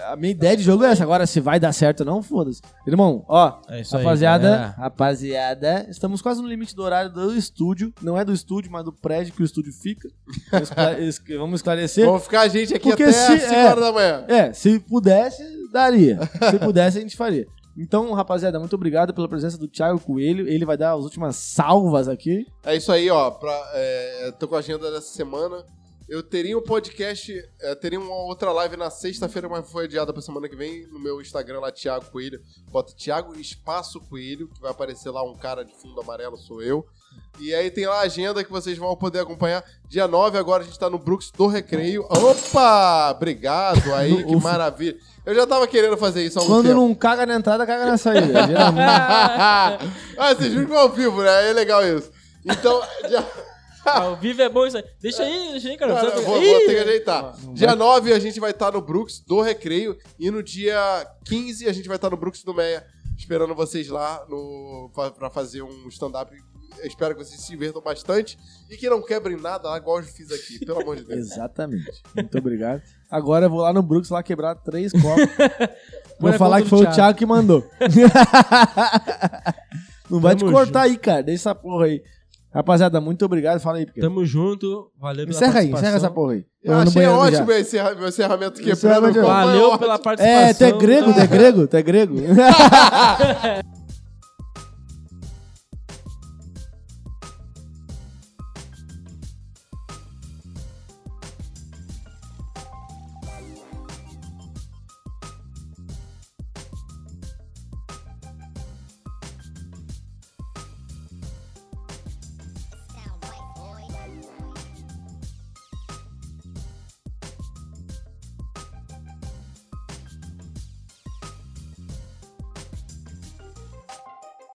[SPEAKER 5] A minha ideia de jogo é essa. Agora, se vai dar certo ou não, foda-se. Irmão, ó,
[SPEAKER 6] É isso aí,
[SPEAKER 5] rapaziada,
[SPEAKER 6] galera.
[SPEAKER 5] rapaziada, estamos quase no limite do horário do estúdio. Não é do estúdio, mas do prédio que o estúdio fica. Vamos esclare- es- Vamos esclarecer.
[SPEAKER 3] Vamos ficar a gente aqui
[SPEAKER 5] Porque
[SPEAKER 3] até
[SPEAKER 5] se-
[SPEAKER 3] as 5
[SPEAKER 5] é.
[SPEAKER 3] horas da manhã.
[SPEAKER 5] É, se pudesse, daria. Se pudesse, a gente faria. Então, rapaziada, muito obrigado pela presença do Thiago Coelho. Ele vai dar as últimas salvas aqui.
[SPEAKER 3] É isso aí, ó. Pra, é, tô com a agenda dessa semana. Eu teria um podcast, é, teria uma outra live na sexta-feira, mas foi adiada pra semana que vem. No meu Instagram lá, Thiago Coelho. Bota Thiago Espaço Coelho, que vai aparecer lá um cara de fundo amarelo, sou eu. E aí tem lá a agenda que vocês vão poder acompanhar. Dia 9 agora a gente tá no Brooks do Recreio. Opa! Obrigado aí, que maravilha. Eu já tava querendo fazer isso há um
[SPEAKER 5] Quando
[SPEAKER 3] tempo.
[SPEAKER 5] não caga na entrada, caga na saída. Geralmente.
[SPEAKER 3] ah, vocês viram que é ao vivo, né? É legal isso. Então, dia,
[SPEAKER 6] Ao vivo é bom isso aí. Deixa aí, deixa aí, cara.
[SPEAKER 3] Cara,
[SPEAKER 6] Você-
[SPEAKER 3] eu vou,
[SPEAKER 6] Ih!
[SPEAKER 3] vou ter que ajeitar.
[SPEAKER 1] Não, não
[SPEAKER 3] dia 9 a gente vai estar no Brooks do Recreio e no dia 15 a gente vai estar no Brooks do Meia esperando vocês lá no, pra, pra fazer um stand-up. Eu Espero que vocês se divertam bastante e que não quebrem nada lá igual eu fiz aqui, pelo amor de Deus.
[SPEAKER 1] Exatamente. Muito obrigado. Agora eu vou lá no Brooks lá quebrar três copos. vou
[SPEAKER 6] Põe a
[SPEAKER 1] falar
[SPEAKER 6] conta
[SPEAKER 1] que
[SPEAKER 6] do
[SPEAKER 1] foi o
[SPEAKER 6] Thiago.
[SPEAKER 1] Thiago que mandou. Não vai te
[SPEAKER 6] Tamo
[SPEAKER 1] cortar aí, cara. Deixa essa porra aí. Rapaziada, muito obrigado. Fala aí, porque...
[SPEAKER 6] Tamo junto. Valeu pela
[SPEAKER 1] Encerra aí, encerra essa
[SPEAKER 6] participação.
[SPEAKER 1] porra aí.
[SPEAKER 3] Eu
[SPEAKER 1] no
[SPEAKER 3] achei
[SPEAKER 1] banheiro mijar.
[SPEAKER 3] ótimo esse encerra- meu encerramento é quebrando.
[SPEAKER 1] Encerramento-
[SPEAKER 3] como é
[SPEAKER 6] Valeu
[SPEAKER 3] ótimo.
[SPEAKER 6] pela participação.
[SPEAKER 1] É, tu é grego, tu é grego, tu é grego.